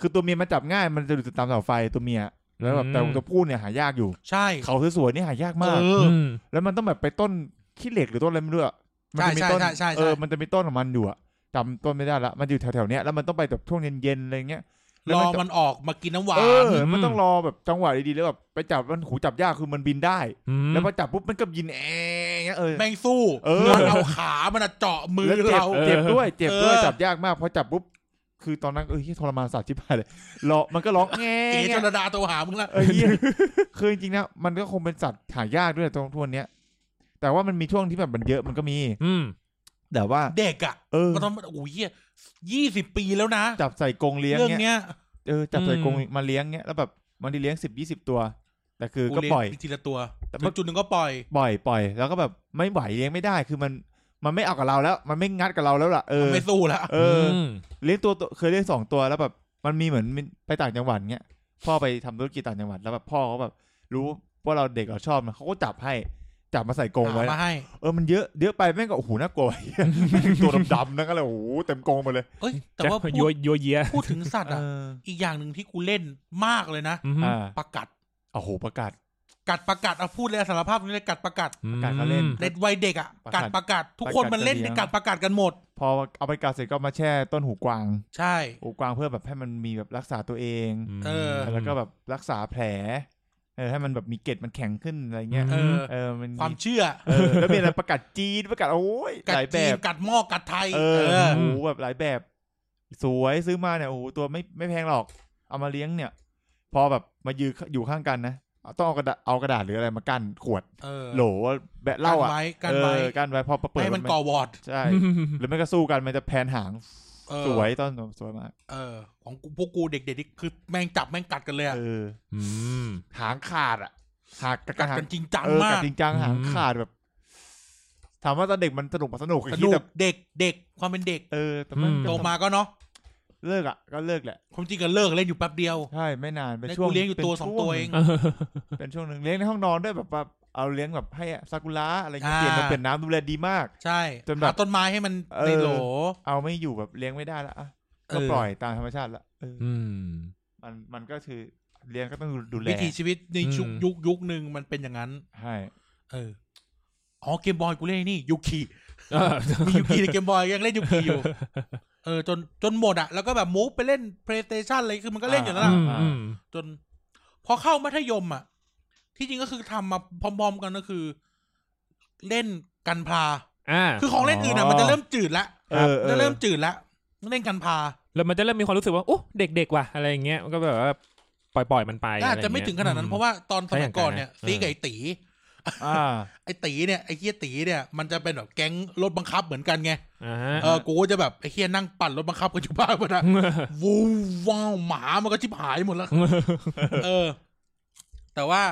คือตัวเมียมันจับง่าย มันจะดูดตามเสาไฟตัวเมีย แล้วแบบ อืม แต่ตัวผู้เนี่ยหายากอยู่ ใช่ เขาสวยๆนี่หายากมาก เออ อืม แล้วมันต้องแบบไปต้นขี้เหล็กหรือต้นอะไรไม่รู้อะมัจะมี ใช่ ต้น ใช่ใช่ใช่ เออมันจะมีต้นของมันอยู่อะจำต้นไม่ได้ละมันอยู่แถวๆเนี้ยแล้วมันต้องไปแบบช่วงเย็นๆอะไรเงี้ย ร แล้ว อ จะ มันออกมากินน้ำหวา เอน อมันต้องรอแบบจังหวะดีๆแล้วแบบไปจับมันหูจับยากคือมันบินได้ อืม แล้วพอจับปุ๊บมันก็ยินแอะอย่างเงี้ยเออ แมงสู้ เออ มันเอาขามันอะเจาะมือ แล้วเจ็บ เรา เจ็บด้วยเจ็บด้วย เออ จับยากมากพอจับปุ๊บคือตอนนั้นเออเหี้ยทรมานสัตว์ชิบหายเลยรอมันก็ร้องแง เก๋ แง ชนระดาตัวหามึงละ เออเหี้ยคือจริงๆนะมันก็คงเป็นสัตว์หายากด้วยตรงทุกวันเนี้ย แต่ว่ามันมีช่วงที่แบบมันเยอะมันก็มี อืม แต่ว่า เด็กอ่ะ เออ ก็ต้องโอ้ยยี่สิบปีแล้วนะ จับใส่กรงเลี้ยง เรื่อง เนี้ย เนี้ย เออจับใส่กรง อืม มาเลี้ยงเนี้ยแล้วแบบมันได้เลี้ยงสิบยี่สิบตัว แต่คือก็ เลี้ยง ปล่อย ทีละตัว แต่ ถึ มัน งจุดหนึ่งก็ปล่อย ปล่อยปล่อยแล้วก็แบบไม่ไหวเลี้ยงไม่ได้คือมันมันไม่เอากับเราแล้ว มันไม่งัดกับเราแล้วล่ะเออ ไม่สู้ละ เอออ ม เลี้ยงตัวตัวเคยเลี้ยงสองตัวแล้วแบบมันมีเหมือนมันไปต่างจังหวัดเงี้ยพ่อไปทำธุรกิจต่างจังหวัดแล้วแบบพ่อเขาแบบ รู้ว่าเราเด็กเราชอบนะเขาก็จับให้จับมาใส่กรงไว้ หามาให้ เออ มันเยอะ เยอะไปแม่งก็ โอ้โห น่ากลัว ไอ้เหี้ยแม่งตัวดำๆนั่นก็เลย โอ้โห เต็มกองหมดเลย เอ้ย แต่ว่า จะ พู ยัว ด ยัวเยีย พูดถึงสัตว์ เอ อ่ะ อ อีกอย่างหนึ่งที่กูเล่นมากเลยนะ อืม อ่า ประกัด โอ้โห ประกาศ กัดประกัดเอาพูดเลยสารภาพนี่เลยกัดประกัด ประกาศเขาเล่น เด็กวัยเด็กอ่ะ ประกักัด ดประกัด ทุกคน ประกัด มันเล่น จะเลี้ยง กัดประกัดกันหมด พอเอาไปกาดเสร็จก็มาแช่ต้นหูกวาง ใช่ หูกวางเพื่อแบบให้มันมีแบบรักษาตัวเอง ม เออ แล้วก็แบบรักษาแผล เออ ให้มันแบบมีเกล็ดมันแข็งขึ้นอะไรเงี้ย เออ เออ มัน ความเชื่อ เออ แล้วมีอะไรประกาศจีนประกาศโอ้ย กัด หลายแบ จีน บ กัดหม้อกัดไทย เออ เออ โอ้โห แบบหลายแบบ สวยซื้อมาเนี่ย โอ้โห ตัวไม่ไม่แพงหรอก เอามาเลี้ยงเนี่ย พอแบบมายืนอยู่ข้างกันนะ ต้องเอากระดาษเอากระดาษหรืออะไรมากั้นขวด เออ โหลว่าแบะเหล้า กัน อ่ะ ไว้กัน เอ ไว้ อกันไว้พอเปิ ไม่ ด ให้มัน มัน ก่อวอร์ด ใช่ หรือไม่ก็สู้กันมันจะแผนหาง เออ สวยตอนสวยมาก เออ ของกูพวกกูเด็กๆนี่คือแม่งจับแม่งกัดกันเลยอะ เออ อืม หางขาดอ่ะหางกัดกักัด ด หาง กันจริงจัง เออ มา กัด ก จริงจัง อืม หางขาดแบบถามว่าตอนเด็กมันสนุกปะสนุก ส ไอ้เหี้ นุกยแต่ เด็กเด็กความเป็นเด็ก เออแต่มัน อื ก็ โตมาก็เนาะ เลิกอ่ะก็เลิกแหละ ความจริงก็เลิกเล่นอยู่แป๊บเดียว ใช่ไม่นานเป็น แล้ว ช่วง กูเลี้ยงอยู่ ป็น ตัวสอง ช่ ตัวเอง หนึ่เป็นช่วงหนึ่งเลี้ยงในห้องนอนด้วยแบบว่าเอาเลี้ยงแบบให้ซากุระอะไรเงี้ย อ่า เปลี่ยนมาเป็นน้ำดูแลดีมาก ใช่ จนแบบ หาต้นไม้ให้มัน เออ ในโหล เอาไม่อยู่แบบเลี้ยงไม่ได้ละอ่ะก็ เออ ปล่อยตามธรรมชาติละเออ อืม มันมันก็คือเรียนก็ต้องดูแล วิถีชีวิตในยุค อืม ยุคยุคหนึ่งมันเป็นอย่างนั้น ใช่ เอออ๋อเกมบอยกูเล่นไอ้นี่ยูคี เออ มียูคีในเกมบอยยังเล่นยูคีอยู่ เออ จนจนหมดอะแล้วก็แบบมูฟไปเล่น PlayStation อะไรคือมันก็เล่นอยู่แล้ว อื ล่ะ มอืม จน พอเข้ามัธยมอะที่จริงก็คือทำมาพร้อม ๆ กันก็คือ เล่นกันพา อ่า คือของเล่นอื่นอะมันจะเริ่มจืดละ เออออ จะเริ่มจืดละเล่นกันพา แล้วมันจะเริ่มมีความรู้สึกว่า โอ้ เด็กๆว่ะ อะไรอย่างเงี้ยก็แบบว่าปล่อยปล่อยๆมันไป อาจ รอย่ จะไม่ ย ถึงขนาดนั้น อืม เพราะว่าตอนสมัยก่อน ใช่ เนี่ย อย่างนั้นนะ ตีกับไอ้ตี อ่า ไอ้ตีเนี่ยไอ้เฮียตีเนี่ยมันจะเป็นแบบแก๊งรถบังคับเหมือนกันไง อ่าฮะ เออกูก็จะแบบไอ้เฮียนั่งปั่นรถบังคับกันอยู่บ้านมันอะวูว้าวหมามันก็ชิบหายหมดแล้วเออ แต่ว่า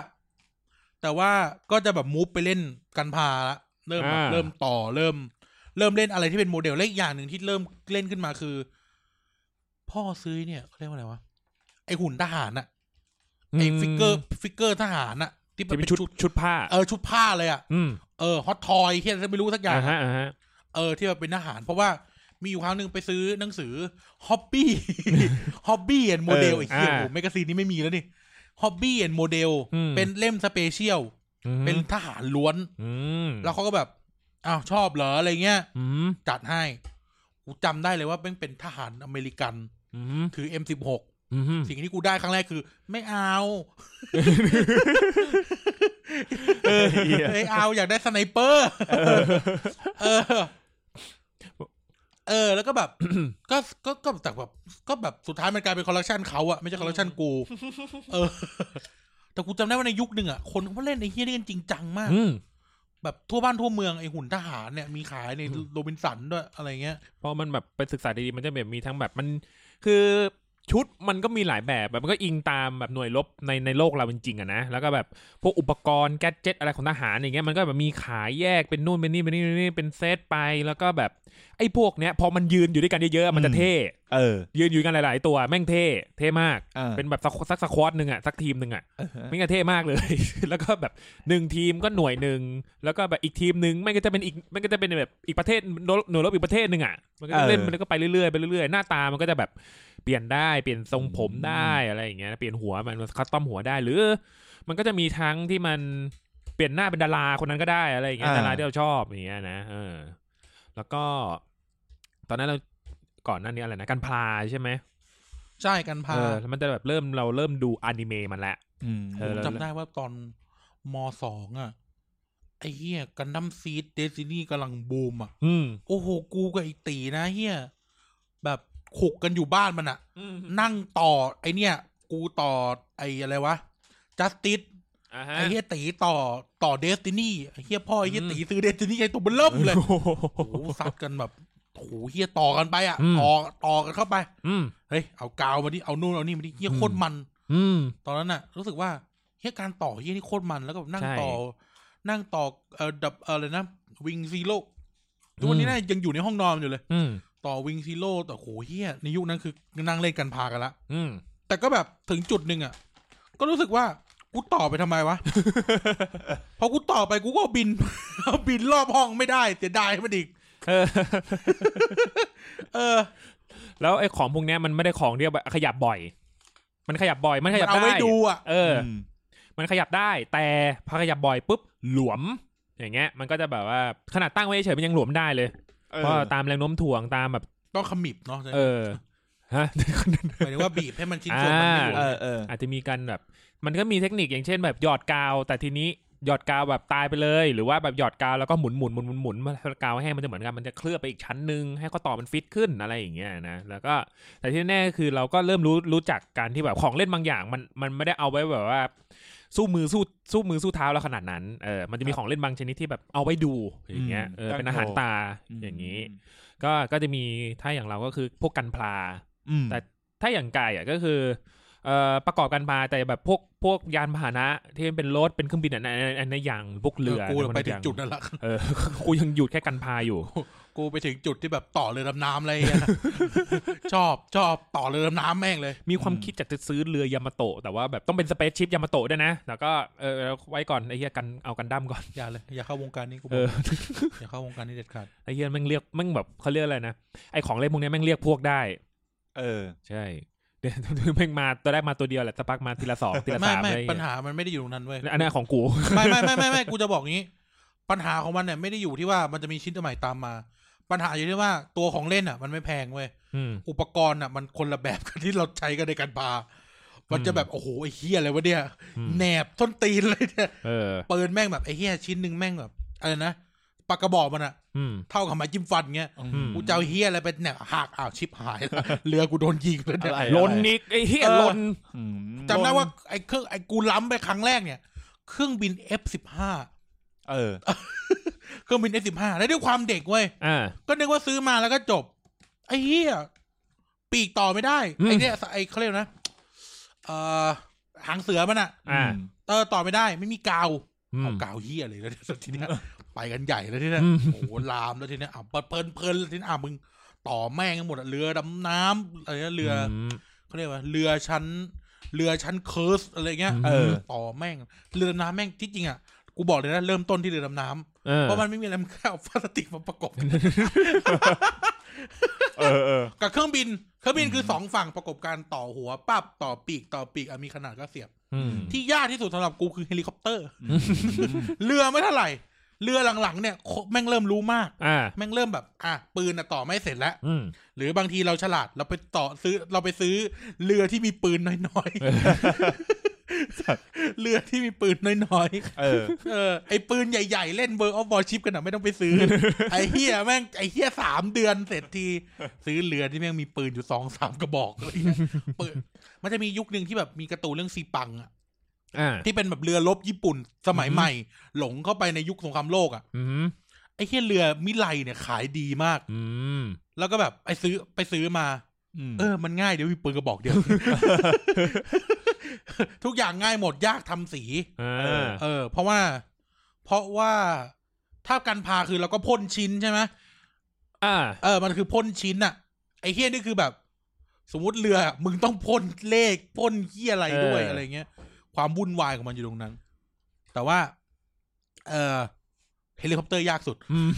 แต่ว่าก็จะแบบมูฟไปเล่นกันพาละเริ่มแบบ า เริ่มต่อเริ่ม เริ่มเล่นอะไรที่เป็นโมเดลและอีกอย่างหนึ่งที่เริ่มเล่นขึ้นมาคือ พ่อซื้อเนี่ยเขาเรียกว่าอะไรวะไอหุ่นทหารอะ ไอ้ฟิกเกอร์ฟิกเกอร์ทหารน่ะ ที่มั จะ น เป็ เป็น น ชุ ชุ ด ด ชุดผ้า เออชุดผ้าเลยอ่ะ อืม เออฮอตทอยที่ไม่รู้สักอย่าง อ่าฮะอ่าฮะ เออที่แบบเป็นทหาร เพราะว่ามีอยู่ครั้งหนึ่งไปซื้อหนังสือฮอบบี้ ฮอบบี้แอนโมเดลไอ้เหี้ยโอ้โหแมกกาซีนนี้ไม่มีแล้วนี่ฮอบบี้แอนโมเดล อืม เป็นเล่มสเปเชียล อืม เป็นทหารล้วน อืม แล้วเขาก็แบบอ้าวชอบเหรออะไรเงี้ย อืม จัดให้กูจำได้เลยว่าเป็นเป็นทหารอเมริกัน อืม ถือ M16 อืม สิ่งที่กูได้ครั้งแรกคือ ไม่เอา เออเหี้ย ไม่เอาอยากได้สไนเปอร์เออ เออ แล้วก็แบบ ก็ก็ก็แต่แบบก็แบบสุดท้ายมันกลายเป็นคอลเลกชันเขาอะไม่ใช่คอลเลกชันกู เออ แต่กูจำได้ว่าในยุคหนึ่งอะคนเขาเล่นไอ้เฮี้ยนี่กันจริงจังมาก อืม แบบทั่วบ้านทั่วเมืองไอ้หุ่นทหารเนี่ยมีขายในโรบินสันด้วยอะไรเงี้ย เพราะมันแบบไปศึกษาดีๆ มันจะแบบมีทั้งแบบมันคือชุดมันก็มีหลายแบบแบบมันก็อิงตามแบบหน่วยรบในในโลกเราจริงๆอะนะแล้วก็แบบพวกอุปกรณ์แกดเจ็ตอะไรของทหารอย่างเงี้ยมันก็แบบมีขายแยกเป็นนู่นเป็นนี่เป็นนี่เป็นนี่เป็นเซตไปแล้วก็แบบไอ้พวกเนี้ยพอมันยืนอยู่ด้วยกันเยอะๆมันจะเท่ เออ ยืนอยู่กันหลาย ๆ ตัวแม่งเท่เท่มาก อ่า เป็นแบบสักสักสควอตหนึ่งอะสักทีมหนึ่งอะ เออฮะ ไม่งก็เท่มากเลย แล้วก็แบบหนึ่งทีมก็หน่วยหนึ่ง แล้วก็แบบอีกทีมหนึ่งไม่งก็จะเป็นอีกไม่งก็จะเป็นแบบอีกประเทศหน่วยหน่วยรบอีกประเทศหนึ่งอ่ะ มันก็จะเล่นมันก็ไปเรื่อยๆไปเรื่อยๆ หน้าตามันก็จะแบบเปลี่ยนได้เปลี่ยนทรงผมได้อะไรอย่างเงี้ย เปลี่ยนหัวมันคัสตอมหัวได้ หรือ มันก็จะมีทั้งที่มันเปลี่ยนหน้าเป็นดาราคนนั้นก็ได้อะไรอย่างเงี้ยดาราที่เราชอบอย่างเงี้ยนะเออ แล้วก็ ตอนนั้นเราก่อนหน้านี้อะไรนะกันพลาใช่ไหม ใช่กันพา เออแล้วมันจะแบบเริ่มเราเริ่มดูอนิเมะมันละ อืม เออ ผมจำได้ว่าตอนมสองอ่ะ ไอ้เฮี้ยกันดั้มซีดเดซินี่กำลังบูมอ่ะ อืม โอ้โห กูกับไอ้ตีนะเฮียแบบขุกกันอยู่บ้านมันอ่ะ นั่งต่อ ไอเนี่ย กูต่อไออะไรวะจัสติส อ่าฮะ ไอเฮียตีต่อต่อเดสตินี่ไอเฮียพ่อไอเฮียตีซื้อเดสตินี่ไอตัวเบลเริ่มเลยโอ้โหซัดกันแบบโอ้โหเฮียต่อกันไปอ่ะ อืม ต่อต่อกันเข้าไป อืม เฮ้ยเอากาวมาดิเอานู่นเอานี่มาดิเฮียโคตรมัน อืม ตอนนั้นน่ะ รู้สึกว่าเฮ้ยการต่อเฮ้ยนี่โคตรมันแล้วก็แบบนั่ง ใช่ ต่อ นั่งต่อเอ่อดับเอ่ออะไรนะวิงซีโร่ทุกวันนี้ อืม น่ายังอยู่ในห้องนอนอยู่เลย อืม ต่อวิงซีโร่แต่โหเฮียในยุคนั้นคือนั่งเล่นกันพากันละ อืม แต่ก็แบบถึงจุดหนึ่งอ่ะ ก็รู้สึกว่ากูต่อไปทำไม วะ พอกูต่อไปกูก็บิน บินรอบห้องไม่ได้เสียดายมันอีก เอ อ เออ แล้วไอ้ของพวกเนี้ยมันไม่ได้ของที่แบบขยับบ่อย มันขยับบ่อย มันขยับ มันเอา ได้ ไว้ดูอ่ะ เอออ ม มันขยับได้ แต่พอขยับบ่อยปุ๊บ หลวม อย่างเงี้ย มันก็จะแบบว่าขนาดตั้งไว้เฉยๆมันยังหลวมได้เลย เออ เพราะตามแรงโน้มถ่วงตามแบบ ต้องขมิบเนาะ เออ ฮะ หมายถึงว่าบีบให้มันชิ้นส่วนมันไม่หลุด เออเออ อาจจะมีการแบบ มันก็มีเทคนิคอย่างเช่นแบบหยอดกาว แต่ทีนี้หยอดกาวแบบตายไปเลย หรือว่าแบบหยอดกาวแล้วก็หมุนหมุนหมุนหมุนหมุนมันกาวแห้งมันจะเหมือนกันมันจะเคลือบไปอีกชั้นหนึ่งให้ข้อต่อมันฟิตขึ้นอะไรอย่างเงี้ยนะแล้วก็แต่ที่แน่คือเราก็เริ่มรู้รู้จักการที่แบบของเล่นบางอย่าง มันมันไม่ได้เอาไว้แบบว่า สู้มือสู้สู้มือสู้เท้าแล้วขนาดนั้นเออมันจะมีของเล่นบางชนิดที่แบบเอาไว้ดูอย่างเงี้ยเออเป็นอาหารตาอย่างนี้ ก็ก็จะมีถ้าอย่างเราก็คือพวกกันพลา อืม แต่ ถ้าอย่างไก่อ่ะก็คือเอ่อประกอบกันมาแต่แบบพวกพวกยานพาหนะที่มันเป็นรถเป็นเครื่องบินอ่ะอันอันอันนั้นยังพวกเรือ กู อันนั้น ไปถึง ยัง จุดนั่นละ เออ กูยังหยุดแค่กันพาอยู่ กูไปถึงจุดที่แบบต่อเรือดำน้ำอะไรอย่างเงี้ยนะ ชอบชอบต่อเรือดำน้ำแม่งเลย มีความคิดจากจะซื้อเรือยามาโตะแต่ว่าแบบต้องเป็นสเปซชิพยามาโตะด้วยนะแล้วก็เออเอาไว้ก่อนไอ้เหี้ยกันเอากันดั้มก่อน อย่าเลยอย่าเข้าวงการนี้กูบ เอ อก อ อย่าเข้าวงการนี้เด็ดขาด ไอ้เหี้ยแม่งเรียกแม่งแบบเขาเรียกอะไรนะไอ้ของเล่นพวกเนี้ยแม่งเรียกพวกได้ เออ ใช่ เดี๋ยวแม่งมาตอนแรกมาตัวเดียวแหละสักพักมาทีละส องทีละ ไม่ สาม ไม่ อะไรอย่าง ปัญ เงี้ย หามันไม่ได้อยู่ตรงนั้นเว้ย อันนั้นของกู ไม่ไม่ไม่ไม่ไม่กูจะบอกงี้ ปัญหาของมันเนี่ยไม่ได้อยู่ที่ว่ามันจะมีชิ้นใหม่ตามมา ปัญหาอยู่ที่ว่าตัวของเล่นอ่ะ มันไม่แพงเว้ย อืม อุปกรณ์อ่ะมันคนละแบบกันที่เราใช้กันในการพา มันจะแบบโอ้โหไอ้เฮียอะไรวะเนี่ย อืม แหนบท้นตีนเลยเนี่ย เออ ปืนแม่งแบบไอ้เฮียชิ้นหนึ่งแม่งแบบอะไรนะปากกระบอกมันอ่ะ อืม เท่ากับไม้จิ้มฟันเงี้ย อืม กูจะเอาเฮียอะไรไปเนี่ยหักอ้าวชิบหายแล้ว เรือกูโดนยิงแล้วเนี่ย อะไร ลนอีกไอ้เหี้ย เออ ลน อืม จำได้ว่าไอ้เครื่องไอ้กูล้ำไปครั้งแรกเนี่ย เครื่องบิน F15 เออ เครื่องบิน F15 แล้วด้วยความเด็กเว้ย อ่า ก็นึกว่าซื้อมาแล้วก็จบ ไอ้เฮียปีกต่อไม่ได้ อืม ไอ้เนี่ยไอ้เขาเรียกนะเอ่อหางเสือมันอะ อ่า เออต่อไม่ได้ ไม่มีกาว อื เอา ม กาวเฮียเลยแล้วเนี่ยทีเนี้ยไปกันใหญ่แล้วทีเนี้ย อืม โอ้โหลามแล้วทีเนี้ยอ่ะเปิดเพลินเพลินแล้วทีเนี้ยอ่ะมึงต่อแม่งกันหมดอะเรือดำน้ำอะไรนะเรือ ม เขาเรียกว่าเรือชั้น เรือชั้นเคิร์สอะไรเงี้ย อืม เออ ต่อแม่งเรือดำน้ำแม่งที่จริงอ่ะกูบอกเลยนะเริ่มต้นที่เรือดำน้ำ เออ เพราะมันไม่มีอะไรมันแค่เอาพลาสติกมาประกอบกัน เออเออ กับเครื่องบินเครื่องบินคือสองฝั่งประกอบกันต่อหัวปั๊บต่อปีกต่อปีกอ่ะมีขนาดก็เสียบ อืม ที่ยากที่สุดสำหรับกูคือเฮลิคอปเตอร์ เรือไม่เท่าไหร่ เรือหลังๆเนี่ยโคแม่งเริ่มรู้มาก อ่า แม่งเริ่มแบบ อ่ะปืนอ่ะต่อไม่เสร็จแล้ว อืม หรือบางทีเราฉลาดเราไปต่อซื้อเราไปซื้อเรือที่มีปืนน้อยๆ เรือที่มีปืนน้อย เออ ๆ เออไอปืนใหญ่ๆ เล่นเบอร์ออฟบอลชิปกันอ่ะไม่ต้องไป ซื้อ ไอเฮียแม่งไอเฮียสามเดือนเสร็จที ซื้อเรือที่แม่งมีปืนอยู่สองสามกระบอก อะไรเงี้ยปืนมันจะมียุคหนึ่งที่แบบมีการ์ตูนเรื่องซีปังอ่ะ อ่า ที่เป็นแบบเรือรบญี่ปุ่นสมัย อือฮึ ใหม่ หลงเข้าไปในยุคสงครามโลกอ่ะ อืม ไอเฮียเรือมิไลเนี่ยขายดีมาก อืม แล้วก็แบบไอซื้อไปซื้อมา อืม เออ มันง่ายเดี๋ยวมีปืนกระบอกเดียว ทุกอย่างง่ายหมดยากทำสี อ่า เออ เพราะว่า เพราะว่าถ้ากันพาคือเราก็พ่นชิ้นใช่ไหม อ่า เออ มันคือพ่นชิ้นอะไอ้เฮี้ยนี่คือแบบ สมมติเรืออะมึงต้องพ่นเลขพ่นเฮี้ยอะไรด้วย เอออ อะไรเงี้ย ความวุ่นวายของมันอยู่ตรงนั้น แต่ว่า เออเฮลิคอปเตอร์ยากสุด อืม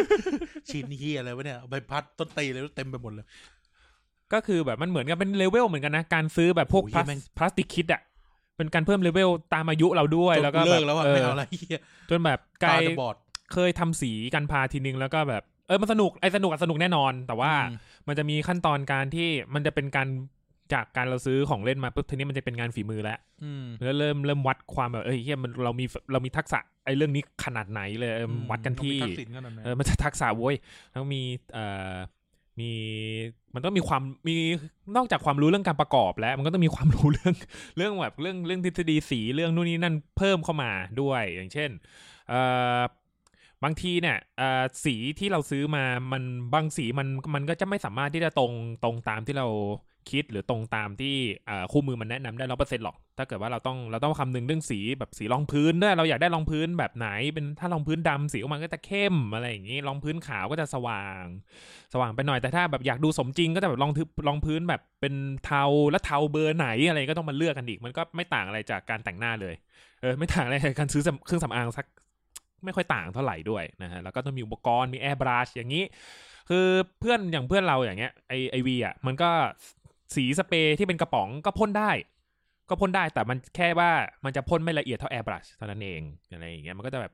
ชิ้นเฮี้ยอะไรวะเนี่ยใบพัดต้นตีเลยเต็มไปหมดเลย ก็คือแบบมันเหมือนกันเป็นเลเวลเหมือนกันนะ การซื้อแบบพวก โอ้ย พลาส แม่ง พลาสติกคิดอ่ะ เป็นการเพิ่มเลเวลตามอายุเราด้วย จน แล้ว กู ก็ เลิ แบบ กแล้วอะ เอ ไม่ อ เอาละเฮี้ย จนแบบไกล ตาจะบอด เคยทำสีกันพาทีนึงแล้วก็แบบ เออมันสนุกไอสนุกอะสนุกแน่นอน แต่ว่า อืม มันจะมีขั้นตอนการที่มันจะเป็นการจากการเราซื้อของเล่นมาปุ๊บทีนี้มันจะเป็นงานฝีมือแล้ว อืม แล้วเริ่มเริ่มวัดความแบบเอ้ยเฮียมันเรามีเรามีทักษะไอ้เรื่องนี้ขนาดไหนเลยเออวัดกันที่ ต้องมีทักษิณขนาดไหน เออมันจะทักษะเว้ยแล้วมีเอ่อมีมันต้องมีความมีนอกจากความรู้เรื่องการประกอบแล้ว มันก็ต้องมีความรู้ เรื่อง เรื่องแบบเรื่องเรื่องทฤษฎีสีเรื่องนู่นนี่นั่นเพิ่มเข้ามาด้วย อย่างเช่นเอ่อบางทีเนี่ยเอ่อสีที่เราซื้อมามันบางสีมันมันก็จะไม่สามารถที่จะตรงตรงตามที่เราคิดหรือตรงตามที่เอ่อคู่มือมันแนะนำได้ร้อเปอร์เซ็นต์หรอก ถ้าเกิดว่าเราต้องเราต้องคำนึงเรื่องสีแบบสีรองพื้นด้วยเราอยากได้รองพื้นแบบไหน เป็นถ้ารองพื้นดำสีออกมาก็จะเข้มอะไรอย่างนี้รองพื้นขาวก็จะสว่าง สว่างไปหน่อยแต่ถ้าแบบอยากดูสมจริงก็จะแบบรองทึบรองพื้นแบบเป็นเทาและเทาเบอร์ไหนอะไรก็ต้องมาเลือกกันอีก มันก็ไม่ต่างอะไรจากการแต่งหน้าเลยเออไม่ต่างอะไรจากการซื้อสำเครื่องสำอางสัก ไม่ค่อยต่างเท่าไหร่ด้วยนะฮะแล้วก็ต้องมีอุปกรณ์มีแอร์บรัชอย่างนี้ คือเพื่อนอย่างเพื่อนเราอย่างเงี้ยไอไอวีอ่ะมันก็สีสเปรย์ที่เป็นกระป๋องก็พ่นได้ ก็พ่นได้แต่มันแค่ว่ามันจะพ่นไม่ละเอียดเท่าแอร์บรัชเท่านั้นเองอะไรอย่างเงี้ยมันก็จะแบบ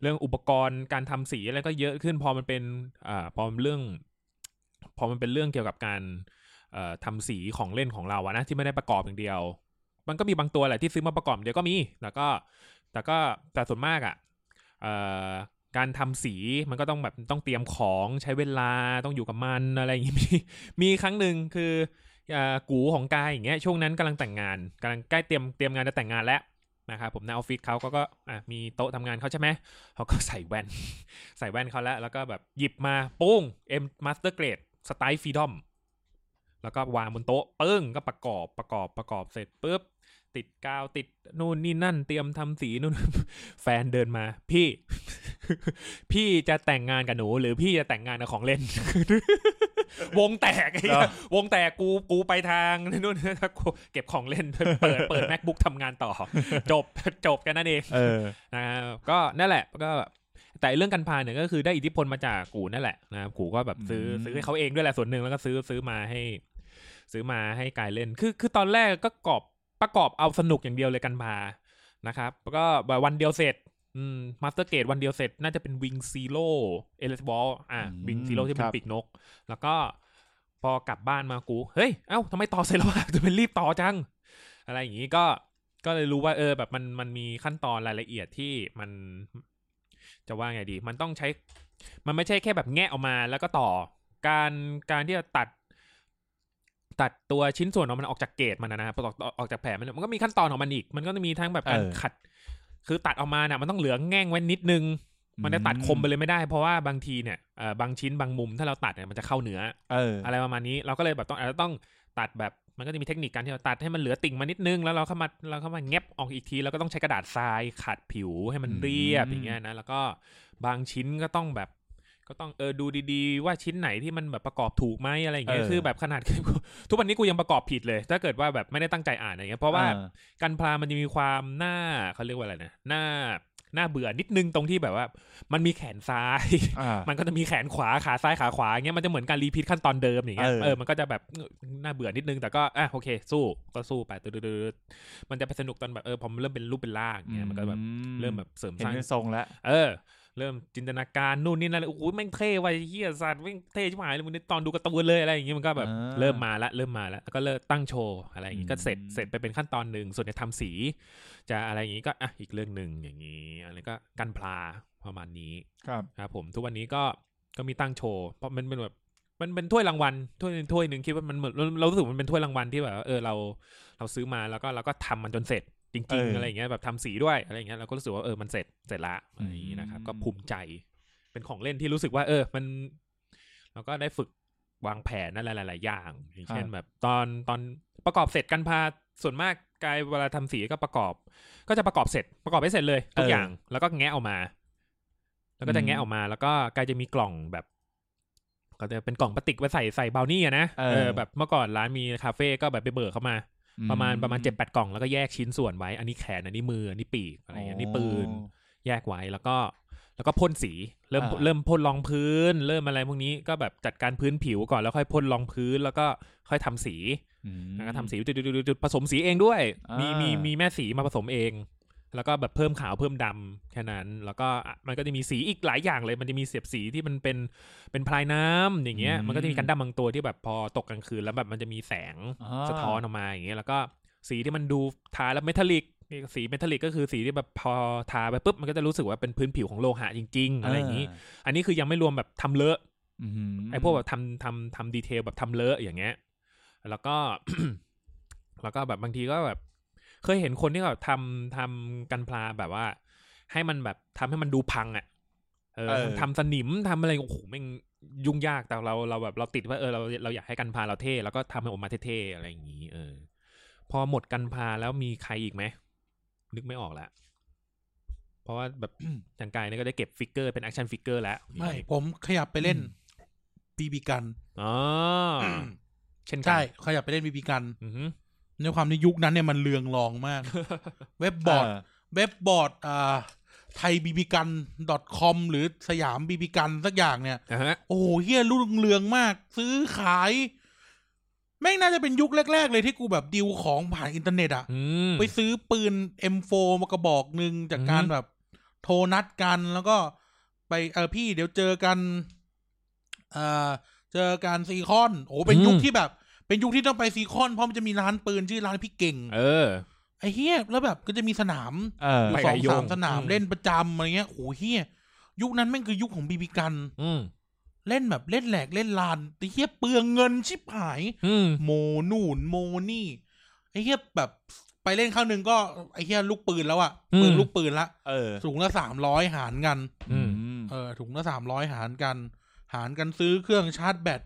เรื่องอุปกรณ์การทำสีอะไรก็เยอะขึ้นพอมันเป็นอ่าพอมันเรื่อง พอมันเป็นเรื่องเกี่ยวกับการเอ่อทำสีของเล่นของเราอะนะที่ไม่ได้ประกอบอย่างเดียว มันก็มีบางตัวแหละที่ซื้อมาประกอบอย่างเดียวก็มีแล้วก็แต่ก็แต่ส่วนมากอ่ะเอ่อการทำสีมันก็ต้องแบบต้องเตรียมของใช้เวลาต้องอยู่กับมันอะไรอย่างงี้มี มีครั้งหนึ่งคือ เอ่อกูของกายอย่างเงี้ยช่วงนั้นกำลังแต่งงานกำลังใกล้เตรียมเตรียมงานจะแต่งงานแล้วนะครับผมในออฟฟิศเขาก็ก็อ่ะมีโต๊ะทำงานเขาใช่ไหมเขาก็ใส่แว่น ใส่แว่นเขาแล้ว แล้วก็แบบหยิบมาปุ้งเอ็มมาสเตอร์เกรดสไตล์ฟรีดอมแล้วก็วางบนโต๊ะปึ้งก็ประกอบประกอบประกอบเสร็จปุ๊บ ติดกาวติดนู่นนี่นั่น เตรียมทำสีนู่น แฟนเดินมา พี่ พี่จะแต่งงานกับหนู หรือพี่จะแต่งงานกับของเล่น วงแตกไอ้เหี้ยวงแตกกูกูไปทางนู่น กูเก็บของเล่น เปิดเปิด macbook ทำงานต่อ จบจบกันนั่นเอง เออ นะฮะก็นั่นแหละก็แต่เรื่องกันพาเนี่ยก็คือได้อิทธิพลมาจากกูนั่นแหละนะครับกูก็แบบซื้อ อืม ซื้อให้เขาเองด้วยแหละส่วนหนึ่งแล้วก็ซื้อซื้อมาให้ ซื้อมาให้กายเล่นคือคือตอนแรกก็กอบประกอบเอาสนุกอย่างเดียวเลยกันพานะครับแล้วก็แบบวันเดียวเสร็จอืมมาสเตอร์เกตวันเดียวเสร็จน่าจะเป็นวิงซีโร่เอเลสบอลอ่ะ อืม วิงซีโร่ที่เป็ คน รับ ปีกนก แล้วก็พอกลับบ้านมากูเฮ้ยเอ้าทำไมต่อเสร็จแล้ววะจะเป็นรีบต่อจัง อะไรอย่างนี้ก็ก็เลยรู้ว่าเออแบบมันมันมีขั้นตอนรายละเอียดที่มันจะว่าไงดี มันต้องใช้ มันไม่ใช่แค่แบบแงะออกมาแล้วก็ต่อการการที่จะตัด ตัดตัวชิ้นส่วนของมันออกจากเกรดมันนะนะออกออกจากแผลมันมันก็มีขั้นตอนของมันอีก มันก็จะมีทั้งแบบการ เออ ขัด คือตัดออกมาเนี่ยมันต้องเหลือแง่งไว้นิดนึง มันจะตัดคมไปเลยไม่ได้เพราะว่าบางทีเนี่ยเอ่อบางชิ้นบางมุมถ้าเราตัดเนี่ยมันจะเข้าเนื้อ เออ อะไรประมาณนี้เราก็เลยแบบต้องอาจจะต้องตัดแบบมันก็จะมีเทคนิคการที่เราตัดให้มันเหลือติ่งมานิดนึงแล้วเราเข้ามาเราเข้ามาเง็บออกอีกที แล้วก็ต้องใช้กระดาษทรายขัดผิวให้มันเรียบอย่างเงี้ยนะแล้วก็บางชิ้นก็ต้องแบบ ก็ต้องเออดูดีๆ ว่าชิ้นไหนที่มันแบบประกอบถูกไหมอะไรอย่างเงี้ยคือแบบขนาด ทุกวันนี้กูยังประกอบผิดเลย ถ้าเกิดว่าแบบไม่ได้ตั้งใจอ่านอะไรเงี้ยเพราะว่า ออ การพลามันจะมีความหน้าเขาเรียกว่าอะไรนะหน้าหน้าเบื่อนิดนึงตรงที่แบบว่า มันมีแขนซ้าย อ่า มันก็จะมีแขนขวาขาซ้ายขาขวาอย่างเงี้ยมันจะเหมือนการรีพีทขั้นตอนเดิมอย่างเงี้ย เออ เออมันก็จะแบบน่าเบื่อนิดนึงแต่ก็อ่ะโอเค สู้ก็สู้ไปตืดๆๆมันจะไปสนุกตอนแบบเออพอมันเริ่มเป็นรูปเป็นร่างอย่างเงี้ยมันก็แบบ อื เริ่มแบบเสริม เห็ ส น ร้าง เป็นทรงแล้ว เออ เริ่มจินตนาการนู่นนี่นั่นโอ้โหแม่งเท่ว่ะไอ้เฮียสัตว์แม่งเท่ชิบหายเลยมึงนี่ตอนดูการ์ตูนเลยอะไรอย่างงี้มันก็แบบ อ่า เริ่มมาละเริ่มมาละแล้วก็เริ่มตั้งโชว์อะไรอย่างงี้ก็เสร็จ อืม เสร็จไปเป็นขั้นตอนหนึ่งส่วนจะทำสี จะอะไรอย่างงี้ก็อ่ะอีกเรื่องหนึ่งอย่างงี้อะไรก็กันพลาประมาณนี้ ครับ ครับผมทุกวันนี้ก็ก็มีตั้งโชว์เพราะมันเป็นแบบมันเป็นถ้วยรางวัลถ้วยถ้วยหนึ่งคิดว่ามันเหมือนเราเรารู้สึกมันเป็นถ้วยรางวัลที่แบบว่าเออเราเราซื้อมาแล้วก็เราก็ทำมันจนเสร็จจ เอ ริงๆออ อะไรอย่างเงี้ยแบบทำสีด้วยอะไรอย่างเงี้ยเราก็รู้สึกว่าเออมันเสร็จเสร็จละอะไรอย่างงี้นะครับ อืม ก็ภูมิใจเป็นของเล่นที่รู้สึกว่า เออมันเราก็ได้ฝึกวางแผนนั่นหลายๆอย่างอย่างเช่นแบบตอนตอนประกอบเสร็จกันพาส่วนมากกายเวลาทำสีก็ประกอบ ก็จะประกอบเสร็จประกอบให้เสร็จเลยทุกอย่างแล้วก็แงะออกมา แล้วก็จะแงะออกมาแล้วก็กลายจะมีกล่องแบบ ก็จะเป็นกล่องพลาสติกไว้ใส่ใส่บราวนี่อะนะ เออ เออแบบเมื่อก่อนร้านมีคาเฟ่ก็แบบไปเบิกเข้ามา ประมาณประมาณเจ็ดแปดกล่องแล้วก็แยกชิ้นส่วนไว้ อันนี้แขนอันนี้มืออันนี้ปีกอะไรอย่างเงี้ยอันนี้ปืน แยกไว้แล้วก็แล้วก็พ่นสีเริ่ม อ่า เริ่มพ่นรองพื้น เริ่มอะไรพวกนี้ก็แบบจัดการพื้นผิวก่อนแล้วค่อยพ่นรองพื้น แล้วก็ค่อยทำสี อืม แล้วก็ทำสีจุดๆๆๆผสมสีเองด้วย อ่ามี มีมีมีแม่สีมาผสมเอง แล้วก็แบบเพิ่มขาวเพิ่มดำแค่นั้น แล้วก็อ่ะมันก็จะมีสีอีกหลายอย่างเลย มันจะมีเสียบสีที่มันเป็นเป็นพลายน้ำอย่างเงี้ย อืม มันก็จะมีกันดั้มบางตัวที่แบบพอตกกลางคืนแล้วแบบมันจะมีแสง อ่า สะท้อนออกมาอย่างเงี้ย แล้วก็สีที่มันดูทาแล้วเมทัลลิกนี่สีเมทัลลิกก็คือสีที่แบบพอทาไปปุ๊บมันก็จะรู้สึกว่าเป็นพื้นผิวของโลหะจริง ๆ อะไรอย่างงี้ อันนี้คือยังไม่รวมแบบทำเลอะ อืม ไอ้พวกแบบทำทำทำดีเทลแบบทำเลอะอย่างเงี้ย แล้วก็ แล้วก็แบบบางทีก็แบบ เคยเห็นคนที่แบบทำทำกันพลาแบบว่า ให้มันแบบทำให้มันดูพังอ่ะ เออ เออ ทำสนิมทำอะไรโอ้โหแม่งยุ่งยากแต่เราเราแบบเราติดว่าเออเราเราอยากให้กันพลาเราเท่แล้วก็ทำให้ออกมาเท่ๆอะไรอย่างงี้ เออ พอหมดกันพาแล้วมีใครอีกไหมนึกไม่ออกละเพราะว่าแบบ อย่างกายเนี่ยก็ได้เก็บฟิกเกอร์เป็นแอคชั่นฟิกเกอร์แล้ว ไม่ผมขยับไปเล่นบีบีกัน อ๋ออ ม เช่นกัน ใช่ขยับไปเล่นบีบีกัน อือหือ ในความในยุคนั้นเนี่ยมันเลืองรองม าก เว็บบอร์ด เว็บบอร์ดอ่าไทยบีบีกัน .com หรือสยามบีบีกันสักอย่างเนี่ย อ่าฮะ โอ้โหเฮียรุ่งเรืองมาก ซื้อขาย แม่งน่าจะเป็นยุคแรก ๆ เลยที่กูแบบดิวของผ่านอินเทอร์เน็ตอะ อืม ไปซื้อปืน M4 มากระบอกหนึ่งจากการ อืม แบบ โทรนัดกันแล้วก็ไปเออพี่เดี๋ยวเจอกันเออเจอกันซีคอน โอ้โหเป็นยุคที่แบบ เป็นยุคที่ต้องไปซีคอนเพราะมันจะมีร้านปืนชื่อร้านพี่เก่ง เออ ไอ้เฮียแล้วแบบก็จะมีสนาม เออ ไป สอหลางยโย สาม ง สนาม อืม เล่นประจำอะไรเงี้ยโหเฮียยุคนั้นแม่งคือยุคของบีบีกัน อืม เล่นแบบเล่นแหลกเล่นลานไอ้เฮียเปลืองเงินชิบหาย อืม โมนูนโมนี่ไอ้เฮียแบบไปเล่นครั้งหนึ่งก็ไอ้เฮียลูกปืนแล้วอะ อืม ปืนลูกปืนละ เออ ถุงละสามร้อยหารกัน อืม เออถุงละสามร้อยหารกัน หารกันซื้อเครื่องชาร์จแบต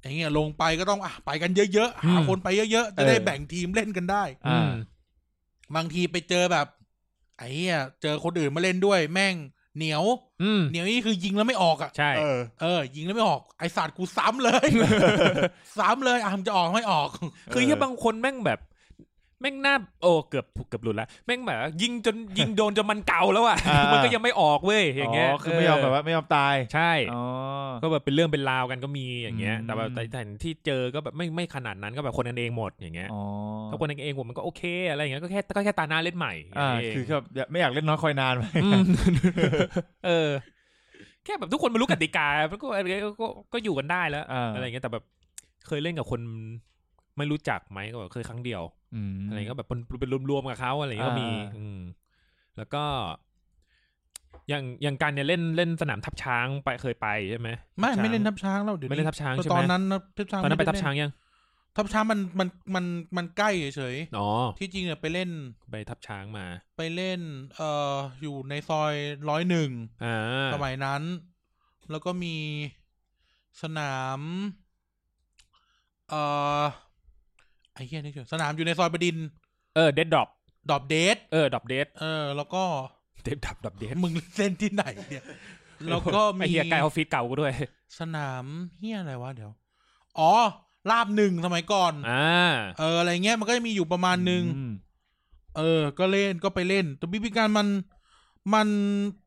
ไอ้เงี้ยลงไปก็ต้องอ่ะไปกันเยอะๆหา อืม คนไปเยอะๆจะได้แบ่งทีมเล่นกันได้ อ่า บางทีไปเจอแบบ ไอ้เหี้ยเจอคนอื่นมาเล่นด้วย แม่งเหนียว อืม เหนียวนี่คือยิงแล้วไม่ออกอ่ะ ใช่ เออ เออ ยิงแล้วไม่ออกไอสัตว์กูซ้ำเลย ซ้ำเลยอ่ะมันจะออกไม่ออก คือเฮียบางคนแม่งแบบ แม่งหน้าโอ้เกือบเกือบหลุดละแม่งแบบยิงจนยิงโดนจนมันเก่าแล้วอ่ะ อ่ามั มันก็ยังไม่ออกเว้ยอย่างเงี้ย คือไม่ยอมแบบว่าไม่ยอมตาย ใช่ อ๋อ ก็แบบเป็นเรื่องเป็นราวกันก็มีอย่างเงี้ย อืม แต่แบบแต่แต่ที่เจอก็แบบไม่ไม่ขนาดนั้นก็แบบคนกันเองหมดอย่างเงี้ย อ๋อ ถ้าคนกันเองหมดมันก็โอเค อะไรอย่างเงี้ยก็แค่ก็แค่ตาหน้าเล่นใหม่ อ่า ย่าง คือ เงี้ย แบบไม่อยากเล่นน้อยคอยนานไป อืม เออ แค่แบบทุกคนมารู้กติกาแล้วก็ก็ก็ก็อยู่กันได้แล้ว อ่า อะไรอย่างเงี้ยแต่แบบ เคยเล่นกับคนไม่รู้จักไหมก็แบบเคยครั้งเดียว ม อะไรก็แบบเป็นเป็นรวมๆกับเขาอะไรอย่างเงี้ยก็มี อ่า อืม แล้วก็ อย่างอย่างการเนี่ยเล่นเล่นสนามทับช้างไปเคยไปใช่ไหม ไม่ ทับช้าง ไม่เล่นทับช้างแล้วเดี๋ยว ไม่เล่นทับช้างใช่ไหม ตอนนั้นนะทับช้าง ตอนนั้นไป ม่ด้ ทับช้างยัง ทับช้างมันมันมันมันใกล้เฉย อ๋อ ๆที่จริงเนี่ยไปเล่น ไปทับช้างมา ไปเล่น เอ่ออยู่ในซอยร้อยหนึ่ง อ่า สมัยนั้น แล้วก็มีสนามเอ่อไอ้เหี้ยนี่คือสนามอยู่ในซอยบดินทร์ เออเดดดรอป ดอบเดท เออดรอปเดด เออ แล้วก็ เดดดรอปดรอปเดด มึงเล่นที่ไหนเนี่ย แล้วก็ ไอ มี เฮียใกล้ออฟฟิศเก่ากูด้วย สนามเฮียอะไรวะเดี๋ยว อ๋อลาบหนึ่งสมัยก่อน อ่า เอออะไรเงี้ยมันก็จะมีอยู่ประมาณหนึ่ง อืม เออ ก็เล่นก็ไปเล่นแต่บิบิการมัน มัน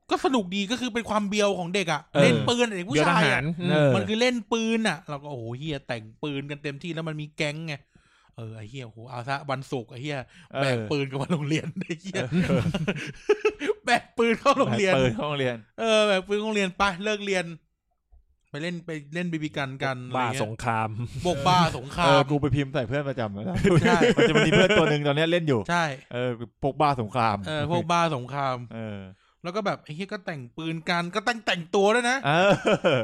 ก็สนุกดีก็คือเป็นความเบียวของเด็กอะ เออ เล่นปืนอะเด็กผู้ เดี๋ยวท ชาย หาร อะ อืม เออ มันคือเล่นปืนอะเราก็โอ้โหเฮียแต่งปืนกันเต็มที่แล้วมันมีแก๊งไงเออไอ้เฮียโอ้โหเอาซะวันศุกร์ไอ้เฮียแบกปืนกันมาโรงเรียนไอ้เฮีย แบกปืนเข้าโรงเรียน เปิดเข้าโรงเรียน เออแบบปืนโรงเรียนไปเลิกเรียน ไปเล่นไปเล่นบีบีกันกันอะไร บ้า เงี้ย สงคราม บกบ้าสงครา เออ ม กูไปพิมพ์ใส่เพื่อนประจำ แล้วนะ ใช่ มันจะมีเพื่อนตัวหนึ่งตอนเนี้ยเล่นอยู่ ใช่ เออพวกบ้าสงคราม เออพวกบ้าสงคราม เออ แล้วก็แบบไอ้เฮียก็แต่งปืนกันก็ตั้งแต่งตัวด้วยนะ เออ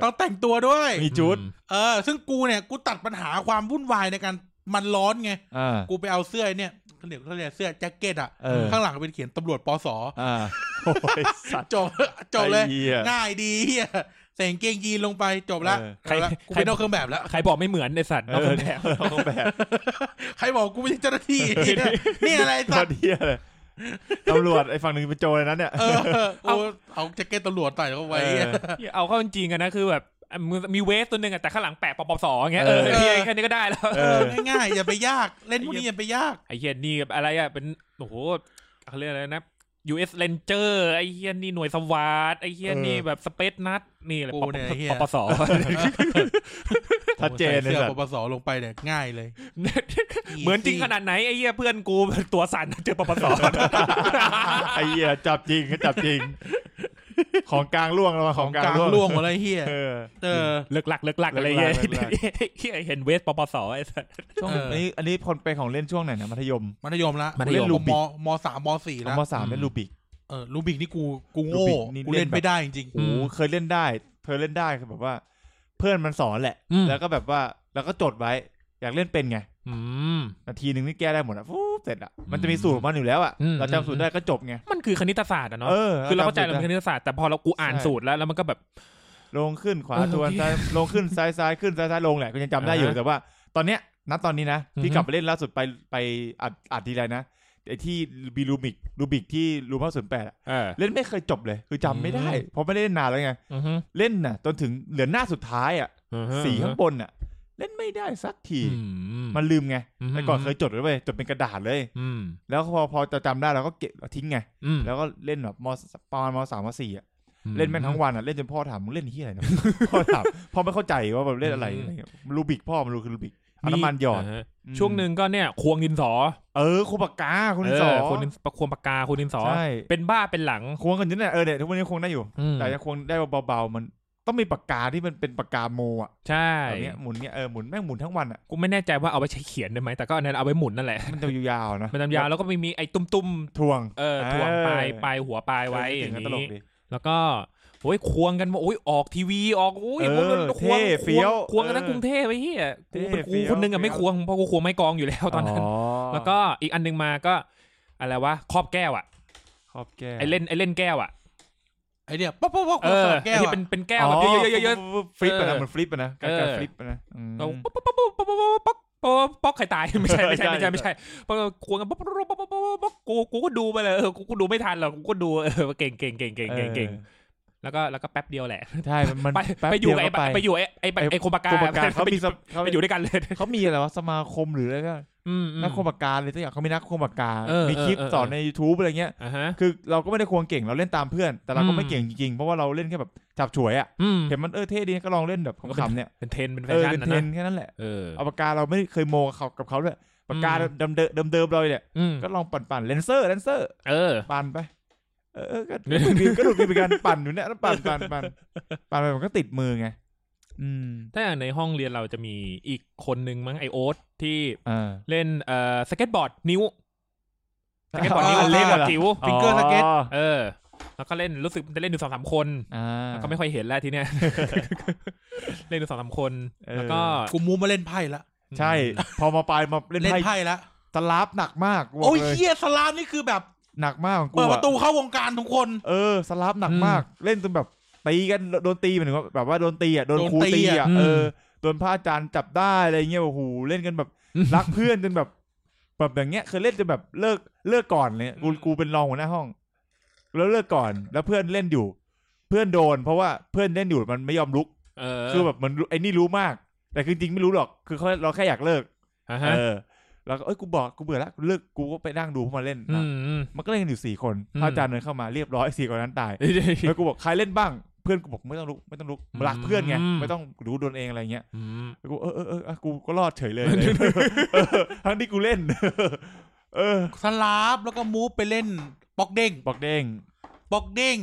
ต้องแต่งตัวด้วย มีจุด เออ ซึ่งกูเนี่ยกูตัดปัญหาความวุ่นวายในการมันร้อนไง อ่า กูไปเอาเสื้อไอ้เนี่ยเขาเรียกเขาเรียกเสื้อแจ็คเก็ตอ่ะ เออ ข้างหลังเป็นเขียนตำรวจปอสอ อ่าโอ้ยสัตว์ จบ จบเลย ไอ้หี้ ง่ายดีเหี้ยใส่กางเกงยีนลงไปจบละ เออ ใคร เอาละกูเป็นนอกเครื่องแบบแล้ว ใครบอกไม่เหมือนไอสัตว์น เอ อก อ เครื่อง เนี่ แบ ย บ เขาแบบ ใครบอกกูไม่ใช่เจ้าหน้าที่ ไอ้เหี้ยนี่อะไร ต สั อ ต น ว์ เที่ยเลยตำรวจไอ้ฝั่งหนึ่งเป็นโจรเลยนะเนี่ย เออกูเอาแจ็คเก็ตตำรวจใส่เข้าไป เออ เอาเข้าจริงๆอะนะคือแบบมึงมีเวฟตัวหนึ่งอะแต่ข้างหลังแปะปปสอย่างเงี้ยเออ เออ เหี้ยแค่นี้ก็ได้แล้ว เออ ง่ายๆ อย่าไปยาก เล่นพวกนี้อย่าไปยาก ไอเฮียนี่อะไรอะเป็นโอ้โหเขาเรียกอะไรนะ U.S. Ranger ไอเฮียนี่หน่วยสวาทไอเฮียนี่ เออ แบบสเปซนัดนี่แหละ กู ปป เนี่ยไอ้เหี้ย ปปส ชัดเจนเลย เสื้อ สัต ป ว์ ปสลงไปเนี่ยง่ายเลย เหมือนจริงขนาดไหนไอเฮียเพื่อนกูตัวสั่นเจอปปส ไอ้เหี้ยจับจริงก็จับจริง ของกลางล่วงแล้ว ข ข อ อง ง ก ก ลา ลาง งล่วง ล่วงหมดเลยเฮีย เออ เออ เลิกหลักเลิกหลักอะไรเงี้ย เลิกลักเลิกลัก เหี้ยเห็นเวสปปสไอสัส ช่วง เอออั นี้อันนี้คนไปของเล่นช่วงไหนนะมัธยม มัธยมละ มัธยม เล่นลูกมมสามมสี่ เอา ละ มสามเล่น อืม ลูบิก เออลูบิกนี่กูกูโง่ ลูบิกนี่ กูเล่น เล่นแบบ ไม่ได้จริง โอ้โหเคยเล่นได้เคยเล่นได้คือแบบว่า เพื่อนมันสอนแหละ อืม แล้วก็แบบว่าแล้วก็จดไว้ อยากเล่นเป็นไง อืม นาทีหนึ่งนี่แก้ได้หมดอ่ะฟู๊บเสร็จอ่ะ มันจะ อืม มีสูตรของมันอยู่แล้วอ่ะ อืม เราจำสูตรได้ก็จบไง มันคือคณิตศาสตร์อะเนาะ เออ คือเราเข้าใจเราเป็นค จำสูตรได้ ณิตศาสตร์แต่พอเรากูอ่านสูตรแล้วแล้วมันก็แบบ ลงขึ้นขวา เออ ทวน โอเค ซ้ายลงขึ้นซ้ายซ้ายขึ้นซ้ายซ้ายลงแหละก็ยังจำได้อยู่ อ่าฮะ แต่ว่า ตอนเนี้ยนัดตอนนี้นะ อือ ที่ ฮึ กลับไปเล่นล่าสุดไปไปอัดอัดทีไรนะไอที่บีรูบิกรูบิกที่รูมาศูนย์แปด เออ เล่นไม่เคยจบเลย คือจำไม่ได้ อืม เพราะไม่ได้เล่นนานแล้วไง อือฮึ เล่นน่ะจนถึงเหลือหน้าสุดท้ายอ่ะ อือฮึ สีข้างบนอ่ะ เล่นไม่ได้สักที อืม มันลืมไง อืม แต่ก่อนเคยจดไว้เว้ยจดเป็นกระดาษเลย อืม แล้วพอพอจะจำได้เราก็เก็บเราทิ้งไง อืม แล้วก็เล่นแบบมประมาณมสามมสี่อ่ะเล่นแม่งทั้งวันอ่ะเล่นจนพ่อถามมึงเล่นที่อะไรนะ พ่อถามพ่อไม่เข้าใจว่าแบบเล่นอะไรอะไรเงี้ยลูบิกพ่อมันรู้คือลูบิกเอาน้ำมันหยอด าฮะ อืม ช่วงหนึ่งก็เนี่ยควงดินสอ เออครูปากกาคุณสอ เควงดินควงปากกาควงดินสอ ใช่ เป็นบ้าเป็นหลัง ควงกันจนเนี่ยเออเนี่ยทุกวันนี้ควงได้อยู่ อืม แต่ยังควงได้เบาๆมันต้องมีปากกาที่มันเป็นปากกาโมอ่ะ ใช่ แบบเนี้ยหมุนเนี่ยเออหมุนแม่งหมุนทั้งวันอ่ะ กูไม่แน่ใจว่าเอาไปใช้เขียนได้ไหมแต่ก็อันนั้นเอาไปหมุนนั่นแหละ มันจะยาวๆนะ มันทำยาวแล้วก็มีมีไอ้ตุ้ม ทวง ๆเออถ่วงปลายปลายหัวปลายไว้ เ อย่าง ตลก นี้ ดี แล้วก็โอ้ยควงกันว่าโอ้ยออกทีวีออกโอ้ย เอพอวกนั้นควง เท่เฟี้ยว ควงกันทั้ง เออก รุงเทพไปเฮียกูเป็น เท่ กู เฟี้ยว คนหนึงอะไม่ เฟี้ยว ควงเพราะกูควงไม้กองอยู่แล้วตอนนั้น แล้วก็อีกอันหนึงมาก็อะไรวะครอบแก้วอะ ครอบแก้ว ไอเล่นไอเล่นแก้วอะ ๆ ไอเนี่ยป๊อกป๊อกป๊อกคเอนส อ ลับแก้วไอ้ที่ อะ เป็นเป็นแก้วแบบเยอะๆเยอะ ฟลิปเออะอ นะเหมือนฟลิปอะนะการ เออ การฟลิปอะนะอืม ๆเราป๊อกป๊อกป๊อกป๊อกป๊อกป๊อกป๊อกป๊อกไข่ตายไม่ใช่ไม่ใช่ไม่ใช่ไม่ใช่ป๊อกควงกันป๊อกป๊อกป๊อกป๊อกป๊อกกูกูก็ดูไปเลยเออกูก็ดูไม่ทันหรอกกูก็ดูเออเก่งเก่งเก่งเก่งเก่งเก่งแล้วก็แล้วก็แป๊บเดียวแหละ ใช่มันมัน ไป แป๊บ ไปอยู่ เดี ไอ้ วก็ ไปอยู่ไอ้ไอ้ไอ้ไอ้โคมปากา โคมปากกาเขา ไป มีสภเขา ไปอยู่ด้วยกันเลย เขามีอะไรวะสมาคมหรืออะไรก็ อืมอืม นักโคมปากกาเลยตัวอย่างเขามีนักโคมปากกา เออ มีคลิป เออเออ สอนใน YouTube อะไรเงี้ย อ่าฮะ คือเราก็ไม่ได้ควงเก่งเราเล่นตามเพื่อน แต่เราก็ไม่ อืม เก่งจริงๆเพราะว่าเราเล่นแค่แบบจับฉวยอะ อืม เห็นมันเออเท่ดีก็ลองเล่นแบบขำๆเนี่ย เป็นเทรนด์เป็นแฟ เออ ชั่น เป็น นะ เทรน นะ ด์แค่นั้นแหละ เออ เอาปากกาเราไม่เคยโมกับเขากับเขาด้วยปากกา อืม เดิมเดิมเดิมๆเราเนี่ย อืม ก็ลองปั่นปั่นเลนเซอร์เลนเซอร์ เออ ปั่นไป เออเออก็ ดูดีก็ดูดีเหมือนกันปั่นอยู่เนี่ยแล้วปั่นปั่นปั่นปั่นไปมันก็ติดมือไง อืม ถ้าอย่างในห้องเรียนเราจะมีอีกคนนึงมั้งไอโอ๊ตที่ อ่า เล่นเอ่อสเก็ตบอร์ดนิ้ว สเก็ตบอร์ด า นิ้ว เล่ เล่น น บอร์ เหร ด อ จิ๋ว ฟิงเกอร์สเก็ต เออ แล้วก็เล่นรู้สึกจะเล่นอยู่สองสามคน อ่า แล้วก็ไม่ค่อยเห็นแล้วทีเนี้ย เล่นอยู่สองสามคน เออ แล้วก็ กูมูฟมาเล่นไพ่ละ ใช่ พอมาปลายมาเล่น เล่น ไพ่ ไพ่ละ สลาฟหนักมากกูบก โอ้ย เล เฮียสลามนี่คือแบบ หนักมากของกู เปิดป อะ ระตูเข้าวงการทุกคน เออสลาฟหนักมาก เล่นจนแบบตีกันโดนตีเหมือนว่าแบบว่าโดนตีอ่ะโดน โดน ครู ตี ตี อะ อ่ะเออโดนพระอาจารย์จับได้อะไรเงี้ยโอ้โหเล่น กันแบบรักเพื่อนจนแบบแบบอย่างเงี้ยเคยเล่นจนแบบเลิกเลิกก่อนเลยกูกูเป็นรองหัวหน้าห้อง แล้วเลิกก่อนแล้วเพื่อนเล่นอยู่ เพื่อนโดน เพราะว่าเพื่อนเล่นอยู่มันไม่ยอมลุก เออ คือแบบมันรู้ไอ้นี่รู้มาก แต่คือจริงไม่รู้หรอกคือเขาเราแค่อยากเลิก อ่า เอ ฮะ อ แล้วก็เอ้ยกูบอกกูเบื่อละกูเลิกกูก็ไปนั่งดูพวกมันเล่น อื นะ มอืม มันก็เล่นกันอยู่สี่คน อืม พระอาจารย์เดินเข้ามาเรียบร้อยสี่คนนั้นตาย แล้วกูบอกใครเล่นบ้าง เพื่อนกูบอกไม่ต้องลุกไม่ต้องลุกรักเพื่อนไงไม่ต้องดูโดนเองอะไรเงี้ย อืม แล้วกูเออเออเอออะกูก็รอดเฉยเลย เอ อทั้งที่กูเล่น เออ สลามแล้วก็มูฟไปเล่นป๊อกเด้ง บอกเด้ง ปอกเด้ง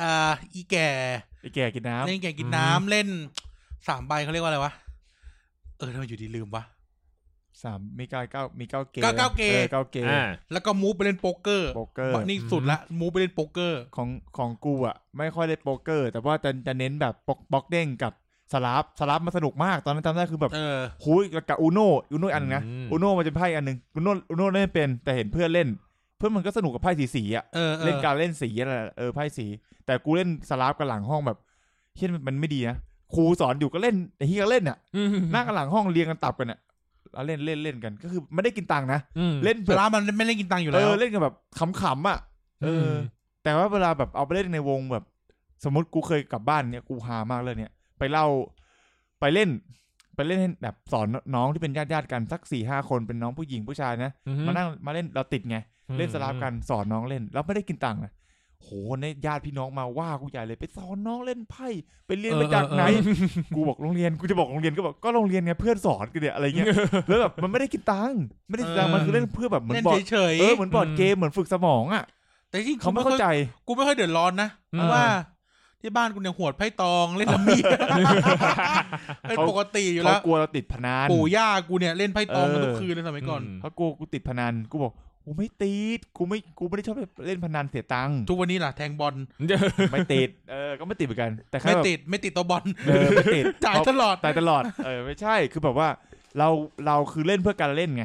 อ่าอีแก่ ไอ้แก่กินน้ำ เล่นแก่กินน้ำเล่นสามใบเขาเรียกว่าอะไรวะ เออทำไมอยู่ดีลืมวะ สามมีเก้าเก้ามีเก้าเกย์ เก้าเก้าเกย์ ออเก้าเกย์ อ่า แล้วก็มูฟไปเล่นโป๊กเกอร์ โป๊กเกอร์ นี่สุดละมูฟไปเล่นโป๊กเกอร์ ของของกูอ่ะ ไม่ค่อยได้โป๊กเกอร์ แต่ว่าจะจะเน้นแบบบล็อกบล็อกเด้งกับสลับสลับมันสนุกมาก ตอนนั้นจำได้คือแบบ เออ คุยกับอูโน่อูโน่อันหนึงนะ อืม อูโน่มันจะไพ่อันหนึงอูโน่อูโน่เล่นไม่เป็นแต่เห็นเพื่อนเล่น เพื่อนมันก็สนุกกับไพ่สีสีๆอ่ะ เออออ เล่นการเล่นสีอะไรเออไพ่สี แต่กูเล่นสลับกับหลังห้องแบบเฮียมันมันไม่ดีนะครูสอนอยู่ก็เล่นไอ้เฮียก็เล่นอ่ะนั่งกับหลังห้องเรียงกันตับกันอ่ะแล้วเล่นเล่นเล่นกันก็คือไม่ได้กินตังค์นะ เล่น เล่นแบ ส บ ลามันไม่เล่นกินตังค์อยู่ เอ แล้ว อเล่นกันแบบขำๆอ่ะเอออ ม แต่ว่าเวลาแบบเอาไปเล่นในวงแบบ สมมติกูเคยกลับบ้านเนี่ยกูหามากเลยเนี่ย ไปเล่า ไปเล่น ไปเล่นให้แบบสอนน้องที่เป็นญาติญาติๆกันสักสี่ห้าคนเป็นน้องผู้หญิงผู้ชายนะมานั่งมาเล่นเราติดไง เล่นสลับกันสอนน้องเล่น แล้วไม่ได้กินตังค์นะโหเนี่ยญาติพี่น้องมาว่ากูใหญ่เลยไปสอนน้องเล่นไพ่ไปเรียนมาจากไหน กูบอกโรงเรียนกูจะบอกโรงเรียนก็บอกก็โรงเรียนไงเพื่อนสอนกันเนี่ยอะไรเงี้ยแล้วแบบมันไม่ได้กินตังค์ไม่ได้กินตังค์มันคือเล่นเพื่อแบบเหมือน เล่น บอร์ด เฉย เออเหมือนบอร์ดเกมเหมือนฝึกสมองอ่ะ ๆแต่จริงๆ เขาไม่เข้า อย ใจ กูไม่ค่อยเดือดร้อนนะ อืม เพราะว่า ที่บ้านกูเนี่ยหวดไพ่ตองเล่นลำมีเป็น เขา ปกติอยู่ เขา แล้ว กลัวเราติดพนัน ปู่ย่ากูเนี่ยเล่นไพ่ตองกัน เออ ทุกคืนเลยสมัยก่อน เขากลัวกูติดพนันกูบอกกูไม่ติดกูไม่กูไม่ได้ชอบเล่นพนันเสียตังค์ ทุกวันนี้ล่ะแทงบอล ไม่ติดเออก็ไม่ติดเหมือนกัน แต่แค่ ไม่ แบบ ติดไม่ติดตัวบอล เออไม่ติด จ่ายตลอด ตายตลอด เออไม่ใช่ คือแบบว่าเราเราคือเล่นเพื่อการเล่นไง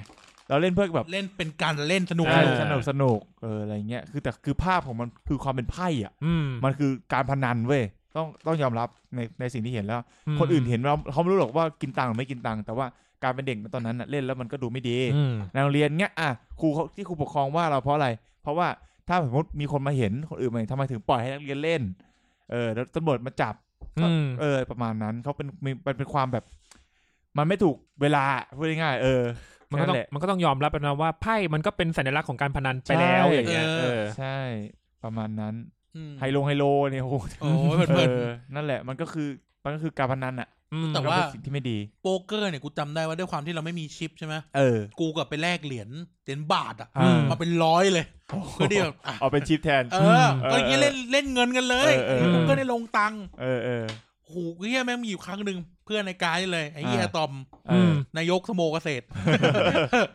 เราเล่นเพื่อแบบ เล่นเป็นการเล่นสนุก เออส อ่า นุกสนุกเอออะไรเงี้ย คือแต่คือภาพของมันคือความเป็นไพ่อ่ะ อืม มันคือการพนันเว้ย ต้องต้องยอมรับในในสิ่งที่เห็นแล้ว คนอื่นเห็นเราเขาไม่รู้หรอกว่ากินตังค์หรือไม่กินตังค์ แต่ว่าการเป็นเด็กตอนนั้นน่ะเล่นแล้วมันก็ดูไม่ดี อืม ในโรงเรียนเงี้ยอ่ะครูเขาที่ครูปกครองว่าเราเพราะอะไร เพราะว่าถ้าสมมติมีคนมาเห็นคนอื่นมาเห็นทำไมถึงปล่อยให้นักเรียนเล่น เออแล้วตำรวจมาจับ อืม เออ ประมาณนั้นเขาเป็นมีมันเป็นความแบบ มันไม่ถูกเวลาพูดง่ายๆเออ มันก็ต้อง แค่แหละ มันก็ต้องยอมรับนะว่าไพ่มันก็เป็นสัญลักษณ์ของการพนันไปแล้วอย่างเงี้ย เออ เออ ใช่ ประมาณนั้น อืม ไฮโลไฮโลเนี่ยโอ้โห โอ้ยเพลิน เออนั่นแหละ มันก็คือมันก็คือการพนันอ่ะ ๆแต่ ก็ ว่า เป็นสิ่งที่ไม่ดี โป๊กเกอร์เนี่ยกูจำได้ว่าด้วยความที่เราไม่มีชิปใช่ไหม เออ กูกับไปแลกเหรียญเหรียญบาทอ่ะ อืม มาเป็นร้อยเลยเพื่อที่แบบอ่ะ เอาเป็นชิปแทน เออก็อย่างเงี้ยเล่นเล่นเงินกันเลย เออเออ โป๊กเกอร์ได้ลงตังค์ เออเออ โอ้โหเฮียแม่งมีอยู่ครั้งหนึ่งเพื่อนในกายเลยไอ้เฮีย อ่า อะตอม เออ นายกสโมเกษตร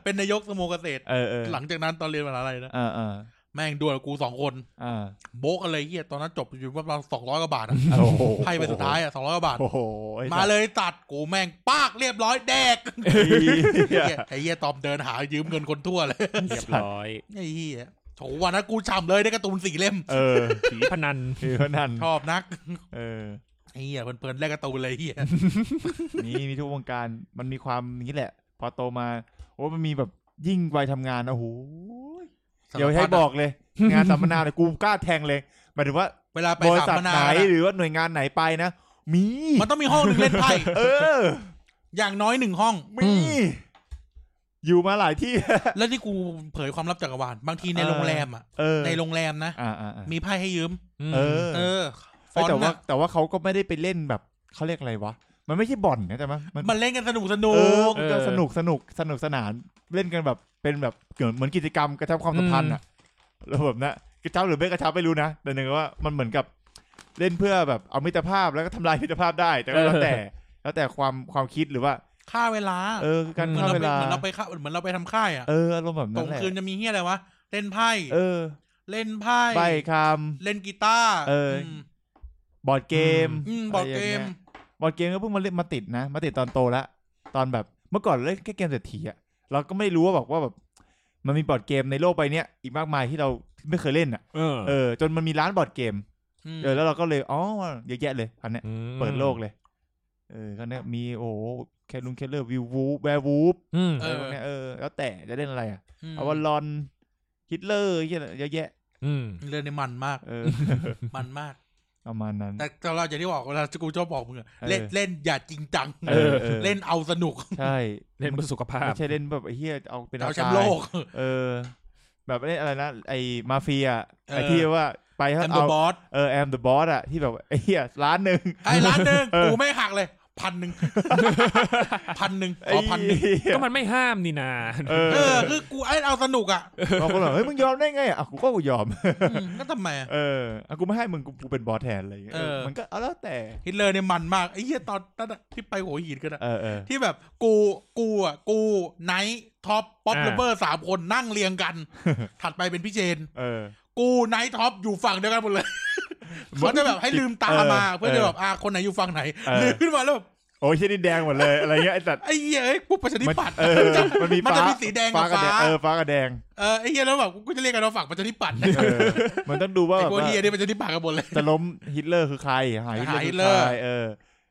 เป็นนายกสโมเกษตร เออเออ หลังจากนั้นตอนเรียนมหาลัยนะ เออเออ แม่งดวลกับกูสองคน เออ โบ๊กอะไรเฮียตอนนั้นจบอยู่ประมาณสองร้อยกว่าบาทอะ โอ้โห ไพ่ไปสุดท้ายอ่ะสองร้อยกว่าบาท โอ้โหไอ้ มาเลยตัดกูแม่งปากเรียบร้อยแดก เหี้ย ไอ้เหี้ยตอมเดินหายืมเงินคนทั่วเลย เรียบร้อย ไอ้เหี้ยโถวันนั้นกูฉ่ำเลยได้การ์ตูนสี่เล่ม เออ ผีพนัน คือพนัน ชอบนัก เออ ไอ้เหี้ยเพลินๆได้การ์ตูนเลยไอ้เหี้ย มีมีทุกวงการมันมีความนี้แหละ พอโตมาโอ้มันมีแบบยิ่งวัยทำงานโอ้โหเดี๋ยวให้บอก เลย งานสัมมนาเนี่ยกูกล้าแทงเลยหมายถึงว่า เวลาไป บริ สัม ษัท มนา ไหน นะ หรือว่าหน่วยงานไหนไปนะ มี มันต้องมีห้องหนึ่งเล่นไพ่ เออ อย่างน้อยหนึ่งห้อง มี อยู่มาหลายที่ แล้วที่กูเผยความลับจักรวาลบางทีใน เออ โรงแรมอ่ะ เออ ในโรงแรมนะ อ่าอ่าอ่า มีไพ่ให้ยืม เออ เออฟ เอ้ย อนต์แต่ว่า อะ แต่ว่าเขาก็ไม่ได้ไปเล่นแบบเขาเรียกอะไรวะ มันไม่ใช่บ่อนนะแต่ว่ามัน มันเล่นกันสนุกสนุ เออก มันก็ เออ สนุกสนุกสนุกสนานเล่นกันแบบเป็นแบบเหมือนกิจกรรมกระชับความสัมพันธ์อะแล้วแบบนะกระชับหรือไม่กระชับไม่รู้นะแต่หนึ่งว่ามันเหมือนกับเล่นเพื่อแบบเอามิตรภาพแล้วก็ทำลายมิตรภาพได้ แต่ก็แล้ว เออแต่ แล้วแต่ความความคิดหรือว่า ค่าเวลา เออคือการ เหมือน ฆ่า เรา เว ไปเหมือนเราลาไปค่าเหมือนเราไปทำค่ายอ่ะ เอออารมณ์แบบ ต นั้ ร น ง แหละ คืนจะมีเหี้ยอะไรวะเล่นไพ่ เออ เล่นไพ่ ใบค เล่นกีตาร์ เอออื ม ำบอร์ดเกม อืมบอกเกม บอร์ดเกมก็เพิ่งมาเล่นมาติดนะ มาติดตอนโตละตอนแบบเมื่อก่อนเล่นแค่เกมเศรษฐีอะเราก็ไม่รู้ว่าบอกว่าแบบมันมีบอร์ดเกมในโลกใบเนี้ยอีกมากมายที่เราไม่เคยเล่นอะ เออ เออจนมันมีร้านบอร์ดเกม อืม เออแล้วเราก็เลยอ๋อเยอะแยะเลยอันเนี้ย ม เปิดโลกเลย เออก็เนี้ยมีโอ้โหแคลุงเคลเลอร์วิววูแวร์วูฟ อืม อะไรพวกเนี้ยเออแล้วแต่จะเล่นอะไรอ่ะ ม อวารอนฮิตเลอร์เหี้ยเยอะแยะ อืม เรื่องนี้มันมาก เออ มันมาก ประมาณนั้น แต่เราอย่างที่บอกเวลากูชอบบอกมึงอะ เออ เล่นเล่นอย่าจริงจัง เออเออ เล่นเอาสนุก ใช่ เล่นเพื่อสุขภาพ ไม่ใช่เล่นแบบไอ้เฮียเอาเป็น เอา ตย แชมป์โลก เออ แบบเล่นอะไรนะไอ้มาเฟีย เออ ไอ้ที่ว่าไป แอ เขา มเด เอา อะบอส เออแอมเดอะบอสอะที่แบบไอ้เฮียร้านหนึ่ง ไอ้ร้านหนึ่ง เออ กูไม่หักเลย พัน หนึ่ง พันหนึ่งอ๋อพันหนึ่ง ก็มันไม่ห้ามนี่นา เออ เออ คือกูไอ้เอาสนุกอ่ะ เราก็แบบเฮ้ยมึงยอมได้ไงอ่ะกูก็กูยอม อืมแล้วทำไมอะ เอออ่ะกูไม่ให้มึงกูกูเป็นบอสแทนอะไรอย่างเงี้ย เออ เออมันก็เอาแล้วแต่ ฮิตเลอร์เนี่ยมันมากไอ้เหี้ยตอนนั้นอะที่ไปหัวหินกันอะ เออเออ ที่แบบกูกูอ่ะกูไนท์ท็อปป๊อป อ่า เลเวอร์สามคนนั่งเรียง กัน ถัดไปเป็นพี่เจน เออ กูไนท์ท็อปอยู่ฝั่งเดียวกันหมด เลย เขาจะแบบให้ลืมตามา เออ เพื่อจะแบบอ่าคนไหนอยู่ฝั่งไหน เออ ลืมขึ้นมาแล้วแบบ โอ้ยเช่นนี่แดงหมดเลยอะไรเงี้ยไอ้สัตว์ ไอ้เหี้ยเอ้ยปุ๊บประชาธิ มัน ปัตย์ เออมันมี มันจะ ฟ้า มีสีแดง ฟ้า กับ กับแดง ฟ้า เออฟ้ากับแดง เออไอ้เหี้ยแล้วแบบกูจะเรียกกันว่าฝั่งประชาธิปัตย์ เออมันต้องดูว่า ไอ้ แบบ พวก ว่า เหี้ยเนี่ยประชาธิปัตย์กันหมดเลย จะล้มฮิตเลอร์คือใครหาฮิตเลอร์ หาฮิ คื ต อ เลอร์ ใครเออ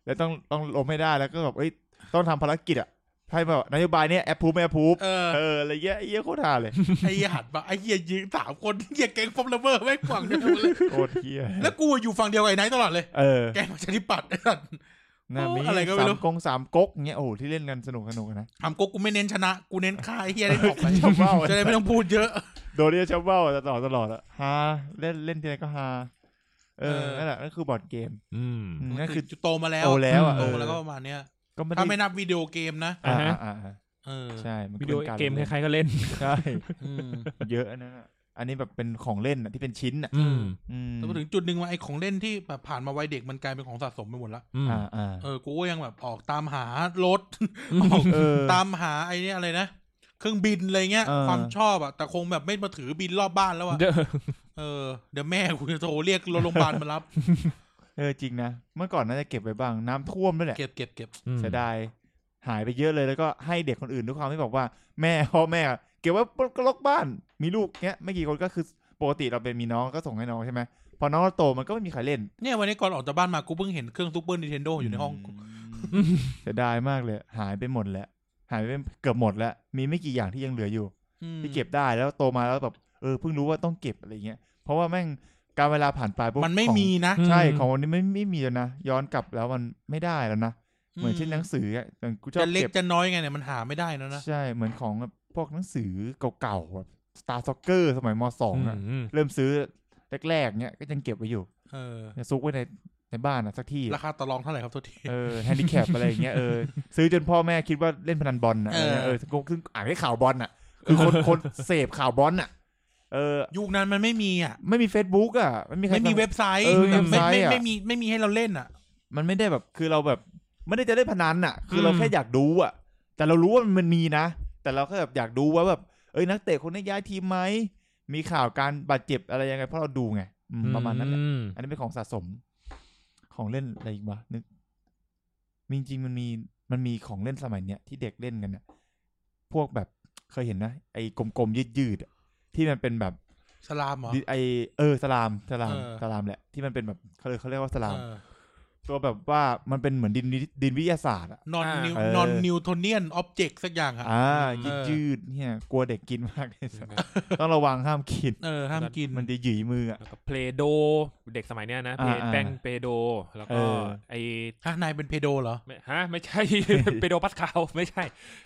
แล้วต้องต้องล้มให้ได้แล้วก็แบบเอ้ยต้องทำภารกิจอ่ะให้แบบนโยบายเนี้ยแอปพูไม่แอปพู เออ เอออะไรเงี้ยไอ้เหี้ยโคตรฮาเลย ไอ้เหี้ยหันมาไอ้เหี้ยยืนสามคนเหี้ยแก๊งฟอมเลเวอร์แม่งฝั่งเดียวกันหมดเลย โคตรเหี้ย แล้วกูอยู่ฝั่งเดียวกับไอ้ไนท์ตลอดเลย เออ แก๊งประชาธิปัตย์ไอ้สัตว์ น่ามี อะไรก็ไม่ สา รู้ มกงสามก๊กเงี้ยโอ้โหที่เล่นกันสนุกสนุกนะ ทำกูกูไม่เน้นชนะ กูเน้นฆ่าไอ้เหี้ยได้ออก ไป ชาวบ้าน จะได้ไม่ต้องพูดเยอะ โดนเรียกชาวบ้านตลอดตลอดอะฮาเล่นเล่นทีไรก็ฮาเออ เออ นั่นแหละนั่นคือบอร์ดเกม อืม อืมนั่นคือ โตมาแล้ว โตแล้วอะ โต เออ มาแล้วก็ประมาณเนี้ย ก็ไม่ได้ ถ้าไม่นับวิดีโอเกมนะ อ่า อ่าฮะ อ่าอ่า เออ ใช่มัน วิดีโอ ป็นาร เกมใค ล่น รๆก็เล่น ใช่ อืม เยอะอันนนอะอันนี้แบบเป็นของเล่นอะที่เป็นชิ้นอะ อืม อืม แต่พอถึงจุดหนึ่งว่าไอ้ของเล่นที่แบบผ่านมาวัยเด็กมันกลายเป็นของสะสมไปหมดละ อืม อ่าอ่า เออกูก็ยังแบบออกตามหารถ อืม เออ ตามหาไอ้เนี่ยอะไรนะเครื่องบินอะไรเงี้ย เออ ความชอบอะแต่คงแบบไม่มาถือบินรอบบ้านแล้วอะเออเดี๋ยวแม่กูจะโทรเรียกรถโรงพยาบาล มารับ เออจริงนะเมื่อก่อนน่าจะเก็บไว้บ้างน้ำท่วมด้วยแหละ เก็บเก็บเก็บ เสียดายหายไปเยอะเลยแล้วก็ให้เด็กคนอื่นด้วยความที่บอกว่าแม่พ่อแม่อะเก็บไว้ก็ลกบ้านมีลูกเงี้ยไม่กี่คนก็คือปกติเราเป็นมีน้องก็ส่งให้น้องใช่ไหมพอน้องเราโตมันก็ไม่มีใครเล่น เนี่ยวันนี้ก่อนออกจากบ้านมากูเพิ่งเห็นเครื่องซูเปอร์นินเทนโดอยู่ในห้องกู เสียดายมากเลย หายไปหมดแล้วหายไปเกือบหมดแล้ว มีไม่กี่อย่างที่ยังเหลืออยู่ ที่เก็บได้แล้วโตมาแล้วแบบเออเพิ่งรู้ว่าต้องเก็บอะไรเงี้ยเพราะว่าแม่งการเวลาผ่านไปปุ๊บ มันไม่ ของ มีนะ ใช่ อืม ของวันนี้ไม่ไม่มีแล้วนะย้อนกลับแล้วมันไม่ได้แล้วนะเหมือนเช่นหนังสืออ่ะอย่างกูชอ จะ บ เล็ก เก็บ จะน้อยไงเนี่ยมันหาไม่ได้แล้วนะ ใช่เหมือนของแบบพวกหนังสือเก่าๆแบบสตาร์ซ็อกเกอร์สมัยมสองอะ อืม เริ่มซื้อแรกๆเนี้ยก็ยังเก็บไว้อยู่ เออ ยังซุกไว้ในในบ้านอะสักที่ ราคาต่อรองเท่าไหร่ครับโทษที เออแฮนดิแคปอะไรอย่างเงี้ยเอ อซื้อจนพ่อแม่คิดว่าเล่นพนันบอลน่ะ เออเออเออซึ่งซึ่งอ่านได้ข่าวบอลน่ะ คือคนคนเสพข่าวบอลน่ะ เออ ยุคนั้นมันไม่มีอะ ไม่มี Facebook อ่ะไม่มีใคร ไม่มีเว็บไซต์ เออ แบบไม่ เว็บไซต์ ไม่ อะ ไม่มีไม่มีให้เราเล่นอะ มันไม่ได้แบบคือเราแบบไม่ได้จะได้พนันน่ะ คือเราแค่อยากดูอ่ะ แต่เรารู้ว่ามันมีนะ แต่เราแค่แบบอยากดูว่าแบบเอ้ยนักเตะคนนี้ย้ายทีมไหมมีข่าวการบาดเจ็บอะไรยังไงเพราะเราดูไงอืมประมาณนั้นแหละ อืม อันนี้เป็นของสะสม ของเล่นอะไรอีกวะนึกมีจริงมันมีมันมีของเล่นสมัยเนี้ยที่เด็กเล่นกันน่ะ พวกแบบเคยเห็นนะไอ้กลมๆยืดๆอะที่มันเป็นแบบ สลามเหรอ ดิไอเออสลามสลาม เออ สลามแหละที่มันเป็นแบบเขาเลยกเขาเรียกว่าสลาม เออ ตัวแบบว่ามันเป็นเหมือนดินวิดินวิทยาศาสตร์อะ non า new เออ non Newtonian object สักอย่างอะ อ่า เอ ยื อ ดยืดเนี่ยกลัวเด็กกินมาก ต้องระวังห้ามกิน เออ ห้ามกิน มันจะหยีมืออะ แล้วก็เพลโด เด็กสมัยเนี้ยนะ อ่า Play- แป้งเพโด แล้วก็ไอ ฮะ นายเป็นเพโดเหรอ ไม่ฮะ ไม่ใช่ เพโดปัสคาลไม่ใช่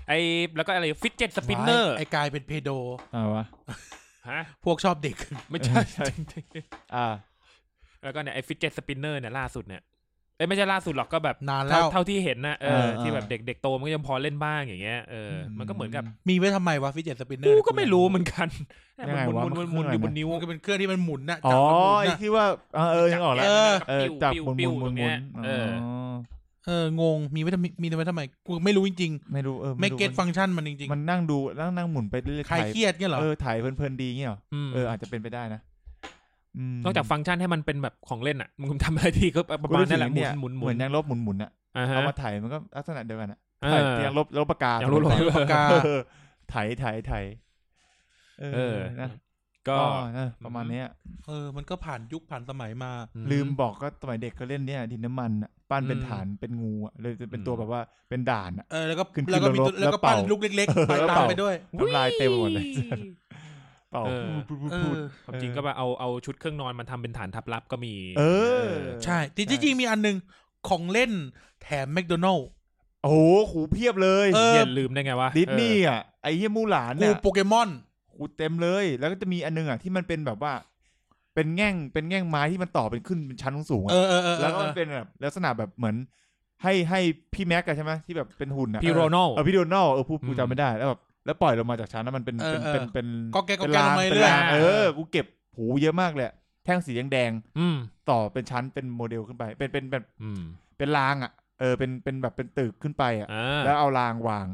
ไอแล้วก็อะไรฟิตเจ็ตสปินเนอร์ ไอ้กายเป็นเพโด อ่าวะ ฮะ พวกชอบเด็ก ไม่ใช่ อ่า แล้วก็เนี่ยไอฟิตเจ็ตสปินเนอร์เนี่ยล่าสุดเนี่ยเอ้ยไม่ใช่ล่าสุดหรอกก็แบบ นานแล้ เท่าว เท่าที่เห็นนะเออ เออ ที่แบบเด็กๆโตมันก็ยังพอเล่นบ้างอย่างเงี้ยเออมันก็เหมือนกับ มีไว้ทำไมวะฟิเจตสปินเนอ กู ร์ ก็ไม่รู้เหมือนกัน ยังไง หมุน วะ หมุนหมุน มัน หมุน เคอยู่บนรื่องอะไรนิ้ว มันก็เป็นเครื่องที่มันหมุนน่ะ อ๋อจับไอ้แล้วหมุนน่ะ ที่ว่าเออเออยังออกแล้ว เออ เออ ปิ้ว จับ ปิ้ว หมุนห ปิ้ว มุนตรงเนี้ยหมุนหมุนเออ อ เออ งง มีไว้ทำไมมีไว้ทำไม กูไม่รู้จริง ไม่รู้เออ ๆ ไม่เก็ต รู้ ฟังก์ชันมันจริง มันนั่งดูนั่งนั่งหมุนไปเรื่อย ๆ ๆ ใคร ถ่าย เครียดเงี้ยเหรอ เออถ่ายเพลินๆดีเงี้ยเหรอ อืม เอออาจจะเป็นไปได้นะม นอกจากฟังก์ชันให้มันเป็นแบบของเล่นอ่ะ มึงทำอะไรทีก็ประ กู มาณ รู้สึ นั่น ก แหละหมุนหเยมุนห เห มุ มือน นยังลบหมุนหมุนๆอะ อ่าฮะ เอามาถ่ายมันก็ลักษณะเดียวกันอะ เออ ถ่ายยังลบลบปากกา อย่างรู้ๆ ปากกา เออ ไถไถไถเอ เออ อนะ ก็ ก็นะประมาณเนี้ย เออ มันก็ผ่านยุคผ่านสมัยมา ลืมบอกก็สมัยเด็กก็เล่นเนี่ยดินน้ำมันอะปั้นเป็น อืม ฐานเป็นงูอะเลยจะเป็น อืม ตัวแบบว่าเป็นด่านอะ เออ แล้วก็ ขึ้น แล้วก็มี ลง ตัว ลบ แล้วก็ แล้วเป่า ปั้นลูกเล็กๆไป เออ ตาม เป่า ไปด้วย น้ำลายเต็มไปหมดเลย เป่า เออ พูดพูด เอ พูด อ ความจริงก็แบบเอาเอาชุดเครื่องนอนมันทำเป็นฐานทับลับก็มี เออ ใช่ที่จริงๆมีอันหนึงของเล่นแถมแมคโดนัลล์ โอ้โหขู่เพียบเลย เออ เหี้ย็นลืมได้ไงวะ ดิสนี เออ ย์อ่ะไอ้เหี้ยมูหลาน กู เนี่ย โปเกมอน ขู่เต็มเลย แล้วก็จะมีอันนึงอ่ะที่มันเป็นแบบว่า เป็นแง่งเป็นแง่งไม้ที่มันต่อเป็นขึ้นเป็นชั้นสูงๆ เอ อะ อเออเออเออ แล้วก็มันเป็นแบบลักษณะแบบเหมือน ให้ให้พี่แม็กอะใช่ไหมที่แบบเป็นหุ่นอะ พี่โรนัล เออพี่โดนัลเออพูด อืม กูจำไม่ได้แล้วแบบแล้วปล่อยลงมาจากชั้นแล้วมันเป็น เออเออเป็นเป็นเป็น ก็แกก็ เป็น แกล ราง ง มา เป็น เรื่อย ราง ๆ เออกูเก็บหูเยอะมากเลยอะแท่งสีแดง อืม ๆต่อเป็นชั้นเป็นโมเดลขึ้นไป เป็นเป็นแบบ อืม เป็นรางอะเออเป็นเป็นแบบเป็นตึกขึ้นไปอะ อ่า แล้วเอารางวาง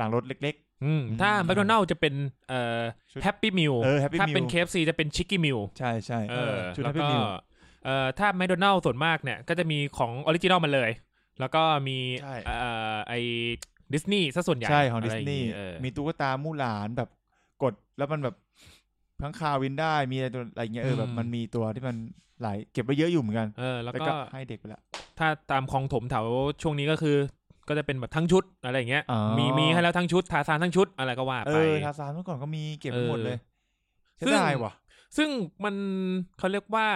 รางรถเล็ก อืมถ้า อืม แมคโดนัลจะเป็นเอ่อ ชุด แฮปปี้มิล เออ Happy ถ้าเป็น Meal KFC จะเป็นชิคกี้มิล ๆ ใช่ใช่ เออ ชุด แล้ นั้ วน เป็น ก็ มิว เอ่อถ้าแมคโดนัลส่วนมากเนี่ย ก็จะมีของออริจินอลมาเลย แล้วก็มี ใช่ เอ่อไอดิสนีย์ซะส่วนใหญ่ ใช่ของดิ ะ ส ไร นีย์ เออ มีตุ๊กตามู่หลานแบบกดแล้วมันแบบทั้างคาวินได้มีอะไรตัวอะไรเงี้ยเออแบบมันมีตัวที่มันหลายเก็บไว้เยอะอยู่เหมือนกัน เออแล้ว แล้ว ก็ ก็ให้เด็กไปละ ถ้าตามคลองถมแถวช่วงนี้ก็คือก็จะเป็นแบบทั้งชุดอะไรอย่างเงี้ย อ๋อ มีมีให้แล้วทั้งชุดทาซานทั้งชุดอะไรก็ว่า เอ ไป อทาซานเมื่อก่อนก็มีเก็บไว้หมดเลย เออ เสียดายว่ะ ซึ่งมันเขาเรียกว่า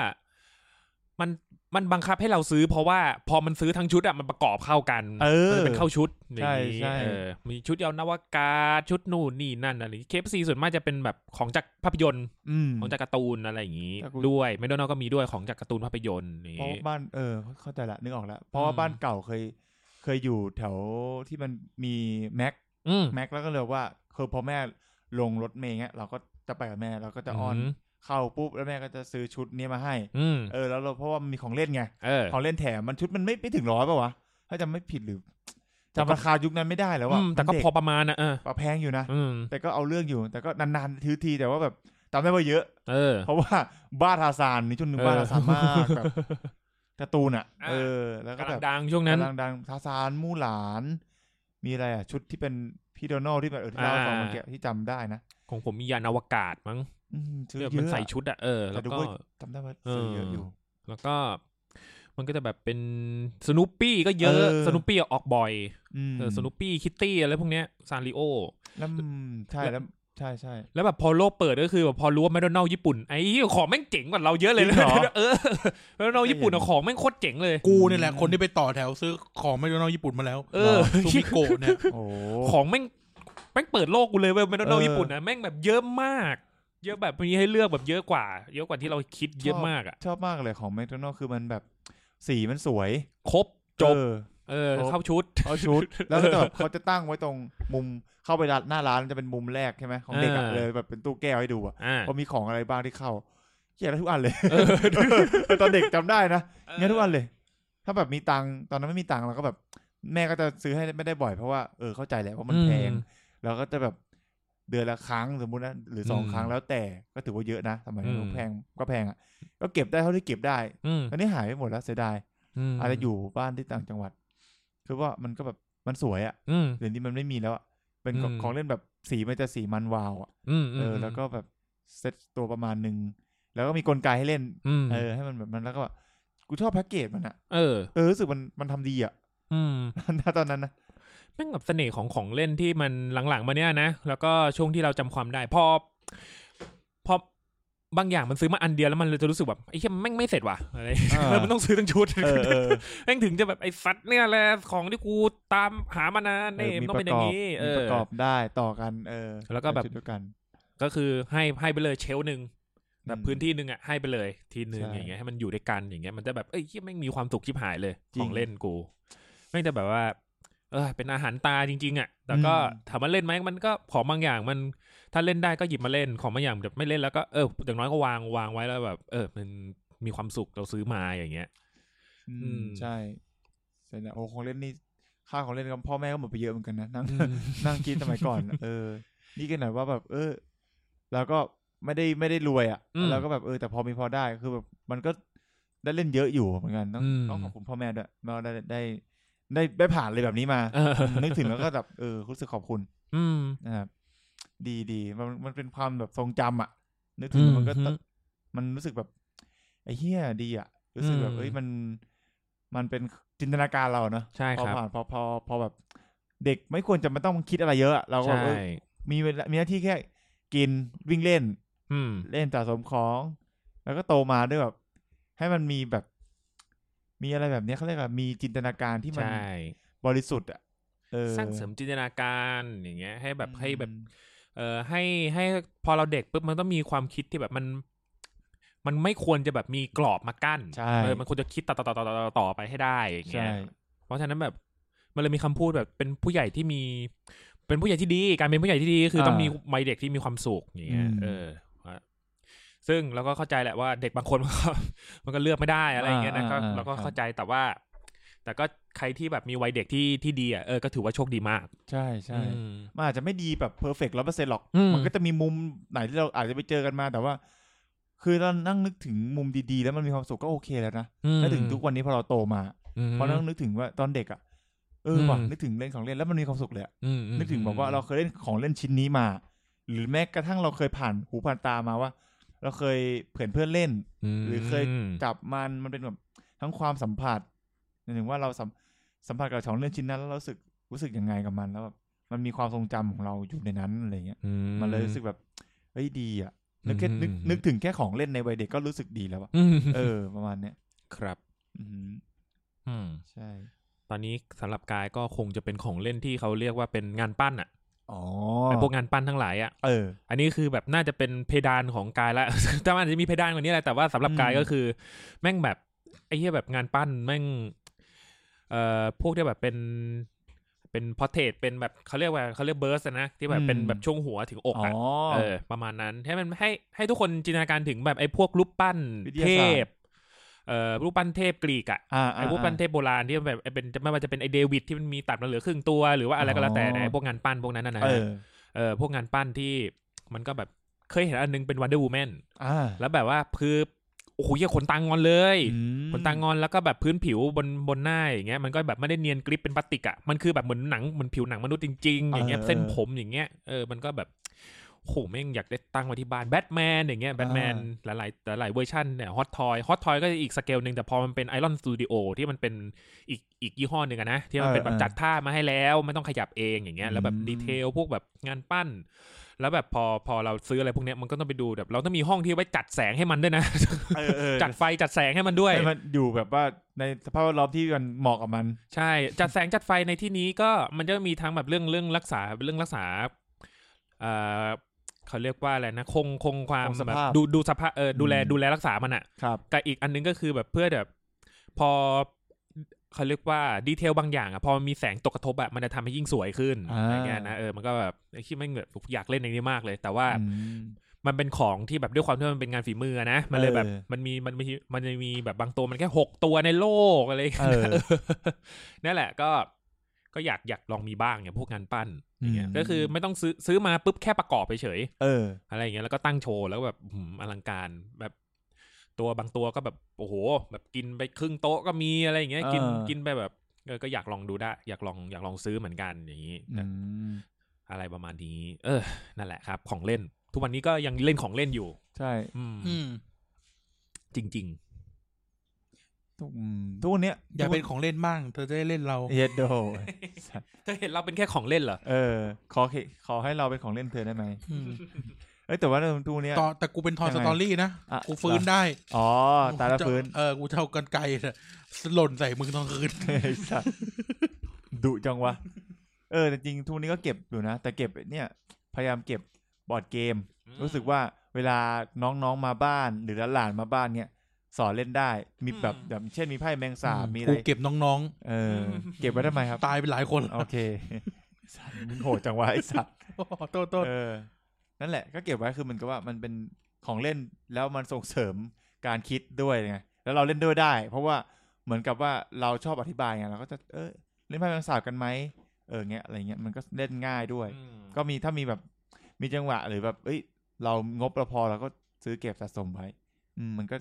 มันมันบังคับให้เราซื้อ เพราะว่าพอมันซื้อทั้งชุดอ่ะมันประกอบเข้ากัน เออ มันเป็นเข้าชุดอย่างนี้ ใช่ใช่ เออมีชุดยาวนาวากาศชุดนู่นนี่นั่นอะไรเคฟซีส่วนมากจะเป็นแบบของจากภาพยนตร์ อืม ของจากการ์ตูนอะไรอย่างนี้ จากการ์ตูน ด้วยไม่โดนัลก็มีด้วยของจากการ์ตูนภาพยนตร์ เพราะ นี้ ว่าบ้านเออเข้าใจละนึกออกแล้วเพราะว่า อืม บ้านเก่าเคย เคยอยู่แถวที่มันมีแม็ก อืม แม็กแล้วก็เลยว่าคือพอแม่ลงรถเมย์เงี้ยเราก็จะไปกับแม่เราก็จะอ้อน เข้าปุ๊บแล้วแม่ก็จะซื้อชุดนี้มาให้ อืม เออแล้วเราเพราะว่ามันมีของเล่นไง เออ ของเล่นแถมมันชุดมันไม่ไปถึงร้อยป่าวะ ถ้าจำไม่ผิดหรือจำราคายุคนั้นไม่ได้แล้วว่า อืมแต่ก็พอประมาณนะเออ แพงอยู่นะ อืม แต่ก็เอาเรื่องอยู่ แต่ก็นานๆทือทีแต่ว่าแบบจำได้ว่าเยอะ เออ เพราะว่าบ้าทาซานนี่ช่วงหนึง เออ บ้าทาซานมากแบบ การ์ตูนอ่ะ เออ แล้วก็ กำ แบ ลั บ งดังช่วงนั้น กำลังดังทาซานมู่หลาน มีอะไรอ่ะ ชุดที่เป็นพี่โดนัลด์ที่แบบเออที่เล่าให้ฟังเมื่อกี้ที่จำได้นะ ของผมมียานอวกาศมั้ง อืมซื้อ เดี๋ยว เย มัน อะ ใส่ชุดอะเออ แต่ แล้ว ดู ก็ ว่าจำได้ว่าซื้อเยอะอยู่ แล้วก็ มันก็จะแบบเป็นสนุปปี้ก็เยอะ เออ สนุปปี้ออกบ่อย อืม เออสนุปปี้คิตตี้อะไรพวกเนี้ยซานริโอ แล้วอืมใช่ แล้ว แล้วใช่ใช่ แล้วแบบพอโลกเปิดก็คือแบบพอรู้ว่าแมคโดนัลด์ญี่ปุ่นไอ้เหี้ยของแม่งเจ๋งกว่าเราเยอะเลย จริ นะ งเหรอ เออแมคโดนัลด์ญี่ปุ่นอะของแม่งโคตรเจ๋งเลย กูนี่แหละคนที่ไปต่อแถวซื้อของไม่โดนอลญี่ปุ่นมาแล้ว เออ ซูมิโกะเนี่ย โอ้ ของแม่งแม่งเปิดโลกกูเลยเว้ยแมคโดนัล เอ ด์ อ ญี่ปุ่นนะแม่งแบบเยอะมาก เยอะแบบมีให้เลือกแบบเยอะกว่า เยอะกว่าที่เราคิดเยอะมากอะ ชอบมากเลยของแมคโดนัลคือมันแบบสีมันสวย ครบจบ เออ เออ ครบ เข้าชุด เขาชุด แล้วก็แบบเขาจะตั้งไว้ตรงมุมเข้าไปด้านหน้าร้านจะเป็นมุมแรกใช่ไหมของเด็กอะ เออ เลยแบบเป็นตู้แก้วให้ดูอะ อ่า ว่ามีของอะไรบ้างที่เข้าเขียนทุกอันเลยเออตอนเด็กจำได้นะเงี้ยทุกอันเลย ถ้าแบบมีตังค์ตอนนั้นไม่มีตังค์เราก็แบบ แม่ก็จะซื้อให้ไม่ได้บ่อยเพราะว่าเออเข้าใจแหละว่ามันแพง เราก็จะแบบเดือนละครั้งสมมุตินะหรือสอง อืม ครั้งแล้วแต่ก็ถือว่าเยอะนะสมัยนั้น อืม แพงก็แพงอ่ะก็เก็บได้เท่าที่เก็บได้ อืม ตอนนี้หายไปหมดแล้วเสียดาย ม อาจจะอยู่บ้านที่ต่างจังหวัด คือว่ามันก็แบบมันสวยอ่ะ อืม เดี๋ยวนี้มันไม่มีแล้วอ่ะเป็นของ อืม ของเล่นแบบสีมันจะสีมันวาวอ่ะ อืม เอออแล้วก็แบบเซตตัวประมาณหนึ่งแล้วก็มีกลไกให้เล่น อืม เออ ให้มันแบบมันแล้วก็แบบกูชอบแพ็กเกจมันอ่ะ เออ เออรู้สึกมันมันทำดีอ่ะ อืม ตอนนั้นนะ แม่งแบบเสน่ห์ของของเล่นที่มันหลังๆมาเนี้ยนะ แล้วก็ช่วงที่เราจำความได้ พอ พอบางอย่างมันซื้อมาอันเดียวแล้วมันเลยจะรู้สึกแบบไอ้เหี้ยแม่งไม่เสร็จว่ะอะไรแล้ว มันต้องซื้อทั้งชุด เออเออ แม่งถึงจะแบบไอ้สัตว์เนี่ยแหละของที่กูตามหามานานเนี่ย เออ มันต้องเป็นอย่างนี้ เอ มี อ ประกอบได้ต่อกัน เออ แล้วก็แบบ เป็นชุดเดียวกัน ก็คือให้ให้ไปเลยเชลฟ์หนึ่งแบบ อืม พื้นที่หนึ่งอ่ะให้ไปเลยทีหนึ่ง ใช่ อย่างเงี้ยให้มันอยู่ด้วยกันอย่างเงี้ยมันจะแบบเอ้ยเหี้ยแม่งมีความสุขชิบหายเลย จริง ของเล่นกูแม่งจะแบบว่า เออเป็นอาหารตาจริง ๆ อ่ะแต่ก็ อืม ถามว่าเล่นไหมมันก็ของบางอย่างมัน ถ้าเล่นได้ก็หยิบมาเล่นของบางอย่างแบบไม่เล่นแล้วก็เอออย่างน้อยก็วางวางไว้แล้วแบบ เออ มันมีความสุขเราซื้อมาอย่างเงี้ย อื อืม มใช่ใช่นะโอ้ของเล่นนี่ค่าของเล่นกับพ่อแม่ก็หมดไปเยอะเหมือนกันนะนั่ง นั่งคิดสมัยก่อนเออ นี่กันหน่อยว่าแบบ เออเราก็ไม่ได้ไม่ได้รวยอ่ะ อืม เราก็แบบเออแต่พอมีพอได้คือแบบมันก็ได้เล่นเยอะอยู่เหมือนกันต้อง อืม ต้องขอบคุณพ่อแม่ด้วยเราได้ได้ได้ได้ผ่านเลยแบบนี้มา เออ อืมนึกถึงแล้วก็แบบเออรู้สึกขอบคุณ อืม นะครับดีดีมันมันเป็นความแบบทรงจำอ่ะ นึกถึง อืม มันก็ต ฮึ มันรู้สึกแบบไอ้เฮียดีอ่ะ รู้สึกแบบ อืม เอ้ยมัน มันเป็นจินตนาการเราเนอะ ใช่ครับ พอผ่านพอพอพอแบบ เด็กไม่ควรจะมาต้องคิดอะไรเยอะอะเราก็ ใช่ เอ้ยมีเวลามีหน้าที่แค่ กินวิ่งเล่น อืม เล่นสะสมของ แล้วก็โตมาด้วยแบบ ให้มันมีแบบ มีอะไรแบบเนี้ยเขาเรียกว่ามีจินตนาการที่มัน ใช่ บริสุทธิ์อ่ะเออ สร้างเสริมจินตนาการอย่างเงี้ย ให้แบบให้แบบ อืม เอ่อให้ให้พอเราเด็กปุ๊บมันต้องมีความคิดที่แบบมัน มันไม่ควรจะแบบมีกรอบมากั้น ใช่ เออมันควรจะคิดต่อต่อต่อต่อต่อต่อไปให้ได้อย่างเงี้ย ใช่ เพราะฉะนั้นแบบมันเลยมีคำพูดแบบเป็นผู้ใหญ่ที่มี เป็นผู้ใหญ่ที่ดี การเป็นผู้ใหญ่ที่ดีคือต้องมีวัยเด็กที่มีความสุขอย่างเงี้ย อืม เออซึ่งเราก็เข้าใจแหละว่าเด็กบางคน มันก็มันก็เลือกไม่ได้อะไรอย่างเงี้ยนะ อ่า ก็ อ่าอ่า เราก็เข้าใจแต่ว่า แต่ก็ใครที่แบบมีวัยเด็กที่ที่ดีอ่ะเออก็ถือว่าโชคดีมาก ใช่ใช่ อืม มันอาจจะไม่ดีแบบเพอร์เฟกต์ร้อยเปอร์เซ็นต์หรอก อืม มันก็จะมีมุมไหนที่เราอาจจะไปเจอกันมาแต่ว่า คือเรานั่งนึกถึงมุมดีๆ แล้วมันมีความสุขก็โอเคแล้วนะแล้วถึงทุกวันนี้พอเราโตมา อืม พอนั่งนึกถึงว่าตอนเด็กอ่ะเออว่ะ อืม นึกถึงเล่นของเล่นแล้วมันมีความสุขเลยอะ อืมม นึกถึงแบบว่าเราเคยเล่นของเล่นชิ้นนี้มา หรือแม้กระทั่งเราเคยผ่านหูผ่านตามาว่า เราเคยเผื่อนเพื่อนเล่น ม หรือเคย จับมันมันเป็นแบบทั้งความสัมผัสหมายถึงว่าเราสัมสัมผัสกับของเล่นชิ้นนั้นแล้วเรารู้สึกรู้สึกยังไงกับมันแล้วแบบมันมีความทรงจำของเราอยู่ในนั้นอะไรเงี้ย อื มันเลยรู้สึกแบบเฮ้ยดีอ่ะนึกแค่ อืม นึกนึกถึงแค่ของเล่นในวัยเด็กก็รู้สึกดีแล้วอะ อืม เออ ประมาณเนี้ย ครับ อืม อืม ใช่ ตอนนี้สำหรับกายก็คงจะเป็นของเล่นที่เขาเรียกว่าเป็นงานปั้นอะ อ๋อ ไอ้พวกงานปั้นทั้งหลายอะ เออ อันนี้คือแบบน่าจะเป็นเพดานของกายละ แต่มันอาจจะมีเพดานกว่านี้แหละแต่ว่าสำหรับกาย อืม ก็คือ แม่งแบบไอ้เหี้ยแบบงานปั้นแม่ง เอ่อพวกที่แบบเป็นเป็นพอเทสเป็นแบบเขาเรียกว่าเขาเรียกเบิร์สนะที่แบบเป็นแบบช่วงหัวถึงอก อ๋อ อะ เออประมาณนั้นให้มันให้ให้ทุกคนจินตนาการถึงแบบไอ้พวกรูปปั้น วิทยา เท ศาสตร์ พเอ่อรูปปั้นเทพกรีกอ่ะ อ่าา ไอ้รูปปั้นเทพโบราณที่มันแบบไอ้เป็นไม่ว่าจะเป็นไอ้เดวิดที่มันมีตัดมาเหลือครึ่งตัวหรือว่าอะไรก็แล้วแต่นะไอ้พวกงานปั้นพวกนั้นนะนะ เออ เออพวกงานปั้นที่มันก็แบบเคยเห็นอันนึงเป็นวันเดอร์วูแมน อ่า แล้วแบบว่าคือโอ้โหเหี้ยขนตางอนเลย อืม ขนตางอนแล้วก็แบบพื้นผิวบนบนหน้าอย่างเงี้ยมันก็แบบไม่ได้เนียนกริปเป็นพลาสติกอะ่ะมันคือแบบเหมือนหนังเหมือนผิวหนังมนุษย์จริงๆอย่างเงี้ยเส้นผมอย่างเงี้ยเออมันก็แบบโหแม่งอยากได้ตั้งไว้ที่บ้านแบทแมนอย่างเงี้ยแบทแมนหลายๆหลายๆเวอร์ชันเนี่ยฮอตทอยฮอตทอยก็จะอีกสเกลหนึ่งแต่พอมันเป็นไอรอนสตูดิโอที่มันเป็นอีกอีกยี่ห้อหนึ่งอะนะที่มันเป็นแบบจัดท่ามาให้แล้วไม่ต้องขยับเองอย่างเงี้ยแล้วแบบดีเทลพวกแบบงานปั้น แล้วแบบพอพอเราซื้ออะไรพวกเนี้ยมันก็ต้องไปดูแบบเราต้องมีห้องที่ไว้จัดแสงให้มันด้วยนะ เออเอ อ จัดไฟจัดแสงให้มันด้วย ให้มันอยู่แบบว่าในสภาพแวดล้อมที่มันเหมาะกับมัน ใช่จัดแสงจัดไฟในที่นี้ก็มันจะมีทั้งแบบเรื่องเรื่องรักษาเรื่องรักษาเอ่อเขาเรียกว่าอะไรนะคงคงความ คงส แบบ ภาพ ดูดูสภาพเออดูแล อืม ดูแลรักษามันอะ่ะ ครับ กับอีกอันนึงก็คือแบบเพื่อแบบพอเขาเรียกว่าดีเทลบางอย่างอะ่ะพอมีแสงตกกระทบอะ่ะมันจะทำให้ยิ่งสวยขึ้น อ่า อะไรเงี้ยนะเออมันก็แบบไอ้ที่ไม่งแบบอยากเล่นอย่างนี้มากเลย แต่ว่า อืม มันเป็นของที่แบบด้วยความที่มันเป็นงานฝีมืออะนะ มันเลยแบบ เออ มันมีมันมีมันจะมีแบบบางตัวมันแค่หกตัวในโลกอะไรอย่าง เอ เงี้ย อ นั่นแหละก็ก็อยากอยากลองมีบ้างอย่างพวกงานปั้นอย่างเงี้ย อืม ก็คือไม่ต้องซื้อซื้อมาปุ๊บแค่ประกอบเฉย เออ ๆอะไรอย่างเงี้ยแล้วก็ตั้งโชว์แล้วแบบอื้อหืออลังการแบบตัวบางตัวก็แบบโอ้โห แบบกินไปครึ่งโต๊ะก็มีอะไรอย่างเงี้ยกิน เออ กินไปแบบเออก็อยากลองดูได้ อยากลองอยากลองซื้อเหมือนกันอย่างนี้ อื แต่ ม อะไรประมาณนี้ เออ นั่นแหละครับ ของเล่น ทุกวันนี้ก็ยังเล่นของเล่นอยู่ ใช่ อืม อืม จริง ทุกอืมทุกวันเนี้ย อยากเป็นของเล่นบ้าง เธอจะได้เล่นเรา เย็ดโด ๆ เธอเห็นเราเป็นแค่ของเล่นเหรอ เออ ขอเขขอให้เราเป็นของเล่นเธอได้ไหม อืม เอ้ยแต่ว่าทุกวันเนี้ย ต่อแต่กูเป็นทอย ยัง ส ไง ตอรี่นะ อ่ะ กูฟื้นได้ อ๋อตายละฟื้น เออ กูจะเอากันไกลน่ะหล่นใส่มึงตอนคืน ไอ้สัสดุจังวะ เออแต่จริงทุกวันนี้ก็เก็บอยู่นะ แต่เก็บเนี่ย พยายามเก็บบอร์ดเกม อืม รู้สึกว่าเวลาน้องๆมาบ้าน หรือหลานๆมาบ้านเนี่ย สอนเล่นได้ มีแบบ อืม แบบเช่นมีไพ่แมงสาบมีอะไร กูเก็บน้อง เออ เก็บไว้ทำไมครับ ๆ ตายไปหลายคน โอเค สัตว์มึงโหดจังวะไอสัตว์ โทษโทษ เออ นั่นแหละก็เก็บไว้คือมันก็ว่ามันเป็นของเล่นแล้วมันส่งเสริมการคิดด้วยไงแล้วเราเล่นด้วยได้ เพราะว่าเหมือนกับว่าเราชอบอธิบายไงเราก็จะเออเล่นไพ่แมงสาบกันไหมเออเงี้ยอะไรเงี้ยมันก็เล่นง่ายด้วย อืม ก็มีถ้ามีแบบมีจังหวะหรือแบบ เอ้ย เรางบเราพอเราก็ซื้อเก็บสะสมไว้ อืมมันก็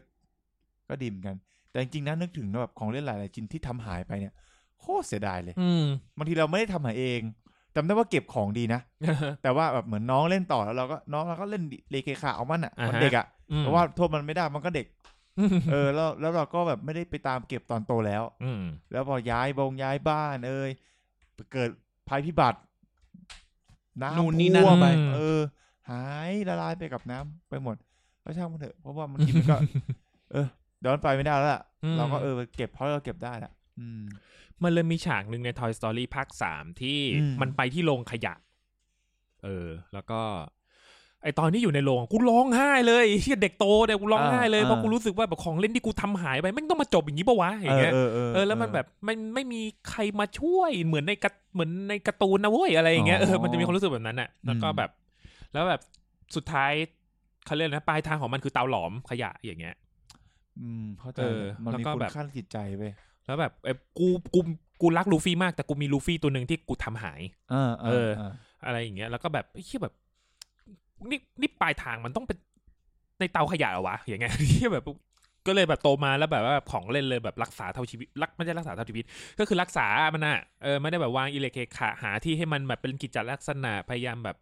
ก็ดีเหมือนกัน แต่จริงๆนะนึกถึงนะแบบของเล่นหลายๆชิ้นที่ทำหายไปเนี่ยโคตรเสียดายเลย อืม บางทีเราไม่ได้ทำหาเองจำได้ว่าเก็บของดี นะ แต่ว่าแบบเหมือนน้องเล่นต่อแล้วเราก็น้องเราก็เล่นเลเคขาเอามันอ่ะ อ่าฮะ มันเด็กอ่ะเพราะว่าโทษมันไม่ได้มันก็ เด็ก เออแล้วแล้วเราก็แบบไม่ได้ไปตามเก็บตอนโตแล้ว อืม แล้วพอย้ายบงย้ายบ้าน เอ้ยเกิดภัยพิบัติน้ำ นู่นนี่นั่น ท่วม ไป อืม เออ หายละลายไปกับน้ำไปหมดก็ช่างมันเถอะเพราะว่ามันกินมันก็ เออเดี๋ยวมันไปไม่ได้แล้วล่ะ อืม เราก็เออเก็บเพราะเราเก็บได้แหละอืม มันเลยมีฉากหนึ่งใน Toy Story ภาคสามที่ อืม มันไปที่โรงขยะ เออ แล้วก็ ไอ ไอตอนที่อยู่ในโรงกูร้องไห้เลยไอ้เฮียเด็กโตเนี่ยกูร้องไห้เลย อ่า เพราะกูรู้สึกว่าแบบของเล่นที่กูทำหายไปไม่งต้องมาจบอย่างนี้ปะวะอย่างเงี้ย เออ เออแล้วมันแบบไม่ไม่มีใครมาช่วยเหมือนในกระเหมือนในการ์ตูนนะเว้ยอะไรอย่างเงี้ยเออมันจะมีความรู้สึกแบบนั้นอ่ะแล้วก็แบบ แล้วแบบสุดท้ายเขาเรียกอะไรนะปลายทางของมันคือเตาหลอมขยะอย่างเงี้ย อืมเข้าใจ เออ มันมี แล้วก็ คุณ แบบ ค่าทางจิตใจไป แล้วแบบเอ้ยกูกูกูรักลูฟี่มากแต่กูมีลูฟี่ตัวหนึ่งที่กูทำหาย เออเออ เออ อะไรอย่างเงี้ยแล้วก็แบบไอ้เหี้ยแบบนี่นี่ปลายทางมันต้องเป็นในเตาขยะเหรอวะอย่างเงี้ย เหี้ยแบบก็เลยแบบโตมาแล้วแบบว่าของเล่นเลยแบบรักษาเท่าชีวิตรักไม่ใช่รักษาเท่าชีวิต ก็คือรักษามันอะเออไม่ได้แบบวางอิเล็กเคขะหาที่ให้มันแบบเป็นกิจลักษณะพยายามแบบ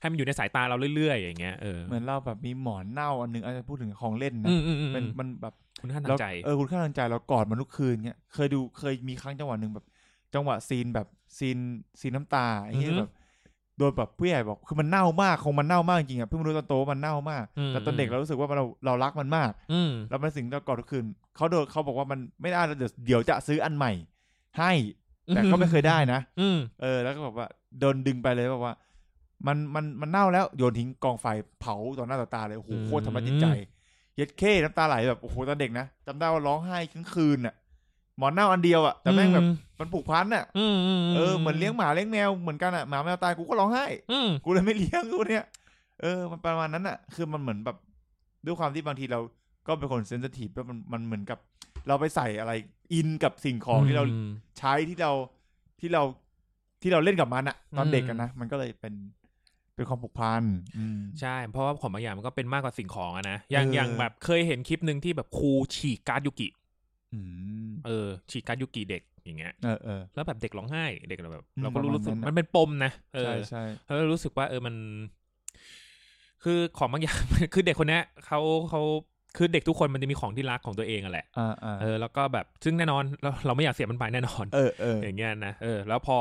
ให้มันอยู่ในสายตาเราเรื่อยๆ อย่างเงี้ยเออ เหมือนเราแบบมีหมอนเน่าอันหนึงอาจจะพูดถึงของเล่นนะ อืมอืมอืม เป็นมันแบบ คุณท่านทา เรา งใจ เออคุณค่าทางใจเรากอดมันทุกคืนเนี่ยเคยดูเคยมีครั้งจังหวะหนึ่งแบบ จังหวะซีนแบบซีนซีนน้ำตาไอ้เหี้ย อือฮึ แบบโดนแบบผู้ใหญ่บอกคือมันเน่ามากคงมันเน่ามากจริงอ่ะเพิ่งมารู้ตอนโตว่ามันเน่ามาก อืม แต่ตอนเด็กเรารู้สึกว่าเราเรารักมันมาก อืม แล้วมันสิ่งที่เรากอดทุกคืนเขาโดนเขาบอกว่ามันไม่ได้แล้วเดี๋ยวเดี๋ยวจะซื้ออันใหม่ ให้แต่ก็ไม่เคยได้นะ อืม เออแล้วก็แบบว่าโดนดึงไปเลยแบบว่า มันมันมันเน่าแล้วโยนทิ้งกองไฟเผาต่อหน้าต่อตาเลยโอ้โหโคตรทำร้ายจิตใจ เย็ดเข้น้ำตาไหลแบบโอ้โหตอนเด็กนะจำได้ว่าร้องไห้ทั้งคืนน่ะ หมอนเน่าอันเดียวอ่ะแต่แม่งแบบมันผูกพันน่ะ อืมม เออเหมือนเลี้ยงหมาเลี้ยงแมวเหมือนกันอ่ะหมาแมวตายกูก็ร้องไห้ อืม กูเลยไม่เลี้ยงกูเนี่ยเออมันประมาณนั้นอ่ะ คือมันเหมือนแบบด้วยความที่บางทีเราก็เป็นคนเซนซิทีฟแล้วมันมันเหมือนกับ เราไปใส่อะไรอินกับสิ่งของที่เรา ใช้ที่เราที่เราที่เราเล่นกับมันอะตอน อืม เด็กกันนะ มันก็เลยเป็นเป็นความผูกพันอืม ใช่ เพราะว่าของบางอย่างมันก็เป็นมากกว่าสิ่งของอะนะ อย่าง เอออ อย่างแบบเคยเห็นคลิปหนึ่งที่แบบครูฉีกการ์ดยุกิ อืม เออ ฉีกการ์ดยุกิเด็กอย่างเงี้ย เออเออ แล้วแบบเด็กร้องไห้ เด็กแบบ อืม เราก็รู้ ประมาณ รู้สึก นั้นอะ มันเป็นปมนะ เออ ใช่ใช่ แล้วเรารู้สึกว่าเออมัน คือของบาง อย่าง คือเด็กคนเนี้ยเขาเขาคือเด็กทุกคนมันจะมีของที่รักของตัวเองอะแหละ อ่าอ่า เออ แล้วก็แบบ ซึ่งแน่นอนเราเราไม่อยากเสียมันไปแน่นอน เออเออ อย่างเงี้ยนะ เออ แล้วพอ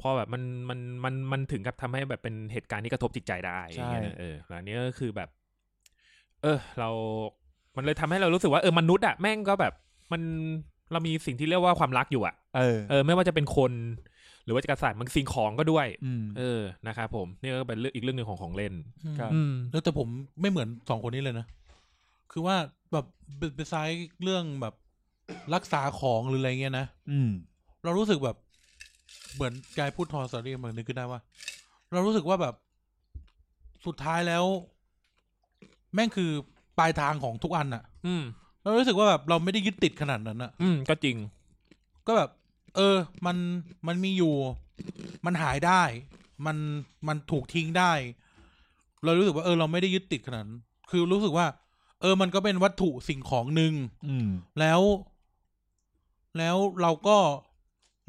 พอแบบมันมันมันมันถึงกับทำให้แบบเป็นเหตุการณ์ที่กระทบจิตใจได้อย่างเงี้ยนะเออแล้วอันนี้ก็คือแบบ เออ เรา มันเลยทำให้เรารู้สึกว่าเออมนุษย์อะแม่งก็แบบมันเรามีสิ่งที่เรียกว่าความรักอยู่อะ เออ เออไม่ว่าจะเป็นคน หรือว่าจะกระสานมันสิ่งของก็ด้วย อืม เออนะครับผมนี่ก็เป็นเรื่องอีกเรื่องหนึ่งของของเล่น ครับ อืม แล้วแต่ผมไม่เหมือนสองคนนี้เลยนะ คือว่าแบบไปซ้ายเรื่องแบบรักษาของหรืออะไรเงี้ยนะ อืม เรารู้สึกแบบ เหมือนกายพูดทอสอรี่เหมือนนึกขึ้นได้ว่า เรารู้สึกว่าแบบสุดท้ายแล้ว แม่งคือปลายทางของทุกอันอะ อืม เรารู้สึกว่าแบบเราไม่ได้ยึดติดขนาดนั้นอะ อืม ก็จริง ก็แบบ เออ มันมันมีอยู่ มันหายได้ มันมันถูกทิ้งได้ เรารู้สึกว่าเออเราไม่ได้ยึดติดขนาดนั้นคือรู้สึกว่า เออ มันก็เป็นวัตถุสิ่งของหนึ่ง อืม แล้ว แล้วเราก็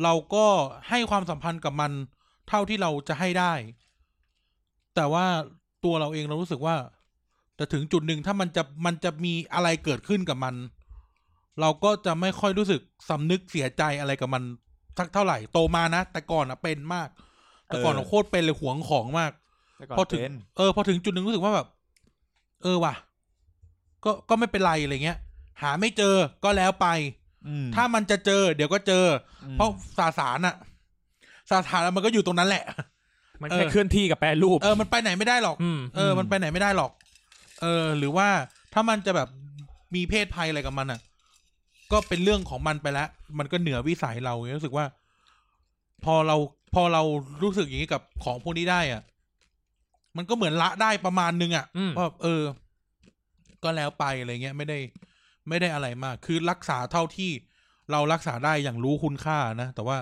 เราก็ให้ความสัมพันธ์กับมันเท่าที่เราจะให้ได้ แต่ว่าตัวเราเองเรารู้สึกว่า แต่ถึงจุดหนึ่งถ้ามันจะมันจะมีอะไรเกิดขึ้นกับมัน เราก็จะไม่ค่อยรู้สึกสำนึกเสียใจอะไรกับมันสักเท่าไหร่โตมานะ แต่ก่อนอะเป็นมาก แต่ก่อนอะโคตรเป็นเลยหวงของมาก แต่ก่อน พอถึง เป็น เออพอถึงจุดหนึ่งรู้สึกว่าแบบ เออว่ะ ก็ก็ไม่เป็นไรอะไรเงี้ย หาไม่เจอก็แล้วไป อืม ถ้ามันจะเจอ เดี๋ยวก็เจออ อืม เพราะสาสารน่ะ สาสารมันก็อยู่ตรงนั้นแหละ มัน เออ แค่เคลื่อนที่กับแปรรูป เออมันไปไหนไม่ได้หรอก อืม เออ มันไปไหนไม่ได้หรอก เออ หรือว่าถ้ามันจะแบบมีเพศภัยอะไรกับมันอ่ะ ก็เป็นเรื่องของมันไปแล้ว มันก็เหนือวิสัยเราเนี่ยรู้สึกว่า พอเราพอเรารู้สึกอย่างนี้กับของพวกนี้ได้อ่ะ มันก็เหมือนละได้ประมาณนึงอ่ะ อืม ว่าเออ ก็แล้วไปอะไรเงี้ยไม่ได้ ไม่ได้อะไรมาก คือรักษาเท่าที่เรารักษาได้อย่างรู้คุณค่านะ แต่ว่า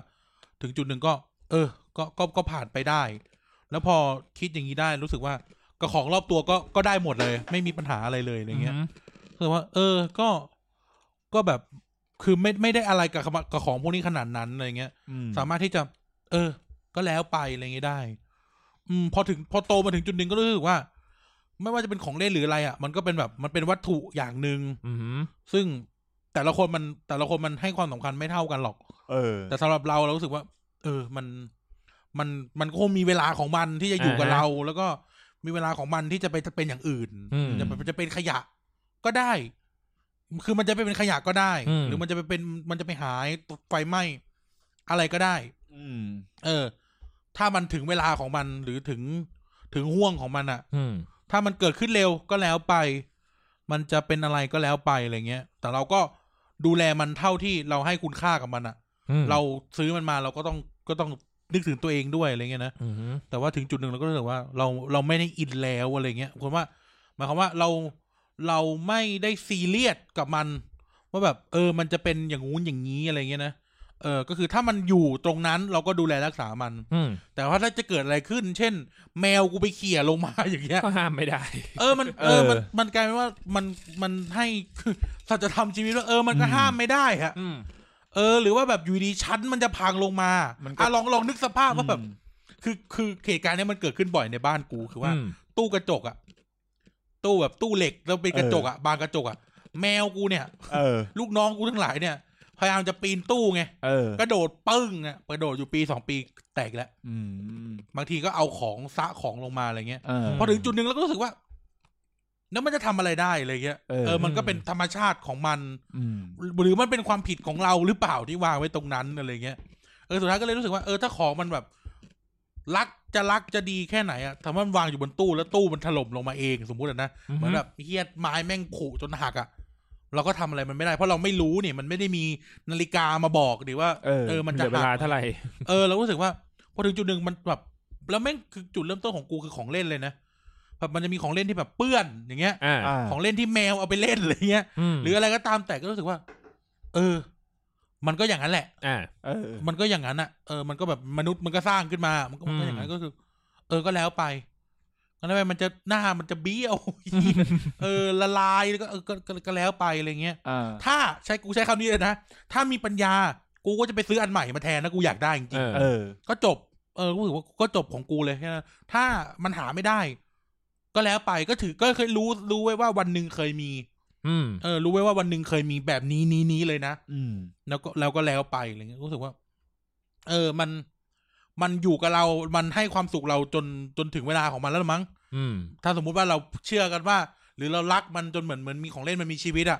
ถึงจุดหนึ่งก็ เออ ก็ก็ก็ผ่านไปได้ แล้วพอคิดอย่างนี้ได้รู้สึกว่ากับของรอบตัวก็ก็ได้หมดเลย ไม่มีปัญหาอะไรเลยอะไรเงี้ย อืม คือว่า เออ ก็ ก็แบบ คือไม่ไม่ได้อะไรกับคำกับของพวกนี้ขนาดนั้นอะไรเงี้ย อืม สามารถที่จะ เออ ก็แล้วไปอะไรเงี้ยได้ อืม พอถึงพอโตมาถึงจุดหนึ่งก็รู้สึกว่า ไม่ว่าจะเป็นของเล่นหรืออะไรอ่ะ มันก็เป็นแบบมันเป็นวัตถุอย่างหนึ่ง อืม ซึ่งแต่ละคนมันแต่ละคนมันให้ความสำคัญไม่เท่ากันหรอก เออ แต่สำหรับเราเรารู้สึกว่า เออ มัน มัน มันก็คงมีเวลาของมันที่จะอยู่ อ่าฮะ กับเรา แล้วก็มีเวลาของมันที่จะไปเป็นอย่างอื่น อืม จะจะเป็นขยะก็ได้ คือมันจะไปเป็นขยะก็ได้ อืม หรือมันจะไปเป็น มันจะไปหายไฟไหม้อะไรก็ได้ อืม เออ ถ้ามันถึงเวลาของมันหรือถึง ถึงห่วงของมันอะ อืม ถ้ามันเกิดขึ้นเร็วก็แล้วไป มันจะเป็นอะไรก็แล้วไปอะไรเงี้ย แต่เราก็ดูแลมันเท่าที่เราให้คุณค่ากับมันอะเราซื้อมันมาเราก็ต้องก็ต้องนึกถึงตัวเองด้วยอะไรเงี้ยนะ อืม แต่ว่าถึงจุดหนึ่งเราก็รู้สึกว่าเราเราไม่ได้อินแล้วอะไรเงี้ยคนว่าหมายความว่าเราเราไม่ได้ซีเรียสกับมัน ว่าแบบเออมันจะเป็นอย่างงู้นอย่างนี้อะไรเงี้ยนะเออก็คือถ้ามันอยู่ตรงนั้นเราก็ดูแลรักษามัน อืม แต่ว่าถ้าจะเกิดอะไรขึ้น เช่น แมวกูไปเขี่ยลงมาอย่างเงี้ย ก็ห้ามไม่ได้ เออมันเออ เออ มันมันกลายเป็นว่ามันมันให้ สัจธรรมชีวิตว่าเออมันก็ห้ามไม่ได้ฮะ อืม เออหรือว่าแบบอยู่ดีชั้นมันจะพังลงมาอ่ะลองลองนึกสภาพว่าแบบ คือคือเหตุการณ์เนี้ยมันเกิดขึ้นบ่อยในบ้านกูคือว่า ตู้กระจกอะตู้แบบตู้เหล็กแล้วเป็นกระจกอะบานกระจกอะแมวกูเนี่ย เออ ลูกน้องกูทั้งหลายเนี่ย พยายามจะปีนตู้ไง เออก ระโดดปึ้งอะกระโดดอยู่ปีสองปีแตกแล้ว อืม บางทีก็เอาของซะของลงมาอะไรเงี้ย เออ พอถึงจุดหนึ่งแล้วก็รู้สึกว่า แล้วมันจะทำอะไรได้อะไรเงี้ย เออ เออมันก็เป็นธรรมชาติของมัน อืม หรือมันเป็นความผิดของเราหรือเปล่าที่วางไว้ตรงนั้นอะไรเงี้ยเออสุดท้ายก็เลยรู้สึกว่าเออถ้าของมันแบบรักจะรักจะดีแค่ไหนอะถ้ามันวางอยู่บนตู้แล้วตู้มันถล่มลงมาเองสมมุติอะนะ อือฮึ เหมือนแบบเฮียดไม้แม่งผุจนหักอะเราก็ทำอะไรมันไม่ได้เพราะเราไม่รู้เนี่ยมันไม่ได้มีนาฬิกามาบอกดิว่า เออ มัน เห จะ ลือเว หั ลาก เท่าไหร่ เออเรารู้สึกว่าพอถึงจุดหนึ่งมันแบบแล้วแม่งคือจุดเริ่มต้นของกูคือของเล่นเลยนะแบบมันจะมีของเล่นที่แบบเปื้อนอย่างเงี้ย อ่า อ่า ของเล่นที่แมวเอาไปเล่นอะไรเงี้ย อืม หรืออะไรก็ตามแต่ก็รู้สึกว่า เออ มันก็อย่างนั้นแหละ อ่า เออ มันก็อย่างนั้นอะเออมันก็แบบมนุษย์มันก็สร้างขึ้นมา มันก็มันก็ อืม อย่างนั้นก็คือ เออก็แล้วไปก็แล้วไปมันจะหน้ามันจะเบี้ยวเออ ละลายแล้วก็เออก็ก็ก็แล้วไปอะไรเงี้ย อ่า ถ้าใช้กูใช้คำนี้เลยนะถ้ามีปัญญา กูก็จะไปซื้ออันใหม่มาแทนนะกูอยากได้จริง เออ เออ ๆก็จบ เออรู้สึกว่าก็จบของกูเลยแค่นั้นถ้ามันหาไม่ได้ ก็แล้วไปก็ถือก็เคยรู้รู้ไว้ว่าวันหนึ่งเคยมี อืม เออรู้ไว้ว่าวันหนึ่งเคยมีแบบนี้นี้นี้เลยนะ อืม แล้วก็แล้วก็แล้วไปอะไรเงี้ยรู้สึกว่า เออมันมันอยู่กับเรา มันให้ความสุขเราจนจนถึงเวลาของมันแล้วละมั้ง อืม ถ้าสมมุติว่าเราเชื่อกันว่า หรือเรารักมันจนเหมือนเหมือนมีของเล่นมันมีชีวิตอะ่ะ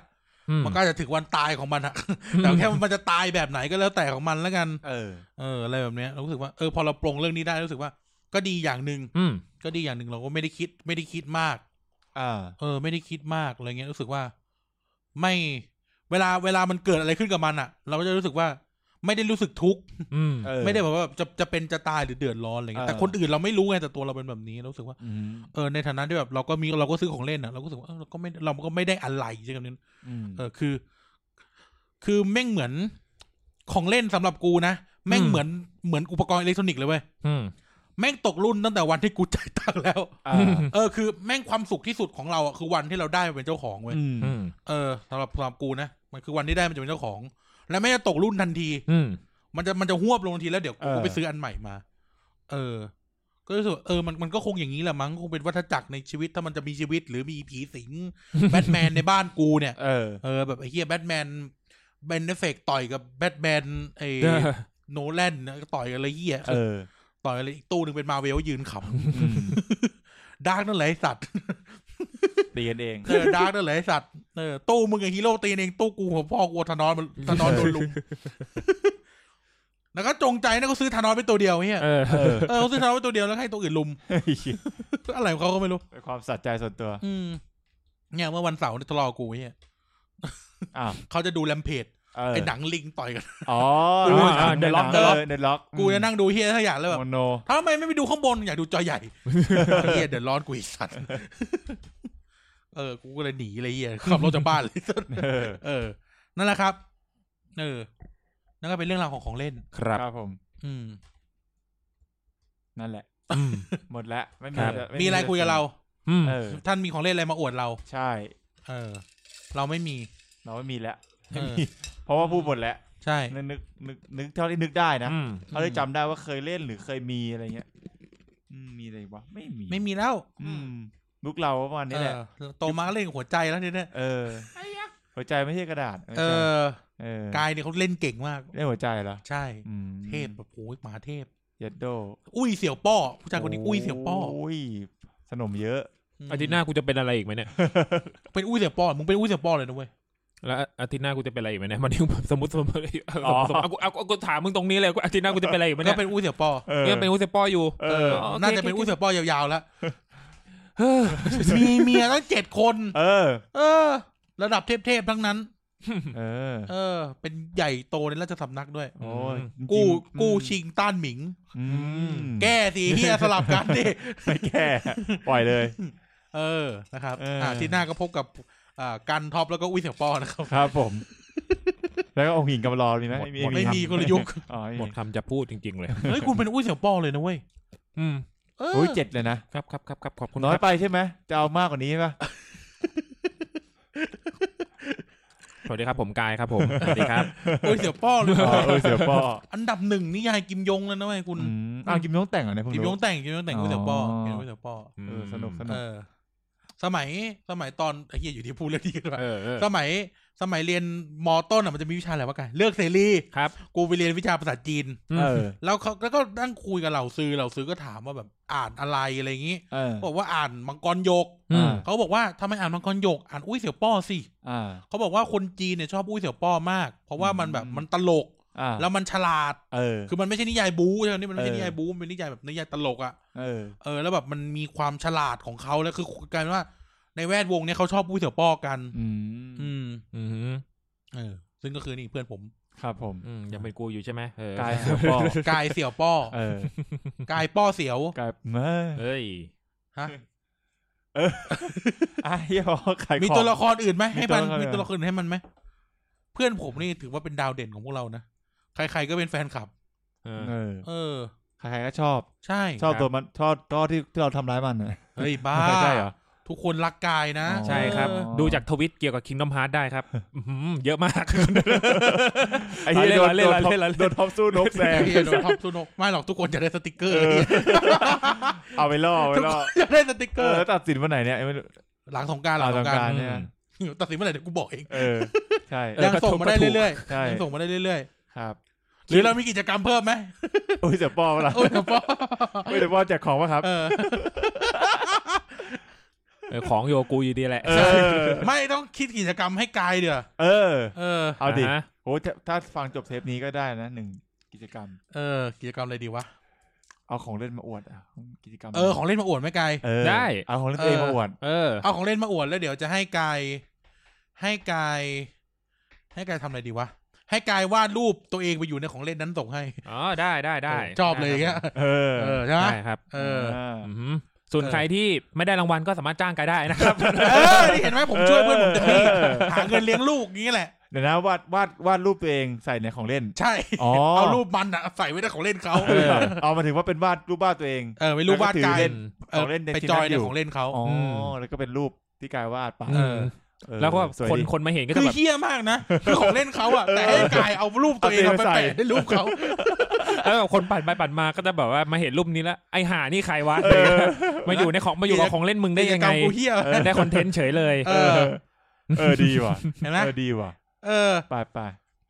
อืม มันก็อาจจะถึงวันตายของมันอะ แต่แค่ว่ามันจะตายแบบไหนก็แล้วแต่ของมันแล้วกัน เออ เอออะไรแบบเนี้ยเรารู้สึกว่าเออพอเราปลงเรื่องนี้ได้รู้สึกว่า ก็ดีอย่างหนึ่ง อืม ก็ดีอย่างหนึ่งเราก็ไม่ได้คิด ไม่ได้คิดมาก อ่า เออไม่ได้คิดมากอะไรเงี้ยรู้สึกว่า ไม่เวลาเวลามันเกิดอะไรขึ้นกับมันอะ่ะ เราก็จะรู้สึกว่า ไม่ได้รู้สึกทุกข์ อืม เออ ไม่ได้แบบว่าจะจะเป็นจะตายหรือเดือดร้อนอะไรเงี้ย เออ แต่คนอื่นเราไม่รู้ไงแต่ตัวเราเป็นแบบนี้เรารู้สึกว่า อืม เออในฐานะที่แบบเราก็มีเราก็ซื้อของเล่นอะ่ะเราก็รู้สึกว่าเออเราก็ไม่เราก็ไม่ได้อะไรใช่ไหมนั้น อืม เออคือ คือแม่งเหมือนของเล่นสำหรับกูนะแม่ง อืม เหมือนเหมือนอุปกรณ์อิเล็กทรอนิกส์เลยเว้ย อืม แม่งตกรุ่นตั้งแต่วันที่กูจ่ายตังค์แล้ว อ่า เออคือแม่งความสุขที่สุดของเราอ่ะคือวันที่เราได้มาเป็นเจ้าของเว้ย อืม อืม เออสำหรับสำหรับกูนะมันคือวันที่ได้มันจะเป็นเจ้าของ และไม่จะตกรุ่นทันที อืม มันจะมันจะหวบลงทันทีแล้วเดี๋ยวกู เอ ก็ อ ไปซื้ออันใหม่มา เออ ก็รู้สึกว่าเออมันมันก็คงอย่างนี้แหละมั้งคงเป็นวัฏจักรในชีวิตถ้ามันจะมีชีวิต หรือมีผีสิง แบทแมนในบ้านกูเนี่ย เออ เออแบบไอ้เหี้ยแบทแมนเบนเอฟเฟกต่อยกับแบทแมนไอ้ เออ โนแลนนะก็ต่อยกันเลยเหี้ย เออ ต่อยกันเลยอีกตู้หนึ่งเป็นมาเวลยืนข อืม ำดาร์กนั่นแหละไอ้สัตว์ ตีกันเอง เออดาร์กนั่นแหละไอ้สัตว์เออตู้มึงกับฮีโร่ตีนเองตู้กูหัวพ่อกูธนอนมันธนอนโดนลุม แล้วก็จงใจนะเขาซื้อธนอนไปตัวเดียวเฮีย เออ เออ เออเขาซื้อธนอนไปตัวเดียวแล้วให้ตัวอื่นลุม อะไรของเขาก็ไม่รู้ เป็นความสัตย์ใจส่วนตัว อืมเนี่ยเมื่อวันเสาร์เนี่ยทะเลาะกับกูเฮีย อ้าว เขาจะดูแลมเพจ เออ ไอ้หนังลิงต่อยกัน อ๋อ กูรู้ อ่า เดอะล็อก เดอะล็อกเดอะล็อก กูจะนั่งดูเฮียถ้าอยากแล้วแบบ โมโน ทำไมไม่ไปดูข้างบนอยากดูจอใหญ่ เฮียเดือดร้อนกูอีกสัตว์ เออกูก็เลยหนีเลยเฮียขับรถจากบ้านเลย เออ เออ นั่นแหละครับ เออ นั่นก็เป็นเรื่องราวของของเล่น ครับ ครับผม อืม นั่นแหละ หมดละ ไม่มี ครับ จ มีอะไรคุยกับเรา อืม เออ ท่านมีของเล่นอะไรมาอวดเรา ใช่ เออ เราไม่มี เราไม่มีแล้ว เออ เพราะว่าพูดหมดแล้ว ใช่ นึกนึกนึกนึกเท่าที่นึกได้นะ อืม เท่าที่จำได้ว่าเคยเล่นหรือเคยมีอะไรเงี้ยอืมมีอะไรวะ ไม่มี ไม่มีแล้ว อืมลูกเราประมาณนี้แหละ เออโตมาก็เล่นกับหัวใจแล้วเนี่ย เออ หัวใจไม่ใช่กระดาษ เออ เออก ายเนี่ยเขาเล่นเก่งมาก เล่นหัวใจเหรอ ใช่ อืม เทพแบบโอ้ยมหาเทพ เยัดโด อุ้ยเสี่ยวป้อ ผู้ชายคนนี้อุ้ยเสี่ยวป้อ โยสนมเยอะ ม อาทิตย์หน้ากูจะเป็นอะไรอีกไหมเนี่ย เป็นอุ้ยเสี่ยวป้อ มึงเป็นอุ้ยเสี่ยวป้อเลยนะเว้ย แล้วอาทิตย์หน้ากูจะเป็นอะไรอีกไหมเนี่ยมันยังแบบสมมติสมมติเอาสมมติเอากูเอาเอากูถามมึงตรงนี้เลยกูอาทิตย์หน้ากูจะเป็นอะไรอีกไหม ก็ เนี่ย เป็นอู้เสี่ยวปอ เออ เนี่ยเป็นอุเซปออยู่ เออ โอเค น่าจะเป็นอู้เสี่ยวปอยาวๆแล้วมีเมียตั้งเจ็ดคน เออ เออ ระดับเทพๆทั้งนั้น เออ เออ เป็นใหญ่โตในราชสำนักด้วย โอ้ย กู้ จริงๆ กู้ชิงต้านหมิง อืม แก้สิเฮียสลับกันดิ ไม่แก้ปล่อยเลย เออ นะครับ เอออ่ อ่าที่หน้าก็พบกับอ่ากันท็อปแล้วก็อุ้ยเสี่ยวปอนะครับ ครับผม แล้วก็องค์หญิงกำลอนมีไหม หมด ไม่มี หมด ไม่มีกลยุทธ์ อ๋อไม่ หมด มี คำจะพูดจริง ๆ เลย เฮ้ย คุณเป็นอุ้ยเสี่ยวปอเลยนะเว้ย อืม เออ โอ้ยเจ็ดเลยนะ ครับครับครับครับขอบคุณ น้อย ครับ ไปใช่ไหมจะเอามากกว่านี้ ป่ะ สวัสดีครับผมกายครับผมสวัสดีครับ อุ้ยเสี่ยวป้อเลย อ๋อ นะ เออเสียป้อ อันดับหนึ่งนี่ยายกิมยงแล้วนะเว้ยคุณ อืมอ้าวกิมยงแต่งเหรอเนี่ยเพิ่ง กิมย รู้ งแต่งกิมยงแต่งอุ้ยเสี่ยวป้ออ อ เห็นอุ้ยเสี่ยวป้อ เออสนุกสนุ เอก อ สมัยสมัยตอนไอ้เฮียอยู่ที่พูดเรื่องนี้กันไป เออเออ สมัยสมัยเรียนมอต้นอ่ะมันจะมีวิชาอะไรวะกันเลือกเสรี ครับ กูไปเรียนวิชาภาษาจีน เออ แล้วเขาแล้วก็นั่งคุยกับเหล่าซื้อเหล่าซื้อก็ถามว่าแบบอ่านอะไรอะไรอย่างงี้ เออ บอกว่าอ่านมังกรหยก อืม เขาบอกว่าทำไมอ่านมังกรหยกอ่านอุ้ยเสี่ยวป้อสิ อ่า เขาบอกว่าคนจีนเนี่ยชอบอุ้ยเสี่ยวป้อมาก เพราะว่ามันแบบ อืม มันตลก อ่า แล้วมันฉลาด เออ คือมันไม่ใช่นิยายบู๊ใช่ไหมนี่มันไม่ใช่ เออ นิยายบู๊มันเป็นนิยายแบบนิยายตลกอ่ะ เออ เออแล้วแบบมันมีความฉลาดของเขาแล้วคือกลายเป็นว่าในแวดวงเนี่ยเขาชอบอุ้ยเสี่ยวป้อกัน อื อื ม ม อืม เออ ซึ่งก็คือนี่เพื่อนผม ครับผม อืมยังเป็นกูอยู่ใช่ไหมเออก ายเสียป้อก ายเสี่ยวป้อ เออ กายป้อเสี่ยว กายเออ เฮ้ย ฮะ อ่ะเฮียบอกขายของ มีตัวละครอื่นไหมให้มัน มี มี ตั ตัว ว ละ ละ ค ค ร ร อื่นให้มันไหมเพื่อนผมนี่ถือว่าเป็นดาวเด่นของพวกเรานะใครๆก็เป็นแฟนคลับ เออ เออ เออ ใครๆก็ชอบ ใช่ ชอบ ครับ ตัวมันชอบตัวที่ที่เราทำร้ายมันน่ะ เฮ้ยบ้า ใช่เหรอ ทุกคนรักกายนะ อ๋อ ใช่ครับ เออ ดูจากทวิตเกี่ยวกับ Kingdom Hearts ได้ ครับอื้อหือเยอะมาก ไอ้เหี้ย เล่น โดน เล่นโดนท็อป เล่นเล่น โดนท็อปสู้นกแซง เฮียโดนท็อปทุนกไม่หรอกทุกคนจะได้สติกเกอร์ เอาไปล่อเอาไป ทุก ล่ ค อน จะได้สติกเก เอ อ อ ร์ แล้วตัดสินวันไหนเนี่ยไม่รู้ หลังสงกรารหลัตาง ม สงกราร การเนี่ย ตัดสินเมื่อไหร่เดี๋ยวกูบอกเอง เออ ใช่ ยังส่งมาได้เรื่อย ใช่ ๆยังส่งมาได้เรื่อย ครับ ๆ หรือเรามีกิจกรรมเพิ่มไหม โอ้ยเสียป้อมละ โอ้ยเดี๋ยวป้อ โอ้ยเสียป้อมแจกของปะครับ เออ เออของโยกูอยู่ดีแหละ เออ ไม่ต้องคิดกิจกรรมให้กายเดี๋ยว เออ เออ เอาดิ ฮะ โอ้ถ้าถ้าฟังจบเทปนี้ก็ได้นะหนึ่งกิจกรรม เออกิจกรรมอะไรดีวะ เอาของเล่นมาอวดอ่ะกิจกรรม เออของเล่นมาอวดไหมกาย เออ ได้ เอาของเล่นตัวเองมาอวด เออ เอาของเล่นมาอวดแล้วเดี๋ยวจะให้กาย ให้กาย ให้กายทำอะไรดีวะ ให้กายวาดรูปตัวเองไปอยู่ในของเล่นนั้นส่งให้ อ๋อ ได้ได้ได้ ชอบเลยอย่างเงี้ย เออ เออใช่ไหม ได้ครับ เออ า อื้อหือส่วน เออ ใครที่ไม่ได้รางวัลก็สามารถจ้างกายได้นะครับ เออนี่เห็นไหมผมช่วยเพื่อนผมเต็มที่ เออ หาเงินเลี้ยงลูกอย่างนี้แหละ เดี๋ยวนะวาดวาดวาดรูปตัวเองใส่ในของเล่น ใช่ อ๋อ เอารูปมันอะใส่ไว้ในของเล่นเขา เออเอามาถึงว่าเป็นวาดรูปวาดตัวเอง เออไม่รู้วาดกาย แล้วก็ถือเล่น เออ ของเล่นใน ไป ที่ จอย นั้น ใน อยู่ ของเล่นเขา อ๋ออ ม แล้วก็เป็นรูปที่กายวาดไป เออ เออ แล้วก็ สวย คน ดี คนมาเห็นก็ คื จะ อ แบบ เฮี้ยมากนะคือของเล่นเขาอะแต่ให้กายเอารูปตัวเองอะไป เอาตัวเองไปใส่ แปะในรูปเขา แล้วแบบคนปั่นไปปั่นมาก็จะแบบว่ามาเห็นรูปนี้แล้วไอหานี่ใครวะมาอยู่ในของมาอยู่กับของเล่นมึงได้ยัง กิจกร ไง รมกูเฮี้ย ได้คอนเทนต์เฉยเลย เอ เอ อ อ เออดีว่ะ เห็นไหม เออดีว่ะ เออ ไปไป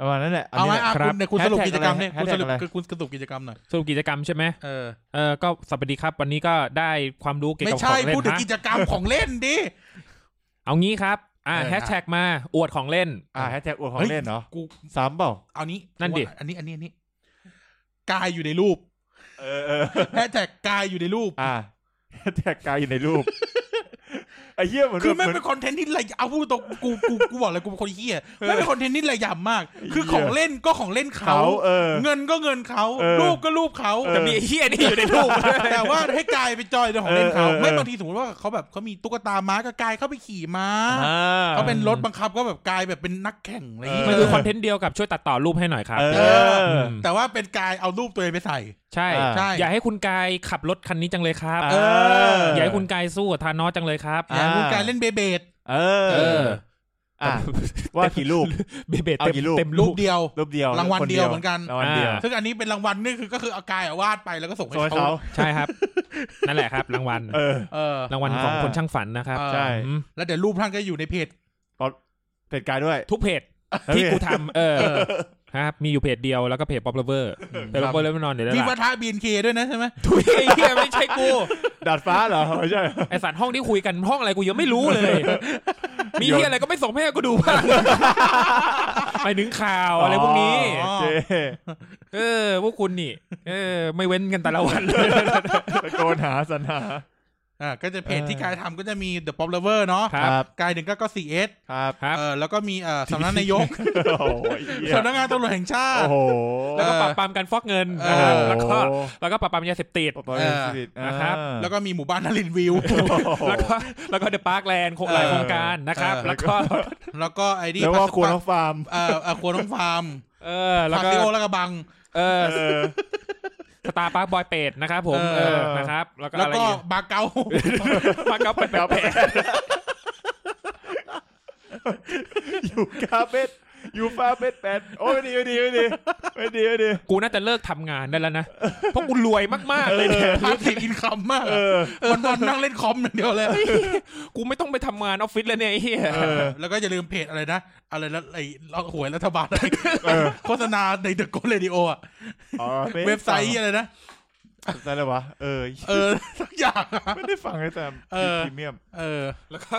ประมาณนั้นแหละน เอา นี้ ไหม แหละ อ่ะ ครั คุ บ ณเนี่ยคุณสรุป Hashtag กิจกรรมเนี่ย อะไร คุณสรุป Hashtag อะไร คุณสรุปกิจกรรมหน่อย สรุปกิจกรรมใช่ไหม เออ เออก็สวัสดีครับ วันนี้ก็ได้ความรู้เกี่ยว ไม่ กับข ใช่ องเล่น พูดถึง นะ กิจกรรม ของเล่นดิ เอางี้ครับอ่า เออ แฮชแท็กมาอวดของเล่น อ่าแฮชแท็กอวดขอ เฮ้ ง ย เล่นเนาะ กู ซ้ำเปล่า เอานี้ นั่นดิ ว่าอันนี้อันนี้อันนี้กายอยู่ในรูป เออเออ แฮชแท็กกายอยู่ในรูป อ่าแฮชแท็กกายอยู่ในรูปไอ้เหี้ยเหมือน คือ แบบ ไม่ เหมือน เป็นคอนเทนต์ที่ระยเอาพูดตรงกูกูกูบอกเลยกูเป็นคนเหี้ยไม่เป็นคอนเทนต์ที่ระยำมาก คือ เหี้ย ของเล่นก็ของเล่นเขา เขาเออ เงินก็เงินเขา เออ รูปก็รูปเขา เออ แต่มีไอ้เฮียนี่อยู่ใน รูป แต่ว่าให้กายไปจอยในของเล่นเขา เออเออ ไม่บางทีสมมติว่าเขาแบบเขามีตุ๊กตาม้าก็กายเข้าไปขี่ม้า อ่า เขาเป็นรถบังคับก็แบบกลายแบบเป็นนักแข่งอะไรอย่างเงี้ย มั มัน น คื คือ อ คอนเทนต์เดียวกับช่วยตัดต่อรูปให้หน่อยครับ เออ ม แต่ว่าเป็นกายเอารูปตัวเองไปใส่ ใช่ อ่า ใช่ อยากให้คุณกายขับรถคันนี้จังเลยครับ เออ อยากให้คุณกายสู้กับธานอสจังเลยครับ อ่ อยากรู้การเล่นเบเบด เออ เออ อ่ะว่ากี่รูป เบเบต เอา เต็ม กี่รูป เต็ม รู รู ป ป เดียว รูปเดียว รางวัล คน เดียวเหมือนกัน รางวัลเดียว อ่า ซึ่งอันนี้เป็นรางวัลนี่คือก็คือเอากายอะวาดไปแล้วก็ส่งให้ โซย เขา เขา ใช่ครับ นั่นแหละครับรางวัล เออ เออ รางวัลของ อ่า คนช่างฝันนะครับ ใช่ อืม แล้วเดี๋ยวรูปท่านก็อยู่ในเพจ เป็ดกายด้วย ทุกเพจที่กูทำเออครับมีอยู่เพจเดียวแล้วก็เพจป๊อปเลเวอร์แต่ ครั ป๊อบ ปเลเวอร์นอนเดี๋ยวได้ มีวั ละ ฒบีนเคด้วยนะใช่ไหม ทุยไอ้เฮียไม่ใช่กู ดาดฟ้าเหรอไม่ใช่ ไอสัตว์ห้องที่คุยกันห้องอะไรกูยังไม่รู้เลย มีเหี้ยอะไรก็ไม่ส่งให้กูดู บ้าง ไปถึงข่าวอะไรพวกนี้ โอเค เออ พวกคุณนี่ เออ ไม่เว้นกันแต่ละวันเลย ตะโกนหาสรรหา อ่าก็จะเพจ เออ ที่กายทำก็จะมี The Pop Lover เนาะ ครับ กายหนึ่งก็ก็ 4S ครับ ครับ เออแล้วก็มีเอ่อสำนักนายก โอ้โหไอ้เหี้ย สำนักงานตำรวจแห่งชาติ โอ้โห แล้วก็ปราบปรามการฟอกเงิน เออนะครับโอ้โห แล้วก็แล้วก็ปราบปรามยาเสพติด ปล่อยเป็เอนอ สปิริต นะครับ อ่า แล้วก็มีหมู่บ้านนรินทร์วิว แล้วก็แล้วก็เดอะพาร์คแลนด์โครงหลายโครงการนะครับ เออ แล้วก็ แล้วก็ไอ้นี่ แล้วก็ครัวน้องฟาร์ม เอ่อเอ่อครัวน้องฟาร์ม เออแล้ว ฟา ก็ ซิโอและกระบัง เออ เออ สตาร์พาร์คบอยเป็ดนะครับผม เออ เออนะครับ แล้วก็ แล้ว อะไร ก็ อีก บาเกา มาเก๊าเป็ดเป็ด อยู่คาเฟ่อยู่ฟาเฟ่แปดโอ้ยไม่ดีไม่ดีไม่ดีไม่ดีไม่ดี กูน่าจะเลิกทำงานได้แล้วนะเพราะกูรวยมากๆเลยเนี่ย พาสิอินคัมมาก เออ วันวันๆนั่งเล่นคอมอย่างเดียวเลย กูไม่ต้องไปทำงานออฟฟิศแล้วเนี่ยไอ้เหี้ย แล้วก็อย่าลืมเพจอะไรนะ อะไรนะไอ้หวยรัฐบาลอะไร เออ โฆษณาในเดอะโกเรดิโออะ อ๋อ เว็บไซต์อะไรนะ ไซต์อะไรวะเออ เออสักอย่างอะ ไม่ได้ฟังเลยแต่ เออ พรีเมียม เออ แล้วก็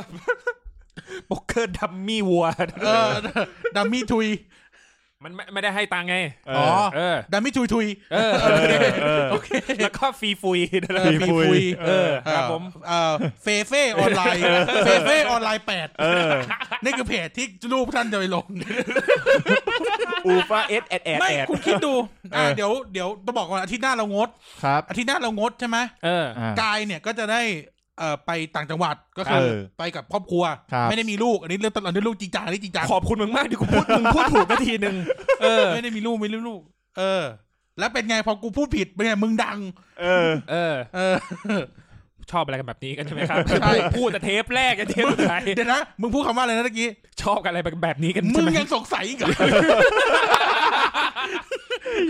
โป๊กเกอร์ดัมมี่วัว เออดัมมี่ทุย มันไม่ไม่ได้ให้ตังค์ไง เ อ๋อ เออ ดัมมี่ทุยทุย เออ เออเออ โอเค แล้วก็ฟรีฟุย เออ ฟรีฟุย เออครับผม เออเฟเฟ่ออนไลน์เฟเฟ่ออนไลน์แปด เออ นี่คือเพจที่รูปท่านจะไปลง อูฟาเอสแอดแอด ไม่ แอด คุณคิดดูอ่ะ เออ เดี๋ยวเดี๋ยวต้องบอกก่อนอาทิตย์หน้าเรางด ครับ อาทิตย์หน้าเรางดใช่ไหม เออ อ่า กายเนี่ยก็จะได้เอ่อไปต่างจังหวัดก็คือ เออ ไปกับครอบครัว ครับ ไม่ได้มีลูกอันนี้เรื่องตอนนี้ลูกจริงจังอันนี้จริงจัง ขอบคุณมึงมากที่กูพูดมึงพูดถูกนาทีหนึ่งเออ ไม่ได้มีลูกไม่ได้มีลูก เออ แล้วเป็นไงพอกูพูดผิดเป็นไงมึงดัง เออ เออ เอ อ ชอบอะไรกันแบบนี้กันใช่ไหมครับ ใช่ พูดแต่เทปแรกกันเทปสุดท้าย เดี๋ยวนะมึงพูดคำว่าอะไรนะตะ กี้ ชอบกันอะไรแบบนี้กัน มึ ใช่ ง ไหม ยังสงสัยอีกเหรอ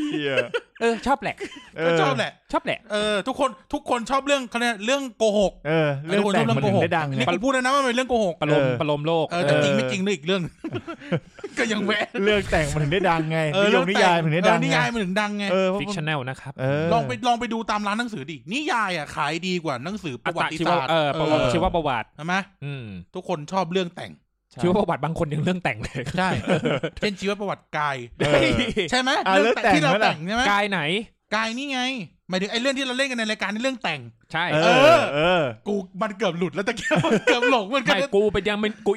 เหี้ย เออชอบแหละ เอ ก็ อ ชอบแหละ ชอบแหละ เออ ทุกคนทุกคนชอบเรื่องเขาเรียกเรื่องโกหก เออเรื่องแต่งมันถึงได้ดังไง นี่กูพูดแล้วนะว่ามันเป็นเรื่องโกหก ประโลม เออ ประโลมโลก เออแต่จริง เออ ไม่จริงนี่อีกเรื่อง ก็ยังแวะ เรื่องแต่งมันถึงได้ดังไงนิยมนิยายมันถึงได้ดัง เออนิ ไง ยายมันถึงดังไง เออเพราะ ฟิกชันแนลนะครับ เออ ลองไปลองไปดูตามร้านหนังสือดินิยายอ่ะขายดีกว่าหนังสือป อั ระวั ต ติ ชีว ศาสตร์ เออประวัติชีวประวัติ ใช่ไหม อืม ทุกคนชอบเรื่อง แต่ง ชีวประวัติบางคนยังเรื่องแต่งเลย ใช่ เช่นชีวประวัติ กาย เออ ใช่ไหม อ่ะ เรื่องแต่งที่เรา เรื่องแต่ แต่ ง ง ไหมล่ะ ใช่ไหม กายไหน กายนี่ไงหมายถึงไอ้เรื่องที่เราเล่นกันในรายการนี่เรื่องแต่ง ใช่ เออเออ กูมันเกือบหลุดแล้วตะเกียบ เกือบหลงเหมันก็ ไม่ กูเป็นยังเป็นกู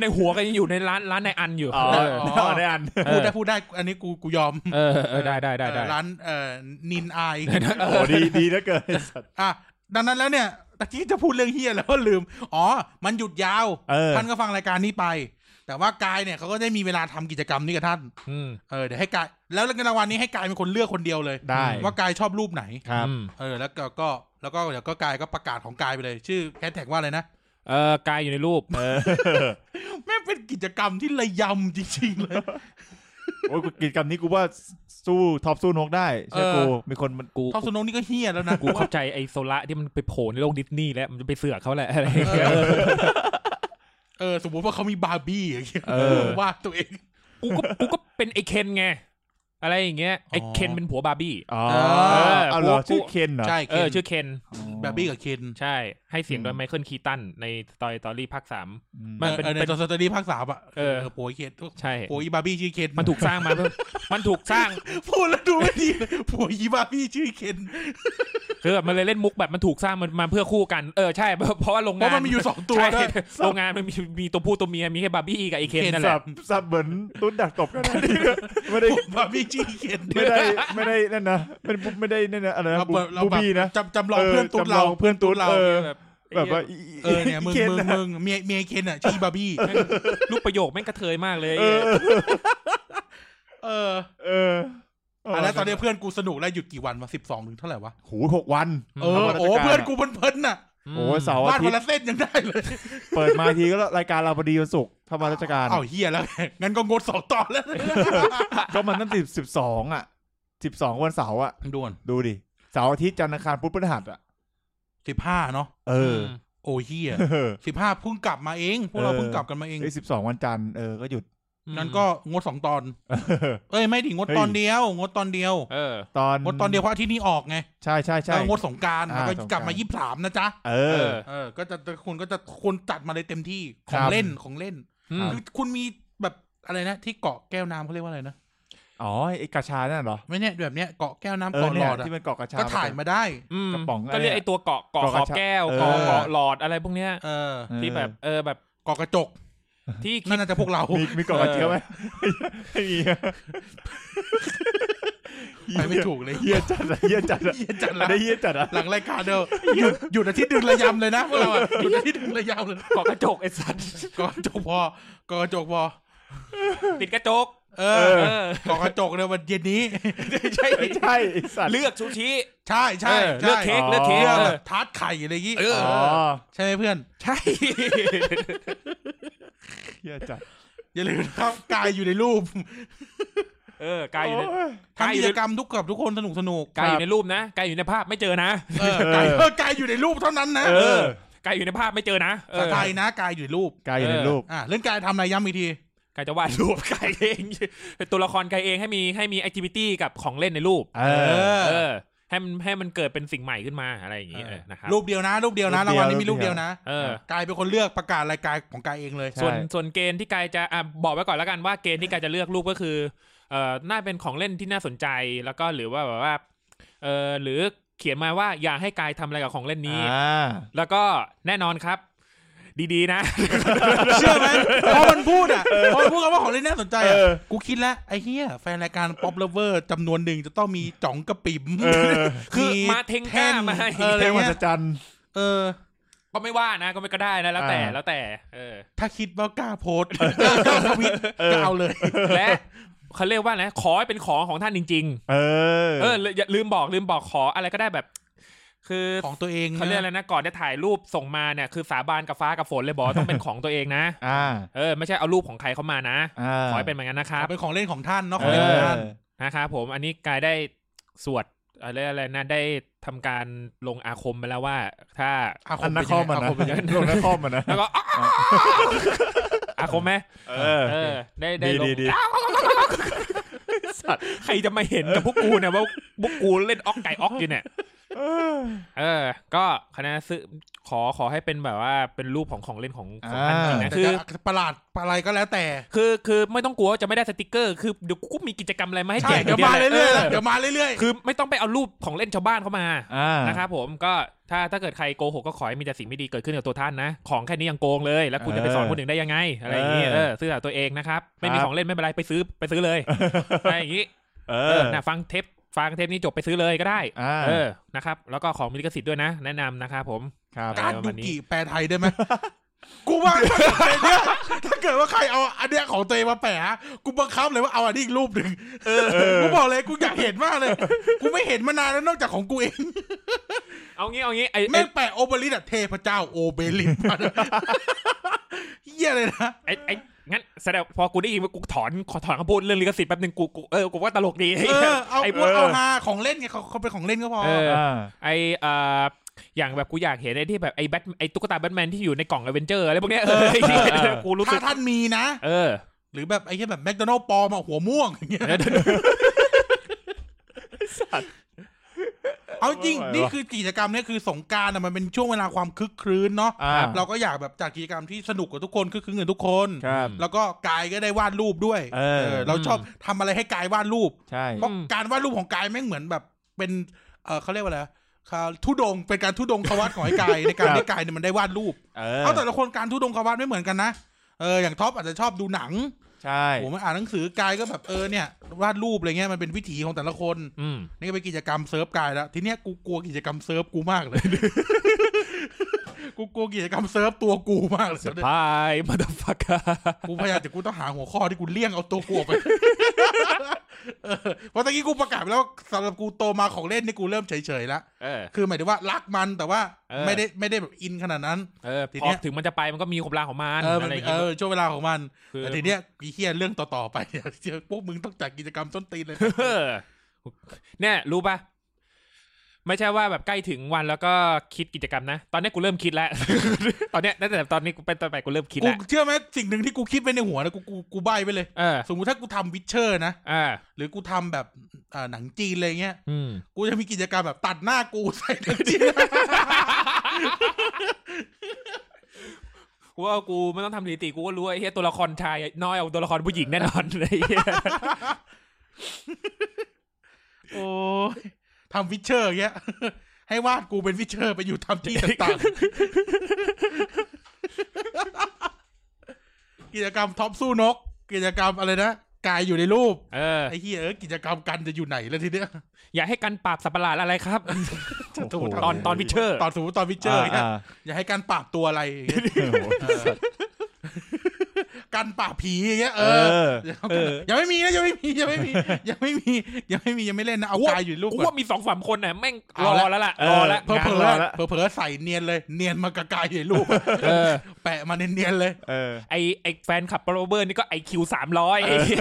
ในหัวก็ยังอยู่ในร้านร้านในอันอยู่ อ๋อ เออ อ๋อได้อัน พูดได้พูดได้อันนี้กูกูยอม เออเออได้ได้ได้ได้ เออร้านเอ่อนิน อาย โอ้ดีดีแล้วเกินไอ้สัตว์ อ่ะดังนั้นแล้วเนี่ยตะกี้จะพูดเรื่องเฮียแล้วก็ลืม อ๋อ มันหยุดยาว เออ ท่านก็ฟังรายการนี้ไป แต่ว่ากายเนี่ยเขาก็ได้มีเวลาทำกิจกรรมนี้กับท่าน อืม เออเดี๋ยวให้กายแล้วเงินรางวัลนี้ให้กายเป็นคนเลือกคนเดียวเลย ได้ ว่ากายชอบรูปไหน ครับ อืม เออแล้วก็ก็แล้วก็เดี๋ยวก็กายก็ประกาศของกายไปเลย ชื่อแฮชแท็กว่าอะไรนะ เออกายอยู่ในรูป เออ แม่งเป็นกิจกรรมที่ระยำจริงๆเลย โอ้ยกิจกรรมนี้กูว่าสู้ท็อปสู้นกได้ใช่อกู เออ มีคนมัน กู ทอมสโนนี่ก็เฮียแล้วนะ กูเข้าใจไอ้โซละที่มันไปโผล่ในโลกดิสนีย์แล้วมันจะไปเสือกเขาแหละอะไร เออเออสมมติว่าเขามีบาร์บี้อย่างเงี้ย เออ วาดตัวเอง กูก็กูก็เป็นไอ้เคนไง อะไรอย่างเงี้ยไอ้เคนเป็นผัวบาร์บี้ อ๋อ เออ เอาเหรอ กู ชื่อเคนเหรอ ใช่ เอ เคน อชื่อเคน บาร์บี้กับเคน ใช่ ให้เสียงโดยไมเคิลคีตันในตอยตอรี่ภาคสาม อืม มันเป็น เออใน เป็น ตอนสตอรี่ภาคสามอ่ะ เออ โผล่ไอ้เคน ใช่ ผัวอีบาร์บี้ชื่อเคน มันถูกสร้างมาเพื่อมันถูกสร้าง พูดแล้วดูไม่ดีเลยผัวอีบาร์บี้ชื่อเคน คือแบบมันเลยเล่นมุกแบบมันถูกสร้างมันมาเพื่อคู่กันเออใช่ เพราะเพราะว่าโรง เพ งา ราะ น มันมีอยู่สองตัว ใช่ ด้วย โรงงานมันมีมีตัวผู้ตัวเมียมีแค่บาร์บี้กับไอ้เคนนั่นแห สั ละ บสับเหมือนตุ้นดักตบกันนะไม่ได้ บาร์บี้ชื่อเคน ไม่ได้ไม่ได้นั่นนะเป็นไม่ได้นั่นนะอะไรนะ เรา บู แบบเรา บู แบบ บี้นะ จำจำลองเพื่อนตุ๊ด จำล เรา องเพื่อนตุ๊ดเรา เอ แบบ แบบว่าอี เออเนี่ยมึง คน มึง นะ มึงเมียเมียเคนอ่ะชื่ออีบาร์บี้ ลูกประโยคแม่งกระเทยมากเลย เออ เออ เออ อ่ะแล้วตอนนี้เพื่อนกูสนุกแล้วหยุดกี่วันวะสิบสองถึงเท่าไหร่วะ หูหกวัน อืม เออโอ้เพื่อนกูเพลินๆน่ะ โอ้เสาร์ วา อา ด ทิ วันตย์ ละเส้นยังได้เลย เปิดมาทีก็รายการเราพอดีวันศุกร์ทำมานราชการ เอ้าเฮียแล้ว งั้นก็งดสองตอนแล้ว ก็มันตั้งแต่สิบสองอ่ะสิบสองวันเสาร์อ่ะ ด่วน ดูดิเสาร์อาทิตย์จันทร์อังคารพุธพฤหัสอ่ะ สิบห้าเนาะ เออ โอ้เฮียสิบห้าเพิ่งกลับมาเองพวกเราเพิ่งกลับกันมาเอง ไอ้สิบสองวันจันทร์เออก็หยุด งั้นก็งดสองตอน เอ้ยไม่ดิงด เฮ้ย ตอนเดียว งดตอนเดียว เออ ตอน งดตอนเดียวเพราะอาที่นี้ออกไง ใช่ใช่ใช่ แล้วงดสงกราร อ่า แล้วก็ สงกกรานต์ลับมายี่สามนะจ๊ะ เอ เอ อ อ เออ ก็จะคุณก็จะคุณจัดมาเลยเต็มที่ขอ ค ง รับ เล่นของเล่น อืม คือคุณมีแบบอะไรนะ ที่เกาะแก้วน้ำเขาเรียกว่าอะไรนะ อ๋อไอกระชานั่นเหรอ ไม่เนี่ยแบบเนี้ยเกาะแก้วน้ำ เออ เกาะหล เนี่ย อดอะ ที่เป็นเกาะกระชา ก็ถ่ายมาได้ อืม กระป๋อง ก็เรียก อะไรอะ ไอ้ตัวเกาะเกาะ เกาะ ข กระ อบ ชะ แก้ว เออ เกาะเกาะหลอดอะไรพวกเนี้ย เออ เออ ที่แบบเออแบบ เกาะกระจก ที่คิ นั่นดน่าจะพวกเรา มีมีเกาะกระเจียวไหม ไม่มีอะ ไปไม่ถูกเลย เฮียจัดอะเฮียจัดอะ เหี้ยจัด อั ละ นนี้เฮียจัดอะ หลังรายการเด้อหยุดหยุดอาทิตย์ดึงระยำเลยนะพวกเราอะหยุดอาทิตย์ดึงระยำเลย เกาะกระจกไอ้สัตว์ กอกระจกพอกอกระจกพอ ติดกระจก เอ เอ อ อก อกระจกในวันเย็นนี้ ใช่ ไม่ใช่ไอ้สัตว์ เลือกซูชิ ใช่ใช่ เออ ใช่ เลือกเค้ก อ๋อ เลือกเค้ก เลือก เอ แบ อ บทาร์ตไข่อะไรอย่างงี้ เออ อ๋อ ใช่ไหมเพื่อน ใช่ เฮียจัด อย่าลืมนะครับกายอยู่ในรูป เออกายอยู่ใน โอ้ย กาย ทำ อยู่ กิ ใน จกรรมทุกกับทุกคนสนุกสนุก กายอยู่ในรูปนะกายอยู่ในภาพไม่เจอนะ เออกายเออกายอยู่ในรูปเท่านั้นนะ เออก ายอยู่ในภาพไม่เจอนะเอ สา อ ไทยนะกายอยู่ในรูป กายอยู่ในรูป อ่ะเรื่องกายทำอะไรย้ำอีกที กายจะวาดรูป กายเองเป็นตัวละครกายเองให้มีให้มีแอคทิวิตี้กับของเล่นในรูป เออ เออให้มันให้มันเกิดเป็นสิ่งใหม่ขึ้นมาอะไรอย่างงี้เออนะครับ รูปเดียวนะ รูปเดียวนะ รู ราง ปเดียว วัลนี้มี รู รูป ปเดี เดีย ยว ว นะ เออ กายเป็นคนเลือกประกาศรายการของกายเองเลย ใช่ ส่วนส่วนเกณฑ์ที่กายจะอ่ะบอกไว้ก่อนแล้วกันว่าเกณฑ์ที่กายจะเลือกรูปก็คือเอ่อน่าเป็นของเล่นที่น่าสนใจแล้วก็หรือว่าแบบว่าเอ่อหรือเขียนมาว่าอย่าให้กายทำอะไรกับของเล่นนี้ อ่า แล้วก็แน่นอนครับ ดีๆนะ เชื่อไหมพอมันพูดอ่ะพอมันพูดคำว่าของเล่นน่าสนใจอ่ะ เออ กูคิดแล้วไอ้เหี้ยแฟนรายการป๊อปเลเวอร์จำนวนหนึ่งจะต้องมีจ่องกระปิ๋ม เออ คือมาเทงก้ามาให้ เอออะไร แค่วัน เงี้ย จันทร์ เออ ก็ไม่ว่านะก็ไม่ก็ได้นะแล้วแต่ อ่า แล้วแต่เออ ถ้าคิดว่ากล้าโพสต์กล้าทวิตก็เอาเลย และเขาเรียกว่านะขอให้เป็นของของท่านจริง เออ ๆ เออลืมอย่าลืมบอกลืมบอกขออะไรก็ได้แบบ คือ ของตัวเอง เขาเรียกอะไรนะก่อนจะถ่ายรูปส่งมาเนี่ยคือสาบานกับฟ้ากับฝนเลยบอกว่าต้องเป็นของตัวเองนะ อ่า เออไม่ใช่เอารูปของใครเข้ามานะ อ่า ขอให้เป็นเหมือนกันนะค ค รั รั บบ เป็นของเล่นของท่านเนาะข เอ องเล่นของ อ ท่าน นะครับผมอันนี้กายได้สวดอะไรอะไรนะได้ทำการลงอาคมไปแล้วว่า ถ้า อาค อัน ม นั เป็นกคอ ยั ม งไง มัอาคนนะมเป็นยังไง ลงนักคอมมันนะ แล้วก็ อ๊ะอาคมไหม เออ เออ ได้ได้ ดี ลง ดีดี ใครจะมาเห็นกับพวกกูเนี่ยว่าพวกกูเล่นออกไก่ออกอยู่เนี่ย เออ เออ ก็คณะซื้อขอขอให้เป็นแบบว่าเป็นรูปของของเล่นของของ อ่า อันจริงนะ แต่ คือ จะประหลาดอะไรก็แล้วแต่ คือคือไม่ต้องกลัวว่าจะไม่ได้สติกเกอร์คือเดี๋ยวกูมีกิจกรรมอะไรมาให้ ใช่ แจก เดี๋ยว เดี๋ยว มา เดี๋ยว เรื่อยๆ เอ นะ อ เดี๋ยวมาเรื่อย คือไม่ต้องไปเอารูปของเล่นชาวบ้านเข้ามา อ่านะ นะครับผมก็ถ้าถ้าเกิดใครโกหกก็ขอให้มีแต่สิ่งไม่ดีเกิดขึ้นกับตัวท่านนะ ของแค่นี้ยังโกงเลย แล้วคุณจะไปสอน เออ คนอื่นได้ยังไง อะไรอย่างนี้ เออ เออซื้อเอาตัวเองนะครับ ไม่มี ครับ ของเล่นไม่เป็นไรไปซื้อไปซื้อเลย อะไรอย่างนี้ เอ เอ อ อนะฟังเทปฟังเทปนี้จบไปซื้อเลยก็ได้ อ่า เออนะครับ แล้วก็ของมีลิขสิทธิ์ด้วยนะ แนะนำนะครับผม ครับ ๆการ ปดูระมาณนี้ กิแปลไทยได้ไหมกูว่าถ้าเกิดเป็นเนี่ยถ้าเกิดว่าใครเอาอันเนี้ยของตัวเองมาแปะกูบังคับเลยว่าเอาอันนี้อีกรูปหนึ่งกูบอกเลยกูอยากเห็นมากเลย กูไม่เห็นมานานแล้วนอกจากของกูเอง เอางี้เอางี้ไอไอ้ แม่งแปะโอเบลิสอะเทพเจ้าโอเบลิสมาด้วยเฮียเลยนะ ไอไองั้นแสดงพอกูได้ยินว่ากูถอนขอถอนคำพูดเรื่องลิขสิทธิ์แป๊บหนึงกูกูเออกูว่าตลกดี เออเอา ไอ้ พวก เออ เอาฮาของเล่นไงเขาเขาเป็นของเล่นก็พอ เออ อ่า ไอเอ่ออย่างแบบกูอยากเห็นไอ้ที่แบบไอ้แบทไอ้ตุ๊กตาแบทแมนที่อยู่ในกล่องอเวนเจอร์อะไรพวกเนี้ยเออไอ้เหี้ย เออ กูรู้สึ ถ้าก ท่านมีนะ เออ หรือแบบไอ้เหียแบบแมคโดนัลล์ปลอมอะหัวม่วงอย่างเงี้ยเอาจริง ไม่ไหวว่ะ นี่คือกิจกรรมเนี่ยคือสงกรารอะมันเป็นช่วงเวลาความคึกครื้นเนาะ อ่า เราก็อยากแบบจัดกิจกรรมที่สนุกกับทุกคนคึกคืนกับทุกคน ครับ แล้วก็กายก็ได้วาดรูปด้วย เออ เราชอบทำอะไรให้กายวาดรูป ใช่ เพราะการวาดรูปของกายแม่งเหมือนแบบเป็นเออเขาเรียกว่าอะไรเขาทุดงค์เป็นการทุดงควัดของไอ้กาย ในการที่กายเนี่ยมันได้วาดรูป เออ เอาแต่ละคนการทุดงควัดไม่เหมือนกันนะเอออย่างท็อปอาจจะชอบดูหนัง ใช่ โอ้มันอ่านหนังสือกายก็แบบเออเนี่ยวาดรูปอะไรเงี้ยมันเป็นวิถีของแต่ละคน อืม นี่ก็เป็นกิจกรรมเซิร์ฟกายแล้วทีเนี้ยกูกลัวกิจกรรมเซิร์ฟกูมากเลย กูกลัวกิจกรรมเซิร์ฟตัวกูมากเลย พายมาดฟัก กูพยายามจะกูต้องหาหัวข้อที่กูเลี่ยงเอาตัวกูออกไป เออเพราะตะกี้กูประกาศไปแล้วว่าสำหรับกูโตมาของเล่นนี่กูเริ่มเฉยๆแล้ว เออ คือหมายถึงว่ารักมันแต่ว่า เออ ไม่ได้ไม่ได้แบบอินขนาดนั้น เออ ที พ เนี้ อย ถึงมันจะไปมันก็มีขบลางของมัน เออมั อะ น ไรอย่าง เอ เงี้ย อช่วงเวลาของมัน คือ แต่ทีเนี้ยกีเฮียเรื่องต่อๆไป เนี่ยเดี๋ยวพวกมึงต้องจัดกิจกรรมต้นตีนเลยนะ เออเนี่ยรู้ป่ะ ไม่ใช่ว่าแบบใกล้ถึงวันแล้วก็คิดกิจกรรมนะ ตอนนี้กูเริ่มคิดแล้ว ตอนเนี้ยตั้งแต่ตอนนี้กูเป็นตอนไปกูเริ่มคิด กู แล้ว เชื่อไหมสิ่งหนึ่งที่กูคิดไปในหัวนะกูกูกูใบไปเลย เออ สมมุติถ้ากูทำวิเชอร์นะ อ่า หรือกูทำแบบอ่าหนังจีนอะไรเงี้ย อืม กูจะมีกิจกรรมแบบตัดหน้ากู ใส่หนังจีน กูว่ากูไม่ต้องทำสถิติกูก็รู้ว่าไอ้เฮียตัวละครชายน้อยเอาตัวละครผู้หญิงแน่น อนเลย โอ้ยทำวิเชอร์เงี้ย ให้วาดกูเป็นวิเชอร์ไปอยู่ทำที่ต่างๆ กิจกรรมท็อปสู้นก กิจกรรมอะไรนะกายอยู่ในรูป เออ ไอ้เฮียเอ้ยกิจกรรมกันจะอยู่ไหนแล้วทีเนี้ย อย่าให้การปราบสัตว์ประหลาดอะไรครับ โโห ตอนตอนวิเชอร์ ตอนสมมติตอนวิเชอร์ า เงี้ยอย่าให้การปราบตัวอะไรอย่างเงี้ย โอ้โห การปราบผีอย่างเงี้ย เอ เออ อ เออ ยังไม่มีนะยังไม่มียังไม่มียังไม่มียังไม่มียังไม่เล่นนะเอากายอยู่ในรูป กู ก่อน ว่ามีสองสามคนน่ะแม่งร เอา อ ละ แล้วล่ะ เอ ร อ อแล้ว เผลอเผล งานรอ อ ละ เผลอเผลอๆใส่เนียนเลย เนียนมากระกายใหญ่รูป เออ แปะมาเนียนๆเลย เออ ไอไอแฟนขับโรเบิร์ตนี่ก็ไอคิวสามร้อย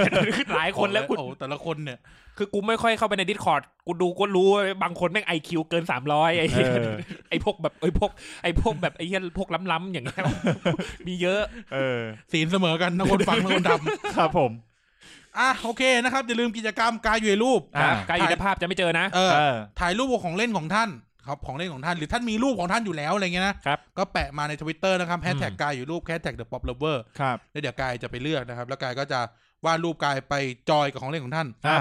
หลายคนแล้วกู โอ้โหแต่ละคนเนี่ย คือกูไม่ค่อยเข้าไปในดิสคอร์ดกูดูก็รู้ว่าบางคนแม่งไอคิวเกินสามร้อยไอ เออ ไอพวกแบบไอพวกไอพวกแบบไอเฮียพวกล้ำๆอย่างเงี้ย มีเยอะ เออ ศีลเสมอกันทั้งคนฟังทั้งคนท ครับผม ำ อ่ะโอเคนะครับ อย่าลืมกิจกรรมกายอยู่ในรูป อ่า กายอยู่ในภาพจะไม่เจอนะ เออ เออ ถ่ายรูปของเล่นของท่านครับของเล่นของท่าน หรือท่านมีรูปของท่านอยู่แล้วอะไรเงี้ยนะครับ ก็แปะมาในทวิตเตอร์นะครับแฮชแท็กกายอยู่รูปแฮชแท็กเดอะป๊อปเลเวอร์ ครับ แล้วเดี๋ยวกายจะไปเลือกนะครับ แล้วกายก็จะวาดรูปกายไปจอยกับของเล่นของท่าน อ่า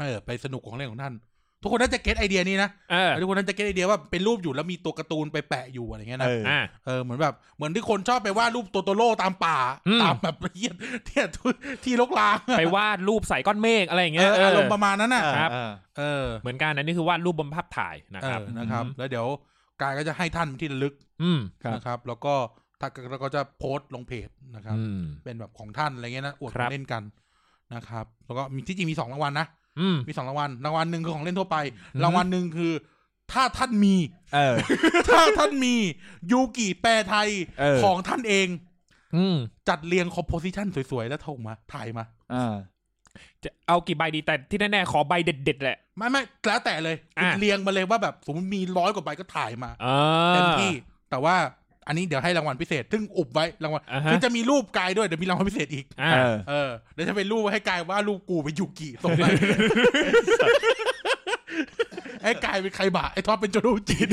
เออไปสนุกกับของเล่นของท่าน ทุกคนน่าจะเก็ตไอเดียนี้นะ เออ ทุกคนน่าจะเก็ตไอเดียว่าเป็นรูปอยู่แล้วมีตัวการ์ตูนไปแปะอยู่อะไรเงี้ยนะ เออ อ่า เออเหมือนแบบเหมือนที่คนชอบไปวาดรูปโตโตโร่ตามป่า อืม ตามแบบเหี้ยที่ที่รกร้างอะ ไปวาดรูปใส่ก้อนเมฆอะไรอย่าง เอ เงี้ย อ เออ อา อาร มณ์ประมาณนั้นน่ะ ครับ เออ เออ เหมือนกันอันนี้คือวาดรูปบนภาพถ่ายนะ เอ ครับ อนะครับ อืม แล้วเดี๋ยวกายก็จะให้ท่านเป็นที่ระลึก อืม ครับ นะครับ แล้วก็ถ้าแล้วก็จะโพสต์ลงเพจนะครับ อืม เป็นแบบของท่านอะไรเงี้ยนะอวดข ครั อบ งเล่นกันนะครับ แล้วก็มีที่จริงมีสองรางวัลนะ อืม มีสองรางวัลรางวัลหนึ่งคือของเล่นทั่วไป อืม รางวัลหนึ่งคือ ถ้าท่านมี เออ ถ้าท่านมียูกิแปลไทย เออ ของท่านเอง อืม จัดเรียงคอมโพสิชันสวยๆ แล้วถงมา ถ่ายมา อ่า จะเอากี่ใบดีแต่ที่แน่ๆขอใบเด็ดๆแหละ ไม่ไม่แล้วแต่เลย อ่ะ เรียงมาเลยว่าแบบสมมติมีร้อยกว่าใบก็ถ่ายมา เออ เต็มที่ แต่ว่าอันนี้เดี๋ยวให้รางวัลพิเศษ ซึ่งอุบไว้รางวัล อ่าฮะ คือจะมีรูปกายด้วย เดี๋ยวมีรางวัลพิเศษอีก อ่า เออ เออเดี๋ยวจะเป็นรูปให้กายว่ารูปกูเป็นยูกิส่ง ไปไอ้กายเป็นใครบะไอ้ท็อปเป็นโจโรจิน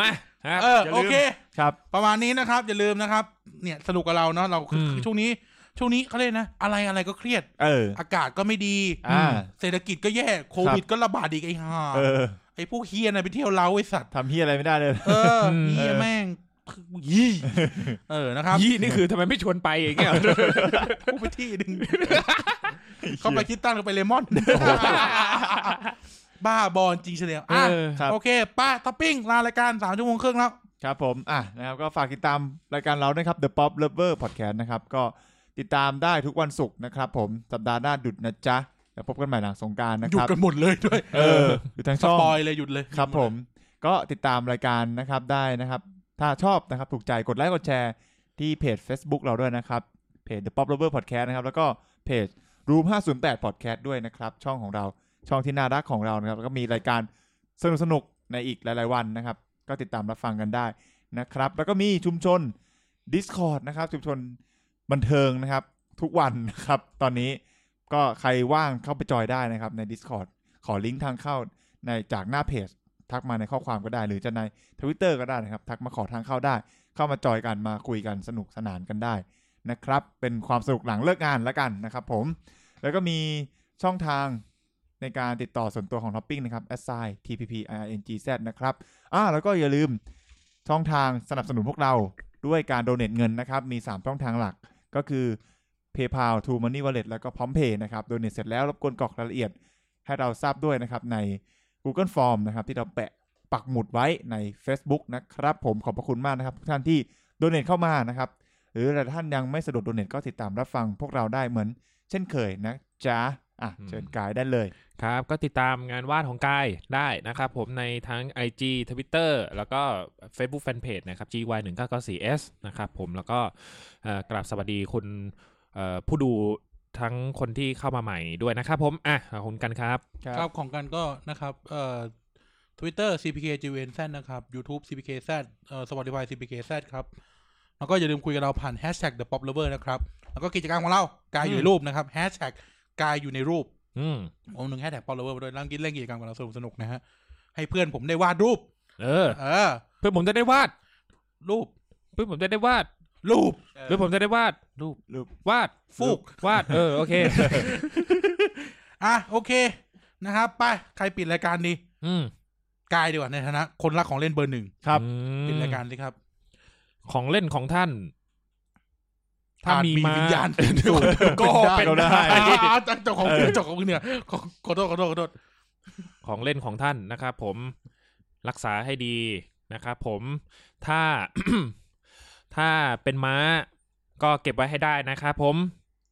มาครับ เออ อย่าลืม โอเค ครับ ประมาณนี้นะครับ อย่าลืมนะครับ เนี่ยสนุกกับเราเนาะเราคือ อืม คือช่วงนี้ ช่วงนี้เขาเรียกนะ อะไรอะไรก็เครียด เออ อากาศก็ไม่ดี อ่า เศรษฐกิจก็แย่ โควิดก็ระบาดอีกไอ้ห่า เออ ไอ้พวกเฮียนะไปเที่ยวเล้าไอ้สัตว์ ทำเฮียอะไรไม่ได้ เลย เออ อืม เฮียแม่งยี่เออนะครับ ยี่นี่คือทำไมไม่ชวนไปอย่างเงี้ย กูไปที่หนึ่งเขาไปคิดตั้งเขาไปเลมอน บ้าบอลจริงเฉลียวอ่ะ เออ ครับ โอเค ป้าท็อปปิ้งลารายการสามชั่วโมงครึ่งแล้ว ครับผม อ่ะ นะครับ ก็ฝากติดตามรายการเรานะครับ The Pop Lover Podcast นะครับ ก็ติดตามได้ทุกวันศุกร์นะครับผม สัปดาห์หน้าดุดนะจ๊ะ แล้วพบกันใหม่หลังสงกรารนะ ห ค ยุด รับ กันหมดเลยด้วย เอออยู่ทาง ส ช่อง ปอยเลยหยุดเลย ครับผม ก็ติดตามรายการนะครับได้นะครับ ถ้าชอบนะครับ ถูกใจกดไลค์กดแชร์ที่เพจ Facebook เราด้วยนะครับ เพจ The Pop Lover Podcast นะครับ แล้วก็เพจ Room 508 Podcast ด้วยนะครับ ช่องของเราช่องที่น่ารักของเรานะครับ แล้วก็มีรายการสนุกๆ ในอีกหลาย ๆ วันนะครับ ก็ติดตามรับฟังกันได้นะครับ แล้วก็มีชุมชน Discord นะครับ ชุมชนบันเทิงนะครับ ทุกวันนะครับ ตอนนี้ก็ใครว่างเข้าไปจอยได้นะครับใน Discord ขอลิงก์ทางเข้าในจากหน้าเพจ ทักมาในข้อความก็ได้ หรือจะในทวิตเตอร์ก็ได้นะครับ ทักมาขอทางเข้าได้ เข้ามาจอยกันมาคุยกันสนุกสนานกันได้นะครับ เป็นความสนุกหลังเลิกงานแล้วกันนะครับผม แล้วก็มีช่องทางในการติดต่อส่วนตัวของท็อปปิ้งนะครับ s i tpp irng z นะครับอ่าแล้วก็อย่าลืมช่องทางสนับสนุนพวกเราด้วยการโดเน a t เงินนะครับ มี 3 ช่องทางหลักก็คือ PayPal, True Money Wallet แล้วก็ PromptPay นะครับโดเน a t เสร็จแล้วรบกวนกรอกรายละเอียดให้เราทราบด้วยนะครับใน Google Form นะครับที่เราแปะปักหมุดไว้ใน Facebook นะครับผมขอบพระคุณมากนะครับ ทุกท่านที่โดเนทเข้ามานะครับ หรือถ้าท่านยังไม่สะดวกโดเนทก็ติดตามรับฟังพวกเราได้เหมือน เช่นเคยนะจ๊ะอ่ะ อืม เชิญกายได้เลย ครับ ก็ติดตามงานวาดของกายได้นะครับ ผมในทั้ง IG Twitter แล้วก็ Facebook Fanpage นะครับ GY 1 9 9 4 S นะครับผมแล้วก็เอ่อกราบสวัสดีคุณเอ่อผู้ดู ทั้งคนที่เข้ามาใหม่ด้วยนะครับผม อ่ะขอบคุณกันครับ ครับของกันก็นะครับเอ่อ Twitter CPK JVNZ นะครับ YouTube CPKZ เอ่อ Spotify CPKZ ครับ แล้วก็อย่าลืมคุยกับเราผ่าน Hashtag The Pop Lover นะครับ แล้วก็กิจกรรมของเรา กายอยู่ในรูปนะครับ Hashtag กายอยู่ในรูป อืม เอาหนึ่ง Hashtag Pop Lover มาด้วยแล้วกินเล่นกิจกรรมกับเราสนุกสนุกๆนะฮะ ให้เพื่อนผมได้วาดรูป เออ เออ เพื่อนผมจะได้วาด รูป เพื่อนผมจะได้วาด รูป เพื่อนผมจะได้วาด รูป รูป วาด ฟุก วาด เออ โอเค อ่ะ โอเค นะครับ ไป ใครปิดรายการดี อืม กายดีกว่าในฐานะ คนรักของเล่นเบอร์หนึ่ง ครับ อืม ปิดรายการสิครับ ของเล่นของท่าน ถ้า อาจ มี มี มา วิญญาณสิงสู่ ก็เป็น ได้ ได้เจ้าของเจ้าของเนี่ยขอขอโทษขอโทษขอโทษ ของเล่นของท่านนะครับผมรักษาให้ดีนะครับผมถ้า ถ้าเป็นม้า ก็เก็บไว้ให้ได้นะครับผม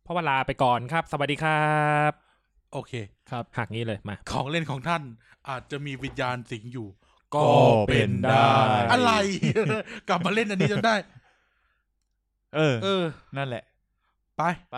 เพราะเวลาไปก่อนครับ สวัสดีครับ โอเค หักนี้เลยมา ของเล่นของท่านอาจจะมีวิญญาณสิงอยู่ ก็เป็นได้ อะไร กลับมาเล่นอันนี้จนได้ เออ เออ นั่นแหละ ไป ไป